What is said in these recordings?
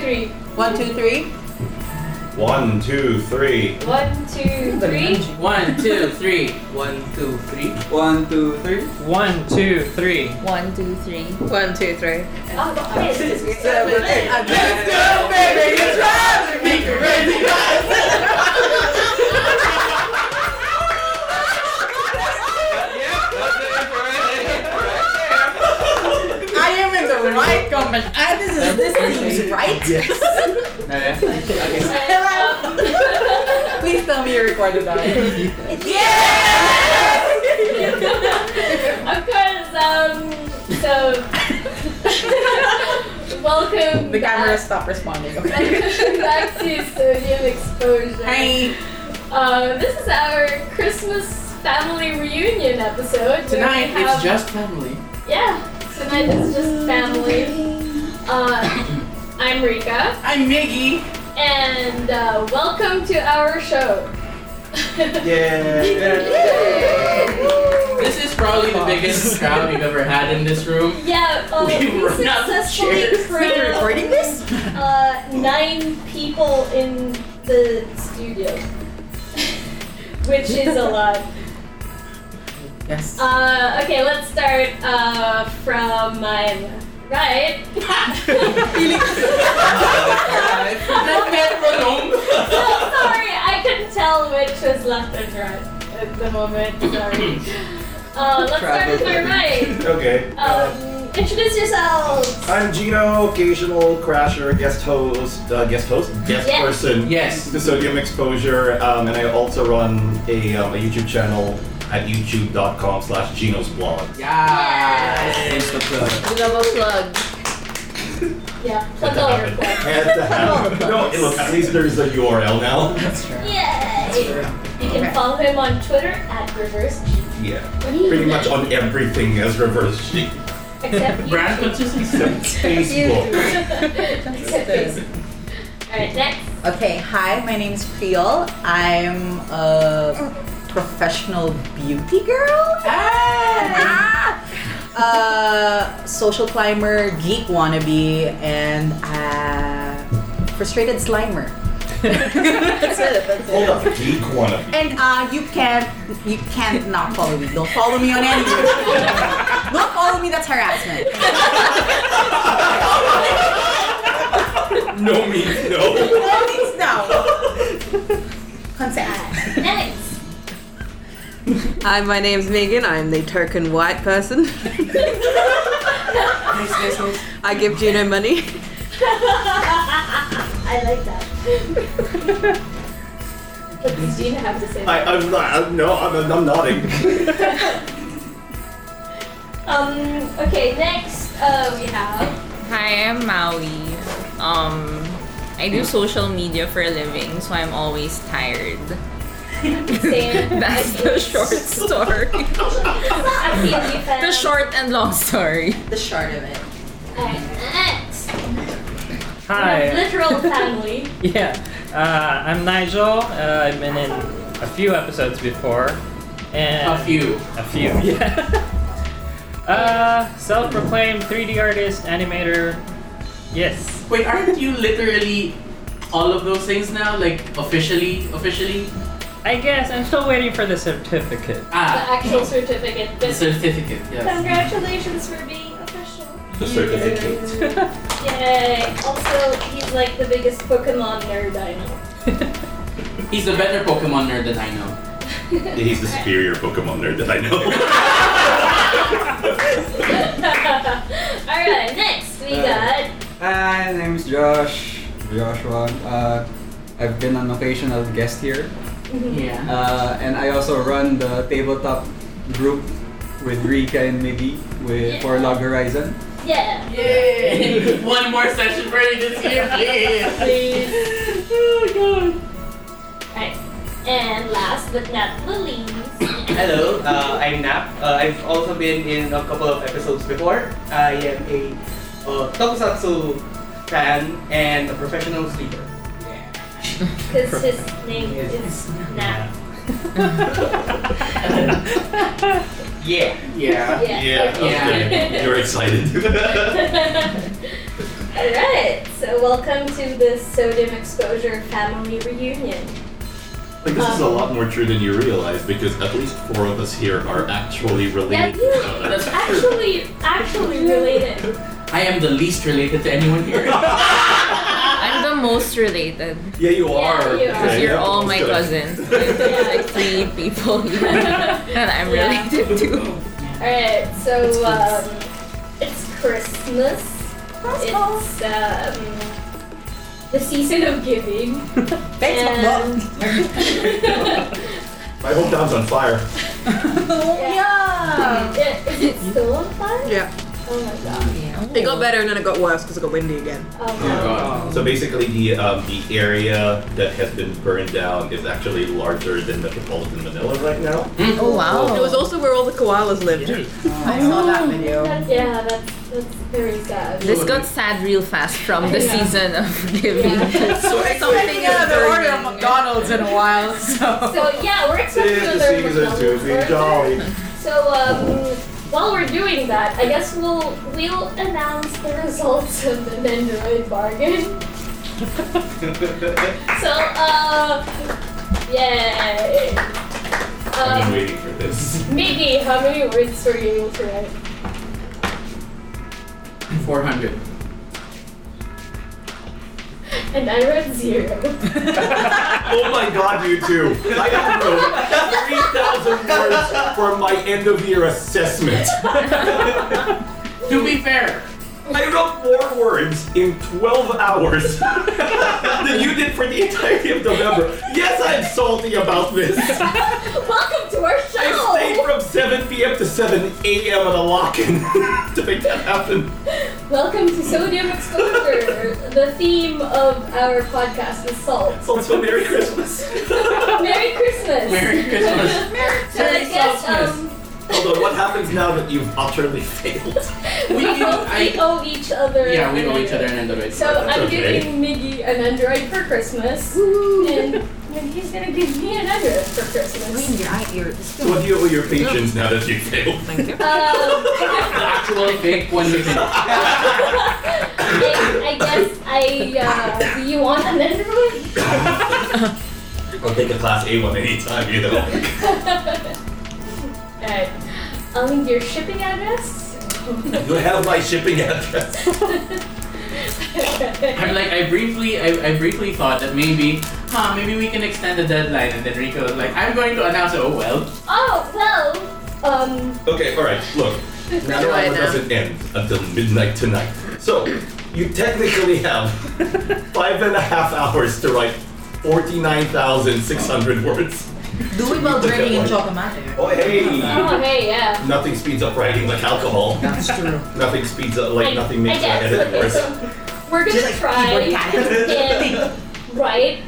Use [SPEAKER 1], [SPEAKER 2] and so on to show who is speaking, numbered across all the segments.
[SPEAKER 1] One, two, three.
[SPEAKER 2] One, two, three.
[SPEAKER 3] One, two, three. Oh,
[SPEAKER 4] One, two, three. One, two, three.
[SPEAKER 5] One, two, three.
[SPEAKER 6] One, two, three.
[SPEAKER 7] One, two, three.
[SPEAKER 1] One, two, three.
[SPEAKER 3] Oh, okay, this is weird.
[SPEAKER 5] Seven, eight.
[SPEAKER 1] I'm just
[SPEAKER 5] go, baby. You're driving me crazy.
[SPEAKER 1] I am in the right company. Ah, this is this is right.
[SPEAKER 3] Um, Hello.
[SPEAKER 1] Please tell me you recorded that.
[SPEAKER 3] of course. Um. So. welcome.
[SPEAKER 1] The camera
[SPEAKER 3] back-
[SPEAKER 1] stopped responding.
[SPEAKER 3] Welcome back to Sodium Exposure.
[SPEAKER 1] Hi.
[SPEAKER 3] Uh, this is our Christmas family reunion episode. where
[SPEAKER 4] Tonight
[SPEAKER 3] we
[SPEAKER 4] it's
[SPEAKER 3] have-
[SPEAKER 4] just family.
[SPEAKER 3] yeah. Tonight it's just family. Uh, I'm Rika,
[SPEAKER 1] I'm Miggy.
[SPEAKER 3] and uh, welcome to our show.
[SPEAKER 4] This is probably the biggest crowd we've ever had in this room.
[SPEAKER 3] Yeah, uh,
[SPEAKER 4] We
[SPEAKER 3] we
[SPEAKER 4] run out of
[SPEAKER 3] successfully
[SPEAKER 4] chairs.
[SPEAKER 3] crammed
[SPEAKER 1] recording this?
[SPEAKER 3] uh, nine people in the studio, which is a lot.
[SPEAKER 1] Yes.
[SPEAKER 3] Uh, okay, let's start uh, from my right. So sorry, I couldn't tell which was left and right at the moment. Sorry. Uh, let's start with my right.
[SPEAKER 2] Okay.
[SPEAKER 3] Um, introduce yourselves.
[SPEAKER 2] I'm Gino, occasional crasher, guest host, uh, guest host, guest
[SPEAKER 3] Yes.
[SPEAKER 2] person.
[SPEAKER 4] Yes.
[SPEAKER 2] The Sodium Exposure, um, and I also run a, um, a YouTube channel at youtube.com slash Gino's blog.
[SPEAKER 4] Yeah.
[SPEAKER 5] It's the plug.
[SPEAKER 7] Double plug.
[SPEAKER 3] Yeah,
[SPEAKER 2] Had
[SPEAKER 3] plug
[SPEAKER 2] to
[SPEAKER 3] over.
[SPEAKER 2] happen. Had to happen. No, look, at least there's a URL now.
[SPEAKER 3] Yay! You can follow him on Twitter at reverse G.
[SPEAKER 2] Yeah. Pretty much on everything as reverse G.
[SPEAKER 3] Except you.
[SPEAKER 4] Brand consistency.
[SPEAKER 2] Facebook.
[SPEAKER 3] Except Facebook. Alright, next.
[SPEAKER 1] Okay, hi, my name's Creole. I'm a professional beauty girl. Ah! Uh, social climber, geek wannabe, and uh, frustrated slimer. that's it, that's
[SPEAKER 2] Hold up, geek wannabe.
[SPEAKER 1] And uh, you can't, you can't not follow me. Don't follow me on anything. Don't follow me. That's harassment.
[SPEAKER 2] No means no.
[SPEAKER 1] That means no. Consent.
[SPEAKER 3] Next.
[SPEAKER 8] Hi, my name's Megan. I'm the token white person. I give Gino money.
[SPEAKER 3] I like that. what does Gina have to say?
[SPEAKER 2] I, I'm not. I'm, no, I'm, I'm nodding.
[SPEAKER 3] Um, okay, next uh, we have.
[SPEAKER 7] Hi, I'm Maui. Um, I do social media for a living, so I'm always tired.
[SPEAKER 3] Sam.
[SPEAKER 7] That's the short story.
[SPEAKER 3] I've seen you, fam.
[SPEAKER 7] the short and long story.
[SPEAKER 1] The short of it.
[SPEAKER 3] Alright, next. We have
[SPEAKER 6] Hi.
[SPEAKER 3] Literal family.
[SPEAKER 6] Yeah. Uh, I'm Nigel. Uh, I've been in a few episodes before. And
[SPEAKER 4] A few.
[SPEAKER 6] A few, yeah. uh, self-proclaimed 3D artist, animator. Yes.
[SPEAKER 4] Wait, aren't you literally all of those things now? Like officially, officially?
[SPEAKER 6] I guess I'm still waiting for the certificate.
[SPEAKER 3] the
[SPEAKER 4] Ah,
[SPEAKER 3] actual certificate.
[SPEAKER 4] the
[SPEAKER 3] But
[SPEAKER 4] certificate. Yes.
[SPEAKER 3] congratulations for being official.
[SPEAKER 2] The certificate.
[SPEAKER 3] Yay! Also, he's like the biggest Pokemon nerd I know.
[SPEAKER 4] He's a better Pokemon nerd than I know.
[SPEAKER 2] He's the superior Pokemon nerd that I know.
[SPEAKER 3] Alright, next we got.
[SPEAKER 5] Hi, name's Josh. Joshua. Uh, I've been an occasional guest here.
[SPEAKER 4] Yeah.
[SPEAKER 5] Uh, and I also run the tabletop group with Rika and Miggy with, for Log Horizon.
[SPEAKER 3] Yeah!
[SPEAKER 4] Yay! One more session for you this year, please.
[SPEAKER 3] Please!
[SPEAKER 4] Oh
[SPEAKER 3] Alright, and last but not the least.
[SPEAKER 9] Hello, uh, I'm Nap. Uh, I've also been in a couple of episodes before. I am a uh, tokusatsu fan and a professional sleeper.
[SPEAKER 3] Because his name is Nat.
[SPEAKER 4] god.
[SPEAKER 9] Yeah.
[SPEAKER 4] Yeah.
[SPEAKER 3] Yeah.
[SPEAKER 2] okay. You're excited.
[SPEAKER 3] Alright, so So welcome to the Sodium Exposure family reunion.
[SPEAKER 2] Like this is a
[SPEAKER 3] Um,
[SPEAKER 2] lot more true than you realize because at least four of us here are actually related.
[SPEAKER 3] Yeah,
[SPEAKER 2] to each
[SPEAKER 4] That's
[SPEAKER 2] other.
[SPEAKER 4] true.
[SPEAKER 3] Actually, actually related.
[SPEAKER 4] I am the least related to anyone here.
[SPEAKER 7] I'm the most related
[SPEAKER 2] Yeah, you
[SPEAKER 3] you
[SPEAKER 2] are.
[SPEAKER 3] are.
[SPEAKER 7] because
[SPEAKER 2] Okay,
[SPEAKER 7] you're
[SPEAKER 2] yeah, that's
[SPEAKER 7] all my
[SPEAKER 2] good.
[SPEAKER 7] cousins. There's like three people that I'm
[SPEAKER 3] Yeah.
[SPEAKER 7] related to.
[SPEAKER 3] Alright, so um, it's Christmas. It's um, the season of giving.
[SPEAKER 1] Thanks,
[SPEAKER 3] And-
[SPEAKER 1] McDuck.
[SPEAKER 2] My hometown's on fire.
[SPEAKER 1] yeah.
[SPEAKER 3] Yeah, Is it still on fire?
[SPEAKER 8] Yeah.
[SPEAKER 3] Oh my god.
[SPEAKER 8] It got better and then it got worse because it got windy again.
[SPEAKER 3] Oh
[SPEAKER 4] Oh
[SPEAKER 3] my god.
[SPEAKER 4] god.
[SPEAKER 2] So basically, the um, the area that has been burned down is actually larger than metropolitan Manila right now.
[SPEAKER 7] Oh wow.
[SPEAKER 8] It was also where all the koalas lived.
[SPEAKER 1] I saw that video.
[SPEAKER 3] Yeah, that's, that's very sad.
[SPEAKER 7] This got sad real fast from the
[SPEAKER 3] Yeah.
[SPEAKER 7] season of giving.
[SPEAKER 3] Yeah.
[SPEAKER 7] So something
[SPEAKER 1] Yeah,
[SPEAKER 7] is
[SPEAKER 1] I've ordered a
[SPEAKER 7] burning.
[SPEAKER 1] McDonald's in a while, so.
[SPEAKER 3] So yeah, we're expecting another McDonald's burger. So um, while we're doing that, I guess we'll we'll announce the results of the Mendroid bargain. so uh, yay.
[SPEAKER 2] I've been
[SPEAKER 3] Um,
[SPEAKER 2] waiting for this.
[SPEAKER 3] Miggy, how many words were you able to write?
[SPEAKER 4] 400.
[SPEAKER 3] And I wrote zero.
[SPEAKER 2] Oh my god, you two! I have wrote 3,000 words for my end of year assessment.
[SPEAKER 4] To be fair,
[SPEAKER 2] I wrote more words in 12 hours than you did for the entirety of November. Yes, I'm salty about this.
[SPEAKER 3] Welcome to our show.
[SPEAKER 2] I stayed from 7 p.m. to 7 a.m. at a lock-in to make that happen.
[SPEAKER 3] Welcome to Sodium Exposure. the theme of our podcast is salt.
[SPEAKER 2] Also, Merry Christmas.
[SPEAKER 3] Merry Christmas.
[SPEAKER 4] Merry Christmas.
[SPEAKER 3] So I guess um,
[SPEAKER 2] Although, what happens now that you've utterly failed?
[SPEAKER 3] we,
[SPEAKER 4] We
[SPEAKER 3] both
[SPEAKER 4] do- I-
[SPEAKER 3] we owe each other.
[SPEAKER 4] Yeah, we know
[SPEAKER 3] an
[SPEAKER 4] each other
[SPEAKER 3] Android.
[SPEAKER 4] and Android.
[SPEAKER 3] So
[SPEAKER 2] That's
[SPEAKER 3] I'm
[SPEAKER 2] okay.
[SPEAKER 3] giving Miggy an Android for Christmas, and Miggy's gonna give me an Android for Christmas.
[SPEAKER 1] your eye ear. This
[SPEAKER 2] So, what do you owe your patrons now that you failed?
[SPEAKER 8] Thank you.
[SPEAKER 3] Um,
[SPEAKER 4] the actual fake one you can.
[SPEAKER 3] I, I guess I. Uh, do you want an Android?
[SPEAKER 2] I'll take a class A one anytime, you know.
[SPEAKER 3] Alright. Um, your shipping address.
[SPEAKER 2] You have my shipping address.
[SPEAKER 4] I'm like, I briefly, I, I briefly thought that maybe, huh, maybe we can extend the deadline, and then Rico was like, I'm going to announce it. Oh well.
[SPEAKER 3] oh well. Um.
[SPEAKER 2] Okay, all right. Look,
[SPEAKER 8] do I
[SPEAKER 2] Nanarama
[SPEAKER 8] know?
[SPEAKER 2] doesn't end until midnight tonight. So you technically have five and a half hours to write forty-nine thousand six hundred words.
[SPEAKER 1] Do we both drinking in chocolate?
[SPEAKER 2] Oh hey!
[SPEAKER 3] Oh hey, yeah.
[SPEAKER 2] Nothing speeds up writing like alcohol.
[SPEAKER 1] That's true.
[SPEAKER 2] Nothing speeds up like
[SPEAKER 3] I-
[SPEAKER 2] nothing makes
[SPEAKER 3] I
[SPEAKER 2] my
[SPEAKER 3] guess,
[SPEAKER 2] edit
[SPEAKER 3] okay,
[SPEAKER 2] worse.
[SPEAKER 3] so we're gonna
[SPEAKER 1] Just like
[SPEAKER 3] try
[SPEAKER 1] keyboard
[SPEAKER 3] and write.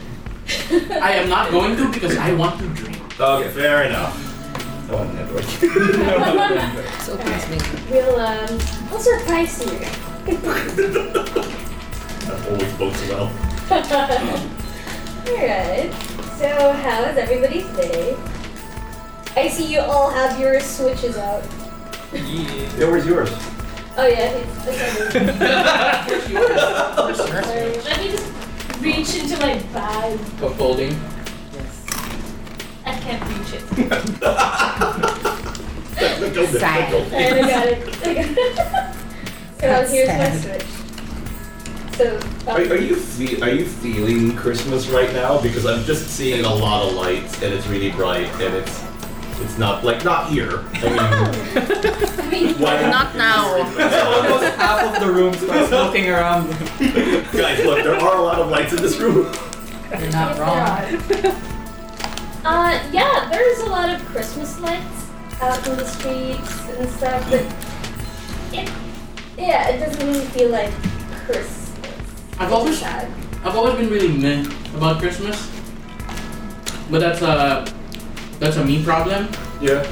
[SPEAKER 4] I am not going to because I want to drink.
[SPEAKER 2] Okay, Oh, fair enough. Oh, network.
[SPEAKER 7] It's open to me.
[SPEAKER 3] we'll um, we'll surprise you.
[SPEAKER 2] that always bodes well.
[SPEAKER 3] Alright. So how is everybody's day? I see you all have your switches out.
[SPEAKER 2] Yeah, where's yours?
[SPEAKER 3] Oh yeah, it's it's on me.
[SPEAKER 2] Oh,
[SPEAKER 4] Of
[SPEAKER 3] Sorry. Let me just reach into my bag.
[SPEAKER 4] folding.
[SPEAKER 3] I can't reach it.
[SPEAKER 2] Technical
[SPEAKER 1] Sad.
[SPEAKER 2] difficulty.
[SPEAKER 3] Alright, I got it. I got it. so
[SPEAKER 1] That's
[SPEAKER 3] here's my
[SPEAKER 1] sad.
[SPEAKER 3] switch. So um,
[SPEAKER 2] Are, are you fe- are you feeling Christmas right now? Because I'm just seeing a lot of lights and it's really bright and it's it's not like not here. I mean,
[SPEAKER 3] I mean,
[SPEAKER 2] why
[SPEAKER 7] Not now.
[SPEAKER 5] Almost half of the room starts looking around.
[SPEAKER 2] Guys, look, there are a lot of lights in this room.
[SPEAKER 1] You're not
[SPEAKER 3] Uh, yeah, there's a lot of Christmas lights out in the streets and stuff, but it, yeah, it doesn't really feel like Christmas.
[SPEAKER 4] I've always,
[SPEAKER 3] Sad.
[SPEAKER 4] I've always been really meh about Christmas, but that's a, that's a me problem.
[SPEAKER 2] Yeah.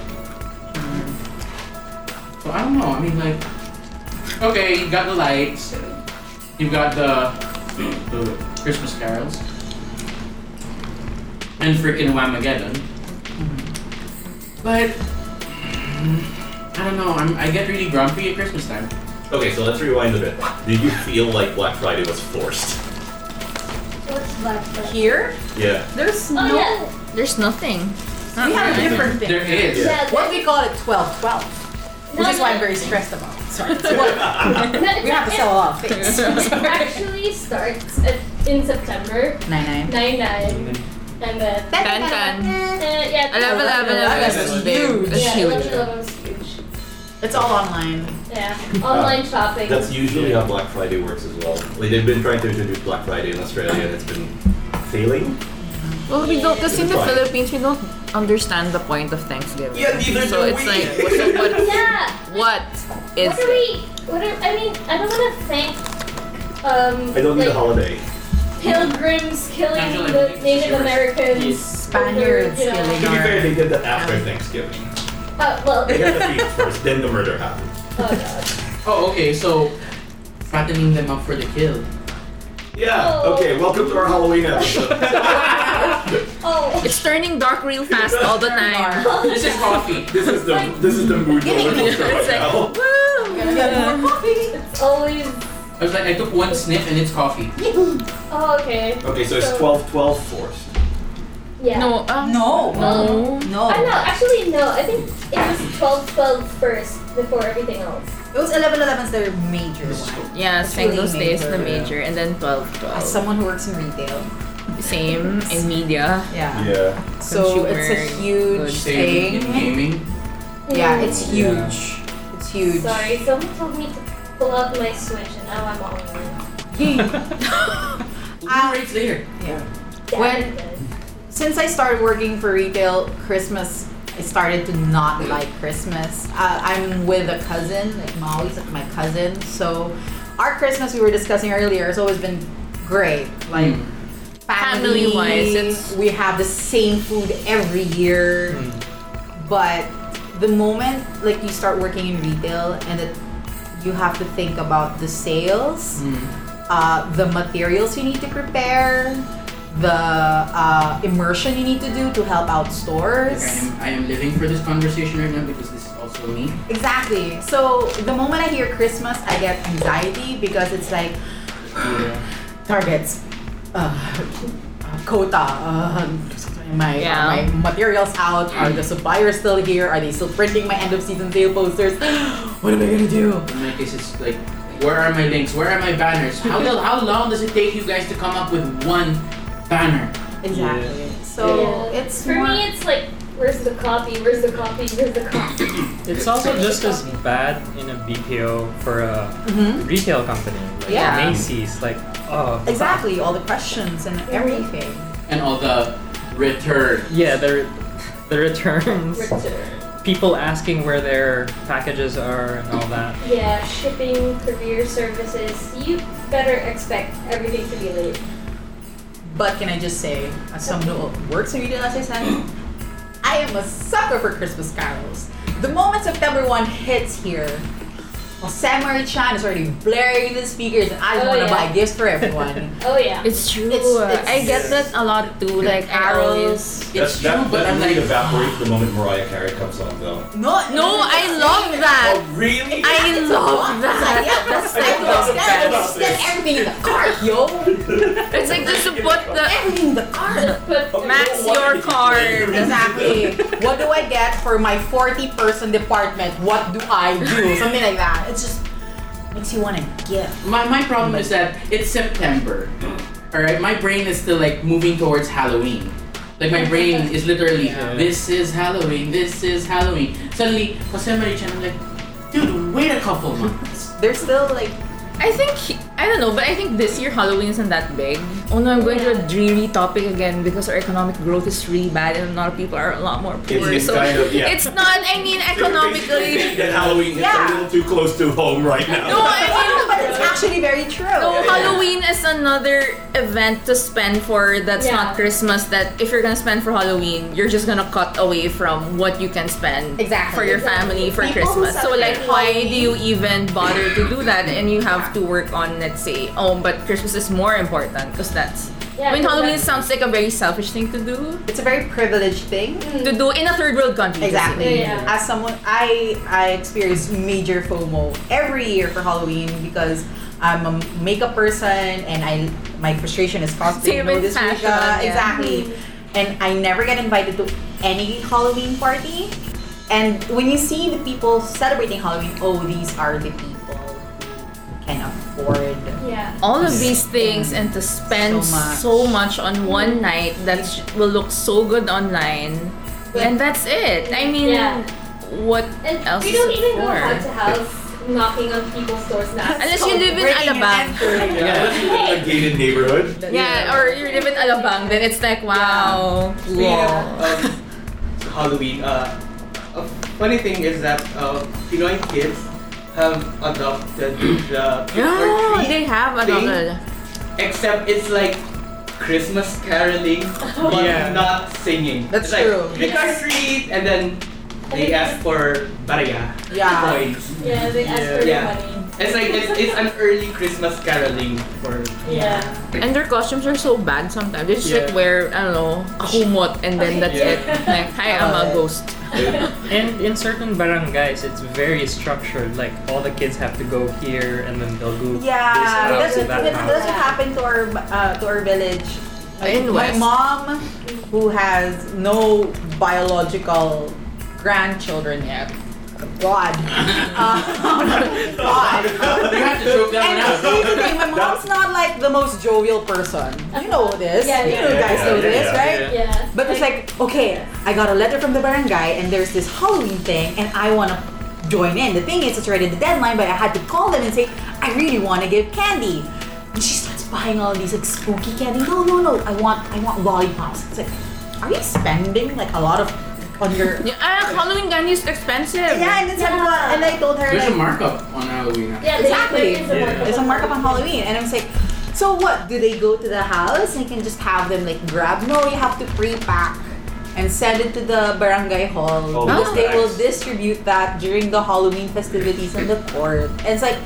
[SPEAKER 4] So I don't know. I mean, like, okay, you've got the lights, you've got the, the Christmas carols, and freaking Whamageddon. But I don't know. I'm, I get really grumpy at Christmas time.
[SPEAKER 2] Okay, so let's rewind a bit. Did you feel like Black Friday was forced?
[SPEAKER 3] What's left?
[SPEAKER 1] Here,
[SPEAKER 2] Yeah.
[SPEAKER 1] there's
[SPEAKER 3] Oh,
[SPEAKER 1] no.
[SPEAKER 3] yeah.
[SPEAKER 7] There's nothing.
[SPEAKER 1] We
[SPEAKER 7] Not
[SPEAKER 1] have a
[SPEAKER 7] really.
[SPEAKER 1] different thing.
[SPEAKER 4] There is.
[SPEAKER 2] Yeah.
[SPEAKER 3] Yeah,
[SPEAKER 1] What we call it 12 12, which
[SPEAKER 3] No,
[SPEAKER 1] is why I'm
[SPEAKER 3] no.
[SPEAKER 1] very stressed about. it. Sorry. So what-
[SPEAKER 3] No,
[SPEAKER 1] we have to sell a lot of things.
[SPEAKER 3] It actually starts at, in September,
[SPEAKER 1] Nine nine.
[SPEAKER 3] 9 9.
[SPEAKER 1] Mm-hmm.
[SPEAKER 3] And then.
[SPEAKER 7] Tan tan.
[SPEAKER 3] Uh, yeah,
[SPEAKER 7] Eleven eleven eleven.
[SPEAKER 1] That's
[SPEAKER 7] That's big.
[SPEAKER 1] huge.
[SPEAKER 7] That's
[SPEAKER 3] yeah,
[SPEAKER 7] huge.
[SPEAKER 3] 11 11 is huge.
[SPEAKER 1] It's all online.
[SPEAKER 3] Yeah. Online shopping.
[SPEAKER 2] That's usually how Black Friday works as well. Like they've been trying to introduce Black Friday in Australia and it's been failing.
[SPEAKER 7] Well, we don't. Because in the
[SPEAKER 2] Right.
[SPEAKER 7] Philippines, we don't understand the point of Thanksgiving.
[SPEAKER 2] Yeah, neither
[SPEAKER 7] So
[SPEAKER 2] do
[SPEAKER 7] it's
[SPEAKER 2] we.
[SPEAKER 7] like, so what,
[SPEAKER 3] yeah.
[SPEAKER 7] what is
[SPEAKER 3] what are
[SPEAKER 7] it?
[SPEAKER 3] we? What are, I mean, I don't want to thank. Um,
[SPEAKER 2] I don't need
[SPEAKER 3] like,
[SPEAKER 2] a holiday.
[SPEAKER 3] Pilgrims killing
[SPEAKER 4] Angela,
[SPEAKER 3] the
[SPEAKER 4] you-
[SPEAKER 3] Native
[SPEAKER 4] you were-
[SPEAKER 3] Americans.
[SPEAKER 1] Spaniards
[SPEAKER 3] you know.
[SPEAKER 2] To
[SPEAKER 1] killing
[SPEAKER 2] be fair,
[SPEAKER 1] our.
[SPEAKER 2] they did that after Thanksgiving.
[SPEAKER 3] Uh, well,
[SPEAKER 2] They got the feast first, then the murder happened.
[SPEAKER 3] oh god.
[SPEAKER 4] Oh, okay, so fattening them up for the kill.
[SPEAKER 2] Yeah,
[SPEAKER 3] Oh.
[SPEAKER 2] okay, welcome to our Halloween episode.
[SPEAKER 3] Oh,
[SPEAKER 7] It's turning dark real fast all the time.
[SPEAKER 4] This is coffee.
[SPEAKER 2] this is the this is the mood
[SPEAKER 1] Giving
[SPEAKER 2] roller
[SPEAKER 1] me-
[SPEAKER 2] coaster right
[SPEAKER 7] it's like-
[SPEAKER 2] now.
[SPEAKER 3] it's always.
[SPEAKER 4] I was like, I took one sniff and it's coffee.
[SPEAKER 3] Oh, okay.
[SPEAKER 2] Okay, so it's 12 12 forced.
[SPEAKER 3] Yeah.
[SPEAKER 7] No, uh,
[SPEAKER 1] No.
[SPEAKER 3] No.
[SPEAKER 1] No.
[SPEAKER 3] I know. Actually, no. I think it was 12 12 first before everything else.
[SPEAKER 1] Those 11 11s, they're major one.
[SPEAKER 7] Yeah, Singles Day is the
[SPEAKER 1] Really
[SPEAKER 7] major, and then 12
[SPEAKER 1] As
[SPEAKER 7] 12.
[SPEAKER 1] someone who works in retail.
[SPEAKER 7] Same in media.
[SPEAKER 1] Yeah.
[SPEAKER 2] Yeah.
[SPEAKER 1] So it's a
[SPEAKER 7] Consumer
[SPEAKER 1] huge
[SPEAKER 7] goods.
[SPEAKER 4] Same in
[SPEAKER 1] thing.
[SPEAKER 4] gaming.
[SPEAKER 1] Yeah,
[SPEAKER 3] Mm.
[SPEAKER 1] it's huge. It's huge.
[SPEAKER 3] Sorry, someone told me to pull out my switch, and now I'm all in.
[SPEAKER 4] Ah, right there.
[SPEAKER 3] Yeah,
[SPEAKER 1] When-
[SPEAKER 3] I'm good.
[SPEAKER 1] Since I started working for retail, Christmas, I started to not like Christmas. Uh, I'm with a cousin, like Molly's like my cousin. So our Christmas we were discussing earlier has always been great. Like
[SPEAKER 4] Mm.
[SPEAKER 1] family
[SPEAKER 7] Family-wise, it's-
[SPEAKER 1] we have the same food every
[SPEAKER 9] Hmm.
[SPEAKER 1] year. But the moment like you start working in retail and it, you have to think about the sales, uh, the materials you need to prepare, the uh, immersion you need to do to help out
[SPEAKER 4] Like,
[SPEAKER 1] stores.
[SPEAKER 4] I, am, I am living for this conversation right now because this is also me.
[SPEAKER 1] Exactly. So the moment I hear Christmas, I get anxiety because it's like
[SPEAKER 4] Yeah.
[SPEAKER 1] targets, uh, uh, quota, uh, my,
[SPEAKER 7] Yeah.
[SPEAKER 1] are my materials out, are the suppliers still here, are they still printing my end of season sale posters? what am I gonna do?
[SPEAKER 4] In my case, it's like, where are my links? Where are my banners? How, the- how long does it take you guys to come up with one banner?
[SPEAKER 1] Exactly. So
[SPEAKER 3] Yeah.
[SPEAKER 1] it's
[SPEAKER 3] for
[SPEAKER 1] more,
[SPEAKER 3] me. It's like, where's the copy? Where's the copy? Where's the copy?
[SPEAKER 6] It's also just as bad in a BPO for a
[SPEAKER 1] Mhm.
[SPEAKER 6] retail company. Like
[SPEAKER 1] Yeah.
[SPEAKER 6] Macy's, like, oh.
[SPEAKER 1] exactly all the questions
[SPEAKER 3] Mhm.
[SPEAKER 1] and everything.
[SPEAKER 4] And all the return.
[SPEAKER 6] Yeah, the, the returns,
[SPEAKER 3] Return.
[SPEAKER 6] people asking where their packages are and all that.
[SPEAKER 3] Yeah, shipping, career services. You better expect everything to be late.
[SPEAKER 1] But can I just say, as someone who works in retail, as I said, I am a sucker for Christmas carols. The moment September 1 hits here, well, Samurai Chan is already blaring the speakers, and I
[SPEAKER 3] Oh,
[SPEAKER 1] want to
[SPEAKER 3] yeah.
[SPEAKER 1] buy gifts for everyone.
[SPEAKER 3] Oh yeah.
[SPEAKER 7] It's true.
[SPEAKER 1] It's- it's-
[SPEAKER 7] I get that a lot too. Like, I always.
[SPEAKER 1] arrows.
[SPEAKER 4] It's
[SPEAKER 2] that,
[SPEAKER 4] true, but
[SPEAKER 2] that
[SPEAKER 4] I'm
[SPEAKER 2] mood
[SPEAKER 4] like,
[SPEAKER 2] evaporates the moment Mariah Carey comes on though.
[SPEAKER 1] No,
[SPEAKER 7] No, I love that.
[SPEAKER 2] really?
[SPEAKER 7] I love that.
[SPEAKER 1] Yeah, that's like
[SPEAKER 2] I love
[SPEAKER 1] that.
[SPEAKER 2] that.
[SPEAKER 1] Step everything in the cart, yo.
[SPEAKER 7] It's like just to put the
[SPEAKER 1] Everything in the cart.
[SPEAKER 7] max your card.
[SPEAKER 1] Exactly. What do I get for my 40-person department? What do I do? Something like that. It's just makes you want to give.
[SPEAKER 4] my, my problem is that it's September. Alright, my brain is still like moving towards Halloween. Like my brain is literally,
[SPEAKER 6] Yeah.
[SPEAKER 4] this is Halloween, this is Halloween. Suddenly, Jose Marie Chan, I'm like, dude, wait a couple months.
[SPEAKER 1] They're still like
[SPEAKER 7] I think I don't know, but I think this year Halloween isn't that big. Oh no, I'm going to a dreary topic again because our economic growth is really bad and a lot of people are a lot more poor.
[SPEAKER 2] it's
[SPEAKER 7] so
[SPEAKER 2] kind of- yeah.
[SPEAKER 7] it's not. I mean, economically.
[SPEAKER 2] That Halloween is
[SPEAKER 1] Yeah.
[SPEAKER 2] a little too close to home right now.
[SPEAKER 7] No, Oh, I mean.
[SPEAKER 1] but it's actually very true.
[SPEAKER 7] No, Halloween is another event to spend for that's
[SPEAKER 3] Yeah.
[SPEAKER 7] not Christmas. That if you're gonna spend for Halloween, you're just gonna cut away from what you can spend
[SPEAKER 1] Exactly.
[SPEAKER 7] for your family for
[SPEAKER 1] People who
[SPEAKER 7] Christmas. So,
[SPEAKER 1] celebrate
[SPEAKER 7] like, why do you
[SPEAKER 1] Halloween-
[SPEAKER 7] even bother to do that? And you have to work on, let's say, oh, but Christmas is more important because that's
[SPEAKER 3] Yeah,
[SPEAKER 7] I mean,
[SPEAKER 3] so
[SPEAKER 7] Halloween
[SPEAKER 3] that's-
[SPEAKER 7] sounds like a very selfish thing to do.
[SPEAKER 1] It's a very privileged thing.
[SPEAKER 3] Mm.
[SPEAKER 7] To do in a third world country.
[SPEAKER 1] Exactly.
[SPEAKER 3] Yeah, yeah.
[SPEAKER 1] As someone, I I experience major FOMO every year for Halloween because I'm a makeup person and I my frustration is cosplay.
[SPEAKER 7] Same
[SPEAKER 1] no
[SPEAKER 7] with
[SPEAKER 1] this
[SPEAKER 7] fashion,
[SPEAKER 1] Rika.
[SPEAKER 7] yeah.
[SPEAKER 1] Exactly. And I never get invited to any Halloween party. And when you see the people celebrating Halloween, oh, these are the people who can afford.
[SPEAKER 3] Yeah.
[SPEAKER 7] All of these things and to spend
[SPEAKER 1] So
[SPEAKER 7] so
[SPEAKER 1] much.
[SPEAKER 7] much, on one night that sh- will look so good online. and that's it. I mean,
[SPEAKER 3] Yeah.
[SPEAKER 7] what
[SPEAKER 3] And
[SPEAKER 7] else
[SPEAKER 3] we
[SPEAKER 7] is
[SPEAKER 3] don't
[SPEAKER 7] it
[SPEAKER 3] even go
[SPEAKER 7] for?
[SPEAKER 3] house to house knocking on people's doors now.
[SPEAKER 7] Unless you live in
[SPEAKER 1] Breaking and
[SPEAKER 7] Alabang.
[SPEAKER 1] entering.
[SPEAKER 2] Unless you live in a gated neighborhood.
[SPEAKER 7] Yeah, or you live in Alabang, then it's like, wow.
[SPEAKER 9] Yeah. Um, Halloween. Uh, a funny thing is that uh, Pinoy kids have adopted the trick or
[SPEAKER 7] Yeah,
[SPEAKER 9] treat,
[SPEAKER 7] they have
[SPEAKER 9] thing.
[SPEAKER 7] another.
[SPEAKER 9] except it's like Christmas caroling, but
[SPEAKER 6] Yeah.
[SPEAKER 9] not singing.
[SPEAKER 1] That's
[SPEAKER 9] it's like,
[SPEAKER 1] true.
[SPEAKER 9] Trick or treat, and then they ask for baraya
[SPEAKER 1] Yeah.
[SPEAKER 9] coins.
[SPEAKER 3] Yeah, they ask for
[SPEAKER 9] Yeah.
[SPEAKER 3] your money.
[SPEAKER 9] It's like it's, it's an early Christmas caroling for
[SPEAKER 3] Yeah.
[SPEAKER 7] And their costumes are so bad sometimes. They just like
[SPEAKER 9] Yeah.
[SPEAKER 7] wear, I don't know, a humot and then that's
[SPEAKER 9] Yeah.
[SPEAKER 7] it. Like, hi, I'm a ghost.
[SPEAKER 6] And in certain barangays, it's very structured. Like all the kids have to go here, and then they'll go this
[SPEAKER 1] Yeah, that's,
[SPEAKER 6] house and
[SPEAKER 1] what- that's,
[SPEAKER 6] that
[SPEAKER 1] that's
[SPEAKER 6] house.
[SPEAKER 1] what happened to our uh, to our village. My,
[SPEAKER 7] In
[SPEAKER 1] my
[SPEAKER 7] West.
[SPEAKER 1] mom, who has no biological grandchildren yet, God, uh, God.
[SPEAKER 4] You have to joke that one
[SPEAKER 1] And
[SPEAKER 4] out.
[SPEAKER 1] here's the thing, my mom's not like the most jovial person. You know this.
[SPEAKER 3] Yeah,
[SPEAKER 1] you
[SPEAKER 3] yeah,
[SPEAKER 1] know,
[SPEAKER 2] yeah,
[SPEAKER 1] guys
[SPEAKER 2] yeah,
[SPEAKER 1] know
[SPEAKER 2] yeah,
[SPEAKER 1] this,
[SPEAKER 2] yeah.
[SPEAKER 1] right?
[SPEAKER 3] Yeah.
[SPEAKER 1] But it's like, okay, I got a letter from the barangay and there's this Halloween thing and I want to join in. The thing is, it's already the deadline, but I had to call them and say, I really want to give candy. And she starts buying all these like spooky candy. No, no, no, I want, I want lollipops. It's like, are you spending like a lot of on your?
[SPEAKER 7] Yeah, ah, Halloween candy is expensive.
[SPEAKER 1] Yeah, and then Santa Claus- and I told her
[SPEAKER 4] There's
[SPEAKER 1] like,
[SPEAKER 4] a markup on Halloween. actually.
[SPEAKER 3] Yeah, they-
[SPEAKER 1] Exactly.
[SPEAKER 3] there is a
[SPEAKER 6] Yeah.
[SPEAKER 3] markup.
[SPEAKER 1] There's a markup on Halloween, and I'm just like, so what? Do they go to the house and can just have them like grab? No, you have to pre-pack and send it to the barangay hall
[SPEAKER 2] Oh,
[SPEAKER 1] because they will
[SPEAKER 2] nice.
[SPEAKER 1] distribute that during the Halloween festivities on the court. And it's like,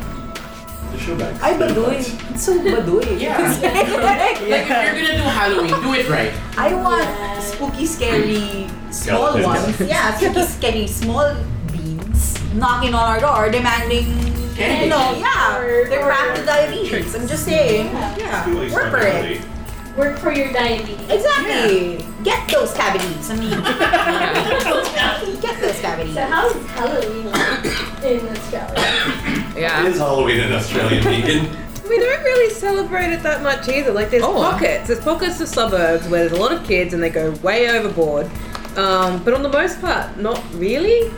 [SPEAKER 2] The show bags.
[SPEAKER 1] ay baduy, it's so baduy.
[SPEAKER 4] Yeah.
[SPEAKER 1] It's like,
[SPEAKER 4] Like if you're gonna do Halloween, do it right.
[SPEAKER 1] I want
[SPEAKER 3] Yeah.
[SPEAKER 1] spooky, scary, small
[SPEAKER 2] Skeletons.
[SPEAKER 1] ones. Yeah, spooky, scary, small beings knocking on our door, demanding. You
[SPEAKER 4] Candy.
[SPEAKER 1] know, yeah,
[SPEAKER 3] Or-
[SPEAKER 1] they're wrapped in diabetes. I'm just saying,
[SPEAKER 3] Yeah.
[SPEAKER 1] yeah, work for it.
[SPEAKER 3] Work for your diabetes.
[SPEAKER 1] Exactly. Get those cavities. I mean, get those cavities.
[SPEAKER 3] So how is Halloween in Australia?
[SPEAKER 7] Yeah.
[SPEAKER 2] It is Halloween in Australia, vegan.
[SPEAKER 8] We don't really celebrate it that much either. Like there's
[SPEAKER 7] Oh.
[SPEAKER 8] pockets. There's pockets of suburbs where there's a lot of kids and they go way overboard. Um, but on the most part, not really.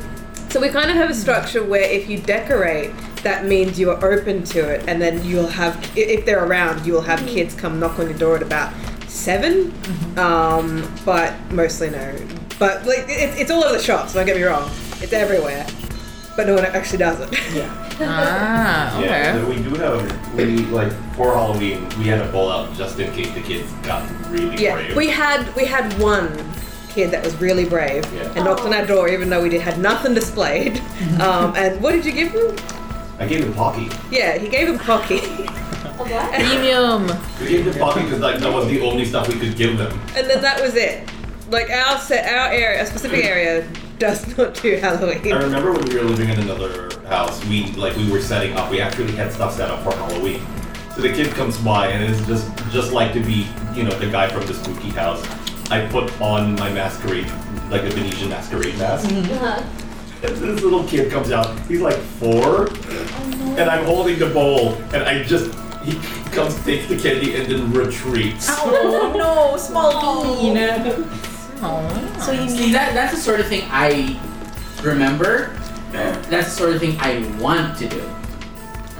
[SPEAKER 8] So we kind of have a structure where if you decorate, that means you are open to it, and then you'll have i- if they're around, you'll have kids come knock on your door at about 7 Um, but mostly no. But like it, it's all over the shops. Don't get me wrong. It's everywhere. But no one actually does it.
[SPEAKER 7] Ah, okay.
[SPEAKER 2] Yeah, and we do have we like for Halloween we had a bowl out just in case the kids got really
[SPEAKER 8] Yeah,
[SPEAKER 2] brave.
[SPEAKER 8] we had we had one kid that was really brave
[SPEAKER 2] Yeah.
[SPEAKER 8] and knocked on our door even though we did had nothing displayed. Um, and what did you give him?
[SPEAKER 2] I gave him Pocky.
[SPEAKER 8] Yeah, he gave him pocky,
[SPEAKER 3] A what?
[SPEAKER 7] Premium.
[SPEAKER 2] We gave them Pocky because like that was the only stuff we could give them.
[SPEAKER 8] and then that was it. Like our set, our area, our specific area does not do
[SPEAKER 2] I
[SPEAKER 8] Halloween.
[SPEAKER 2] remember when we were living in another house, we like we were setting up. We actually had stuff set up for Halloween. So the kid comes by and is just just like to be, you know, the guy from the spooky house. I put on my masquerade, like a Venetian masquerade mask.
[SPEAKER 3] Uh-huh.
[SPEAKER 2] And this little kid comes out. He's like four, and I'm holding the bowl, and I just he comes, takes the candy, and then retreats.
[SPEAKER 1] Oh no, small bean.
[SPEAKER 7] Oh.
[SPEAKER 1] So you
[SPEAKER 4] See,
[SPEAKER 1] need
[SPEAKER 4] that, that's the sort of thing I remember. That's the sort of thing I want to do.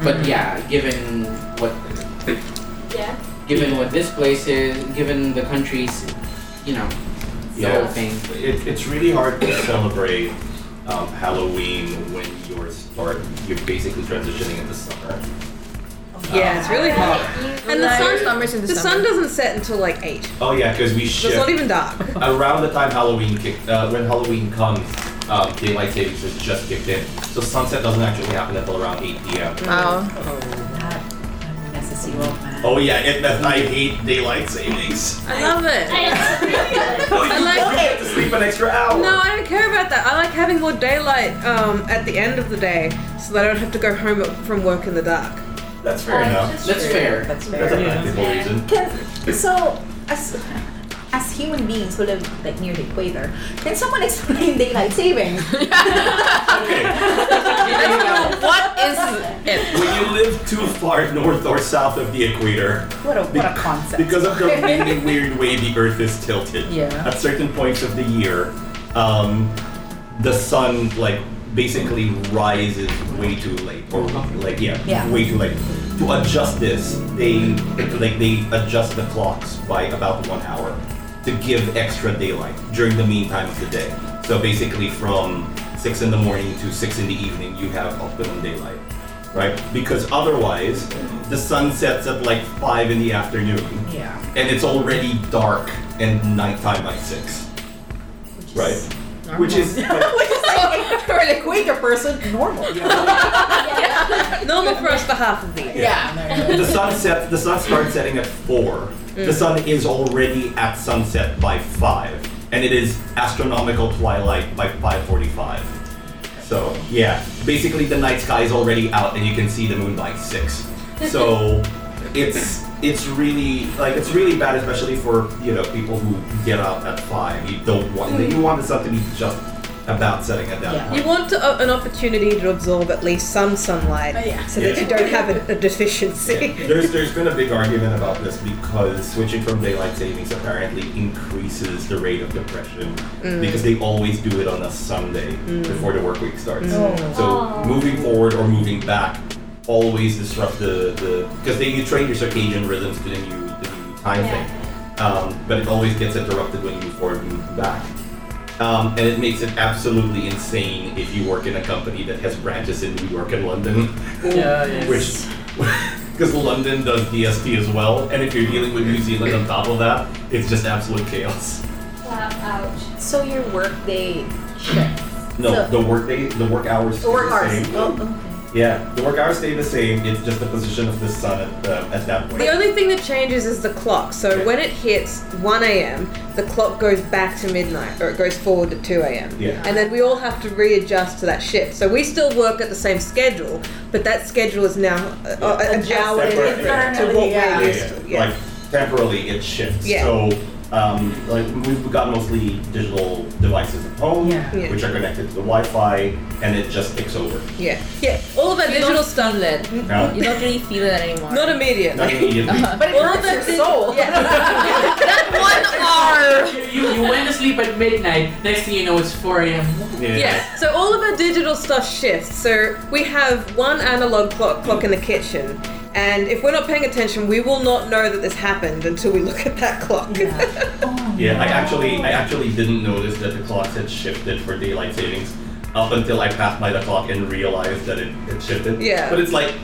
[SPEAKER 4] But yeah, given what
[SPEAKER 3] Yeah.
[SPEAKER 4] given what this place is, given the country's, you know, the
[SPEAKER 2] Yeah.
[SPEAKER 4] whole thing.
[SPEAKER 2] It, it's really hard to celebrate um, Halloween when you're start you're basically transitioning into summer.
[SPEAKER 8] Yeah, it's really hot.
[SPEAKER 3] You-
[SPEAKER 8] And the sun,
[SPEAKER 7] summers in
[SPEAKER 8] the sun doesn't set until like eight.
[SPEAKER 2] Oh yeah, because we
[SPEAKER 8] So it's
[SPEAKER 2] shift
[SPEAKER 8] not even dark.
[SPEAKER 2] around the time Halloween kick, uh, when Halloween comes. Um, daylight savings has just kicked in, so sunset doesn't actually happen until around 8 p.m.
[SPEAKER 7] Wow.
[SPEAKER 1] that. fantasy world, man.
[SPEAKER 2] Oh yeah, it, I hate daylight savings.
[SPEAKER 8] I love it.
[SPEAKER 3] I also really
[SPEAKER 2] No, you
[SPEAKER 8] I like-
[SPEAKER 2] don't get to sleep an extra hour.
[SPEAKER 8] No, I don't care about that. I like having more daylight um, at the end of the day so that I don't have to go home from work in the dark.
[SPEAKER 2] That's fair enough.
[SPEAKER 4] That's fair.
[SPEAKER 1] That's
[SPEAKER 2] That's a
[SPEAKER 1] fair.
[SPEAKER 2] practical
[SPEAKER 3] Yeah.
[SPEAKER 2] reason.
[SPEAKER 1] Can, so, as as human beings who live like near the equator, can someone explain daylight saving?
[SPEAKER 2] Okay,
[SPEAKER 7] I don't know what is it.
[SPEAKER 2] when you live too far north or south of the equator,
[SPEAKER 1] What a what a
[SPEAKER 2] Bec-
[SPEAKER 1] concept.
[SPEAKER 2] because of the really weird way the Earth is tilted.
[SPEAKER 1] Yeah.
[SPEAKER 2] At certain points of the year, um, the sun like basically rises way too late, or like yeah,
[SPEAKER 1] Yeah.
[SPEAKER 2] way too late. To adjust this, they like they adjust the clocks by about one hour to give extra daylight during the meantime of the day. So basically, from six in the morning to six in the evening, you have optimum daylight. Right? Because otherwise, the sun sets at like 5 in the afternoon
[SPEAKER 1] yeah,
[SPEAKER 2] and it's already dark and nighttime by six,
[SPEAKER 1] which is,
[SPEAKER 2] right? Which is
[SPEAKER 1] for an equator person, normal.
[SPEAKER 8] Normal for us for half of the year.
[SPEAKER 1] Yeah.
[SPEAKER 2] the sun sets. The sun starts setting at four. The sun is already at sunset by five, and it is astronomical twilight by five forty-five. So yeah, basically the night sky is already out, and you can see the moon by six. So it's it's really like it's really bad, especially for you know people who get up at five. You don't want you want the sun to be just about setting at that
[SPEAKER 1] Yeah.
[SPEAKER 2] point.
[SPEAKER 8] You want to, an opportunity to absorb at least some sunlight so that you don't have a, a deficiency.
[SPEAKER 2] Yeah. There's there's been a big argument about this because switching from daylight savings apparently increases the rate of depression because they always do it on a Sunday before the work week starts.
[SPEAKER 1] Mm.
[SPEAKER 2] So
[SPEAKER 3] Oh.
[SPEAKER 2] moving forward or moving back always disrupt the the because then you train your circadian rhythms to the new the new time
[SPEAKER 3] Yeah.
[SPEAKER 2] thing. Um, but it always gets interrupted when you move forward and move back. Um, and it makes it absolutely insane if you work in a company that has branches in New York and London
[SPEAKER 6] Yeah, yeah.
[SPEAKER 2] which because London does DST as well, and if you're dealing with New Zealand on top of that, it's just absolute chaos.
[SPEAKER 3] Wow, ouch.
[SPEAKER 1] So your workday shift.
[SPEAKER 2] No,
[SPEAKER 1] So-
[SPEAKER 2] the work day, the work hours, stay
[SPEAKER 1] Or work
[SPEAKER 2] the
[SPEAKER 1] hours.
[SPEAKER 2] same.
[SPEAKER 1] Oh, okay.
[SPEAKER 2] Yeah, the work hours stay the same. It's just the position of the sun at, uh, at that point.
[SPEAKER 8] The only thing that changes is the clock. So when it hits 1 a.m., the clock goes back to midnight or it goes forward to 2 a.m.
[SPEAKER 2] Yeah.
[SPEAKER 8] And then we all have to readjust to that shift. So we still work at the same schedule, but that schedule is now uh,
[SPEAKER 9] Oh,
[SPEAKER 8] uh, an
[SPEAKER 1] Adjusted.
[SPEAKER 8] hour
[SPEAKER 2] Separate,
[SPEAKER 8] different
[SPEAKER 2] yeah.
[SPEAKER 8] to what
[SPEAKER 1] Yeah.
[SPEAKER 8] we're
[SPEAKER 2] yeah,
[SPEAKER 8] used
[SPEAKER 2] yeah.
[SPEAKER 8] to. Yeah.
[SPEAKER 2] Like temporarily, it shifts.
[SPEAKER 8] Yeah.
[SPEAKER 2] So, um, like we've got mostly digital devices at home,
[SPEAKER 6] Yeah.
[SPEAKER 8] Yeah.
[SPEAKER 2] which are connected to the Wi-Fi, and it just takes over.
[SPEAKER 8] yeah. Yeah. All of our
[SPEAKER 7] You
[SPEAKER 8] digital
[SPEAKER 7] don't
[SPEAKER 8] stuff.
[SPEAKER 7] feel it.
[SPEAKER 2] Now,
[SPEAKER 7] You don't really feel it anymore.
[SPEAKER 8] Not immediately.
[SPEAKER 2] not immediately.
[SPEAKER 1] But it hurts your soul.
[SPEAKER 7] that one R.
[SPEAKER 4] You, you, you went to sleep at midnight. Next thing you know, it's 4 a.m.
[SPEAKER 8] Yeah, so all of our digital stuff shifts. So we have one analog clock, clock in the kitchen, and if we're not paying attention, we will not know that this happened until we look at that clock.
[SPEAKER 2] Yeah, I actually I actually didn't notice that the clocks had shifted for daylight savings up until I passed by the clock and realized that it, it shifted.
[SPEAKER 8] Yeah.
[SPEAKER 2] But it's like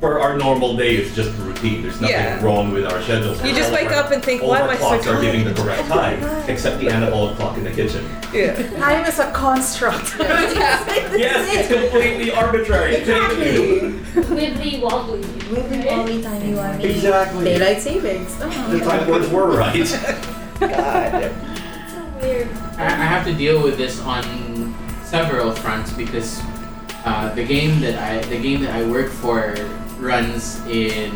[SPEAKER 2] for our normal day, it's just routine. There's nothing
[SPEAKER 8] Yeah.
[SPEAKER 2] wrong with our schedules.
[SPEAKER 8] You just
[SPEAKER 2] All of
[SPEAKER 8] wake
[SPEAKER 2] our-
[SPEAKER 8] up and think,
[SPEAKER 2] all
[SPEAKER 8] "Why am
[SPEAKER 2] of our
[SPEAKER 8] I so
[SPEAKER 2] clocks are
[SPEAKER 8] tired?"
[SPEAKER 2] giving the correct time, except the analog clock in the kitchen.
[SPEAKER 8] yeah.
[SPEAKER 1] Time is a construct.
[SPEAKER 2] yes, it's completely arbitrary. Thank you.
[SPEAKER 3] Wibbly wobbly.
[SPEAKER 1] Moving
[SPEAKER 3] right?
[SPEAKER 1] only timey wimey.
[SPEAKER 2] Exactly.
[SPEAKER 1] Daylight savings.
[SPEAKER 2] The
[SPEAKER 1] Oh,
[SPEAKER 2] time words were right.
[SPEAKER 3] So weird.
[SPEAKER 4] I, I have to deal with this on several fronts because uh, the game that I the game that I work for runs in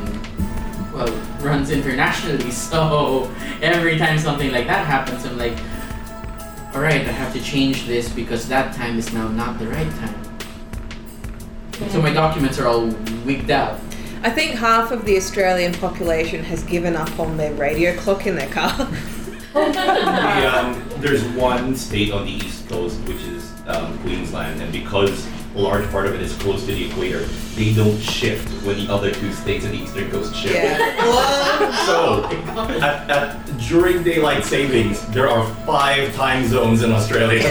[SPEAKER 4] well runs internationally. So every time something like that happens, I'm like, all right, I have to change this because that time is now not the right time. So my documents are all wigged out.
[SPEAKER 8] I think half of the Australian population has given up on their radio clock in their car.
[SPEAKER 2] The, um, there's one state on the east coast, which is um, Queensland, and because a large part of it is close to the equator, they don't shift when the other two states on the eastern coast shift.
[SPEAKER 8] yeah.
[SPEAKER 2] So, at, at, during daylight savings, there are five time zones in Australia.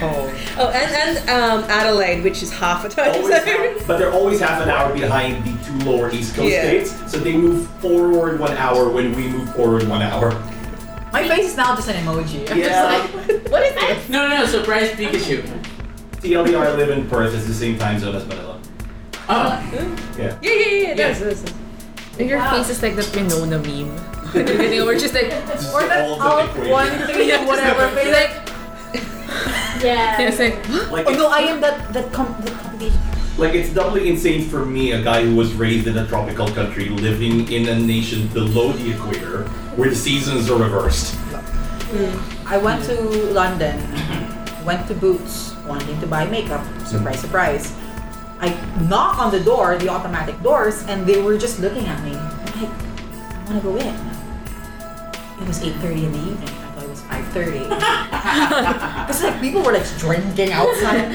[SPEAKER 8] Oh, and, and um, Adelaide, which is half a time
[SPEAKER 2] Always
[SPEAKER 8] zone.
[SPEAKER 2] half- but they're always half an hour behind the two lower east coast
[SPEAKER 8] Yeah.
[SPEAKER 2] states, so they move forward one hour when we move forward one hour.
[SPEAKER 1] My face is now just an emoji. I'm
[SPEAKER 2] Yeah.
[SPEAKER 1] just like, what is this?
[SPEAKER 4] No, no, no, surprise Pikachu.
[SPEAKER 2] TLDR, I live in Perth, it's the same time zone as Manila.
[SPEAKER 4] Oh,
[SPEAKER 8] Yeah, yeah, yeah. yeah.
[SPEAKER 4] Yeah.
[SPEAKER 8] That's, that's,
[SPEAKER 7] Your
[SPEAKER 3] Wow.
[SPEAKER 7] face is like that Winona meme. We're just like,
[SPEAKER 1] Or that
[SPEAKER 2] All the
[SPEAKER 1] out
[SPEAKER 2] equations.
[SPEAKER 1] one three whatever. But like,
[SPEAKER 3] Yeah.
[SPEAKER 7] it's like,
[SPEAKER 2] Like,
[SPEAKER 1] oh
[SPEAKER 2] it's,
[SPEAKER 1] no, I am that that com- that combination.
[SPEAKER 2] like it's doubly insane for me, a guy who was raised in a tropical country, living in a nation below the equator, where the seasons are reversed.
[SPEAKER 1] I went to London,
[SPEAKER 7] Mm-hmm.
[SPEAKER 1] went to Boots, wanting to buy makeup. Surprise, surprise. I knock on the door, the automatic doors, and they were just looking at me. I'm like, I want to go in. It was 8.30 in the evening. I thought it was 5.30. Because like people were like drinking outside.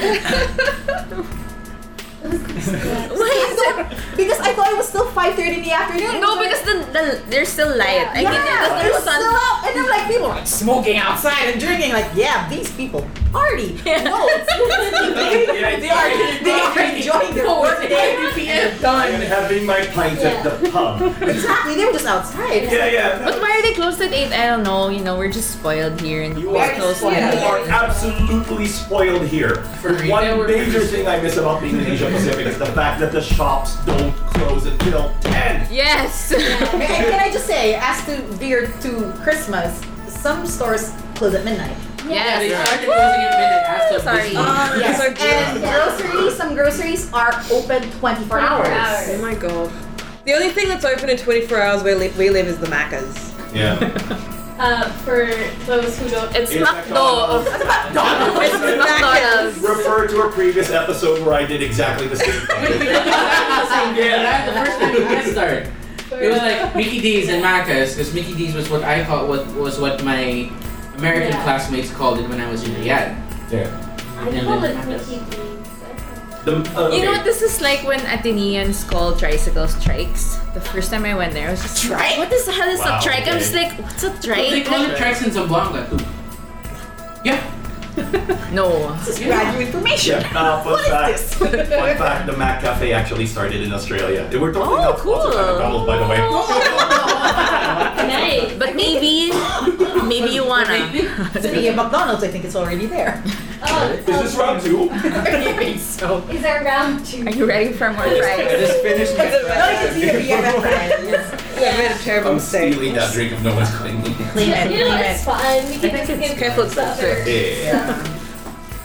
[SPEAKER 1] I thought- because I thought it was still 5.30 in the afternoon.
[SPEAKER 7] no, because the, the there's still light. I
[SPEAKER 1] yeah,
[SPEAKER 7] mean, there's
[SPEAKER 1] it was
[SPEAKER 7] still sun.
[SPEAKER 1] still out, and then like people were like smoking outside and drinking. Like, yeah, these people party. No, they, they are they are enjoying their work day.
[SPEAKER 2] I'm having my pint at the pub.
[SPEAKER 1] Exactly, they were just outside.
[SPEAKER 2] Yeah, yeah.
[SPEAKER 7] But why are they closed at 8? I don't know. You know, we're just spoiled here and
[SPEAKER 2] You
[SPEAKER 7] we're
[SPEAKER 2] are
[SPEAKER 7] closed
[SPEAKER 2] spoiled.
[SPEAKER 7] at
[SPEAKER 2] You
[SPEAKER 1] Yeah.
[SPEAKER 2] are absolutely spoiled here.
[SPEAKER 4] For me, they
[SPEAKER 2] One
[SPEAKER 4] were
[SPEAKER 2] major
[SPEAKER 4] pretty-
[SPEAKER 2] thing I miss about being in Asia Pacific is the fact that the shops don't close until 10.
[SPEAKER 7] Yes!
[SPEAKER 1] And, and can I just say, as to veer to Christmas, some stores close at midnight.
[SPEAKER 4] Yeah, they
[SPEAKER 7] yes!
[SPEAKER 4] started closing it midnight as of
[SPEAKER 7] Sorry.
[SPEAKER 4] this
[SPEAKER 7] Um,
[SPEAKER 4] month.
[SPEAKER 1] yes.
[SPEAKER 8] so
[SPEAKER 1] And groceries, some groceries are open 24 hours.
[SPEAKER 8] Oh my god. The only thing that's open in 24 hours where li- we live is the Maccas.
[SPEAKER 2] Yeah.
[SPEAKER 3] Uh, for those who don't,
[SPEAKER 7] It's
[SPEAKER 2] It's
[SPEAKER 7] McDo.
[SPEAKER 2] McDonald's.
[SPEAKER 7] It's McDonald's.
[SPEAKER 2] Refer to a previous episode where I did exactly the same thing.
[SPEAKER 4] yeah, that's the first time we did start.
[SPEAKER 3] for,
[SPEAKER 4] It was like Mickey D's and Macca's, because Mickey D's was what I thought what was what my American
[SPEAKER 3] Yeah.
[SPEAKER 4] classmates called it when I was in Riyadh.
[SPEAKER 2] Yeah.
[SPEAKER 3] I call it Mickey D's.
[SPEAKER 2] The, uh, okay.
[SPEAKER 7] You know what this is like when Athenians call tricycle strikes? The first time I went there, I was just like, what the hell is
[SPEAKER 2] Wow,
[SPEAKER 7] a trike? I'm
[SPEAKER 2] okay.
[SPEAKER 7] just like, what's a
[SPEAKER 4] They
[SPEAKER 7] trike?
[SPEAKER 4] call it tracks in Zamboanga too. Yeah.
[SPEAKER 7] No.
[SPEAKER 1] This is
[SPEAKER 4] Yeah.
[SPEAKER 1] brand new information.
[SPEAKER 2] Yeah, uh, fun
[SPEAKER 1] what
[SPEAKER 2] fact.
[SPEAKER 1] is this?
[SPEAKER 2] Fun fact, the Mac Cafe actually started in Australia. They were totally
[SPEAKER 7] Oh,
[SPEAKER 2] not sponsored by
[SPEAKER 7] cool.
[SPEAKER 2] McDonald's, by the way.
[SPEAKER 3] Nice.
[SPEAKER 7] But maybe, maybe you wanna.
[SPEAKER 4] Maybe.
[SPEAKER 1] City of McDonald's, I think it's already there.
[SPEAKER 3] Oh,
[SPEAKER 2] Is this round two?
[SPEAKER 1] so.
[SPEAKER 3] Is there round two?
[SPEAKER 7] Are you ready for more
[SPEAKER 5] I
[SPEAKER 7] fries?
[SPEAKER 5] just finished my
[SPEAKER 1] No, you can see the BFF friends.
[SPEAKER 8] I made a terrible
[SPEAKER 2] I'm
[SPEAKER 8] mistake.
[SPEAKER 2] stealing that drink if no one's claiming it.
[SPEAKER 1] Clean it,
[SPEAKER 3] You know,
[SPEAKER 1] clean
[SPEAKER 3] it's
[SPEAKER 1] it.
[SPEAKER 3] fun. We can
[SPEAKER 8] I think
[SPEAKER 3] just
[SPEAKER 8] it's
[SPEAKER 3] give
[SPEAKER 8] careful
[SPEAKER 3] each other.
[SPEAKER 2] Yeah.
[SPEAKER 1] Yeah.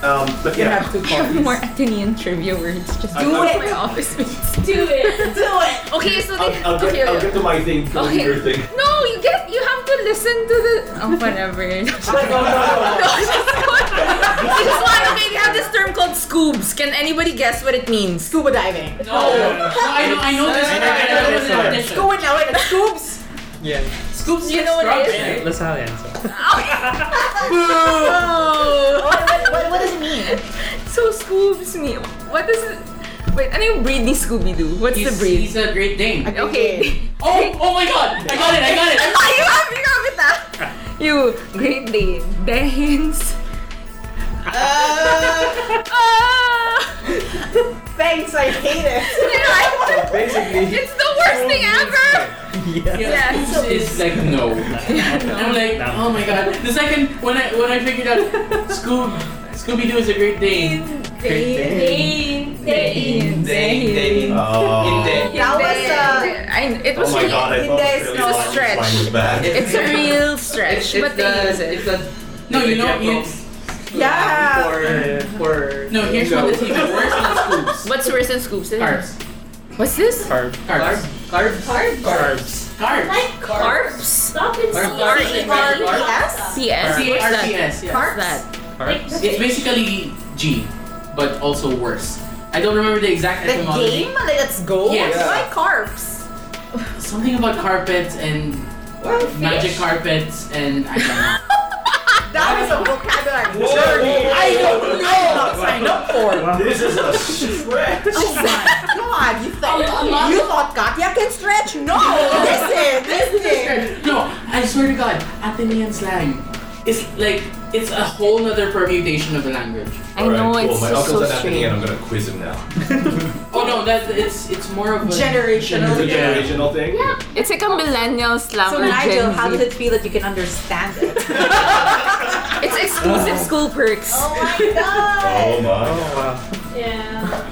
[SPEAKER 2] Um, but
[SPEAKER 1] You
[SPEAKER 2] yeah.
[SPEAKER 1] have two
[SPEAKER 7] I have more
[SPEAKER 1] coffees.
[SPEAKER 7] Athenian trivia words. Just
[SPEAKER 2] I-
[SPEAKER 7] do
[SPEAKER 2] I-
[SPEAKER 7] it. My office mates.
[SPEAKER 3] Do it.
[SPEAKER 1] Do it!
[SPEAKER 7] Okay, so
[SPEAKER 2] I'll,
[SPEAKER 7] they.
[SPEAKER 2] I'll,
[SPEAKER 7] okay,
[SPEAKER 2] get, I'll get to my thing, go to
[SPEAKER 7] Okay.
[SPEAKER 2] your thing.
[SPEAKER 7] No, you get. You have to listen to the. Oh, whatever.
[SPEAKER 2] No, no, no, no,
[SPEAKER 7] No,
[SPEAKER 2] no.
[SPEAKER 7] I just want. I just want. Okay, they have this term called scoobs. Can anybody guess what it means?
[SPEAKER 1] Scuba diving.
[SPEAKER 4] No. no, I know. I know this.
[SPEAKER 6] I
[SPEAKER 4] I
[SPEAKER 6] know- I know
[SPEAKER 4] know
[SPEAKER 6] this
[SPEAKER 4] this.
[SPEAKER 6] one.
[SPEAKER 4] I know this.
[SPEAKER 1] Scuba diving. Scoops.
[SPEAKER 6] Yeah.
[SPEAKER 7] Scoops. You know what it is?
[SPEAKER 6] Yeah, That's how I answer.
[SPEAKER 7] Boo!
[SPEAKER 1] What, what, what does it mean?
[SPEAKER 7] Oh. so scoobs me. What is it? Wait, ano yung breed ni Scooby Doo? What's the
[SPEAKER 4] He's,
[SPEAKER 7] breed?
[SPEAKER 4] he's a great Dane.
[SPEAKER 7] Okay.
[SPEAKER 4] Oh, oh my God! I got it! I got it!
[SPEAKER 7] you have, you have it ah. You, Great Dane. Danes. Ah!
[SPEAKER 1] Thanks, I hate it.
[SPEAKER 7] You know, I-
[SPEAKER 5] Basically,
[SPEAKER 7] it's the worst thing ever!
[SPEAKER 6] Yeah.
[SPEAKER 7] Yeah.
[SPEAKER 4] This is like no. I'm like,
[SPEAKER 6] No.
[SPEAKER 4] oh my God. The second when I when I figured out Scoob Scooby Doo is a great Dane.
[SPEAKER 7] Great
[SPEAKER 3] Dane. Dane.
[SPEAKER 9] Dane, Dane.
[SPEAKER 2] Oh.
[SPEAKER 9] Dane.
[SPEAKER 1] That was, uh,
[SPEAKER 7] I, it was
[SPEAKER 2] Oh my
[SPEAKER 7] real-
[SPEAKER 2] god, I thought
[SPEAKER 1] Guys,
[SPEAKER 2] really
[SPEAKER 1] no.
[SPEAKER 2] thought this
[SPEAKER 7] Stretch.
[SPEAKER 2] line was bad.
[SPEAKER 7] It's a real stretch, but they
[SPEAKER 9] the-
[SPEAKER 7] use it.
[SPEAKER 9] It's the
[SPEAKER 4] No, you know, you,
[SPEAKER 1] Yeah.
[SPEAKER 9] For, for
[SPEAKER 4] no. Here's
[SPEAKER 9] Go.
[SPEAKER 4] what this is even worse than Scoobs.
[SPEAKER 7] What's worse than scoops?
[SPEAKER 4] Carbs.
[SPEAKER 7] What's this?
[SPEAKER 6] Carb.
[SPEAKER 4] Carbs.
[SPEAKER 9] Carbs.
[SPEAKER 3] Carbs.
[SPEAKER 6] Carbs.
[SPEAKER 4] Carbs.
[SPEAKER 3] Like
[SPEAKER 7] Carbs?
[SPEAKER 3] Stop and see.
[SPEAKER 4] Carbs.
[SPEAKER 3] Carbs.
[SPEAKER 1] Carbs.
[SPEAKER 7] CS?
[SPEAKER 4] C A R
[SPEAKER 7] What's
[SPEAKER 4] C
[SPEAKER 7] that?
[SPEAKER 4] S. Yeah.
[SPEAKER 1] Carbs.
[SPEAKER 7] What's that?
[SPEAKER 6] Carbs.
[SPEAKER 4] It's basically G, but also worse. I don't remember the exact
[SPEAKER 1] The
[SPEAKER 4] etymology.
[SPEAKER 1] game? Let's go.
[SPEAKER 4] Yes.
[SPEAKER 1] Why carbs?
[SPEAKER 4] Something about carpets and magic carpets and I don't know.
[SPEAKER 1] That is a vocabulary.
[SPEAKER 2] Whoa, whoa, whoa,
[SPEAKER 1] I
[SPEAKER 2] whoa,
[SPEAKER 1] don't
[SPEAKER 2] whoa,
[SPEAKER 1] know. I'm not signed up for. it.
[SPEAKER 2] This is a stretch.
[SPEAKER 1] Oh my god, you
[SPEAKER 4] I'm not-
[SPEAKER 1] thought you thought Katya can stretch? No! Listen, listen.
[SPEAKER 4] No, I swear to God, Athenian slang is like it's a whole nother permutation of the language.
[SPEAKER 7] I know,
[SPEAKER 2] Alright, cool.
[SPEAKER 7] it's
[SPEAKER 2] My
[SPEAKER 7] so,
[SPEAKER 2] uncle's
[SPEAKER 7] so
[SPEAKER 2] an Athenian,
[SPEAKER 7] strange.
[SPEAKER 2] I'm gonna quiz him now.
[SPEAKER 4] Oh no, that it's it's more of a
[SPEAKER 1] Generational.
[SPEAKER 2] It's a
[SPEAKER 4] Yeah.
[SPEAKER 2] generational thing?
[SPEAKER 3] Yeah.
[SPEAKER 7] It's like a millennial slam.
[SPEAKER 1] So Nigel, how does it feel that you can understand it?
[SPEAKER 7] It's exclusive school perks.
[SPEAKER 1] Oh my god!
[SPEAKER 2] Oh my.
[SPEAKER 6] Oh wow.
[SPEAKER 3] Yeah.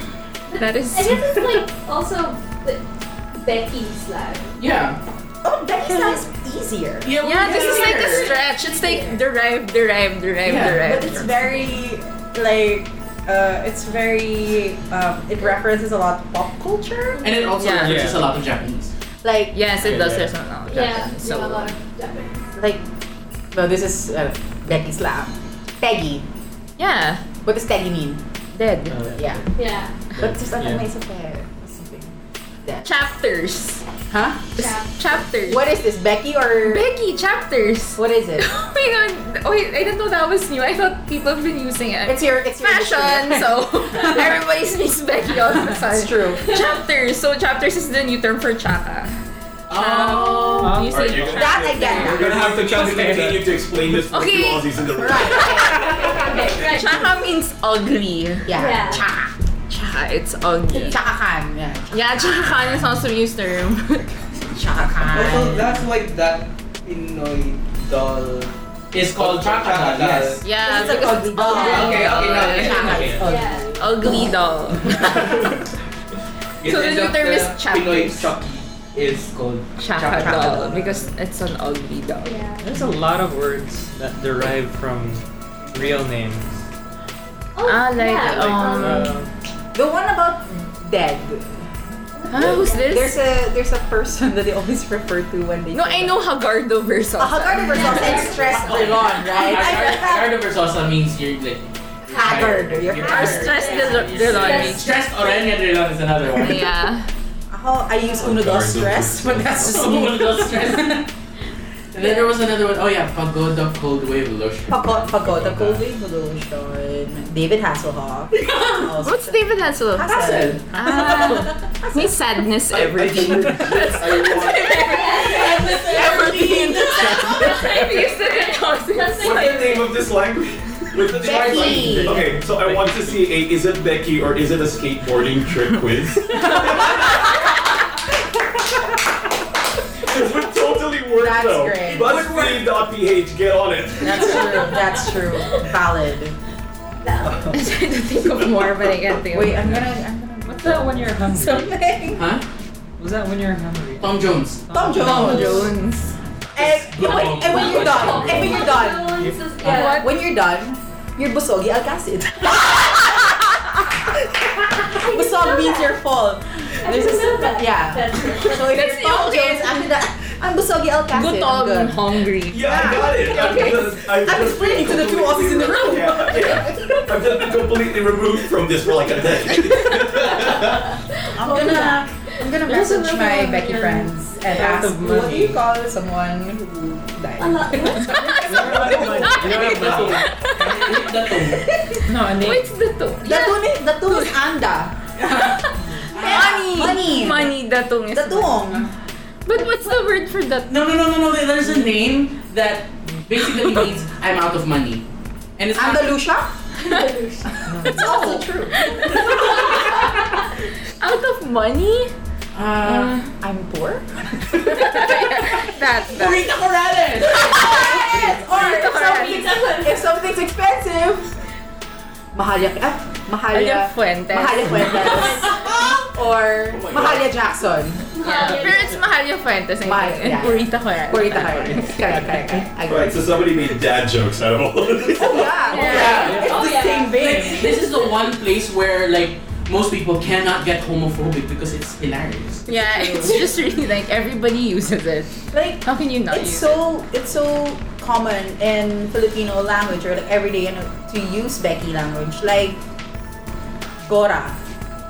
[SPEAKER 7] That is.
[SPEAKER 3] I guess it's like also the, Becky's Land.
[SPEAKER 4] Yeah.
[SPEAKER 1] Oh, Becky's Land's easier.
[SPEAKER 4] Yeah, we
[SPEAKER 7] Yeah, this
[SPEAKER 4] did
[SPEAKER 7] is like
[SPEAKER 4] here.
[SPEAKER 7] a stretch. It's like derive, derive, derive,
[SPEAKER 4] Yeah,
[SPEAKER 7] derive.
[SPEAKER 1] But it's very like uh, it's very um, it references a lot pop culture.
[SPEAKER 4] And it also
[SPEAKER 7] Yeah.
[SPEAKER 4] references
[SPEAKER 6] Yeah.
[SPEAKER 4] a lot of Japanese.
[SPEAKER 1] Like
[SPEAKER 7] Yes, it does.
[SPEAKER 6] Yeah.
[SPEAKER 7] There's not knowledge.
[SPEAKER 3] Yeah, you
[SPEAKER 7] So
[SPEAKER 3] have a lot of Japanese.
[SPEAKER 1] like no, this is uh, Becky's Lab. Peggy.
[SPEAKER 7] yeah,
[SPEAKER 1] What does Peggy mean?
[SPEAKER 7] dead
[SPEAKER 6] Uh,
[SPEAKER 1] Yeah.
[SPEAKER 3] Yeah,
[SPEAKER 1] But there's other
[SPEAKER 6] Yeah.
[SPEAKER 1] ways of there. Something. That.
[SPEAKER 7] chapters.
[SPEAKER 1] Huh?
[SPEAKER 3] yeah.
[SPEAKER 7] Chapters.
[SPEAKER 1] What is this, Becky or
[SPEAKER 7] Becky chapters.
[SPEAKER 1] what is it?
[SPEAKER 7] Oh my god! Oh, wait, I didn't know that was new. I thought people have been using it.
[SPEAKER 1] It's your it's your
[SPEAKER 7] Fashion,
[SPEAKER 1] initiative.
[SPEAKER 7] so everybody speaks Becky all the time.
[SPEAKER 1] It's true.
[SPEAKER 7] Chapters. So chapters is the new term for chaka.
[SPEAKER 4] Oh.
[SPEAKER 2] Are
[SPEAKER 7] you say
[SPEAKER 2] you gonna-
[SPEAKER 7] chaka.
[SPEAKER 1] That I
[SPEAKER 5] We're
[SPEAKER 1] get
[SPEAKER 5] gonna have to
[SPEAKER 2] Continue
[SPEAKER 5] translate that.
[SPEAKER 2] to explain this for
[SPEAKER 7] Okay.
[SPEAKER 2] two Aussies in the room.
[SPEAKER 1] that.
[SPEAKER 3] Okay, right.
[SPEAKER 7] Chaka means ugly.
[SPEAKER 1] Right. Yeah.
[SPEAKER 7] Chaka. Chaka. It's ugly.
[SPEAKER 1] Chakan. Yeah.
[SPEAKER 7] Yeah, chaka is also a used term.
[SPEAKER 9] Also,
[SPEAKER 1] Chakan.
[SPEAKER 9] that's like that Pinoy doll.
[SPEAKER 4] It's called Chakadal, yes.
[SPEAKER 7] Yeah,
[SPEAKER 1] It's
[SPEAKER 7] because
[SPEAKER 1] ugly
[SPEAKER 7] Oh,
[SPEAKER 1] doll.
[SPEAKER 9] Okay, okay, now, okay,
[SPEAKER 1] Chaka
[SPEAKER 9] okay.
[SPEAKER 1] is ugly.
[SPEAKER 3] Yeah.
[SPEAKER 7] ugly doll.
[SPEAKER 9] It
[SPEAKER 7] So the
[SPEAKER 9] ends
[SPEAKER 7] new
[SPEAKER 9] up
[SPEAKER 7] term is
[SPEAKER 9] Pinoy
[SPEAKER 7] chapters.
[SPEAKER 9] Chucky is called
[SPEAKER 7] Chaka doll because it's an ugly doll.
[SPEAKER 3] Yeah.
[SPEAKER 6] There's a lot of words that derive from real names. uh,
[SPEAKER 3] Oh,
[SPEAKER 7] Ah, like,
[SPEAKER 3] yeah,
[SPEAKER 7] um,
[SPEAKER 1] The one about dead.
[SPEAKER 7] Huh? Who's this?
[SPEAKER 1] There's a there's a person that they always refer to when they
[SPEAKER 7] No,
[SPEAKER 1] say
[SPEAKER 7] I know Hagardo Versosa.
[SPEAKER 1] that. A Haggard versus
[SPEAKER 3] Yeah.
[SPEAKER 1] and stress Delon, right?
[SPEAKER 4] Haggard versus means you're like. you're
[SPEAKER 1] Haggard,
[SPEAKER 4] tired.
[SPEAKER 1] you're
[SPEAKER 7] Or
[SPEAKER 1] Haggard.
[SPEAKER 7] Stress
[SPEAKER 3] Yeah.
[SPEAKER 7] Del- Delon.
[SPEAKER 3] Stress.
[SPEAKER 4] Stressed or any other one is another one.
[SPEAKER 7] Yeah.
[SPEAKER 1] How I use uno dos
[SPEAKER 2] Haggard
[SPEAKER 1] stress, but that's just
[SPEAKER 4] One
[SPEAKER 1] me.
[SPEAKER 4] of those stress. And then there was another one. Oh yeah, pagoda cold wave lotion.
[SPEAKER 1] Pagot, pagoda, cold wave illusion. David Hasselhoff. Also-
[SPEAKER 7] What's David Hasselhoff?
[SPEAKER 1] Hassel.
[SPEAKER 7] Ah, may sadness
[SPEAKER 9] I- I
[SPEAKER 7] everything.
[SPEAKER 9] think- I want-
[SPEAKER 7] everything. I've used it in
[SPEAKER 3] That's
[SPEAKER 7] thousands.
[SPEAKER 3] like-
[SPEAKER 2] What's the name of this language? With the
[SPEAKER 1] Becky.
[SPEAKER 2] language. Okay, so I want to see a is it Becky or is it a skateboarding trick quiz? this would totally work
[SPEAKER 1] That's
[SPEAKER 2] though.
[SPEAKER 1] great.
[SPEAKER 2] BuzzFeed.ph, get on it.
[SPEAKER 1] That's true. That's true. Valid.
[SPEAKER 7] I'm trying to think of more, but I can't think of
[SPEAKER 1] Wait, I'm gonna. I'm gonna
[SPEAKER 6] What's that when you're hungry?
[SPEAKER 1] something.
[SPEAKER 4] Huh?
[SPEAKER 6] Was that when you're hungry?
[SPEAKER 4] Tom Jones.
[SPEAKER 1] Tom Jones.
[SPEAKER 7] Tom Jones.
[SPEAKER 1] And, and when, and when you're done, and when you're done,
[SPEAKER 3] Jones is- yeah.
[SPEAKER 1] when you're done, you're busogi alcacid. busog means your fall.
[SPEAKER 3] I
[SPEAKER 1] This
[SPEAKER 3] didn't
[SPEAKER 1] is
[SPEAKER 3] know that.
[SPEAKER 1] yeah.
[SPEAKER 3] That's it.
[SPEAKER 1] So if
[SPEAKER 7] That's
[SPEAKER 1] you're
[SPEAKER 7] the
[SPEAKER 1] Tom
[SPEAKER 7] only-
[SPEAKER 1] Jones, after that, I'm busogi alcacid.
[SPEAKER 7] Gutom
[SPEAKER 1] I'm
[SPEAKER 7] and
[SPEAKER 1] good.
[SPEAKER 7] hungry.
[SPEAKER 2] Yeah, I got it. I'm
[SPEAKER 1] Okay.
[SPEAKER 2] just, I'm
[SPEAKER 1] I'm
[SPEAKER 2] just
[SPEAKER 1] explaining to the two
[SPEAKER 2] completely
[SPEAKER 1] Aussies in the
[SPEAKER 2] removed-
[SPEAKER 1] room.
[SPEAKER 2] Yeah, yeah. I've just been completely removed from this for like a day.
[SPEAKER 1] I'm gonna. I'm gonna
[SPEAKER 6] There's
[SPEAKER 1] message
[SPEAKER 6] another
[SPEAKER 1] my
[SPEAKER 6] one
[SPEAKER 1] Becky
[SPEAKER 6] in-
[SPEAKER 1] friends and
[SPEAKER 6] Out
[SPEAKER 1] ask
[SPEAKER 6] of
[SPEAKER 1] what do you
[SPEAKER 6] money.
[SPEAKER 1] call someone who
[SPEAKER 3] A
[SPEAKER 1] died?
[SPEAKER 3] lot. What?
[SPEAKER 6] No, I mean,
[SPEAKER 7] What's the to?
[SPEAKER 1] The two, ni- the two is anda.
[SPEAKER 7] Money.
[SPEAKER 1] Money.
[SPEAKER 7] Money. Datong is
[SPEAKER 1] The tong.
[SPEAKER 7] But what's the word for that?
[SPEAKER 4] No, no, no, no, no. There's a name that basically means I'm out of money, and it's not.
[SPEAKER 1] Andalusia? It's also true.
[SPEAKER 7] Out of money?
[SPEAKER 4] Uh,
[SPEAKER 1] I'm poor?
[SPEAKER 7] That. that.
[SPEAKER 4] Rita Morales.
[SPEAKER 1] Yes! Or if something's, if something's expensive, Mahalia, ah,
[SPEAKER 7] Alia
[SPEAKER 1] Mahalia,
[SPEAKER 7] Fuentes.
[SPEAKER 1] Mahalia Fuentes. Oh or Mahalia Jackson.
[SPEAKER 7] Pero it's Mahalia Fuentes, I think.
[SPEAKER 1] Mahal-
[SPEAKER 7] And
[SPEAKER 1] yeah.
[SPEAKER 7] Purita Corral.
[SPEAKER 1] Purita Karen. Correct, correct, correct. I
[SPEAKER 2] Right,
[SPEAKER 1] agree.
[SPEAKER 2] so somebody made dad jokes out of all of this.
[SPEAKER 1] Oh, yeah.
[SPEAKER 7] Yeah.
[SPEAKER 1] It's
[SPEAKER 3] Oh,
[SPEAKER 1] the
[SPEAKER 3] yeah.
[SPEAKER 1] same
[SPEAKER 4] Like,
[SPEAKER 1] vein.
[SPEAKER 4] this is the one place where like most people cannot get homophobic because it's hilarious.
[SPEAKER 7] Yeah, it's just really like everybody uses it.
[SPEAKER 1] Like,
[SPEAKER 7] How can you not
[SPEAKER 1] it's
[SPEAKER 7] use
[SPEAKER 1] so it's so common in Filipino language or like everyday and to use Becky language like gora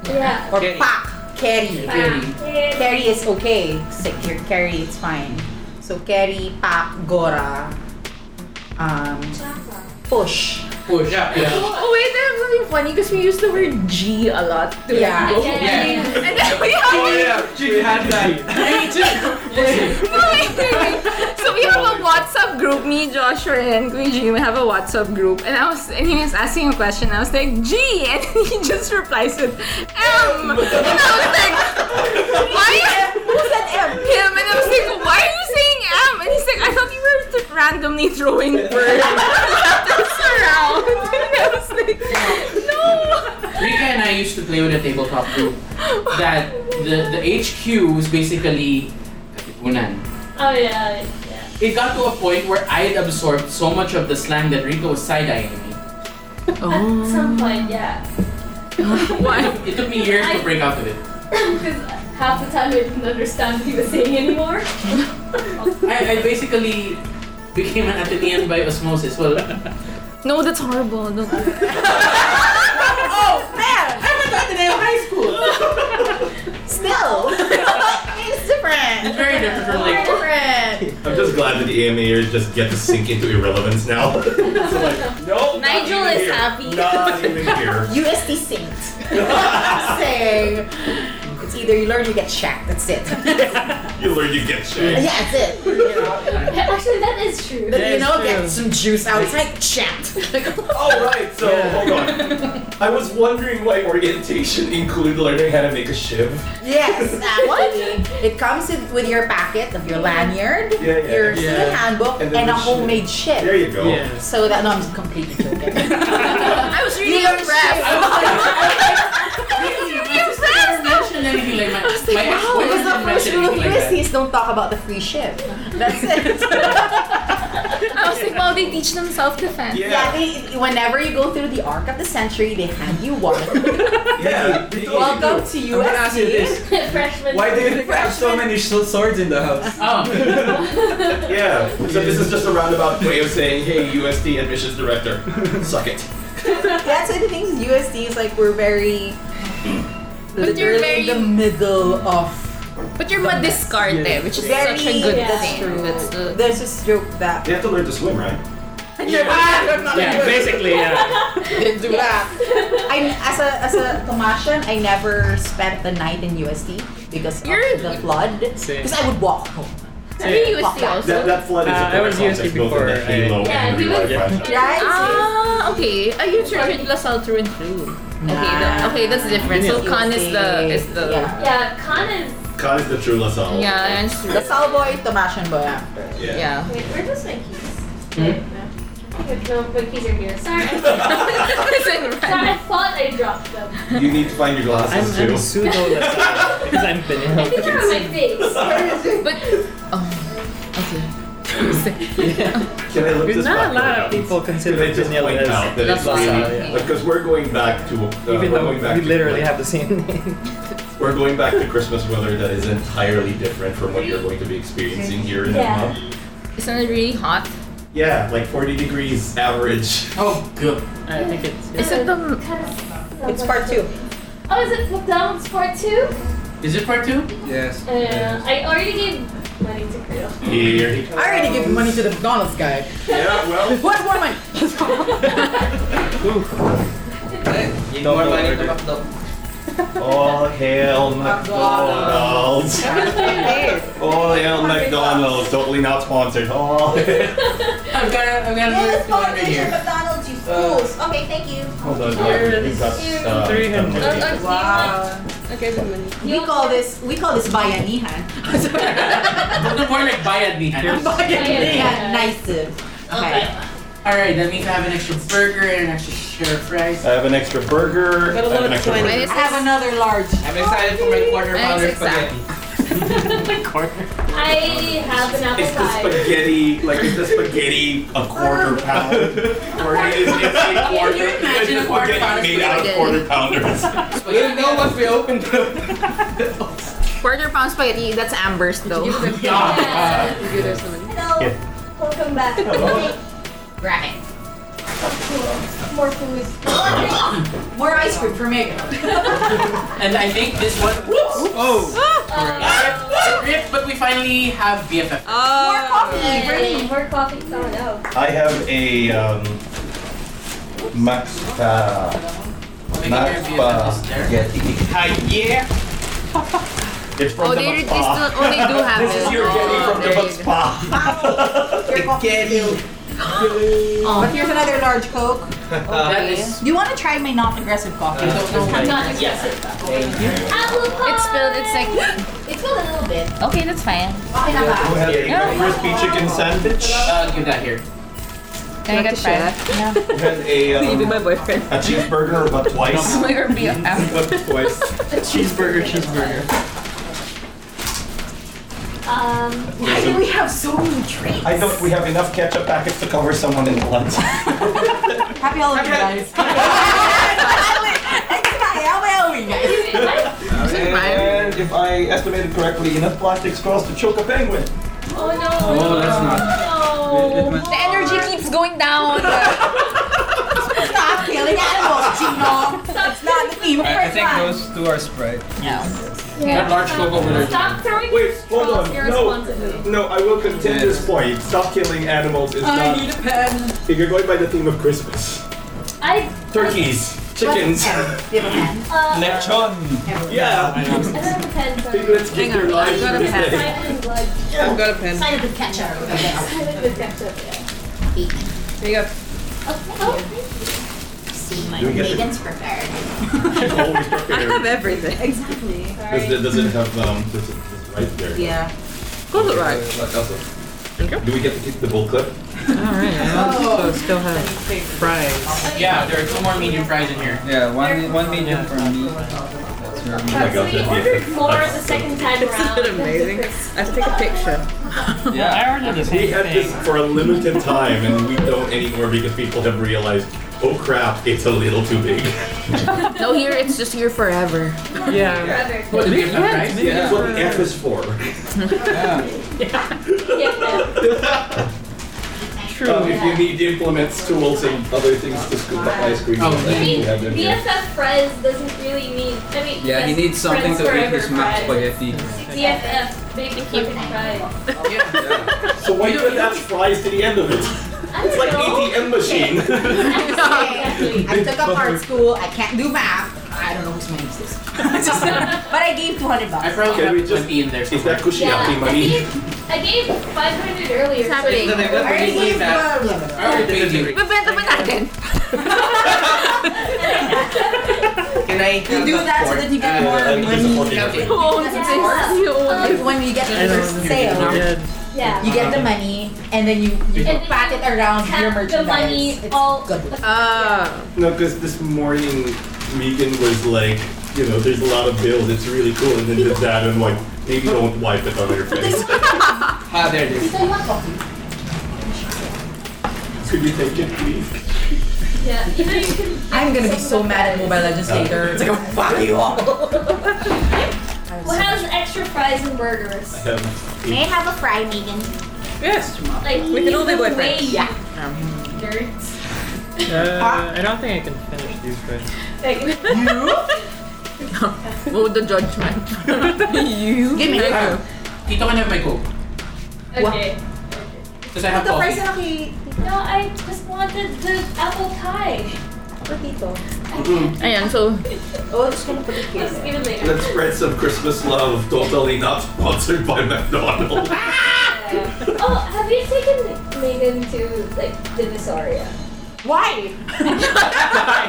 [SPEAKER 3] Yeah.
[SPEAKER 1] or
[SPEAKER 9] Keri.
[SPEAKER 1] pak carry
[SPEAKER 3] Yeah.
[SPEAKER 1] carry is okay Sick, your carry it's fine so carry pak gora um push
[SPEAKER 4] Push. Yeah.
[SPEAKER 7] it?
[SPEAKER 4] yeah.
[SPEAKER 7] Oh wait, that's something funny because we use the word G a lot to
[SPEAKER 1] Yeah.
[SPEAKER 7] go.
[SPEAKER 3] Yeah.
[SPEAKER 7] And then we have
[SPEAKER 2] Oh yeah,
[SPEAKER 9] She had that.
[SPEAKER 4] Me too. Listen,
[SPEAKER 7] Wait, wait, wait. So we have a WhatsApp group, me, Joshua, and Guiji, we have a WhatsApp group. And I was and he was asking a question. I was like, G and he just replies with M. And I was like, why
[SPEAKER 1] who's that M
[SPEAKER 7] him? And I was like, why are you saying M? And he's like, I thought you were just randomly throwing words letters around. And I was like, no.
[SPEAKER 4] Rika and I I used to play with a tabletop group, that the, the HQ was basically Katipunan.
[SPEAKER 3] Oh yeah, yeah.
[SPEAKER 4] It got to a point where I had absorbed so much of the slang that Rico was side eyeing me.
[SPEAKER 3] At
[SPEAKER 1] Oh.
[SPEAKER 3] some point, yeah.
[SPEAKER 7] Why?
[SPEAKER 4] It took me years to break out of it.
[SPEAKER 3] Because half the time I didn't understand what he was saying anymore.
[SPEAKER 4] I, I basically became an Athenian by osmosis. Well,
[SPEAKER 7] No, that's horrible. Don't do it.
[SPEAKER 4] oh man! I went to Ateneo High School.
[SPEAKER 1] Still, it's different.
[SPEAKER 4] It's very different from
[SPEAKER 1] Very
[SPEAKER 4] like
[SPEAKER 1] different.
[SPEAKER 2] I'm just glad that the AMAers just get to sink into irrelevance now. it's like, no,
[SPEAKER 7] Nigel
[SPEAKER 2] not even
[SPEAKER 7] is
[SPEAKER 2] here.
[SPEAKER 7] happy.
[SPEAKER 2] Not even here.
[SPEAKER 1] USD Saint. Saying it's either you learn or you get shacked. That's it.
[SPEAKER 2] You learn you get shanked.
[SPEAKER 1] Yeah, that's it.
[SPEAKER 3] Actually, that is true.
[SPEAKER 1] But you
[SPEAKER 6] it's
[SPEAKER 1] know,
[SPEAKER 6] true.
[SPEAKER 1] get some juice outside, shacked.
[SPEAKER 2] Oh right, so hold on. I was wondering why orientation included learning how to make a shiv.
[SPEAKER 1] Yes, actually. It comes in, with your packet of your lanyard,
[SPEAKER 2] Yeah, yeah.
[SPEAKER 1] your
[SPEAKER 6] Yeah.
[SPEAKER 1] student handbook,
[SPEAKER 2] And
[SPEAKER 1] and,
[SPEAKER 2] then
[SPEAKER 1] a
[SPEAKER 2] the shiv.
[SPEAKER 1] homemade ship.
[SPEAKER 2] There you go.
[SPEAKER 6] Yeah.
[SPEAKER 1] So that no, I'm completely joking.
[SPEAKER 7] I was
[SPEAKER 1] You're
[SPEAKER 7] really impressed.
[SPEAKER 4] never mentioned anything like my, my
[SPEAKER 1] Wow,
[SPEAKER 4] ex-boyfriend
[SPEAKER 1] because the
[SPEAKER 4] didn't
[SPEAKER 1] first
[SPEAKER 4] mention
[SPEAKER 1] rule of
[SPEAKER 4] anything like that.
[SPEAKER 1] USD is don't talk about the free ship. That's it.
[SPEAKER 7] I was like, wow, they teach them self-defense.
[SPEAKER 1] yeah, they, whenever you go through the arc of the century, they hand you Oh one.
[SPEAKER 5] Yeah.
[SPEAKER 1] Welcome to
[SPEAKER 5] I'm gonna ask you
[SPEAKER 1] USD.
[SPEAKER 5] this.
[SPEAKER 3] Freshman.
[SPEAKER 5] Why do you think I have so many s- swords in the house?
[SPEAKER 4] Oh,
[SPEAKER 2] Yeah. So this is just a roundabout way of saying, hey, USD admissions director, suck it.
[SPEAKER 1] That's why the thing is USD is like we're very
[SPEAKER 7] But you're
[SPEAKER 1] literally
[SPEAKER 7] very-
[SPEAKER 1] in the middle of
[SPEAKER 7] But you're not discarded,
[SPEAKER 5] Yeah.
[SPEAKER 7] which is
[SPEAKER 1] Very-
[SPEAKER 7] such a good
[SPEAKER 3] yeah.
[SPEAKER 1] That's
[SPEAKER 7] thing.
[SPEAKER 1] true.
[SPEAKER 7] That's the
[SPEAKER 1] There's this joke that
[SPEAKER 2] You have to learn to swim, right?
[SPEAKER 4] Yeah,
[SPEAKER 6] basically, yeah.
[SPEAKER 1] didn't do that. I as a as a Tomasian, I never spent the night in USD because
[SPEAKER 7] You're-
[SPEAKER 1] of the flood.
[SPEAKER 6] Same.
[SPEAKER 1] Because I would walk home.
[SPEAKER 7] Three USD
[SPEAKER 1] Fuck that.
[SPEAKER 7] also.
[SPEAKER 2] That, that flood is
[SPEAKER 6] Uh,
[SPEAKER 2] a
[SPEAKER 6] I was
[SPEAKER 2] perfect context, both
[SPEAKER 6] USD
[SPEAKER 2] in the
[SPEAKER 6] before,
[SPEAKER 2] Halo
[SPEAKER 3] right? Yeah,
[SPEAKER 2] and
[SPEAKER 3] he
[SPEAKER 2] Real Life
[SPEAKER 3] was-
[SPEAKER 2] franchise.
[SPEAKER 1] Right?
[SPEAKER 7] Ah, okay. Are you sure with LaSalle through and through? Okay, that, okay, that's different. So
[SPEAKER 1] Yeah.
[SPEAKER 7] Khan is the is the
[SPEAKER 1] Yeah.
[SPEAKER 3] Yeah, Khan is.
[SPEAKER 2] Khan is the true LaSalle.
[SPEAKER 7] yeah. and it's-
[SPEAKER 1] The Salboy, Tomasian boy after.
[SPEAKER 2] Yeah.
[SPEAKER 7] yeah.
[SPEAKER 3] Wait, where does my keys? Wait, no. No, my keys are here. Sorry, I, sorry,
[SPEAKER 7] It's in red.
[SPEAKER 3] I thought I dropped them.
[SPEAKER 2] You need to find your
[SPEAKER 6] I'm,
[SPEAKER 2] glasses
[SPEAKER 6] I'm
[SPEAKER 2] too.
[SPEAKER 6] pseudo Latino because I'm
[SPEAKER 3] I think they're on
[SPEAKER 6] Filipino.
[SPEAKER 3] my face.
[SPEAKER 7] But oh, okay.
[SPEAKER 2] Can I look this back
[SPEAKER 6] Not a lot
[SPEAKER 2] around?
[SPEAKER 6] of people
[SPEAKER 2] Can
[SPEAKER 6] consider
[SPEAKER 2] I just
[SPEAKER 6] Pinil
[SPEAKER 2] point out
[SPEAKER 6] as
[SPEAKER 2] that it's
[SPEAKER 7] LaSalle,
[SPEAKER 2] really
[SPEAKER 7] yeah.
[SPEAKER 2] because we're going back to uh,
[SPEAKER 6] even
[SPEAKER 2] we're
[SPEAKER 6] though
[SPEAKER 2] going back
[SPEAKER 6] we
[SPEAKER 2] to-
[SPEAKER 6] literally have the same name.
[SPEAKER 2] We're going back to Christmas weather that is entirely different from what you're going to be experiencing here in
[SPEAKER 3] Yeah.
[SPEAKER 2] Manila.
[SPEAKER 7] Isn't it really hot?
[SPEAKER 2] Yeah, like 40 degrees average.
[SPEAKER 4] oh, good.
[SPEAKER 6] I think it's.
[SPEAKER 7] Is it the
[SPEAKER 3] Kind of-
[SPEAKER 1] It's part two.
[SPEAKER 3] Oh, is it McDonald's part two?
[SPEAKER 4] Is it part two?
[SPEAKER 5] Yes.
[SPEAKER 3] Uh, I already gave money to Creole.
[SPEAKER 2] Here he
[SPEAKER 1] I already gave money to the McDonald's guy.
[SPEAKER 2] Yeah, well,
[SPEAKER 1] What more money?
[SPEAKER 9] You more
[SPEAKER 5] Double
[SPEAKER 9] money to
[SPEAKER 5] order.
[SPEAKER 9] McDo.
[SPEAKER 2] all
[SPEAKER 3] Oh,
[SPEAKER 2] hail McDonald's. All hail McDonald's. Totally not sponsored. All hail.
[SPEAKER 4] I'm gonna, I'm gonna do it right here.
[SPEAKER 1] McDonald's,
[SPEAKER 2] Uh,
[SPEAKER 1] you
[SPEAKER 9] fools.
[SPEAKER 1] okay, thank you.
[SPEAKER 2] Hold on, yeah, we got, uh,
[SPEAKER 6] 300.
[SPEAKER 2] done with
[SPEAKER 1] Wow.
[SPEAKER 8] Okay, the money.
[SPEAKER 1] We call this we call this bayanihan.
[SPEAKER 4] But more like bayad ni
[SPEAKER 1] bayanihan,
[SPEAKER 3] Bayanihan.
[SPEAKER 1] uh, nice. Okay.
[SPEAKER 4] Alright, that means I have an extra burger and an extra share of
[SPEAKER 2] it.
[SPEAKER 4] fries.
[SPEAKER 2] I have an extra burger.
[SPEAKER 8] Got a
[SPEAKER 2] I have
[SPEAKER 8] lot of
[SPEAKER 2] an extra
[SPEAKER 8] time.
[SPEAKER 2] burger.
[SPEAKER 7] Wait,
[SPEAKER 1] I have another large.
[SPEAKER 9] I'm excited for my quarter
[SPEAKER 7] Mine's
[SPEAKER 9] pounder
[SPEAKER 7] exact.
[SPEAKER 9] spaghetti.
[SPEAKER 3] I have an apple
[SPEAKER 2] It's the
[SPEAKER 3] pie.
[SPEAKER 2] spaghetti, like it's the spaghetti a quarter pound. Or it is, it's a quarter,
[SPEAKER 4] you imagine
[SPEAKER 2] it's
[SPEAKER 4] a
[SPEAKER 2] just
[SPEAKER 4] quarter
[SPEAKER 2] spaghetti
[SPEAKER 4] pound of
[SPEAKER 2] made out of
[SPEAKER 7] spaghetti?
[SPEAKER 2] quarter pounders.
[SPEAKER 9] We'll know once we open the.
[SPEAKER 7] quarter pound spaghetti? That's Amber's though.
[SPEAKER 3] Yeah.
[SPEAKER 1] Hello. Welcome back. Grab it.
[SPEAKER 3] More food.
[SPEAKER 1] More ice cream for me.
[SPEAKER 4] And I think this one. Whoops!
[SPEAKER 5] Oh.
[SPEAKER 4] Uh, rip, but we finally have BFF.
[SPEAKER 7] Uh,
[SPEAKER 1] More coffee for me.
[SPEAKER 3] Yay, More coffee. Oh no.
[SPEAKER 2] I have a um, Max Pa.
[SPEAKER 4] Making your
[SPEAKER 2] Max Pa.
[SPEAKER 4] BFF is there.
[SPEAKER 2] Spaghetti.
[SPEAKER 9] Hi, yeah.
[SPEAKER 2] It's from
[SPEAKER 7] Oh,
[SPEAKER 2] the
[SPEAKER 7] they, they
[SPEAKER 2] Max
[SPEAKER 7] still,
[SPEAKER 2] Pa.
[SPEAKER 7] oh, they do have
[SPEAKER 2] This
[SPEAKER 7] it.
[SPEAKER 2] is your getting
[SPEAKER 7] oh,
[SPEAKER 2] from the
[SPEAKER 7] there
[SPEAKER 2] Max
[SPEAKER 7] you go.
[SPEAKER 2] Pa.
[SPEAKER 1] Your coffee. Oh. But here's another large Coke.
[SPEAKER 4] Oh, That
[SPEAKER 7] Okay.
[SPEAKER 4] is.
[SPEAKER 1] You want to try my non-aggressive coffee?
[SPEAKER 4] Uh,
[SPEAKER 1] Don't worry.
[SPEAKER 3] Not aggressive. Apple pie.
[SPEAKER 7] It's spilled. It's like
[SPEAKER 1] It's still a little bit.
[SPEAKER 7] okay, that's fine.
[SPEAKER 1] Okay na ba?
[SPEAKER 2] Go ahead.
[SPEAKER 7] Yeah.
[SPEAKER 2] Crispy chicken sandwich.
[SPEAKER 4] Uh, give that here.
[SPEAKER 7] Can I
[SPEAKER 8] Not
[SPEAKER 7] get
[SPEAKER 8] to
[SPEAKER 7] fried?
[SPEAKER 8] share.
[SPEAKER 7] No.
[SPEAKER 2] had a,
[SPEAKER 8] You be
[SPEAKER 2] um,
[SPEAKER 8] my boyfriend.
[SPEAKER 2] a cheeseburger, but twice.
[SPEAKER 7] Like our BFF.
[SPEAKER 2] twice.
[SPEAKER 9] Cheeseburger, cheeseburger.
[SPEAKER 3] Um,
[SPEAKER 1] Why do we have so many drinks?
[SPEAKER 2] I thought we have enough ketchup packets to cover someone in blood.
[SPEAKER 1] Happy
[SPEAKER 3] Oh,
[SPEAKER 1] Halloween, guys.
[SPEAKER 3] what?
[SPEAKER 2] and if I estimated correctly, enough plastic straws to choke a penguin.
[SPEAKER 3] Oh no.
[SPEAKER 5] Oh, that's not.
[SPEAKER 3] No.
[SPEAKER 5] The
[SPEAKER 7] The energy keeps going down.
[SPEAKER 1] Stop killing animals, Gino.
[SPEAKER 3] Stop
[SPEAKER 1] Not the theme of
[SPEAKER 5] I, I
[SPEAKER 1] First
[SPEAKER 5] think
[SPEAKER 1] Class.
[SPEAKER 5] those two are Sprite.
[SPEAKER 3] Yeah.
[SPEAKER 5] That large
[SPEAKER 3] Stop-
[SPEAKER 5] Coke over there.
[SPEAKER 3] Stop throwing
[SPEAKER 2] Wait,
[SPEAKER 3] your
[SPEAKER 2] hold
[SPEAKER 3] straws
[SPEAKER 2] on. No.
[SPEAKER 3] irresponsibly.
[SPEAKER 2] No, I will contend this point. Stop killing animals is not.
[SPEAKER 1] a pen.
[SPEAKER 2] If you're going by the theme of Christmas,
[SPEAKER 3] I
[SPEAKER 2] turkeys, chickens.
[SPEAKER 1] Do you have a pen?
[SPEAKER 3] uh,
[SPEAKER 5] Lechon!
[SPEAKER 1] Everyone.
[SPEAKER 2] Yeah.
[SPEAKER 3] I don't have a pen. sorry.
[SPEAKER 2] Piglets give their lives.
[SPEAKER 7] I've got
[SPEAKER 2] for
[SPEAKER 7] a
[SPEAKER 2] this
[SPEAKER 7] pen.
[SPEAKER 3] Silent with blood.
[SPEAKER 2] day.
[SPEAKER 8] I've got a pen.
[SPEAKER 1] Sign of the catcher.
[SPEAKER 3] Silent with ketchup, yeah.
[SPEAKER 8] There you go.
[SPEAKER 3] Okay. Oh, thank you.
[SPEAKER 1] See, my
[SPEAKER 2] Do we get the-
[SPEAKER 1] Megan's prepared.
[SPEAKER 2] She's
[SPEAKER 8] I
[SPEAKER 2] always
[SPEAKER 8] have
[SPEAKER 2] prepared.
[SPEAKER 8] everything.
[SPEAKER 1] Exactly.
[SPEAKER 3] Sorry.
[SPEAKER 2] Does, it- does it have um? Does it, does it right there?
[SPEAKER 1] Yeah.
[SPEAKER 8] Close it right.
[SPEAKER 5] Uh,
[SPEAKER 2] Like also. Do we get to keep the bull clip?
[SPEAKER 6] Alright,
[SPEAKER 1] Oh.
[SPEAKER 6] so still have fries.
[SPEAKER 4] Yeah, there are two more medium fries in here.
[SPEAKER 5] Yeah, one, one medium for me. That's your
[SPEAKER 2] Oh
[SPEAKER 3] So
[SPEAKER 2] my god.
[SPEAKER 3] we
[SPEAKER 2] that-
[SPEAKER 3] ordered more the
[SPEAKER 2] that's-
[SPEAKER 3] second time
[SPEAKER 8] Isn't
[SPEAKER 3] around.
[SPEAKER 8] it amazing? I have to take a picture.
[SPEAKER 5] Yeah.
[SPEAKER 6] I ordered the
[SPEAKER 2] We
[SPEAKER 6] same
[SPEAKER 2] had this
[SPEAKER 6] thing.
[SPEAKER 2] for a limited time, and we don't anymore because people have realized, oh crap, it's a little too big.
[SPEAKER 7] no, here it's just here forever.
[SPEAKER 6] Yeah.
[SPEAKER 3] Brother.
[SPEAKER 4] What, the BFF fries?
[SPEAKER 2] That's what the F is for.
[SPEAKER 5] yeah.
[SPEAKER 3] Yeah.
[SPEAKER 6] True.
[SPEAKER 2] Um, if you need implements, tools, and other things to scoop up ice cream,
[SPEAKER 4] Oh,
[SPEAKER 2] then
[SPEAKER 3] I mean,
[SPEAKER 2] you have them here.
[SPEAKER 3] BFF Fres doesn't really mean. I mean,
[SPEAKER 5] Yeah, he
[SPEAKER 3] yes,
[SPEAKER 5] needs something
[SPEAKER 3] Fres
[SPEAKER 5] to eat
[SPEAKER 3] forever
[SPEAKER 5] his mac
[SPEAKER 3] Fres.
[SPEAKER 5] spaghetti.
[SPEAKER 3] BFF, big fucking fries.
[SPEAKER 2] So why do you attach fries to the end of it?
[SPEAKER 3] I
[SPEAKER 2] It's
[SPEAKER 3] don't
[SPEAKER 2] like E
[SPEAKER 3] know.
[SPEAKER 2] ATM machine.
[SPEAKER 3] Exactly.
[SPEAKER 1] I took up art school. I can't do math. I don't know which money is this. Just- but I gave 200
[SPEAKER 4] I
[SPEAKER 1] bucks.
[SPEAKER 4] probably
[SPEAKER 2] Can we
[SPEAKER 4] have
[SPEAKER 2] just-
[SPEAKER 4] 20 in there
[SPEAKER 2] is that
[SPEAKER 4] somewhere.
[SPEAKER 2] kushiyaki
[SPEAKER 3] Yeah, I
[SPEAKER 2] money?
[SPEAKER 3] gave, I gave 500 earlier.
[SPEAKER 7] It's
[SPEAKER 3] so
[SPEAKER 7] happening.
[SPEAKER 9] Then I
[SPEAKER 1] I
[SPEAKER 9] got the
[SPEAKER 1] already
[SPEAKER 9] reason
[SPEAKER 1] gave
[SPEAKER 9] that.
[SPEAKER 1] blah, blah, blah.
[SPEAKER 4] I would pay you.
[SPEAKER 7] Bebenta pa natin.
[SPEAKER 9] Can I
[SPEAKER 1] You do that so that you get
[SPEAKER 4] Uh,
[SPEAKER 1] more
[SPEAKER 2] I'm
[SPEAKER 1] money.
[SPEAKER 2] disappointed.
[SPEAKER 4] Okay.
[SPEAKER 7] Oh,
[SPEAKER 3] it's just-
[SPEAKER 1] Because when you get
[SPEAKER 6] I
[SPEAKER 1] the
[SPEAKER 6] don't
[SPEAKER 1] first
[SPEAKER 6] know.
[SPEAKER 1] sale,
[SPEAKER 6] Dead.
[SPEAKER 3] Yeah.
[SPEAKER 1] you get the money and then you, you
[SPEAKER 3] And then
[SPEAKER 1] pack
[SPEAKER 3] you
[SPEAKER 1] it around your
[SPEAKER 3] Have the
[SPEAKER 1] merchandise.
[SPEAKER 3] money
[SPEAKER 1] It's
[SPEAKER 3] all.
[SPEAKER 1] good.
[SPEAKER 7] Ah.
[SPEAKER 2] No, because this morning Megan was like, you know, there's a lot of bills. It's really cool, and then did that, and like, maybe don't wipe it on your face.
[SPEAKER 9] Ah, there it is.
[SPEAKER 1] So you want coffee?
[SPEAKER 2] Could you take it, please?
[SPEAKER 3] Yeah. Either you can.
[SPEAKER 1] I'm gonna be so mad at Mobile Legends later. It's like, fuck you all.
[SPEAKER 3] What has extra fries and burgers?
[SPEAKER 2] Um,
[SPEAKER 1] I have a fry, Megan?
[SPEAKER 8] Yes.
[SPEAKER 3] Like
[SPEAKER 8] We can all be
[SPEAKER 3] lead the
[SPEAKER 8] boyfriends.
[SPEAKER 3] way, you
[SPEAKER 1] Yeah.
[SPEAKER 3] Nerds.
[SPEAKER 6] Uh, I don't think I can finish these fries.
[SPEAKER 3] Like,
[SPEAKER 7] Oh, the judgment. you. Give me.
[SPEAKER 4] Ah, Tito can have my Coke.
[SPEAKER 3] okay.
[SPEAKER 4] Because I have
[SPEAKER 1] The price
[SPEAKER 4] coffee.
[SPEAKER 1] of a
[SPEAKER 3] No, I just wanted the apple pie.
[SPEAKER 1] potato.
[SPEAKER 7] Ayan, so.
[SPEAKER 1] Oh, it's gonna put it
[SPEAKER 3] Let's give it later.
[SPEAKER 2] let's spread some Christmas love. Totally not sponsored by McDonald's.
[SPEAKER 3] Yeah. oh, have you taken Megan to like Divisoria?
[SPEAKER 1] Why?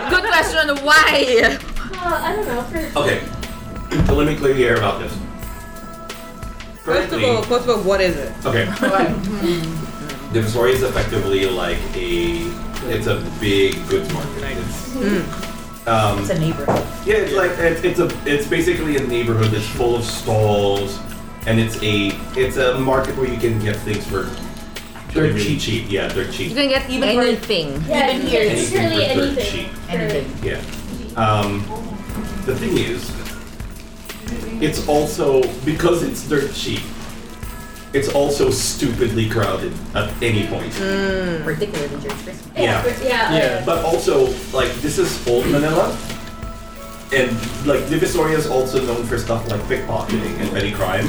[SPEAKER 7] Good question. Why?
[SPEAKER 3] Uh, I don't know. For
[SPEAKER 2] okay, so let me clear the air about this.
[SPEAKER 8] First of
[SPEAKER 2] Currently-
[SPEAKER 8] all, first of all, what is it?
[SPEAKER 2] Okay. Divisoria is effectively like a it's a big goods market. It's, um,
[SPEAKER 1] It's a neighborhood.
[SPEAKER 2] yeah, it's like it's, it's a it's basically a neighborhood that's full of stalls, and it's a it's a market where you can get things for
[SPEAKER 4] Dirt
[SPEAKER 2] really
[SPEAKER 4] cheap.
[SPEAKER 2] cheap. Yeah, they're
[SPEAKER 7] You
[SPEAKER 2] cheap.
[SPEAKER 7] can get
[SPEAKER 1] Even for-
[SPEAKER 7] anything.
[SPEAKER 3] yeah,
[SPEAKER 1] Even
[SPEAKER 3] it's
[SPEAKER 1] here,
[SPEAKER 3] it's
[SPEAKER 2] anything
[SPEAKER 3] really
[SPEAKER 2] for dirt
[SPEAKER 3] anything.
[SPEAKER 2] cheap.
[SPEAKER 3] For-
[SPEAKER 1] Anything.
[SPEAKER 2] Yeah. Um, the thing is, it's also because it's dirt cheap. It's also stupidly crowded at any point.
[SPEAKER 1] Particularly during Christmas.
[SPEAKER 2] Yeah.
[SPEAKER 3] Yeah. for- Yeah.
[SPEAKER 6] Yeah.
[SPEAKER 2] But also, like, this is old Manila. And, like, Divisoria is also known for stuff like pickpocketing and petty crime.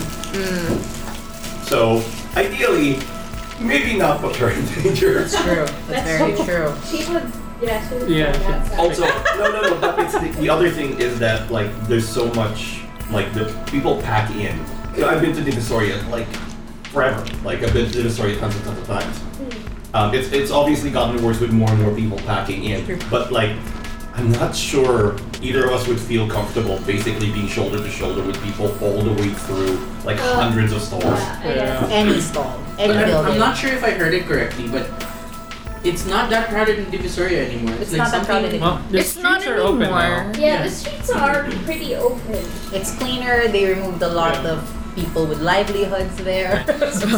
[SPEAKER 2] So, ideally, maybe not put her in danger.
[SPEAKER 1] True.
[SPEAKER 3] That's very
[SPEAKER 1] true.
[SPEAKER 3] She would. Yeah. She would.
[SPEAKER 6] Yeah,
[SPEAKER 3] do
[SPEAKER 6] she-
[SPEAKER 3] that, so-
[SPEAKER 2] also, no, no, no, but it's the, the other thing is that, like, there's so much, like, the people pack in. You know, I've been to Divisoria, like, forever. Like, I've been to Divisoria tons and tons of times. Um, it's, it's obviously gotten worse with more and more people packing in, but like, I'm not sure either of us would feel comfortable basically being shoulder to shoulder with people all the way through like
[SPEAKER 3] Uh,
[SPEAKER 2] hundreds of stalls.
[SPEAKER 3] Yeah, I guess.
[SPEAKER 6] Yeah.
[SPEAKER 1] Any stall, any
[SPEAKER 4] But I'm,
[SPEAKER 1] building.
[SPEAKER 4] I'm not sure if I heard it correctly, but It's not that crowded in Divisoria anymore.
[SPEAKER 1] It's
[SPEAKER 4] like
[SPEAKER 1] not that
[SPEAKER 4] something-
[SPEAKER 1] crowded anymore.
[SPEAKER 6] Well, the
[SPEAKER 7] it's
[SPEAKER 6] streets
[SPEAKER 7] not
[SPEAKER 6] are
[SPEAKER 7] anymore.
[SPEAKER 6] open now.
[SPEAKER 3] Yeah, the streets are pretty open.
[SPEAKER 1] It's cleaner. They removed a lot
[SPEAKER 6] Yeah.
[SPEAKER 1] of people with livelihoods there.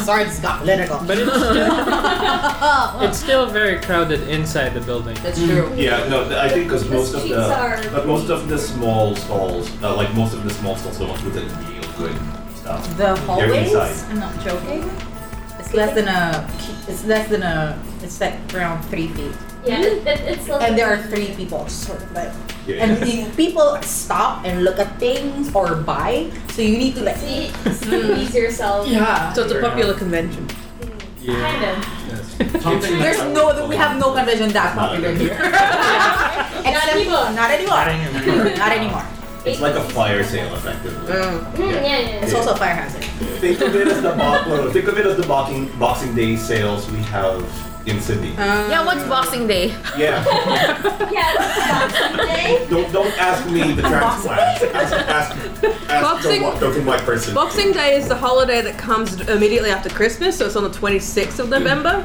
[SPEAKER 1] Sorry, it's got political.
[SPEAKER 6] But it's still,
[SPEAKER 1] That's
[SPEAKER 6] it's still very crowded inside the building.
[SPEAKER 1] true.
[SPEAKER 2] Yeah, no, th- I think because
[SPEAKER 3] The
[SPEAKER 2] most of
[SPEAKER 3] streets
[SPEAKER 2] the
[SPEAKER 3] are-
[SPEAKER 2] but most of the small stalls, uh, like most of the small stalls, the ones with the real good stuff.
[SPEAKER 1] The hallways.
[SPEAKER 2] inside.
[SPEAKER 1] I'm not joking. It's less than a. It's less than a. It's like around three feet,
[SPEAKER 3] Yeah, it, it, it's like
[SPEAKER 1] and there are three people sort of like.
[SPEAKER 2] Yeah.
[SPEAKER 1] And the people stop and look at things or buy, so you need to like.
[SPEAKER 3] See, squeeze yourself.
[SPEAKER 1] Yeah.
[SPEAKER 9] So it's a popular convention.
[SPEAKER 3] Mm,
[SPEAKER 5] Yeah.
[SPEAKER 3] Kind of.
[SPEAKER 4] Something like
[SPEAKER 1] There's
[SPEAKER 4] that.
[SPEAKER 1] no. We have no convention that
[SPEAKER 2] Not
[SPEAKER 1] popular
[SPEAKER 2] anymore.
[SPEAKER 1] here. Except-
[SPEAKER 3] anymore.
[SPEAKER 1] Not
[SPEAKER 6] Not
[SPEAKER 1] anymore.
[SPEAKER 6] anymore.
[SPEAKER 1] Not anymore.
[SPEAKER 2] It's like a fire sale, effectively.
[SPEAKER 9] Oh,
[SPEAKER 3] Mm, yeah, yeah,
[SPEAKER 1] It's
[SPEAKER 3] yeah.
[SPEAKER 1] also a fire hazard.
[SPEAKER 2] Think of it as the bo- well, think of it as the boxing Boxing Day sales we have in Sydney.
[SPEAKER 1] Uh.
[SPEAKER 7] Yeah, what's Boxing Day?
[SPEAKER 2] Yeah,
[SPEAKER 3] Yeah, it's about Sunday.
[SPEAKER 2] don't don't ask me the traffic flash. Ask ask, ask the,
[SPEAKER 9] Boxing-
[SPEAKER 2] wa- the white person.
[SPEAKER 9] Boxing Day is the holiday that comes immediately after Christmas, so it's on the 26th of November.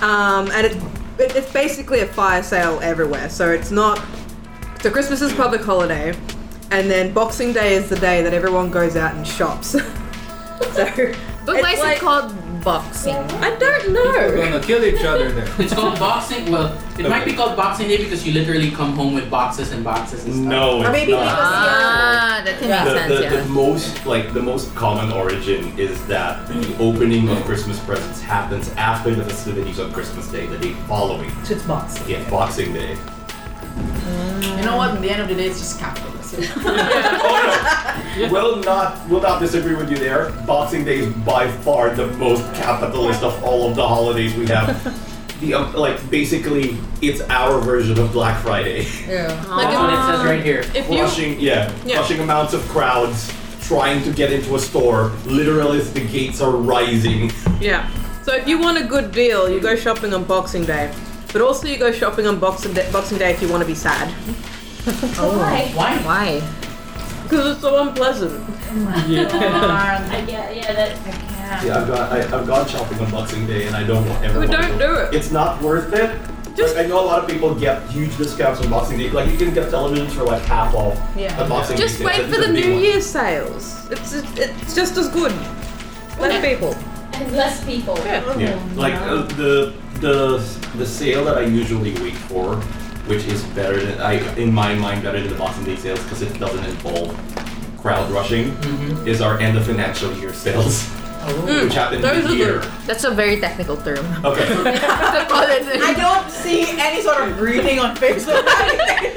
[SPEAKER 9] Um, and it, it, it's basically a fire sale everywhere, so it's not. So Christmas is a public holiday, and then Boxing Day is the day that everyone goes out and shops. so.
[SPEAKER 7] But
[SPEAKER 9] it's
[SPEAKER 7] why is
[SPEAKER 9] like-
[SPEAKER 7] it called boxing?
[SPEAKER 9] I
[SPEAKER 5] We're
[SPEAKER 9] don't know.
[SPEAKER 5] gonna kill each other there.
[SPEAKER 4] It's called boxing. Well, it might be called boxing day because you literally come home with boxes and boxes and stuff.
[SPEAKER 2] No,
[SPEAKER 1] Or
[SPEAKER 2] it's
[SPEAKER 1] maybe
[SPEAKER 2] not.
[SPEAKER 1] because
[SPEAKER 7] Ah, that
[SPEAKER 1] Yeah.
[SPEAKER 7] makes
[SPEAKER 2] the,
[SPEAKER 7] sense,
[SPEAKER 2] the, the
[SPEAKER 7] yeah.
[SPEAKER 2] most like the most common origin is that the opening of Christmas presents happens after the festivities on Christmas Day, the day following,
[SPEAKER 1] So it's boxing.
[SPEAKER 2] yeah, Boxing Day.
[SPEAKER 1] You know what? At the end of the day, it's just capitalism.
[SPEAKER 2] Oh, Will not will not disagree with you there. Boxing Day is by far the most capitalist of all of the holidays we have. The um, like basically it's our version of Black Friday.
[SPEAKER 1] yeah.
[SPEAKER 4] That's what it says right here.
[SPEAKER 9] If you,
[SPEAKER 2] Flushing yeah,
[SPEAKER 9] Yeah.
[SPEAKER 2] flushing amounts of crowds trying to get into a store. Literally, the gates are rising.
[SPEAKER 9] yeah. So if you want a good deal, you go shopping on Boxing Day. But also, you go shopping on Boxing Day, Boxing Day if you want to be sad,
[SPEAKER 3] Why?
[SPEAKER 4] Why?
[SPEAKER 7] Why?
[SPEAKER 9] because it's so unpleasant.
[SPEAKER 1] Yeah.
[SPEAKER 3] I get, yeah, that.
[SPEAKER 1] I can't.
[SPEAKER 2] Yeah, I've gone, I, I've gone shopping on Boxing Day and I don't want ever
[SPEAKER 9] We
[SPEAKER 2] want to
[SPEAKER 9] don't
[SPEAKER 2] go.
[SPEAKER 9] do it.
[SPEAKER 2] It's not worth it.
[SPEAKER 9] Just-
[SPEAKER 2] like, I know a lot of people get huge discounts on Boxing Day. Like you can get televisions for like half off
[SPEAKER 1] Yeah.
[SPEAKER 2] at Boxing
[SPEAKER 9] Just
[SPEAKER 2] Day.
[SPEAKER 9] wait
[SPEAKER 2] That's
[SPEAKER 9] for the
[SPEAKER 2] big
[SPEAKER 9] New
[SPEAKER 2] one.
[SPEAKER 9] Year sales. It's it's, it's just as good. Less people.
[SPEAKER 3] And less people.
[SPEAKER 2] Yeah, like uh, the the the sale that I usually wait for, which is better than I in my mind better than the Boxing Day sales because it doesn't involve crowd rushing, is our end of financial year sales, which happen
[SPEAKER 9] those are
[SPEAKER 2] mid year.
[SPEAKER 7] That's a very technical term.
[SPEAKER 2] Okay.
[SPEAKER 7] They call it-
[SPEAKER 1] I don't see any sort of greeting on Facebook.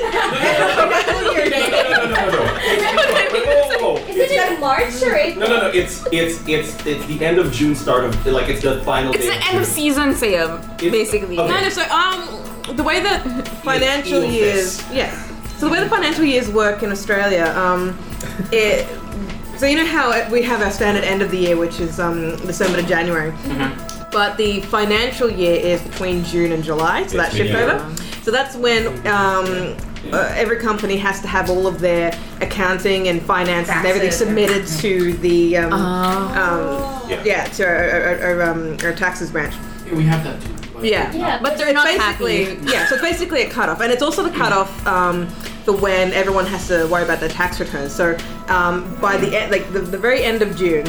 [SPEAKER 1] End of
[SPEAKER 2] no,
[SPEAKER 1] financial
[SPEAKER 2] no,
[SPEAKER 1] year.
[SPEAKER 2] no, no, no, no. Whoa, whoa, whoa.
[SPEAKER 3] Isn't it March or
[SPEAKER 2] No,
[SPEAKER 3] April?
[SPEAKER 2] no, no. It's it's it's it's the end of June, start of like it's the final
[SPEAKER 7] It's
[SPEAKER 2] day.
[SPEAKER 7] the end of
[SPEAKER 2] June.
[SPEAKER 7] season sale,
[SPEAKER 2] It's-
[SPEAKER 7] basically.
[SPEAKER 2] okay.
[SPEAKER 9] Kind of. So um, the way that financial
[SPEAKER 2] Eagle
[SPEAKER 9] years, yeah. So the way the financial years work in Australia, um, it. So you know how it- we have our standard end of the year, which is um, December to January,
[SPEAKER 2] Mm-hmm.
[SPEAKER 9] but the financial year is between June and July, so
[SPEAKER 2] Yes,
[SPEAKER 9] that shift
[SPEAKER 2] yeah.
[SPEAKER 9] over. So that's when um, uh, every company has to have all of their accounting and finance and everything
[SPEAKER 1] Taxes.
[SPEAKER 9] submitted to the um,
[SPEAKER 7] Ah.
[SPEAKER 9] um,
[SPEAKER 2] Oh. Yeah.
[SPEAKER 9] yeah to our, our, our, um, our taxes branch.
[SPEAKER 4] Yeah, we have that too. but-
[SPEAKER 9] Yeah.
[SPEAKER 3] Yeah,
[SPEAKER 7] But
[SPEAKER 9] So
[SPEAKER 7] they're not
[SPEAKER 9] it's basically
[SPEAKER 7] happy.
[SPEAKER 9] yeah. So it's basically a cutoff, and it's also the cutoff um, for when everyone has to worry about their tax returns. So um, by the end, like the, the very end of June,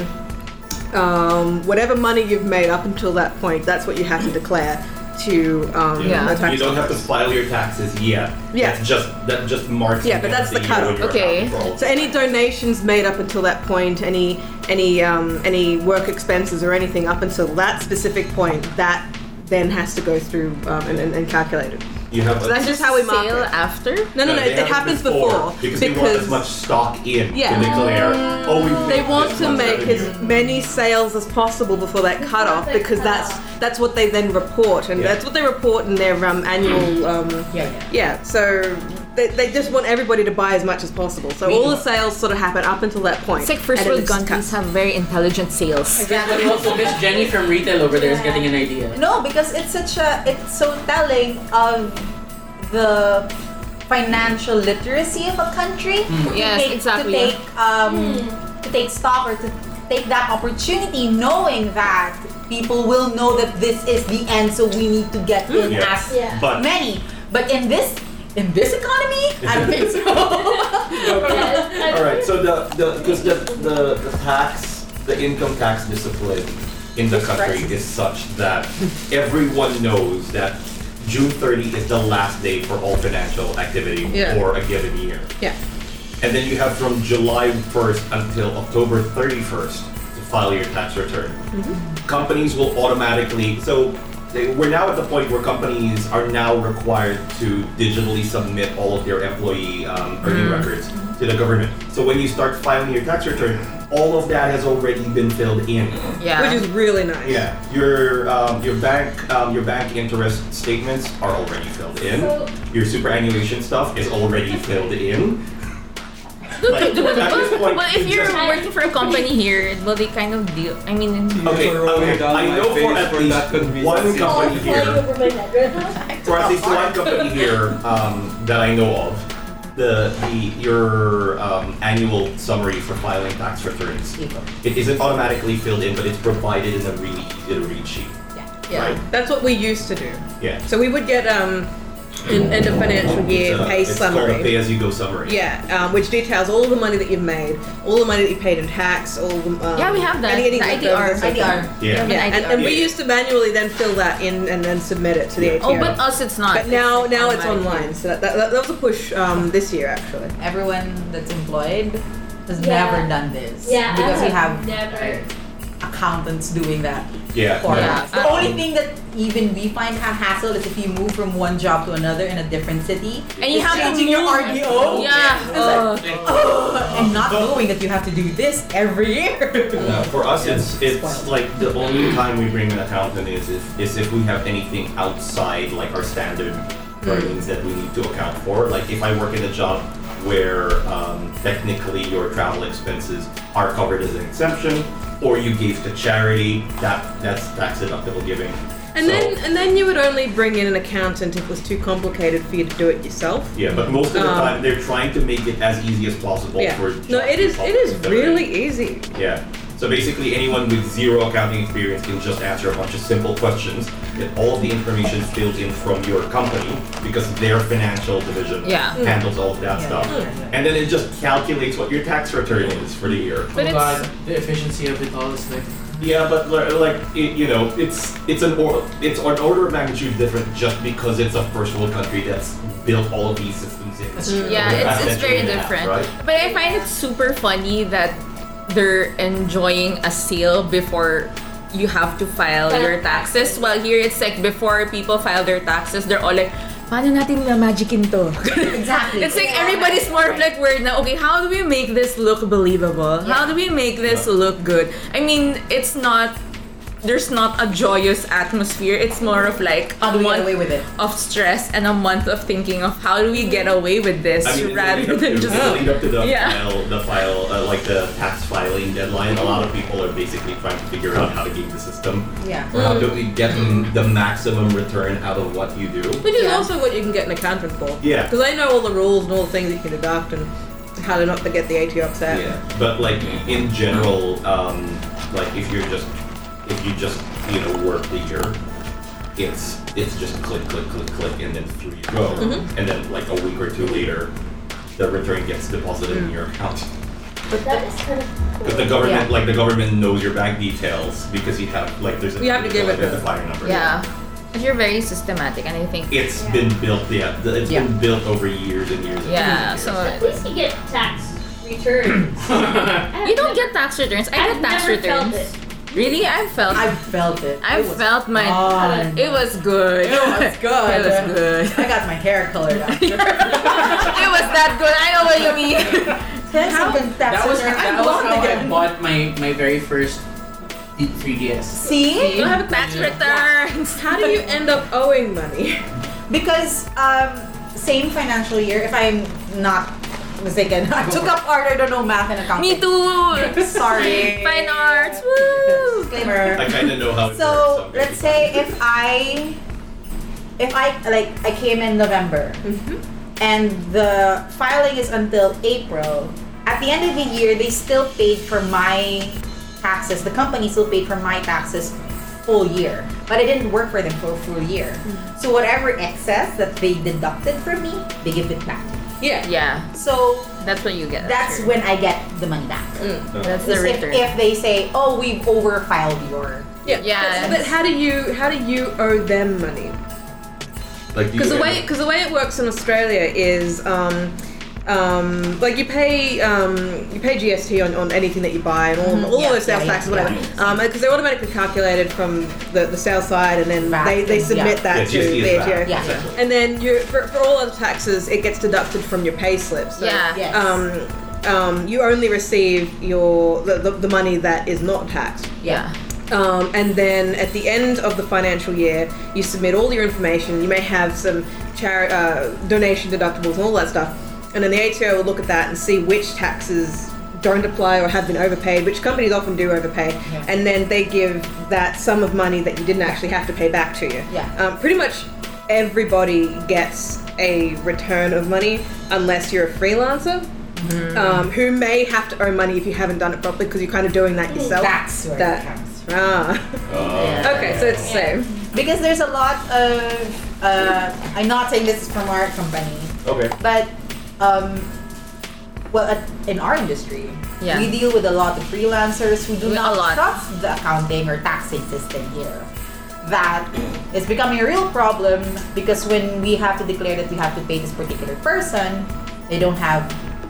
[SPEAKER 9] um, whatever money you've made up until that point, that's what you have to declare to um,
[SPEAKER 7] Yeah.
[SPEAKER 9] the tax.
[SPEAKER 2] You don't have to
[SPEAKER 9] office.
[SPEAKER 2] file your taxes yet.
[SPEAKER 9] Yeah.
[SPEAKER 2] That's just that just marks.
[SPEAKER 9] Yeah, but
[SPEAKER 2] end
[SPEAKER 9] that's
[SPEAKER 2] of
[SPEAKER 9] the
[SPEAKER 2] year when
[SPEAKER 9] cutoff.
[SPEAKER 2] you're
[SPEAKER 7] Okay.
[SPEAKER 2] out of control.
[SPEAKER 9] So any donations made up until that point, any any um, any work expenses or anything up until that specific point, that then has to go through um, and, and, and calculated.
[SPEAKER 2] you have
[SPEAKER 9] So
[SPEAKER 2] a,
[SPEAKER 9] that's just how we mark
[SPEAKER 7] Sale
[SPEAKER 9] it.
[SPEAKER 7] after?
[SPEAKER 9] No, no, no.
[SPEAKER 2] they
[SPEAKER 9] It,
[SPEAKER 2] have
[SPEAKER 9] happens before,
[SPEAKER 2] because, they want as much stock in
[SPEAKER 9] Yeah.
[SPEAKER 2] to declare. Oh, we
[SPEAKER 9] they want to make as many sales as possible before that cutoff
[SPEAKER 3] that
[SPEAKER 9] because that's
[SPEAKER 3] cutoff.
[SPEAKER 9] that's what they then report and
[SPEAKER 2] Yeah.
[SPEAKER 9] that's what they report in their um, annual. Um,
[SPEAKER 1] Yeah, yeah.
[SPEAKER 9] yeah, so they, they just want everybody to buy as much as possible. So all the sales sort of happen up until that point.
[SPEAKER 7] It's like first
[SPEAKER 9] and then
[SPEAKER 7] world
[SPEAKER 9] it just
[SPEAKER 7] countries
[SPEAKER 9] cuts.
[SPEAKER 7] have very intelligent sales.
[SPEAKER 4] But also, Miss Jenny from retail over there is getting an idea.
[SPEAKER 1] No, because it's such a it's so telling of the financial literacy of a country.
[SPEAKER 2] Mm.
[SPEAKER 1] To
[SPEAKER 7] Yes,
[SPEAKER 1] take,
[SPEAKER 7] exactly.
[SPEAKER 1] To Mm. take um, to take stock or to take that opportunity, knowing that people will know that this is the end, so we need to get in
[SPEAKER 2] Yeah.
[SPEAKER 1] as
[SPEAKER 3] Yeah.
[SPEAKER 2] But
[SPEAKER 1] many. But in this in this economy, I don't think so.
[SPEAKER 3] Yeah,
[SPEAKER 2] All right. So the the because the, the the tax the income tax discipline in the country is such that everyone knows that June 30 is the last day for all financial activity
[SPEAKER 8] Yeah.
[SPEAKER 2] for a given year.
[SPEAKER 8] Yeah.
[SPEAKER 2] And then you have from July 1st until October 31st to file your tax return. Companies will automatically so. they- We're now at the point where companies are now required to digitally submit all of their employee um,
[SPEAKER 7] Mm.
[SPEAKER 2] earning records to the government. So when you start filing your tax return, all of that has already been filled in.
[SPEAKER 8] which
[SPEAKER 1] yeah.
[SPEAKER 8] is really nice.
[SPEAKER 2] Yeah, your um, your bank um, your bank interest statements are already filled in.
[SPEAKER 3] So-
[SPEAKER 2] Your superannuation stuff is already filled in. Like, at this point,
[SPEAKER 7] well, if
[SPEAKER 2] you
[SPEAKER 7] you're
[SPEAKER 2] just-
[SPEAKER 7] working for a company here, well, they kind of deal. I mean,
[SPEAKER 2] Okay,
[SPEAKER 5] You're rolling
[SPEAKER 2] okay.
[SPEAKER 5] down
[SPEAKER 2] I
[SPEAKER 5] my
[SPEAKER 2] know for
[SPEAKER 5] face
[SPEAKER 2] at
[SPEAKER 5] for
[SPEAKER 2] least
[SPEAKER 5] that convenience.
[SPEAKER 2] one
[SPEAKER 3] Oh,
[SPEAKER 2] company
[SPEAKER 3] flying
[SPEAKER 2] here
[SPEAKER 3] over my head right now.
[SPEAKER 2] for at least one company here um, that I know of, the, the your um, annual summary for filing tax returns, it isn't automatically filled in, but it's provided in a really easy to read sheet.
[SPEAKER 8] Yeah.
[SPEAKER 2] Right.
[SPEAKER 8] That's what we used to do.
[SPEAKER 2] Yeah.
[SPEAKER 8] So we would get um an end of financial year
[SPEAKER 2] It's, a-
[SPEAKER 8] pay
[SPEAKER 2] it's called a
[SPEAKER 8] summary.
[SPEAKER 2] pay as you go summary.
[SPEAKER 8] Yeah, um, which details all the money that you've made, all the money that you paid in tax, all the um,
[SPEAKER 7] Yeah, we have that.
[SPEAKER 8] any- any
[SPEAKER 7] The
[SPEAKER 8] leftovers
[SPEAKER 7] IDR.
[SPEAKER 8] and stuff.
[SPEAKER 1] IDR.
[SPEAKER 2] Yeah.
[SPEAKER 8] Yeah, and,
[SPEAKER 7] IDR.
[SPEAKER 8] and we
[SPEAKER 2] Yeah.
[SPEAKER 8] used to manually then fill that in and then submit it to the
[SPEAKER 2] Yeah.
[SPEAKER 8] ATO.
[SPEAKER 7] oh, but us, it's not.
[SPEAKER 8] But now, now it's
[SPEAKER 7] automatic.
[SPEAKER 8] online, so that, that, that was a push um, this year actually.
[SPEAKER 1] Everyone that's employed has
[SPEAKER 3] Yeah.
[SPEAKER 1] never done this.
[SPEAKER 3] Yeah,
[SPEAKER 1] Because
[SPEAKER 3] I
[SPEAKER 1] we have
[SPEAKER 3] never.
[SPEAKER 1] accountants doing that
[SPEAKER 2] Yeah.
[SPEAKER 1] for
[SPEAKER 7] Yeah.
[SPEAKER 1] us. The only thing that even we find a hassle is if you move from one job to another in a different city.
[SPEAKER 7] And you
[SPEAKER 1] It's
[SPEAKER 7] have to
[SPEAKER 1] changing your
[SPEAKER 7] move.
[SPEAKER 1] RDO.
[SPEAKER 7] Yeah.
[SPEAKER 1] Oh.
[SPEAKER 7] uh,
[SPEAKER 1] Oh, and not knowing that you have to do this every year.
[SPEAKER 2] Uh, for us, it's it's
[SPEAKER 1] Spoiled.
[SPEAKER 2] like the only time we bring an accountant is if, is if we have anything outside like our standard earnings that we need to account for. Like if I work in a job where um, technically your travel expenses are covered as an exemption, or you gave to charity, that that's tax deductible giving.
[SPEAKER 8] And
[SPEAKER 2] So,
[SPEAKER 8] then and then you would only bring in an accountant if it was too complicated for you to do it yourself.
[SPEAKER 2] yeah, but most of the
[SPEAKER 8] Um,
[SPEAKER 2] time they're trying to make it as easy as possible
[SPEAKER 8] Yeah.
[SPEAKER 2] for.
[SPEAKER 8] No,
[SPEAKER 2] job
[SPEAKER 8] it is it is
[SPEAKER 2] responsibility.
[SPEAKER 8] really easy.
[SPEAKER 2] Yeah. So basically, anyone with zero accounting experience can just answer a bunch of simple questions. Get all of the information filled in from your company because their financial division
[SPEAKER 7] Yeah.
[SPEAKER 2] handles all of that
[SPEAKER 1] Yeah.
[SPEAKER 2] stuff,
[SPEAKER 1] Mm.
[SPEAKER 2] and then it just calculates what your tax return is for the year.
[SPEAKER 7] But
[SPEAKER 4] oh
[SPEAKER 7] it's-
[SPEAKER 4] god, the efficiency of it all is like
[SPEAKER 2] Yeah, but li- like it, you know, it's it's an or, it's an order of magnitude different just because it's a first world country that's built all of these systems in.
[SPEAKER 7] Yeah,
[SPEAKER 2] The fact
[SPEAKER 7] it's, it's
[SPEAKER 2] that you
[SPEAKER 7] very
[SPEAKER 2] have,
[SPEAKER 7] different.
[SPEAKER 2] right?
[SPEAKER 7] But I find it super funny that they're enjoying a sale before you have to file
[SPEAKER 3] File
[SPEAKER 7] your taxes. Well, here it's like before people file their taxes, they're all like, paano natin na magicin to?
[SPEAKER 1] Exactly.
[SPEAKER 7] it's like everybody's more of like worried now, okay, how do we make this look believable? How do we make this look good? I mean, it's not, there's not a joyous atmosphere. It's more of like
[SPEAKER 1] How do we get
[SPEAKER 7] a month
[SPEAKER 1] away with it?
[SPEAKER 7] of stress and a month of thinking of how do we get away with this
[SPEAKER 2] I mean, it's leading
[SPEAKER 7] rather
[SPEAKER 2] up to,
[SPEAKER 7] than just
[SPEAKER 2] it's leading up to the
[SPEAKER 7] Yeah.
[SPEAKER 2] file, the file, uh, like the tax filing deadline. A lot of people are basically trying to figure out how to game the system,
[SPEAKER 1] Yeah.
[SPEAKER 2] or how do we get the maximum return out of what you do.
[SPEAKER 8] Which is
[SPEAKER 7] Yeah.
[SPEAKER 8] also what you can get an accountant for.
[SPEAKER 2] Yeah.
[SPEAKER 8] Because I know all the rules and all the things you can deduct and how to not to get the ATO upset.
[SPEAKER 2] Yeah, but like in general, um, like if you're just if you just you know work the year, it's it's just click click click click and then through you go, and then like a week or two later, the return gets deposited in your account.
[SPEAKER 3] That is kind of cool.
[SPEAKER 2] But the government, like the government, knows your bank details because you have like there's a
[SPEAKER 8] You have to give it to them.
[SPEAKER 2] identifier number.
[SPEAKER 7] yeah. But you're very systematic and I think
[SPEAKER 2] It's been built. Yeah, the- it's been built over years and years. And
[SPEAKER 7] yeah,
[SPEAKER 2] years
[SPEAKER 7] so
[SPEAKER 2] and years.
[SPEAKER 3] At least you get tax returns.
[SPEAKER 7] you don't get tax returns. I
[SPEAKER 3] I've
[SPEAKER 7] get tax
[SPEAKER 3] never felt
[SPEAKER 7] returns. Really? I felt
[SPEAKER 1] I
[SPEAKER 7] I,
[SPEAKER 1] felt it. It was
[SPEAKER 7] felt my
[SPEAKER 1] fun.
[SPEAKER 7] it was good.
[SPEAKER 1] It was good.
[SPEAKER 7] it was good.
[SPEAKER 1] I got my hair colored after.
[SPEAKER 7] it was that good. I know what you mean.
[SPEAKER 1] That's
[SPEAKER 4] How-
[SPEAKER 1] something that's
[SPEAKER 4] that was
[SPEAKER 1] I'm
[SPEAKER 4] that was
[SPEAKER 1] blonde
[SPEAKER 4] how I
[SPEAKER 1] again.
[SPEAKER 4] bought my my very first 3ds.
[SPEAKER 1] See?
[SPEAKER 7] you have tax returns.
[SPEAKER 8] How do you end up owing money?
[SPEAKER 1] Because um, same financial year, if I'm not mistaken, I took up art, I don't know math and accounting.
[SPEAKER 7] Me too.
[SPEAKER 1] Sorry.
[SPEAKER 7] Fine arts. Woo.
[SPEAKER 1] Disclaimer.
[SPEAKER 2] I kind of know how. It
[SPEAKER 1] So
[SPEAKER 2] works,
[SPEAKER 1] let's say if I, if I like I came in November,
[SPEAKER 7] Mm-hmm.
[SPEAKER 1] and the filing is until April. At the end of the year, they still paid for my taxes. The company still paid for my taxes full year, but I didn't work for them for a full year.
[SPEAKER 7] Mm.
[SPEAKER 1] So whatever excess that they deducted from me, they give it back.
[SPEAKER 9] Yeah.
[SPEAKER 7] Yeah,
[SPEAKER 1] So
[SPEAKER 7] that's when you get.
[SPEAKER 1] that's
[SPEAKER 7] sure.
[SPEAKER 1] when I get the money back.
[SPEAKER 7] that's the
[SPEAKER 1] Is if,
[SPEAKER 7] return.
[SPEAKER 1] if they say, "Oh, we've overfiled your,"
[SPEAKER 9] Yeah.
[SPEAKER 7] Yes.
[SPEAKER 9] But, but how do you how do you owe them money?
[SPEAKER 2] Like do
[SPEAKER 9] Because
[SPEAKER 2] you
[SPEAKER 9] the way because the way it works in Australia is. Um, um, like you pay um, you pay GST on, on anything that you buy and all, all
[SPEAKER 1] Yeah,
[SPEAKER 9] those sales
[SPEAKER 1] yeah,
[SPEAKER 9] taxes
[SPEAKER 1] yeah,
[SPEAKER 9] whatever because Um, they're automatically calculated from the, the sales side and then
[SPEAKER 1] Back
[SPEAKER 9] they, they
[SPEAKER 1] and-
[SPEAKER 9] submit
[SPEAKER 2] yeah,
[SPEAKER 9] that
[SPEAKER 2] GST
[SPEAKER 9] to
[SPEAKER 2] is
[SPEAKER 9] their
[SPEAKER 2] that,
[SPEAKER 9] GO.
[SPEAKER 1] Yeah.
[SPEAKER 2] essentially.
[SPEAKER 9] and then you for, for all other taxes it gets deducted from your pay slip so
[SPEAKER 7] Yeah.
[SPEAKER 1] Yes.
[SPEAKER 9] um, um, you only receive your the, the, the money that is not taxed
[SPEAKER 7] yeah.
[SPEAKER 9] um, and then at the end of the financial year, you submit all your information. You may have some chari- uh, donation deductibles and all that stuff. And then the ATO will look at that and see which taxes don't apply or have been overpaid, which companies often do overpay. And then they give that sum of money that you didn't actually have to pay back to you.
[SPEAKER 1] Yeah.
[SPEAKER 9] Um, pretty much everybody gets a return of money unless you're a freelancer. Um, who may have to owe money if you haven't done it properly because you're kind of doing that yourself.
[SPEAKER 1] that's where
[SPEAKER 9] that-
[SPEAKER 1] it comes from.
[SPEAKER 9] Ah.
[SPEAKER 2] Uh,
[SPEAKER 9] Okay, so it's the same.
[SPEAKER 1] Because there's a lot of, uh, I'm not saying this is from our company,
[SPEAKER 2] okay.
[SPEAKER 1] but, um, well, at, in our industry,
[SPEAKER 7] Yeah.
[SPEAKER 1] we deal with a lot of freelancers who do
[SPEAKER 7] A
[SPEAKER 1] not
[SPEAKER 7] lot.
[SPEAKER 1] trust the accounting or taxing system here. That is becoming a real problem because when we have to declare that we have to pay this particular person, they don't have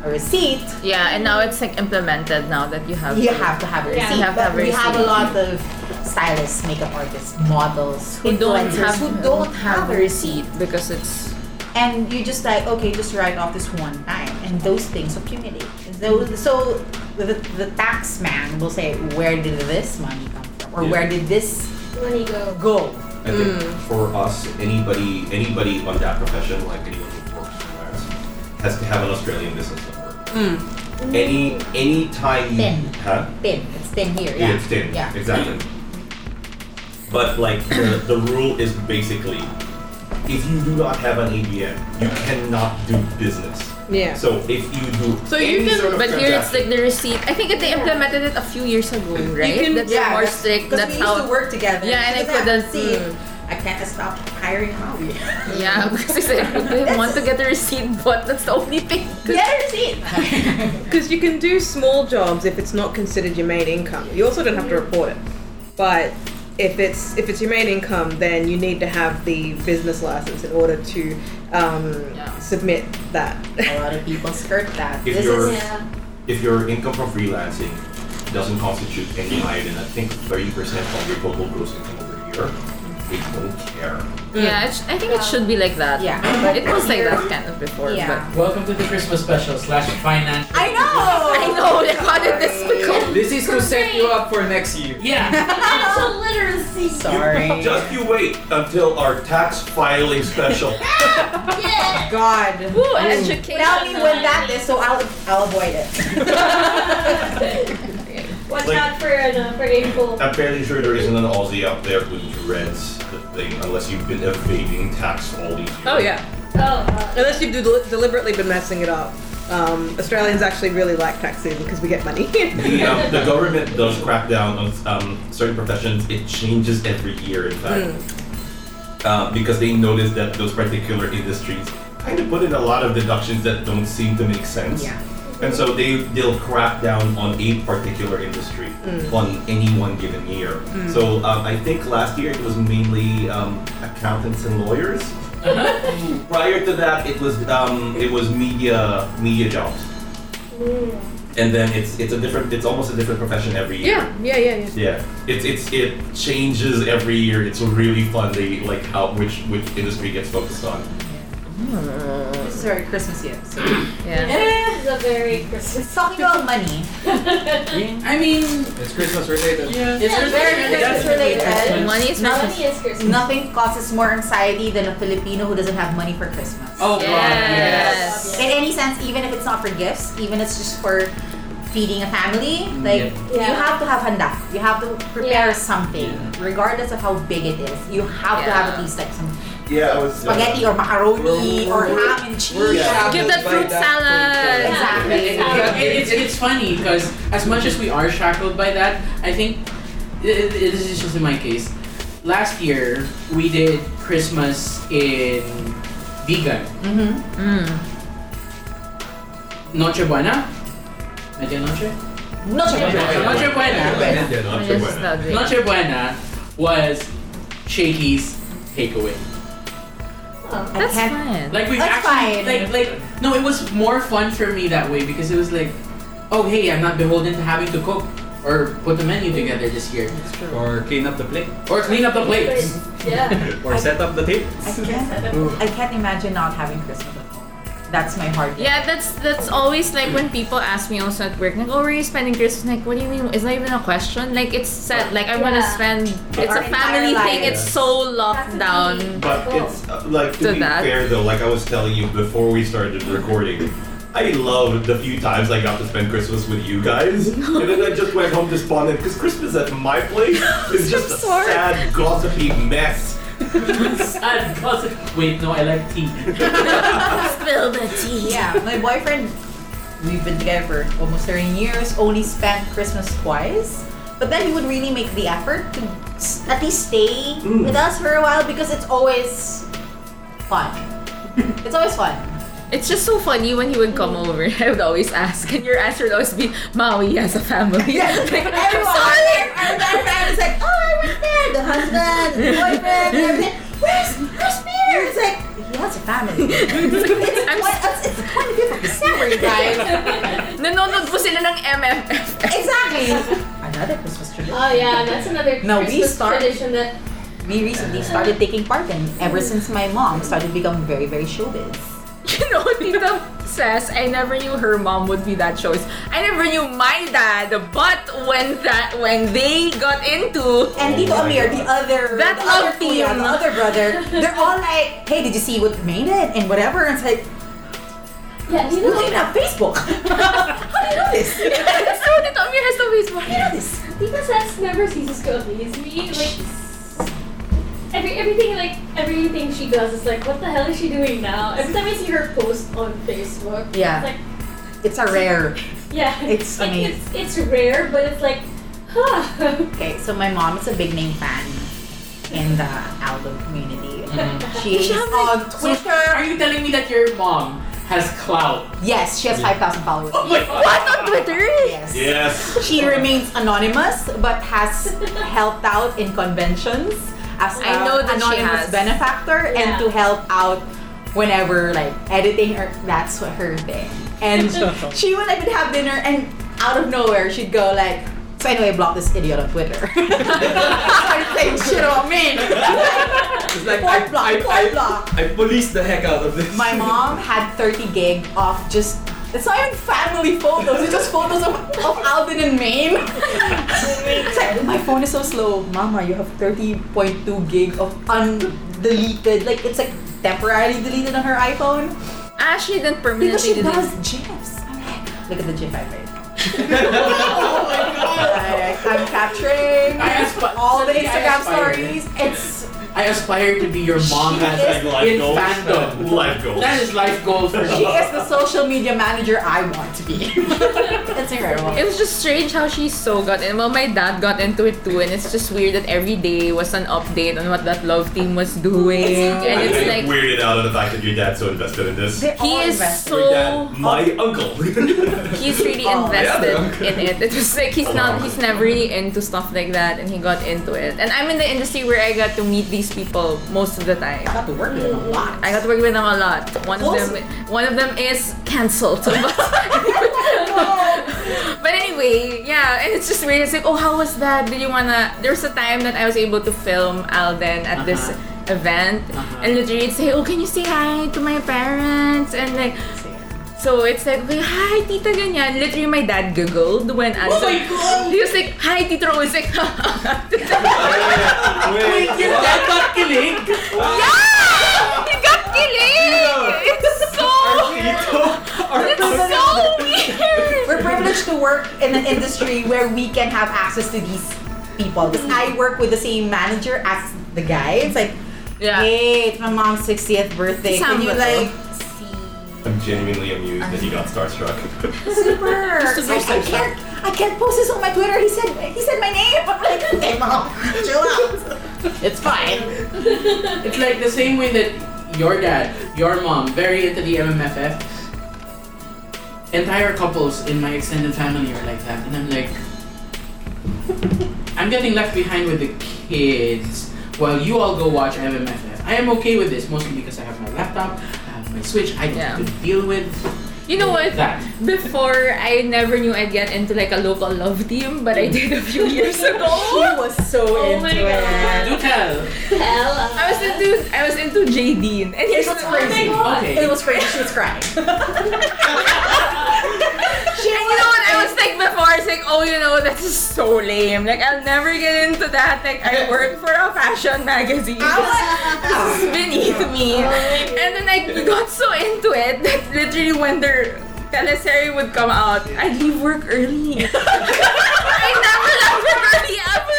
[SPEAKER 1] a receipt.
[SPEAKER 7] Yeah, and now it's like implemented now that you have.
[SPEAKER 1] You have to have a
[SPEAKER 3] Yeah.
[SPEAKER 1] receipt.
[SPEAKER 7] You have to
[SPEAKER 1] but
[SPEAKER 7] have a
[SPEAKER 1] we have a
[SPEAKER 7] receipt.
[SPEAKER 1] lot of stylists, makeup artists, models,
[SPEAKER 7] Who don't
[SPEAKER 1] influencers
[SPEAKER 7] have
[SPEAKER 1] who don't have a receipt.
[SPEAKER 7] because it's
[SPEAKER 1] And you just like, okay, just write off this one time. And those things accumulate. And Those, so the, the tax man will say, where did this money come from? Or
[SPEAKER 2] Yeah.
[SPEAKER 1] where did this
[SPEAKER 3] When you go.
[SPEAKER 1] go?
[SPEAKER 2] I think for us, anybody anybody on that profession, like anyone who works in Wires, has to have an Australian business number. Any any time you
[SPEAKER 1] Then.
[SPEAKER 2] huh?
[SPEAKER 1] Thin. It's thin here.
[SPEAKER 2] Yeah,
[SPEAKER 1] Yeah.
[SPEAKER 2] it's thin.
[SPEAKER 1] Yeah.
[SPEAKER 2] Exactly. But like the, the rule is basically if you do not have an ABN, you cannot do business.
[SPEAKER 9] Yeah.
[SPEAKER 2] So if you do
[SPEAKER 9] So you
[SPEAKER 2] any
[SPEAKER 9] can-
[SPEAKER 2] sort of
[SPEAKER 7] But here it's like
[SPEAKER 2] transaction-
[SPEAKER 7] the receipt. I think they implemented it a few years ago, right?
[SPEAKER 9] can-
[SPEAKER 7] that's
[SPEAKER 1] Yeah,
[SPEAKER 7] more
[SPEAKER 1] that's-
[SPEAKER 7] strict.
[SPEAKER 1] Because
[SPEAKER 7] That's
[SPEAKER 1] we used
[SPEAKER 7] how.
[SPEAKER 1] to work together.
[SPEAKER 7] Yeah, and I
[SPEAKER 1] Because
[SPEAKER 7] couldn't-
[SPEAKER 1] See,
[SPEAKER 7] mm.
[SPEAKER 1] I can't stop hiring Howie.
[SPEAKER 7] Yeah, because I said they want to get a receipt, but that's the only thing. 'Cause-
[SPEAKER 1] Get a receipt!
[SPEAKER 9] Because you can do small jobs if it's not considered your main income. You also don't have to report it. But if it's if it's your main income, then you need to have the business license in order to um,
[SPEAKER 7] Yeah.
[SPEAKER 9] submit that.
[SPEAKER 1] a lot of people skirt that.
[SPEAKER 2] If
[SPEAKER 1] this
[SPEAKER 2] you're-
[SPEAKER 1] is
[SPEAKER 3] Yeah.
[SPEAKER 2] if your income from freelancing doesn't constitute any higher than I think 30% of your total gross income over a year, they don't care.
[SPEAKER 7] yeah, it sh- I think it should be like that.
[SPEAKER 1] Yeah.
[SPEAKER 7] it was like that kind of before.
[SPEAKER 1] yeah.
[SPEAKER 4] Welcome to the Christmas special slash financial.
[SPEAKER 1] I
[SPEAKER 7] But I
[SPEAKER 1] know.
[SPEAKER 7] know how did this become?
[SPEAKER 5] This is to set you up for next year.
[SPEAKER 4] Yeah.
[SPEAKER 3] Financial literacy.
[SPEAKER 1] Sorry.
[SPEAKER 2] Just you wait until our tax filing special.
[SPEAKER 3] Yeah.
[SPEAKER 1] God.
[SPEAKER 7] Ooh, education.
[SPEAKER 1] Tell me when that is, so I'll I'll avoid it.
[SPEAKER 3] Watch
[SPEAKER 2] Like-
[SPEAKER 3] out for an uh, for April.
[SPEAKER 2] I'm fairly sure there isn't an Aussie out there who dreads the thing unless you've been evading tax all these years.
[SPEAKER 9] Oh yeah.
[SPEAKER 3] Oh. Uh,
[SPEAKER 9] Unless you've del- deliberately been messing it up. Um, Australians actually really like tax season because we get money.
[SPEAKER 2] The, um, the government does crack down on um, certain professions. It changes every year, in fact, uh, because they notice that those particular industries kind of put in a lot of deductions that don't seem to make sense.
[SPEAKER 1] Yeah.
[SPEAKER 2] And so they they'll crack down on a particular industry on any one given year. So um, I think last year it was mainly um, accountants and lawyers. Prior to that, it was um, it was media media jobs,
[SPEAKER 3] mm.
[SPEAKER 2] and then it's it's a different it's almost a different profession every year.
[SPEAKER 9] yeah, yeah, yeah, yeah.
[SPEAKER 2] Yeah, it's it's it changes every year. It's really fun. They like how which which industry gets focused on.
[SPEAKER 1] Sorry, Christmas yet. So.
[SPEAKER 7] Yeah.
[SPEAKER 3] It's a very Christmas.
[SPEAKER 1] Talking about money.
[SPEAKER 4] I mean,
[SPEAKER 5] It's Christmas related.
[SPEAKER 4] yeah.
[SPEAKER 1] It's very Christmas related.
[SPEAKER 7] Money is
[SPEAKER 3] Money
[SPEAKER 7] Christmas.
[SPEAKER 3] is Christmas.
[SPEAKER 1] Nothing causes more anxiety than a Filipino who doesn't have money for Christmas.
[SPEAKER 4] Oh,
[SPEAKER 7] Yes.
[SPEAKER 1] In any sense, even if it's not for gifts, even if it's just for feeding a family, like
[SPEAKER 3] Yeah.
[SPEAKER 1] you have to have handa. You have to prepare
[SPEAKER 3] Yeah.
[SPEAKER 1] something,
[SPEAKER 4] Yeah.
[SPEAKER 1] regardless of how big it is. You have to have
[SPEAKER 7] Yeah.
[SPEAKER 1] at least like some
[SPEAKER 2] Yeah, I was
[SPEAKER 1] spaghetti or macaroni
[SPEAKER 5] We're-
[SPEAKER 1] or
[SPEAKER 5] we're-
[SPEAKER 1] ham and cheese.
[SPEAKER 5] We're
[SPEAKER 2] Yeah.
[SPEAKER 5] shackled
[SPEAKER 7] Give that
[SPEAKER 5] by
[SPEAKER 7] fruit salad.
[SPEAKER 5] culture.
[SPEAKER 1] Exactly.
[SPEAKER 4] It- it- it's, it's funny because as much as we are shackled by that, I think i- i- this is just in my case. last year we did Christmas in vegan.
[SPEAKER 1] Mm-hmm.
[SPEAKER 7] Mm.
[SPEAKER 4] Noche Buena? Medianoche?
[SPEAKER 1] Not
[SPEAKER 4] Noche Buena. Noche Buena.
[SPEAKER 2] Not sure
[SPEAKER 7] Just
[SPEAKER 2] when.
[SPEAKER 7] not great.
[SPEAKER 4] Noche Buena was Shaky's takeaway.
[SPEAKER 3] Huh.
[SPEAKER 1] I
[SPEAKER 7] That's
[SPEAKER 1] can't.
[SPEAKER 7] fine.
[SPEAKER 4] Like we've
[SPEAKER 1] That's
[SPEAKER 4] actually
[SPEAKER 1] fine.
[SPEAKER 4] like like no, it was more fun for me that way because it was like, oh hey, I'm not beholden to having to cook or put the menu together this year
[SPEAKER 5] Or clean up the plate.
[SPEAKER 4] or clean up the plates.
[SPEAKER 3] But, yeah.
[SPEAKER 5] Or set up the table.
[SPEAKER 1] I can't. I can't imagine not having Christmas at home. That's my hard.
[SPEAKER 7] Yeah, that's that's always like when people ask me also at work, like, oh, where are you spending Christmas? Like, what do you mean? It's not even a question. Like, it's set. Like, I want to
[SPEAKER 3] Yeah.
[SPEAKER 7] spend. It's
[SPEAKER 1] Our
[SPEAKER 7] a family
[SPEAKER 1] entire
[SPEAKER 7] thing.
[SPEAKER 1] life.
[SPEAKER 7] It's so locked
[SPEAKER 3] Has to
[SPEAKER 7] down.
[SPEAKER 3] be.
[SPEAKER 2] But it's uh, like to
[SPEAKER 7] To
[SPEAKER 2] be
[SPEAKER 7] that.
[SPEAKER 2] fair though, like I was telling you before we started recording, I loved the few times I got to spend Christmas with you guys, and then I just went home despondent because Christmas at my place is just a
[SPEAKER 7] sorry.
[SPEAKER 2] sad, gossipy mess.
[SPEAKER 4] Sad gossip. Wait, no, I like tea.
[SPEAKER 7] Spill the tea.
[SPEAKER 1] Yeah, my boyfriend, we've been together for almost 13 years, only spent Christmas twice. But then he would really make the effort to s- at least stay
[SPEAKER 2] Mm.
[SPEAKER 1] with us for a while because it's always fun. it's always fun.
[SPEAKER 7] It's just so funny when he would come over. I would always ask, and your answer would always be, Maui has a family.
[SPEAKER 1] Yeah,
[SPEAKER 7] like,
[SPEAKER 1] everyone.
[SPEAKER 7] I'm sorry.
[SPEAKER 1] Our friend is like, oh, I was there. The husband, the boyfriend, everything. Where's, where's Peter? It's like, he has a family. it's,
[SPEAKER 7] I'm
[SPEAKER 1] what, it's, it's the point of view of the story, guys.
[SPEAKER 7] Nanonood po sila ng MMFF.
[SPEAKER 1] exactly. Another Christmas tradition.
[SPEAKER 3] Oh yeah, that's another
[SPEAKER 1] No, we
[SPEAKER 3] Christmas
[SPEAKER 1] start-
[SPEAKER 3] tradition that
[SPEAKER 1] We recently started taking part in ever since my mom started becoming very, very showbiz.
[SPEAKER 7] You know, Tita says, I never knew her mom would be that choice. I never knew my dad, but when that when they got into
[SPEAKER 1] And
[SPEAKER 2] Oh
[SPEAKER 1] Tito
[SPEAKER 2] my
[SPEAKER 1] Amir,
[SPEAKER 2] God.
[SPEAKER 1] the other
[SPEAKER 7] That
[SPEAKER 1] the other
[SPEAKER 7] love
[SPEAKER 1] kuya,
[SPEAKER 7] team.
[SPEAKER 1] the other brother, they're all like, hey, did you see what made it? And whatever. And it's like,
[SPEAKER 3] yeah, you
[SPEAKER 1] you don't
[SPEAKER 3] know
[SPEAKER 1] even have Facebook. How do you know this? How do you
[SPEAKER 7] so Tita Amir has the
[SPEAKER 1] know
[SPEAKER 7] Facebook.
[SPEAKER 1] this?
[SPEAKER 3] Tita Sets never ceases to amaze me. Like every everything like everything she does is like, what the hell is she doing now? Every time I see her post on Facebook,
[SPEAKER 1] Yeah.
[SPEAKER 3] it's like
[SPEAKER 1] It's a rare.
[SPEAKER 3] yeah,
[SPEAKER 1] It's
[SPEAKER 3] like
[SPEAKER 1] amazing.
[SPEAKER 3] it's it's rare, but it's like, huh.
[SPEAKER 1] Okay, so my mom is a big name fan in the album community. She's on
[SPEAKER 4] So, are
[SPEAKER 1] Twitter.
[SPEAKER 4] you telling me that your mom has clout?
[SPEAKER 1] Yes, she has 5,000 followers.
[SPEAKER 4] Oh my god.
[SPEAKER 7] What on Twitter?
[SPEAKER 1] Yes.
[SPEAKER 2] Yes.
[SPEAKER 1] She remains anonymous but has helped out in conventions as a
[SPEAKER 7] I know that she
[SPEAKER 1] anonymous
[SPEAKER 7] has.
[SPEAKER 1] benefactor
[SPEAKER 3] Yeah.
[SPEAKER 1] and to help out whenever like editing or that's what her thing. And she would like would have dinner and out of nowhere she'd go like so anyway, I blocked this idiot on Twitter. Started saying shit about me.
[SPEAKER 5] It's like
[SPEAKER 1] Point
[SPEAKER 5] I,
[SPEAKER 1] block, point block.
[SPEAKER 5] I, I police the heck out of this.
[SPEAKER 1] My mom had 30 gig of just it's not even family photos, it's just photos of, of Alvin and Maine. it's like my phone is so slow. Mama, you have 30.2 gig of undeleted, like it's like temporarily deleted on her iPhone.
[SPEAKER 7] Ashley Ah, didn't
[SPEAKER 1] Because
[SPEAKER 7] permanently
[SPEAKER 1] she
[SPEAKER 7] delete.
[SPEAKER 1] does GIFs. I'm like, look at the GIF I made. I, I'm capturing
[SPEAKER 4] I asp-
[SPEAKER 1] all the
[SPEAKER 4] I
[SPEAKER 1] Instagram
[SPEAKER 4] aspire.
[SPEAKER 1] stories. It's
[SPEAKER 4] I aspire to be your mom.
[SPEAKER 1] She-
[SPEAKER 2] Hashtag life
[SPEAKER 4] In
[SPEAKER 2] goals.
[SPEAKER 4] fandom.
[SPEAKER 2] Life goals.
[SPEAKER 4] That is life goal for
[SPEAKER 1] she
[SPEAKER 4] me.
[SPEAKER 1] is the social media manager I want to be. That's incredible.
[SPEAKER 7] It was just strange how she so got in. Well, my dad got into it too, and it's just weird that every day was an update on what that love team was doing. And
[SPEAKER 2] I
[SPEAKER 7] it's
[SPEAKER 2] think
[SPEAKER 7] like,
[SPEAKER 2] weirded out of the fact that your dad's so invested in this.
[SPEAKER 1] They're
[SPEAKER 7] he
[SPEAKER 1] all
[SPEAKER 7] is
[SPEAKER 1] invested.
[SPEAKER 2] Your
[SPEAKER 7] so.
[SPEAKER 2] dad, my uncle.
[SPEAKER 7] he's really
[SPEAKER 1] Oh, yeah,
[SPEAKER 7] invested in it. It was like he's not he's never really into stuff like that and he got into it. And I'm in the industry where I got to meet these people most of the
[SPEAKER 1] I
[SPEAKER 7] time.
[SPEAKER 1] got to work with him a lot.
[SPEAKER 7] I got to work with them a lot. One of them one of them is cancelled. but anyway, yeah, and it's just weird. It's like, oh how was that? Did you wanna there's a time that I was able to film Alden at this event
[SPEAKER 4] Uh-huh.
[SPEAKER 7] and literally say, Oh, can you say hi to my parents? And like so it's like, okay, hi, tita ganyan. Literally, my dad giggled when I. Oh my god! He was like, hi, tita. Ro." I was like,
[SPEAKER 2] Wait,
[SPEAKER 4] Your dad got killing.
[SPEAKER 7] yeah! He got kilig! It's so it's so weird.
[SPEAKER 1] We're privileged to work in an industry where we can have access to these people. Because
[SPEAKER 7] Mm-hmm.
[SPEAKER 1] I work with the same manager as the guy. It's like,
[SPEAKER 7] Yeah.
[SPEAKER 1] hey, it's my mom's 60th birthday. Can you
[SPEAKER 7] Samba.
[SPEAKER 1] like
[SPEAKER 2] I'm genuinely amused that he got starstruck.
[SPEAKER 1] super?
[SPEAKER 7] Just to
[SPEAKER 1] It's like,
[SPEAKER 7] be
[SPEAKER 1] I
[SPEAKER 7] so
[SPEAKER 1] can't, I can't post this on my Twitter. He said, he said my name. I'm like, okay, mom, chill out.
[SPEAKER 7] It's fine.
[SPEAKER 4] It's like the same way that your dad, your mom, very into the MMFF. Entire couples in my extended family are like that, and I'm like, I'm getting left behind with the kids while you all go watch MMFF. I am okay with this, mostly because I have my laptop, I have my Switch, I don't
[SPEAKER 7] Yeah.
[SPEAKER 4] have to deal with
[SPEAKER 7] You know what?
[SPEAKER 4] that.
[SPEAKER 7] Before, I never knew I'd get into like a local love team, but I did a few years ago.
[SPEAKER 8] She was so
[SPEAKER 7] Oh
[SPEAKER 8] into
[SPEAKER 7] my
[SPEAKER 8] it.
[SPEAKER 4] Do tell.
[SPEAKER 3] Hell, uh,
[SPEAKER 7] I was into I was into Jadeen, and here's what's crazy.
[SPEAKER 4] Okay.
[SPEAKER 8] was crazy. She was crying.
[SPEAKER 7] And you know what I was like before? I was like, oh, you know, that's just so lame. Like, I'll never get into that. Like, I work for a fashion magazine.
[SPEAKER 1] "Ah."
[SPEAKER 7] this is beneath me. And then I got so into it that literally when their teleserie would come out, I'd leave work early. I never left work early ever.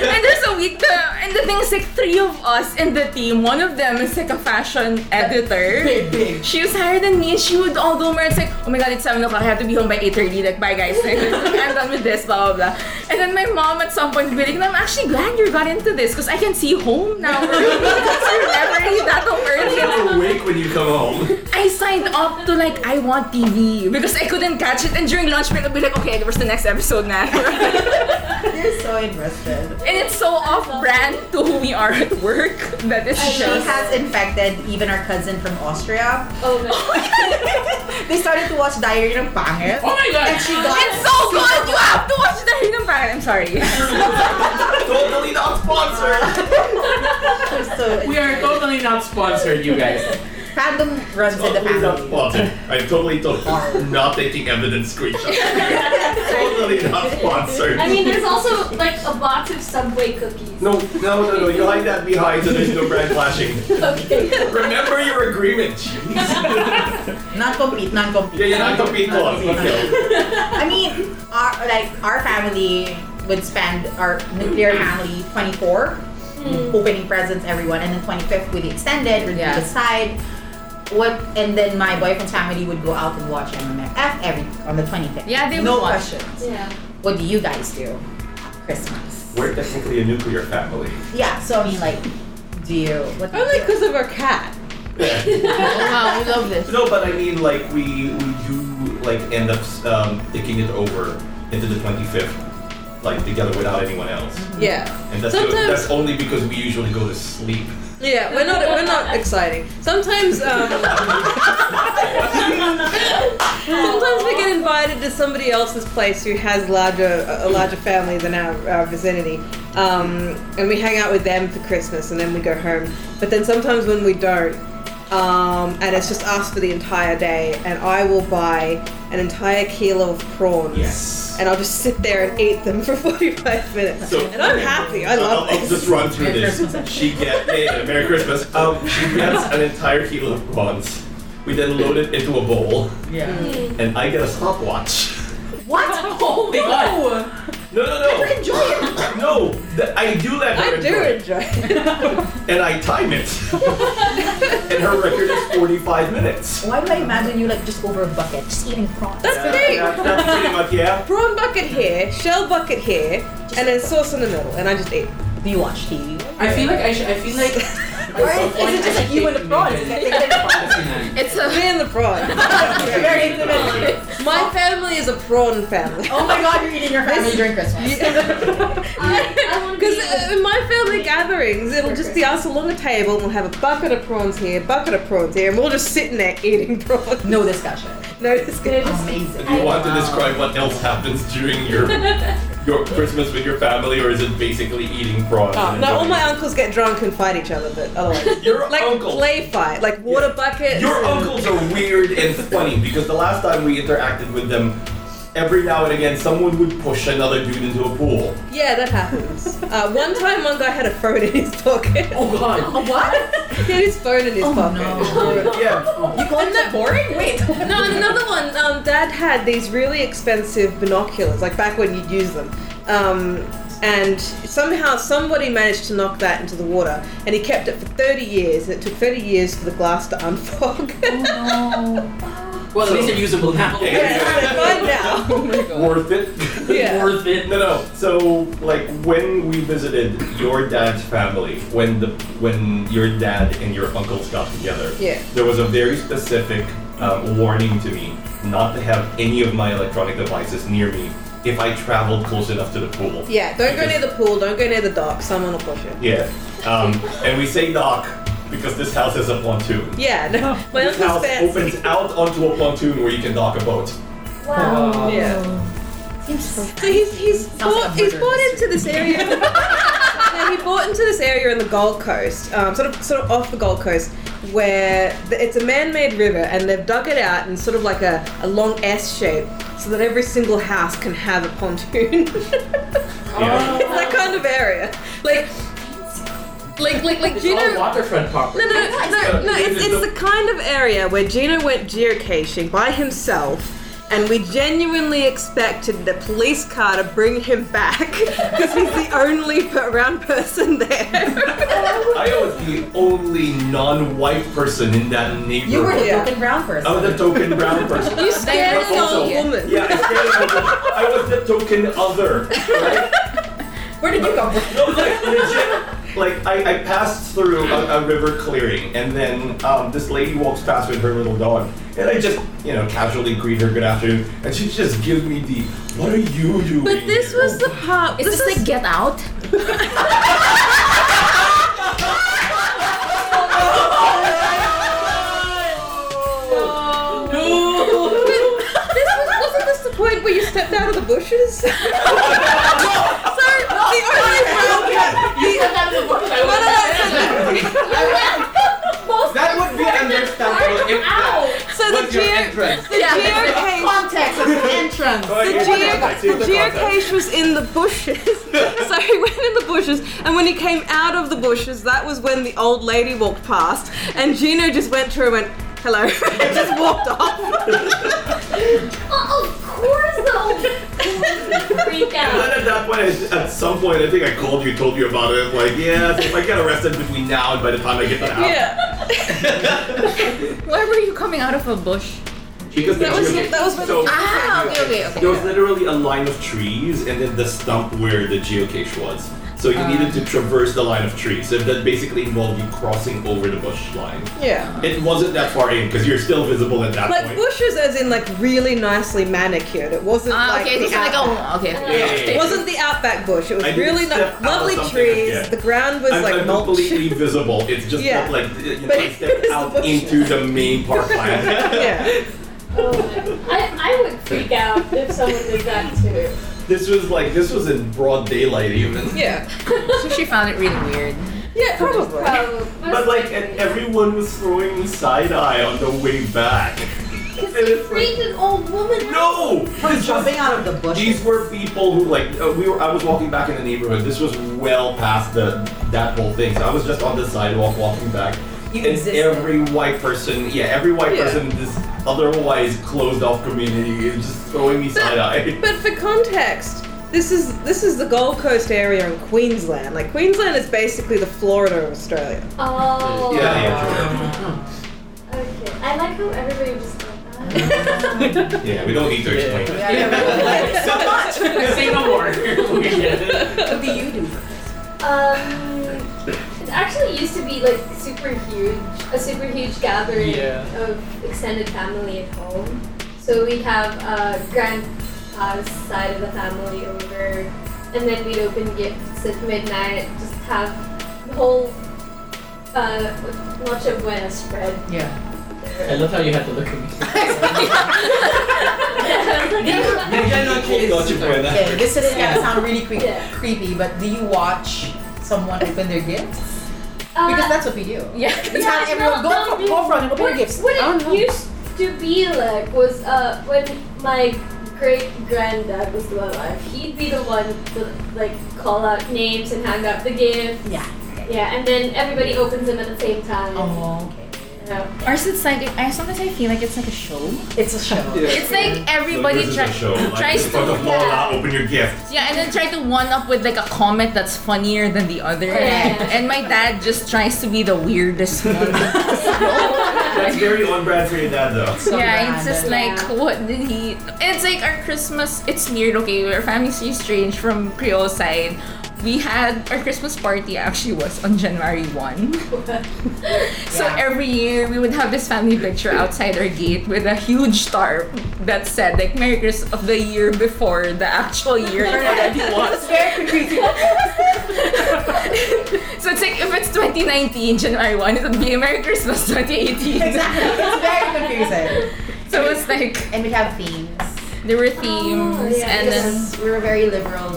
[SPEAKER 7] And there's a week, the, and the thing is like three of us in the team. One of them is like a fashion editor.
[SPEAKER 4] Big, big.
[SPEAKER 7] She was higher than me and she would all go where it's like, oh my god, it's 7 o'clock, I have to be home by 8.30, like bye guys, Like, I'm done with this, blah blah blah. And then my mom at some point would be like, I'm actually glad you got into this because I can see home now. because you're never really that home early.
[SPEAKER 2] awake when you come home.
[SPEAKER 7] I signed up to like, I want TV because I couldn't catch it and during lunch break I'd be like, okay, where's the next episode now?
[SPEAKER 1] They're so invested.
[SPEAKER 7] and it's so off-brand to who we are at work that it's
[SPEAKER 1] She
[SPEAKER 7] just...
[SPEAKER 1] has infected even our cousin from Austria.
[SPEAKER 3] oh no.
[SPEAKER 1] they started to watch Diary of Pangit.
[SPEAKER 4] Oh my
[SPEAKER 1] And
[SPEAKER 4] god!
[SPEAKER 1] she got
[SPEAKER 7] It's so good! You have to watch the Hidden Pirate. I'm sorry.
[SPEAKER 2] totally not sponsored.
[SPEAKER 1] so
[SPEAKER 4] We are totally not sponsored, you guys.
[SPEAKER 1] fandom runs in the
[SPEAKER 2] Totally not
[SPEAKER 1] family.
[SPEAKER 2] sponsored. I'm totally totally not taking evidence screenshots. totally not sponsored.
[SPEAKER 3] I mean, there's also like a box of Subway cookies.
[SPEAKER 2] no, no, no, no. You hide that behind so there's no brand flashing.
[SPEAKER 3] Okay.
[SPEAKER 2] Remember your agreement. Jeez.
[SPEAKER 1] Not complete, not
[SPEAKER 2] yeah,
[SPEAKER 1] complete.
[SPEAKER 2] you're not competing on okay.
[SPEAKER 1] I mean, our like our family would spend our nuclear family 24
[SPEAKER 3] Hmm.
[SPEAKER 1] opening presents everyone, and then 25th with the extended would
[SPEAKER 7] Yeah.
[SPEAKER 1] be the side. What and then my boyfriend's family would go out and watch MMFF every on the 25th.
[SPEAKER 7] Yeah, they
[SPEAKER 1] no
[SPEAKER 7] would watch
[SPEAKER 1] questions.
[SPEAKER 3] Yeah.
[SPEAKER 1] What do you guys do? Christmas.
[SPEAKER 2] We're technically a nuclear family.
[SPEAKER 1] Yeah, so I mean, like, do you? What?
[SPEAKER 8] Only because of our cat.
[SPEAKER 2] Yeah.
[SPEAKER 7] Oh wow, we love this.
[SPEAKER 2] No, but I mean, like we we do like end up um, taking it over into the 25th, like together without anyone else,
[SPEAKER 8] Yeah.
[SPEAKER 2] and that's
[SPEAKER 8] Sometimes-
[SPEAKER 2] that's only because we usually go to sleep.
[SPEAKER 8] Yeah, we're not we're not exciting. Sometimes um Sometimes we get invited to somebody else's place who has larger a larger family than our, our vicinity. Um, and we hang out with them for Christmas and then we go home. But then sometimes when we don't, um, and it's just us for the entire day, and I will buy an entire kilo of prawns.
[SPEAKER 2] Yes.
[SPEAKER 8] And I'll just sit there and eat them for 45 minutes.
[SPEAKER 2] So-
[SPEAKER 8] and I'm happy. I
[SPEAKER 2] I'll,
[SPEAKER 8] love
[SPEAKER 2] I'll
[SPEAKER 8] this.
[SPEAKER 2] just run through
[SPEAKER 7] Merry
[SPEAKER 2] this. She gets Merry Christmas. Um, she gets an entire kilo of prawns. We then load it into a bowl,
[SPEAKER 6] Yeah.
[SPEAKER 2] and I get a stopwatch.
[SPEAKER 4] Oh my god!
[SPEAKER 2] No, no, no.
[SPEAKER 1] Enjoy it.
[SPEAKER 2] No, th- I do let her
[SPEAKER 8] I
[SPEAKER 2] enjoy
[SPEAKER 8] do
[SPEAKER 2] it.
[SPEAKER 8] enjoy it.
[SPEAKER 2] and I time it. and her record is 45 minutes.
[SPEAKER 1] Why do I imagine you like just over a bucket, just eating prawns?
[SPEAKER 8] That's the thing.
[SPEAKER 2] Yeah, that's pretty much, yeah.
[SPEAKER 8] Prawn bucket here, shell bucket here, and then sauce in the middle, and I just eat.
[SPEAKER 1] Do you watch TV?
[SPEAKER 4] I feel like I should. I feel like.
[SPEAKER 1] Or is it just like you and the prawns?
[SPEAKER 7] It's a
[SPEAKER 8] Me and the prawn.
[SPEAKER 1] Very intimate.
[SPEAKER 8] My family is a prawn family.
[SPEAKER 1] Oh my god, you're eating your family during Christmas.
[SPEAKER 3] I, I want to
[SPEAKER 8] Because
[SPEAKER 3] be.
[SPEAKER 8] uh, in my family gatherings, it'll just be us along a table, and we'll have a bucket of prawns here, bucket of prawns here, and we'll just sit in there eating prawns.
[SPEAKER 1] No discussion.
[SPEAKER 8] No discussion.
[SPEAKER 1] Amazing.
[SPEAKER 2] Do you want to describe what else happens during your your Christmas with your family, or is it basically eating prawns?
[SPEAKER 8] Oh,
[SPEAKER 2] and
[SPEAKER 8] no, all
[SPEAKER 2] enjoying
[SPEAKER 8] my
[SPEAKER 2] it?
[SPEAKER 8] uncles get drunk and fight each other, but otherwise.
[SPEAKER 2] Your
[SPEAKER 8] Like
[SPEAKER 2] uncle.
[SPEAKER 8] play fight, like water buckets.
[SPEAKER 2] Your
[SPEAKER 8] and-
[SPEAKER 2] uncles are weird and funny because the last time we interacted with them, every now and again someone would push another dude into a pool.
[SPEAKER 8] Yeah, that happens. Uh, one time, one guy had a phone in his pocket.
[SPEAKER 4] Oh god!
[SPEAKER 8] He had his phone in his pocket.
[SPEAKER 2] Yeah.
[SPEAKER 1] You call it that boring? Wait.
[SPEAKER 8] No, and another one. Um, Dad had these really expensive binoculars, like back when you'd use them. Um, and somehow somebody managed to knock that into the water, and he kept it for 30 years. And it took 30 years for the glass to unfog.
[SPEAKER 4] Well, at least they're usable now.
[SPEAKER 2] Yeah.
[SPEAKER 8] It's fine now.
[SPEAKER 2] worth it.
[SPEAKER 8] Yeah.
[SPEAKER 2] worth it. No, no. So, like, when we visited your dad's family, when the when your dad and your uncles got together,
[SPEAKER 8] Yeah.
[SPEAKER 2] there was a very specific um, warning to me not to have any of my electronic devices near me if I traveled close enough to the pool.
[SPEAKER 8] Yeah, don't go near the pool, don't go near the dock, someone will push you.
[SPEAKER 2] Yeah. Um, and we say dock because this house has a pontoon.
[SPEAKER 8] Yeah, no, my
[SPEAKER 2] this house
[SPEAKER 8] uncle's fancy.
[SPEAKER 2] opens out onto a pontoon where you can dock a boat.
[SPEAKER 4] uh,
[SPEAKER 3] Wow.
[SPEAKER 6] Oh,
[SPEAKER 8] Yeah.
[SPEAKER 7] Seems so.
[SPEAKER 8] So he's, he's, bought, he's bought into this area. no, he bought into this area in the Gold Coast, um, sort of sort of off the Gold Coast, where th- it's a man-made river, and they've dug it out in sort of like a, a long S shape, so that every single house can have a pontoon. Oh.
[SPEAKER 2] Yeah.
[SPEAKER 8] It's that kind of area. Like, like, like, like,
[SPEAKER 4] It's
[SPEAKER 8] do you
[SPEAKER 4] all
[SPEAKER 8] know?
[SPEAKER 4] waterfront property.
[SPEAKER 8] No, no, no, no. It's, it's the kind of area where Gino went geocaching by himself, and we genuinely expected the police car to bring him back because he's the only per- around person there.
[SPEAKER 2] I was the only non-white person in that neighborhood.
[SPEAKER 1] You were the
[SPEAKER 8] Yeah.
[SPEAKER 1] token brown person.
[SPEAKER 2] I was the token brown person.
[SPEAKER 8] you scared an old woman.
[SPEAKER 2] Yeah, I scared of them. I was the token other. Right?
[SPEAKER 1] Where did you come from?
[SPEAKER 2] No, like legit. Like I, I passed through a, a river clearing, and then um, this lady walks past with her little dog, and I just you know casually greet her good afternoon, and she just gives me the what are you doing?
[SPEAKER 8] But this
[SPEAKER 2] here?"
[SPEAKER 8] was the part.
[SPEAKER 7] Is this like Get Out?
[SPEAKER 8] But this was, wasn't this the point where you stepped out of the bushes? so the only problem.
[SPEAKER 3] You said that in the book.
[SPEAKER 8] No, no, no, no,
[SPEAKER 9] That would be understandable if that
[SPEAKER 8] no. So the
[SPEAKER 9] was your
[SPEAKER 8] geo,
[SPEAKER 9] entrance.
[SPEAKER 8] the geocache.
[SPEAKER 1] Context, entrance.
[SPEAKER 2] Oh,
[SPEAKER 8] The,
[SPEAKER 2] yeah, I see
[SPEAKER 8] geo- the
[SPEAKER 2] context.
[SPEAKER 8] geocache was in the bushes. so he went in the bushes, and when he came out of the bushes, that was when the old lady walked past, and Gino just went through and went, hello, and just walked off.
[SPEAKER 3] Oh, of course, though. Freak
[SPEAKER 2] And then
[SPEAKER 3] out.
[SPEAKER 2] at that point, I, at some point, I think I called you, told you about it. Like, yeah, if I get arrested between now and by the time I get to the house,
[SPEAKER 8] yeah.
[SPEAKER 7] Why were you coming out of a bush?
[SPEAKER 2] because the
[SPEAKER 8] That was,
[SPEAKER 2] geocache-
[SPEAKER 8] that was when
[SPEAKER 2] So-
[SPEAKER 7] Ah, okay, okay, okay.
[SPEAKER 2] There was literally a line of trees and then the stump where the geocache was. So you needed
[SPEAKER 8] Ah.
[SPEAKER 2] to traverse the line of trees. So that basically involved you crossing over the bush line.
[SPEAKER 8] Yeah.
[SPEAKER 2] It wasn't that far in because you're still visible at that
[SPEAKER 8] Like
[SPEAKER 2] point.
[SPEAKER 8] bushes, as in like really nicely manicured. It wasn't
[SPEAKER 7] Ah,
[SPEAKER 8] like
[SPEAKER 7] okay,
[SPEAKER 8] the
[SPEAKER 7] this is like
[SPEAKER 8] outback.
[SPEAKER 7] a okay.
[SPEAKER 2] Yeah, yeah, yeah,
[SPEAKER 8] It
[SPEAKER 2] yeah.
[SPEAKER 8] wasn't the outback bush. It was
[SPEAKER 2] I didn't
[SPEAKER 8] really ni-
[SPEAKER 2] step out of
[SPEAKER 8] lovely
[SPEAKER 2] something
[SPEAKER 8] trees.
[SPEAKER 2] yet.
[SPEAKER 8] The ground was
[SPEAKER 2] I'm,
[SPEAKER 8] like
[SPEAKER 2] I'm
[SPEAKER 8] mulch.
[SPEAKER 2] completely visible. It's just
[SPEAKER 8] Yeah.
[SPEAKER 2] not like you know,
[SPEAKER 8] But
[SPEAKER 2] I
[SPEAKER 8] it
[SPEAKER 2] stepped
[SPEAKER 8] was
[SPEAKER 2] out
[SPEAKER 8] bushes.
[SPEAKER 2] into the main park land.
[SPEAKER 8] yeah.
[SPEAKER 3] Oh, I, I would freak out if someone did that too.
[SPEAKER 2] This was like this was in broad daylight even.
[SPEAKER 8] Yeah.
[SPEAKER 7] So she found it really weird.
[SPEAKER 8] Yeah, probably.
[SPEAKER 3] Um,
[SPEAKER 2] But like and everyone was throwing me side eye on the way back.
[SPEAKER 3] because
[SPEAKER 2] and
[SPEAKER 3] he
[SPEAKER 2] it's like-
[SPEAKER 3] freaked an old woman. out.
[SPEAKER 2] No!
[SPEAKER 1] From jumping out of the bushes.
[SPEAKER 2] These were people who like uh, we were. I was walking back in the neighborhood. This was well past the that whole thing. So I was just on the sidewalk walking back,
[SPEAKER 1] You
[SPEAKER 2] and
[SPEAKER 1] existed.
[SPEAKER 2] every white person, yeah, every white
[SPEAKER 8] Yeah.
[SPEAKER 2] person in this otherwise closed off community is just throwing me side eye.
[SPEAKER 8] But for context, this is this is the Gold Coast area in Queensland. Like Queensland is basically the Florida of Australia.
[SPEAKER 3] Oh.
[SPEAKER 2] Yeah, yeah,
[SPEAKER 3] Okay. I like how everybody just. Like, ah.
[SPEAKER 2] true. yeah. We don't need to explain
[SPEAKER 1] Oh.
[SPEAKER 2] that.
[SPEAKER 1] Yeah, yeah, so much.
[SPEAKER 4] Say no more.
[SPEAKER 1] What do you do?
[SPEAKER 3] Um, it actually used to be like super huge, a super huge gathering
[SPEAKER 6] Yeah.
[SPEAKER 3] of extended family at home. So we have uh, grandpa's side of the family over, and then we'd open gifts at midnight. Just have the whole uh, noche buena spread.
[SPEAKER 1] Yeah.
[SPEAKER 4] I love how you had to look at me.
[SPEAKER 1] Uh,
[SPEAKER 3] yeah.
[SPEAKER 1] Okay, this is gonna sound really creepy,
[SPEAKER 3] Yeah.
[SPEAKER 1] creepy, but do you watch someone open their gifts? Because
[SPEAKER 3] Uh,
[SPEAKER 1] that's what we do.
[SPEAKER 7] Yeah.
[SPEAKER 1] It's not everyone. Go
[SPEAKER 3] no,
[SPEAKER 1] for, go for it. Open your
[SPEAKER 3] What,
[SPEAKER 1] gifts.
[SPEAKER 3] what
[SPEAKER 1] I don't know.
[SPEAKER 3] it used to be like was uh, when my great granddad was still alive, he'd be the one to like call out names and hang up the gift.
[SPEAKER 1] Yeah.
[SPEAKER 3] Yeah, and then everybody opens them at the same time.
[SPEAKER 1] Oh, okay.
[SPEAKER 3] Yeah.
[SPEAKER 7] Or is it like I sometimes I feel like it's like a show.
[SPEAKER 1] It's a show.
[SPEAKER 7] It's like everybody
[SPEAKER 2] this
[SPEAKER 7] try-
[SPEAKER 2] is a show. Like,
[SPEAKER 7] tries
[SPEAKER 2] fuck
[SPEAKER 7] to
[SPEAKER 2] the mall out, open your gift.
[SPEAKER 7] yeah, and then try to one up with like a comment that's funnier than the other.
[SPEAKER 3] Correct.
[SPEAKER 7] And my dad just tries to be the weirdest one.
[SPEAKER 2] That's very on brand for your dad, though.
[SPEAKER 1] So
[SPEAKER 7] yeah, it's
[SPEAKER 1] random.
[SPEAKER 7] just like,
[SPEAKER 3] Yeah.
[SPEAKER 7] what did he? It's like our Christmas. It's weird, okay? Our family's strange from Creole side. We had our Christmas party actually was on January one. so
[SPEAKER 1] Yeah.
[SPEAKER 7] every year we would have this family picture outside our gate with a huge tarp that said like Merry Christmas of the year before the actual year it already was.
[SPEAKER 3] Very confusing.
[SPEAKER 7] so it's like if it's 2019 January one, it would be Merry Christmas 2018.
[SPEAKER 1] Exactly. It's very confusing.
[SPEAKER 7] So it's like
[SPEAKER 1] And we have themes.
[SPEAKER 7] there were themes
[SPEAKER 3] yeah.
[SPEAKER 7] and then.
[SPEAKER 1] Because we were very liberal.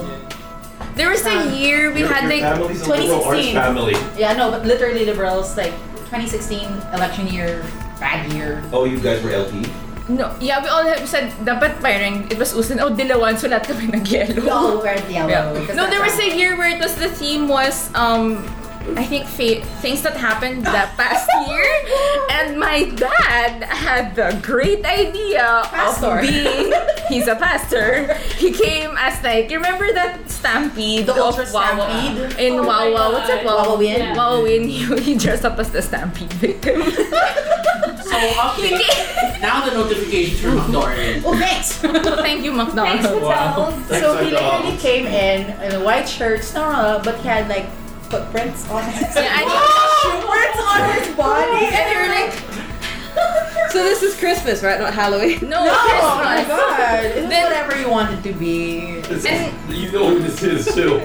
[SPEAKER 7] There was
[SPEAKER 1] Um,
[SPEAKER 7] a year we
[SPEAKER 2] Your-
[SPEAKER 7] had
[SPEAKER 2] your
[SPEAKER 7] like
[SPEAKER 2] family's a liberal arts
[SPEAKER 1] 2016.
[SPEAKER 2] family.
[SPEAKER 1] Yeah, no, but literally liberals, like 2016 election year, bad year.
[SPEAKER 2] Oh, you guys were LP.
[SPEAKER 7] no yeah we all have said dapat parang it was usin oh dilawan so lahat kami
[SPEAKER 1] We
[SPEAKER 7] nag-yellow.
[SPEAKER 1] all were yellow. because
[SPEAKER 7] No,
[SPEAKER 1] that's
[SPEAKER 7] there was
[SPEAKER 1] why.
[SPEAKER 7] a year where it was the theme was um I think fa- things that happened the past year and my dad had the great idea
[SPEAKER 1] Pastor.
[SPEAKER 7] of being he's a pastor. He came as like you remember that stampede
[SPEAKER 1] The
[SPEAKER 7] of
[SPEAKER 1] Ultra
[SPEAKER 7] Wawa-
[SPEAKER 1] Stampede?
[SPEAKER 7] in
[SPEAKER 3] Oh my
[SPEAKER 7] Wawa what's it
[SPEAKER 3] God.
[SPEAKER 7] Wawa
[SPEAKER 1] Wawawin?
[SPEAKER 3] Yeah.
[SPEAKER 7] Wawa Win he, he dressed up as the stampede victim.
[SPEAKER 4] So update. now the notifications from McDorian.
[SPEAKER 1] Oh, thanks!
[SPEAKER 7] Thank you,
[SPEAKER 1] Thanks,
[SPEAKER 7] McDonald's.
[SPEAKER 1] Patel.
[SPEAKER 2] Wow. Thanks,
[SPEAKER 1] so he
[SPEAKER 2] Patel.
[SPEAKER 1] literally came in in a white shirt, no, no, no, but he had like footprints on his
[SPEAKER 7] Yeah, I-
[SPEAKER 1] footprints on his body.
[SPEAKER 7] And they were like,
[SPEAKER 8] So this is Christmas, right? Not Halloween.
[SPEAKER 7] no,
[SPEAKER 1] No, oh my
[SPEAKER 7] Christmas.
[SPEAKER 1] god! It's
[SPEAKER 7] Then-
[SPEAKER 1] whatever you wanted to be.
[SPEAKER 2] This
[SPEAKER 7] And-
[SPEAKER 2] is, you know who this is too.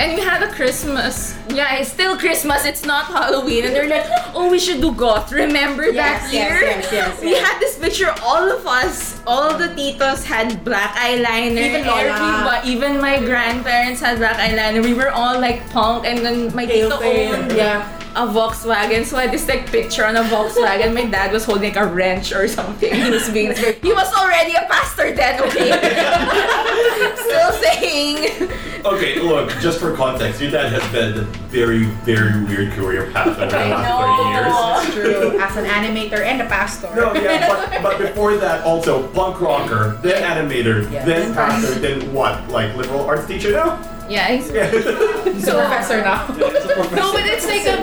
[SPEAKER 7] And we had a Christmas. Yeah, it's still Christmas. It's not Halloween. And they're like, oh, we should do goth. Remember that
[SPEAKER 1] Yes, yes,
[SPEAKER 7] year?
[SPEAKER 1] yes, yes,
[SPEAKER 7] we
[SPEAKER 1] yes.
[SPEAKER 7] had this picture. All of us, all the titos had black eyeliner.
[SPEAKER 1] Even Lola.
[SPEAKER 7] everybo- even my grandparents had black eyeliner. We were all like punk. And then my
[SPEAKER 1] Pale
[SPEAKER 7] tito
[SPEAKER 1] pale.
[SPEAKER 7] owned
[SPEAKER 1] Yeah.
[SPEAKER 7] a Volkswagen. So I had this like picture on a Volkswagen. My dad was holding like a wrench or something. He was being he was already a pastor then, okay? Still saying
[SPEAKER 2] Okay, look, just for context, your dad has been a very, very weird career path over the
[SPEAKER 1] I
[SPEAKER 2] last 30 years.
[SPEAKER 1] True. As an animator and a pastor.
[SPEAKER 2] No, yeah, but, but before that, also punk rocker, then animator,
[SPEAKER 1] Yeah.
[SPEAKER 2] then pastor, then what? Like liberal arts teacher now?
[SPEAKER 7] Yeah, he's
[SPEAKER 2] Yeah.
[SPEAKER 1] He's a professor now.
[SPEAKER 7] No, but it's like a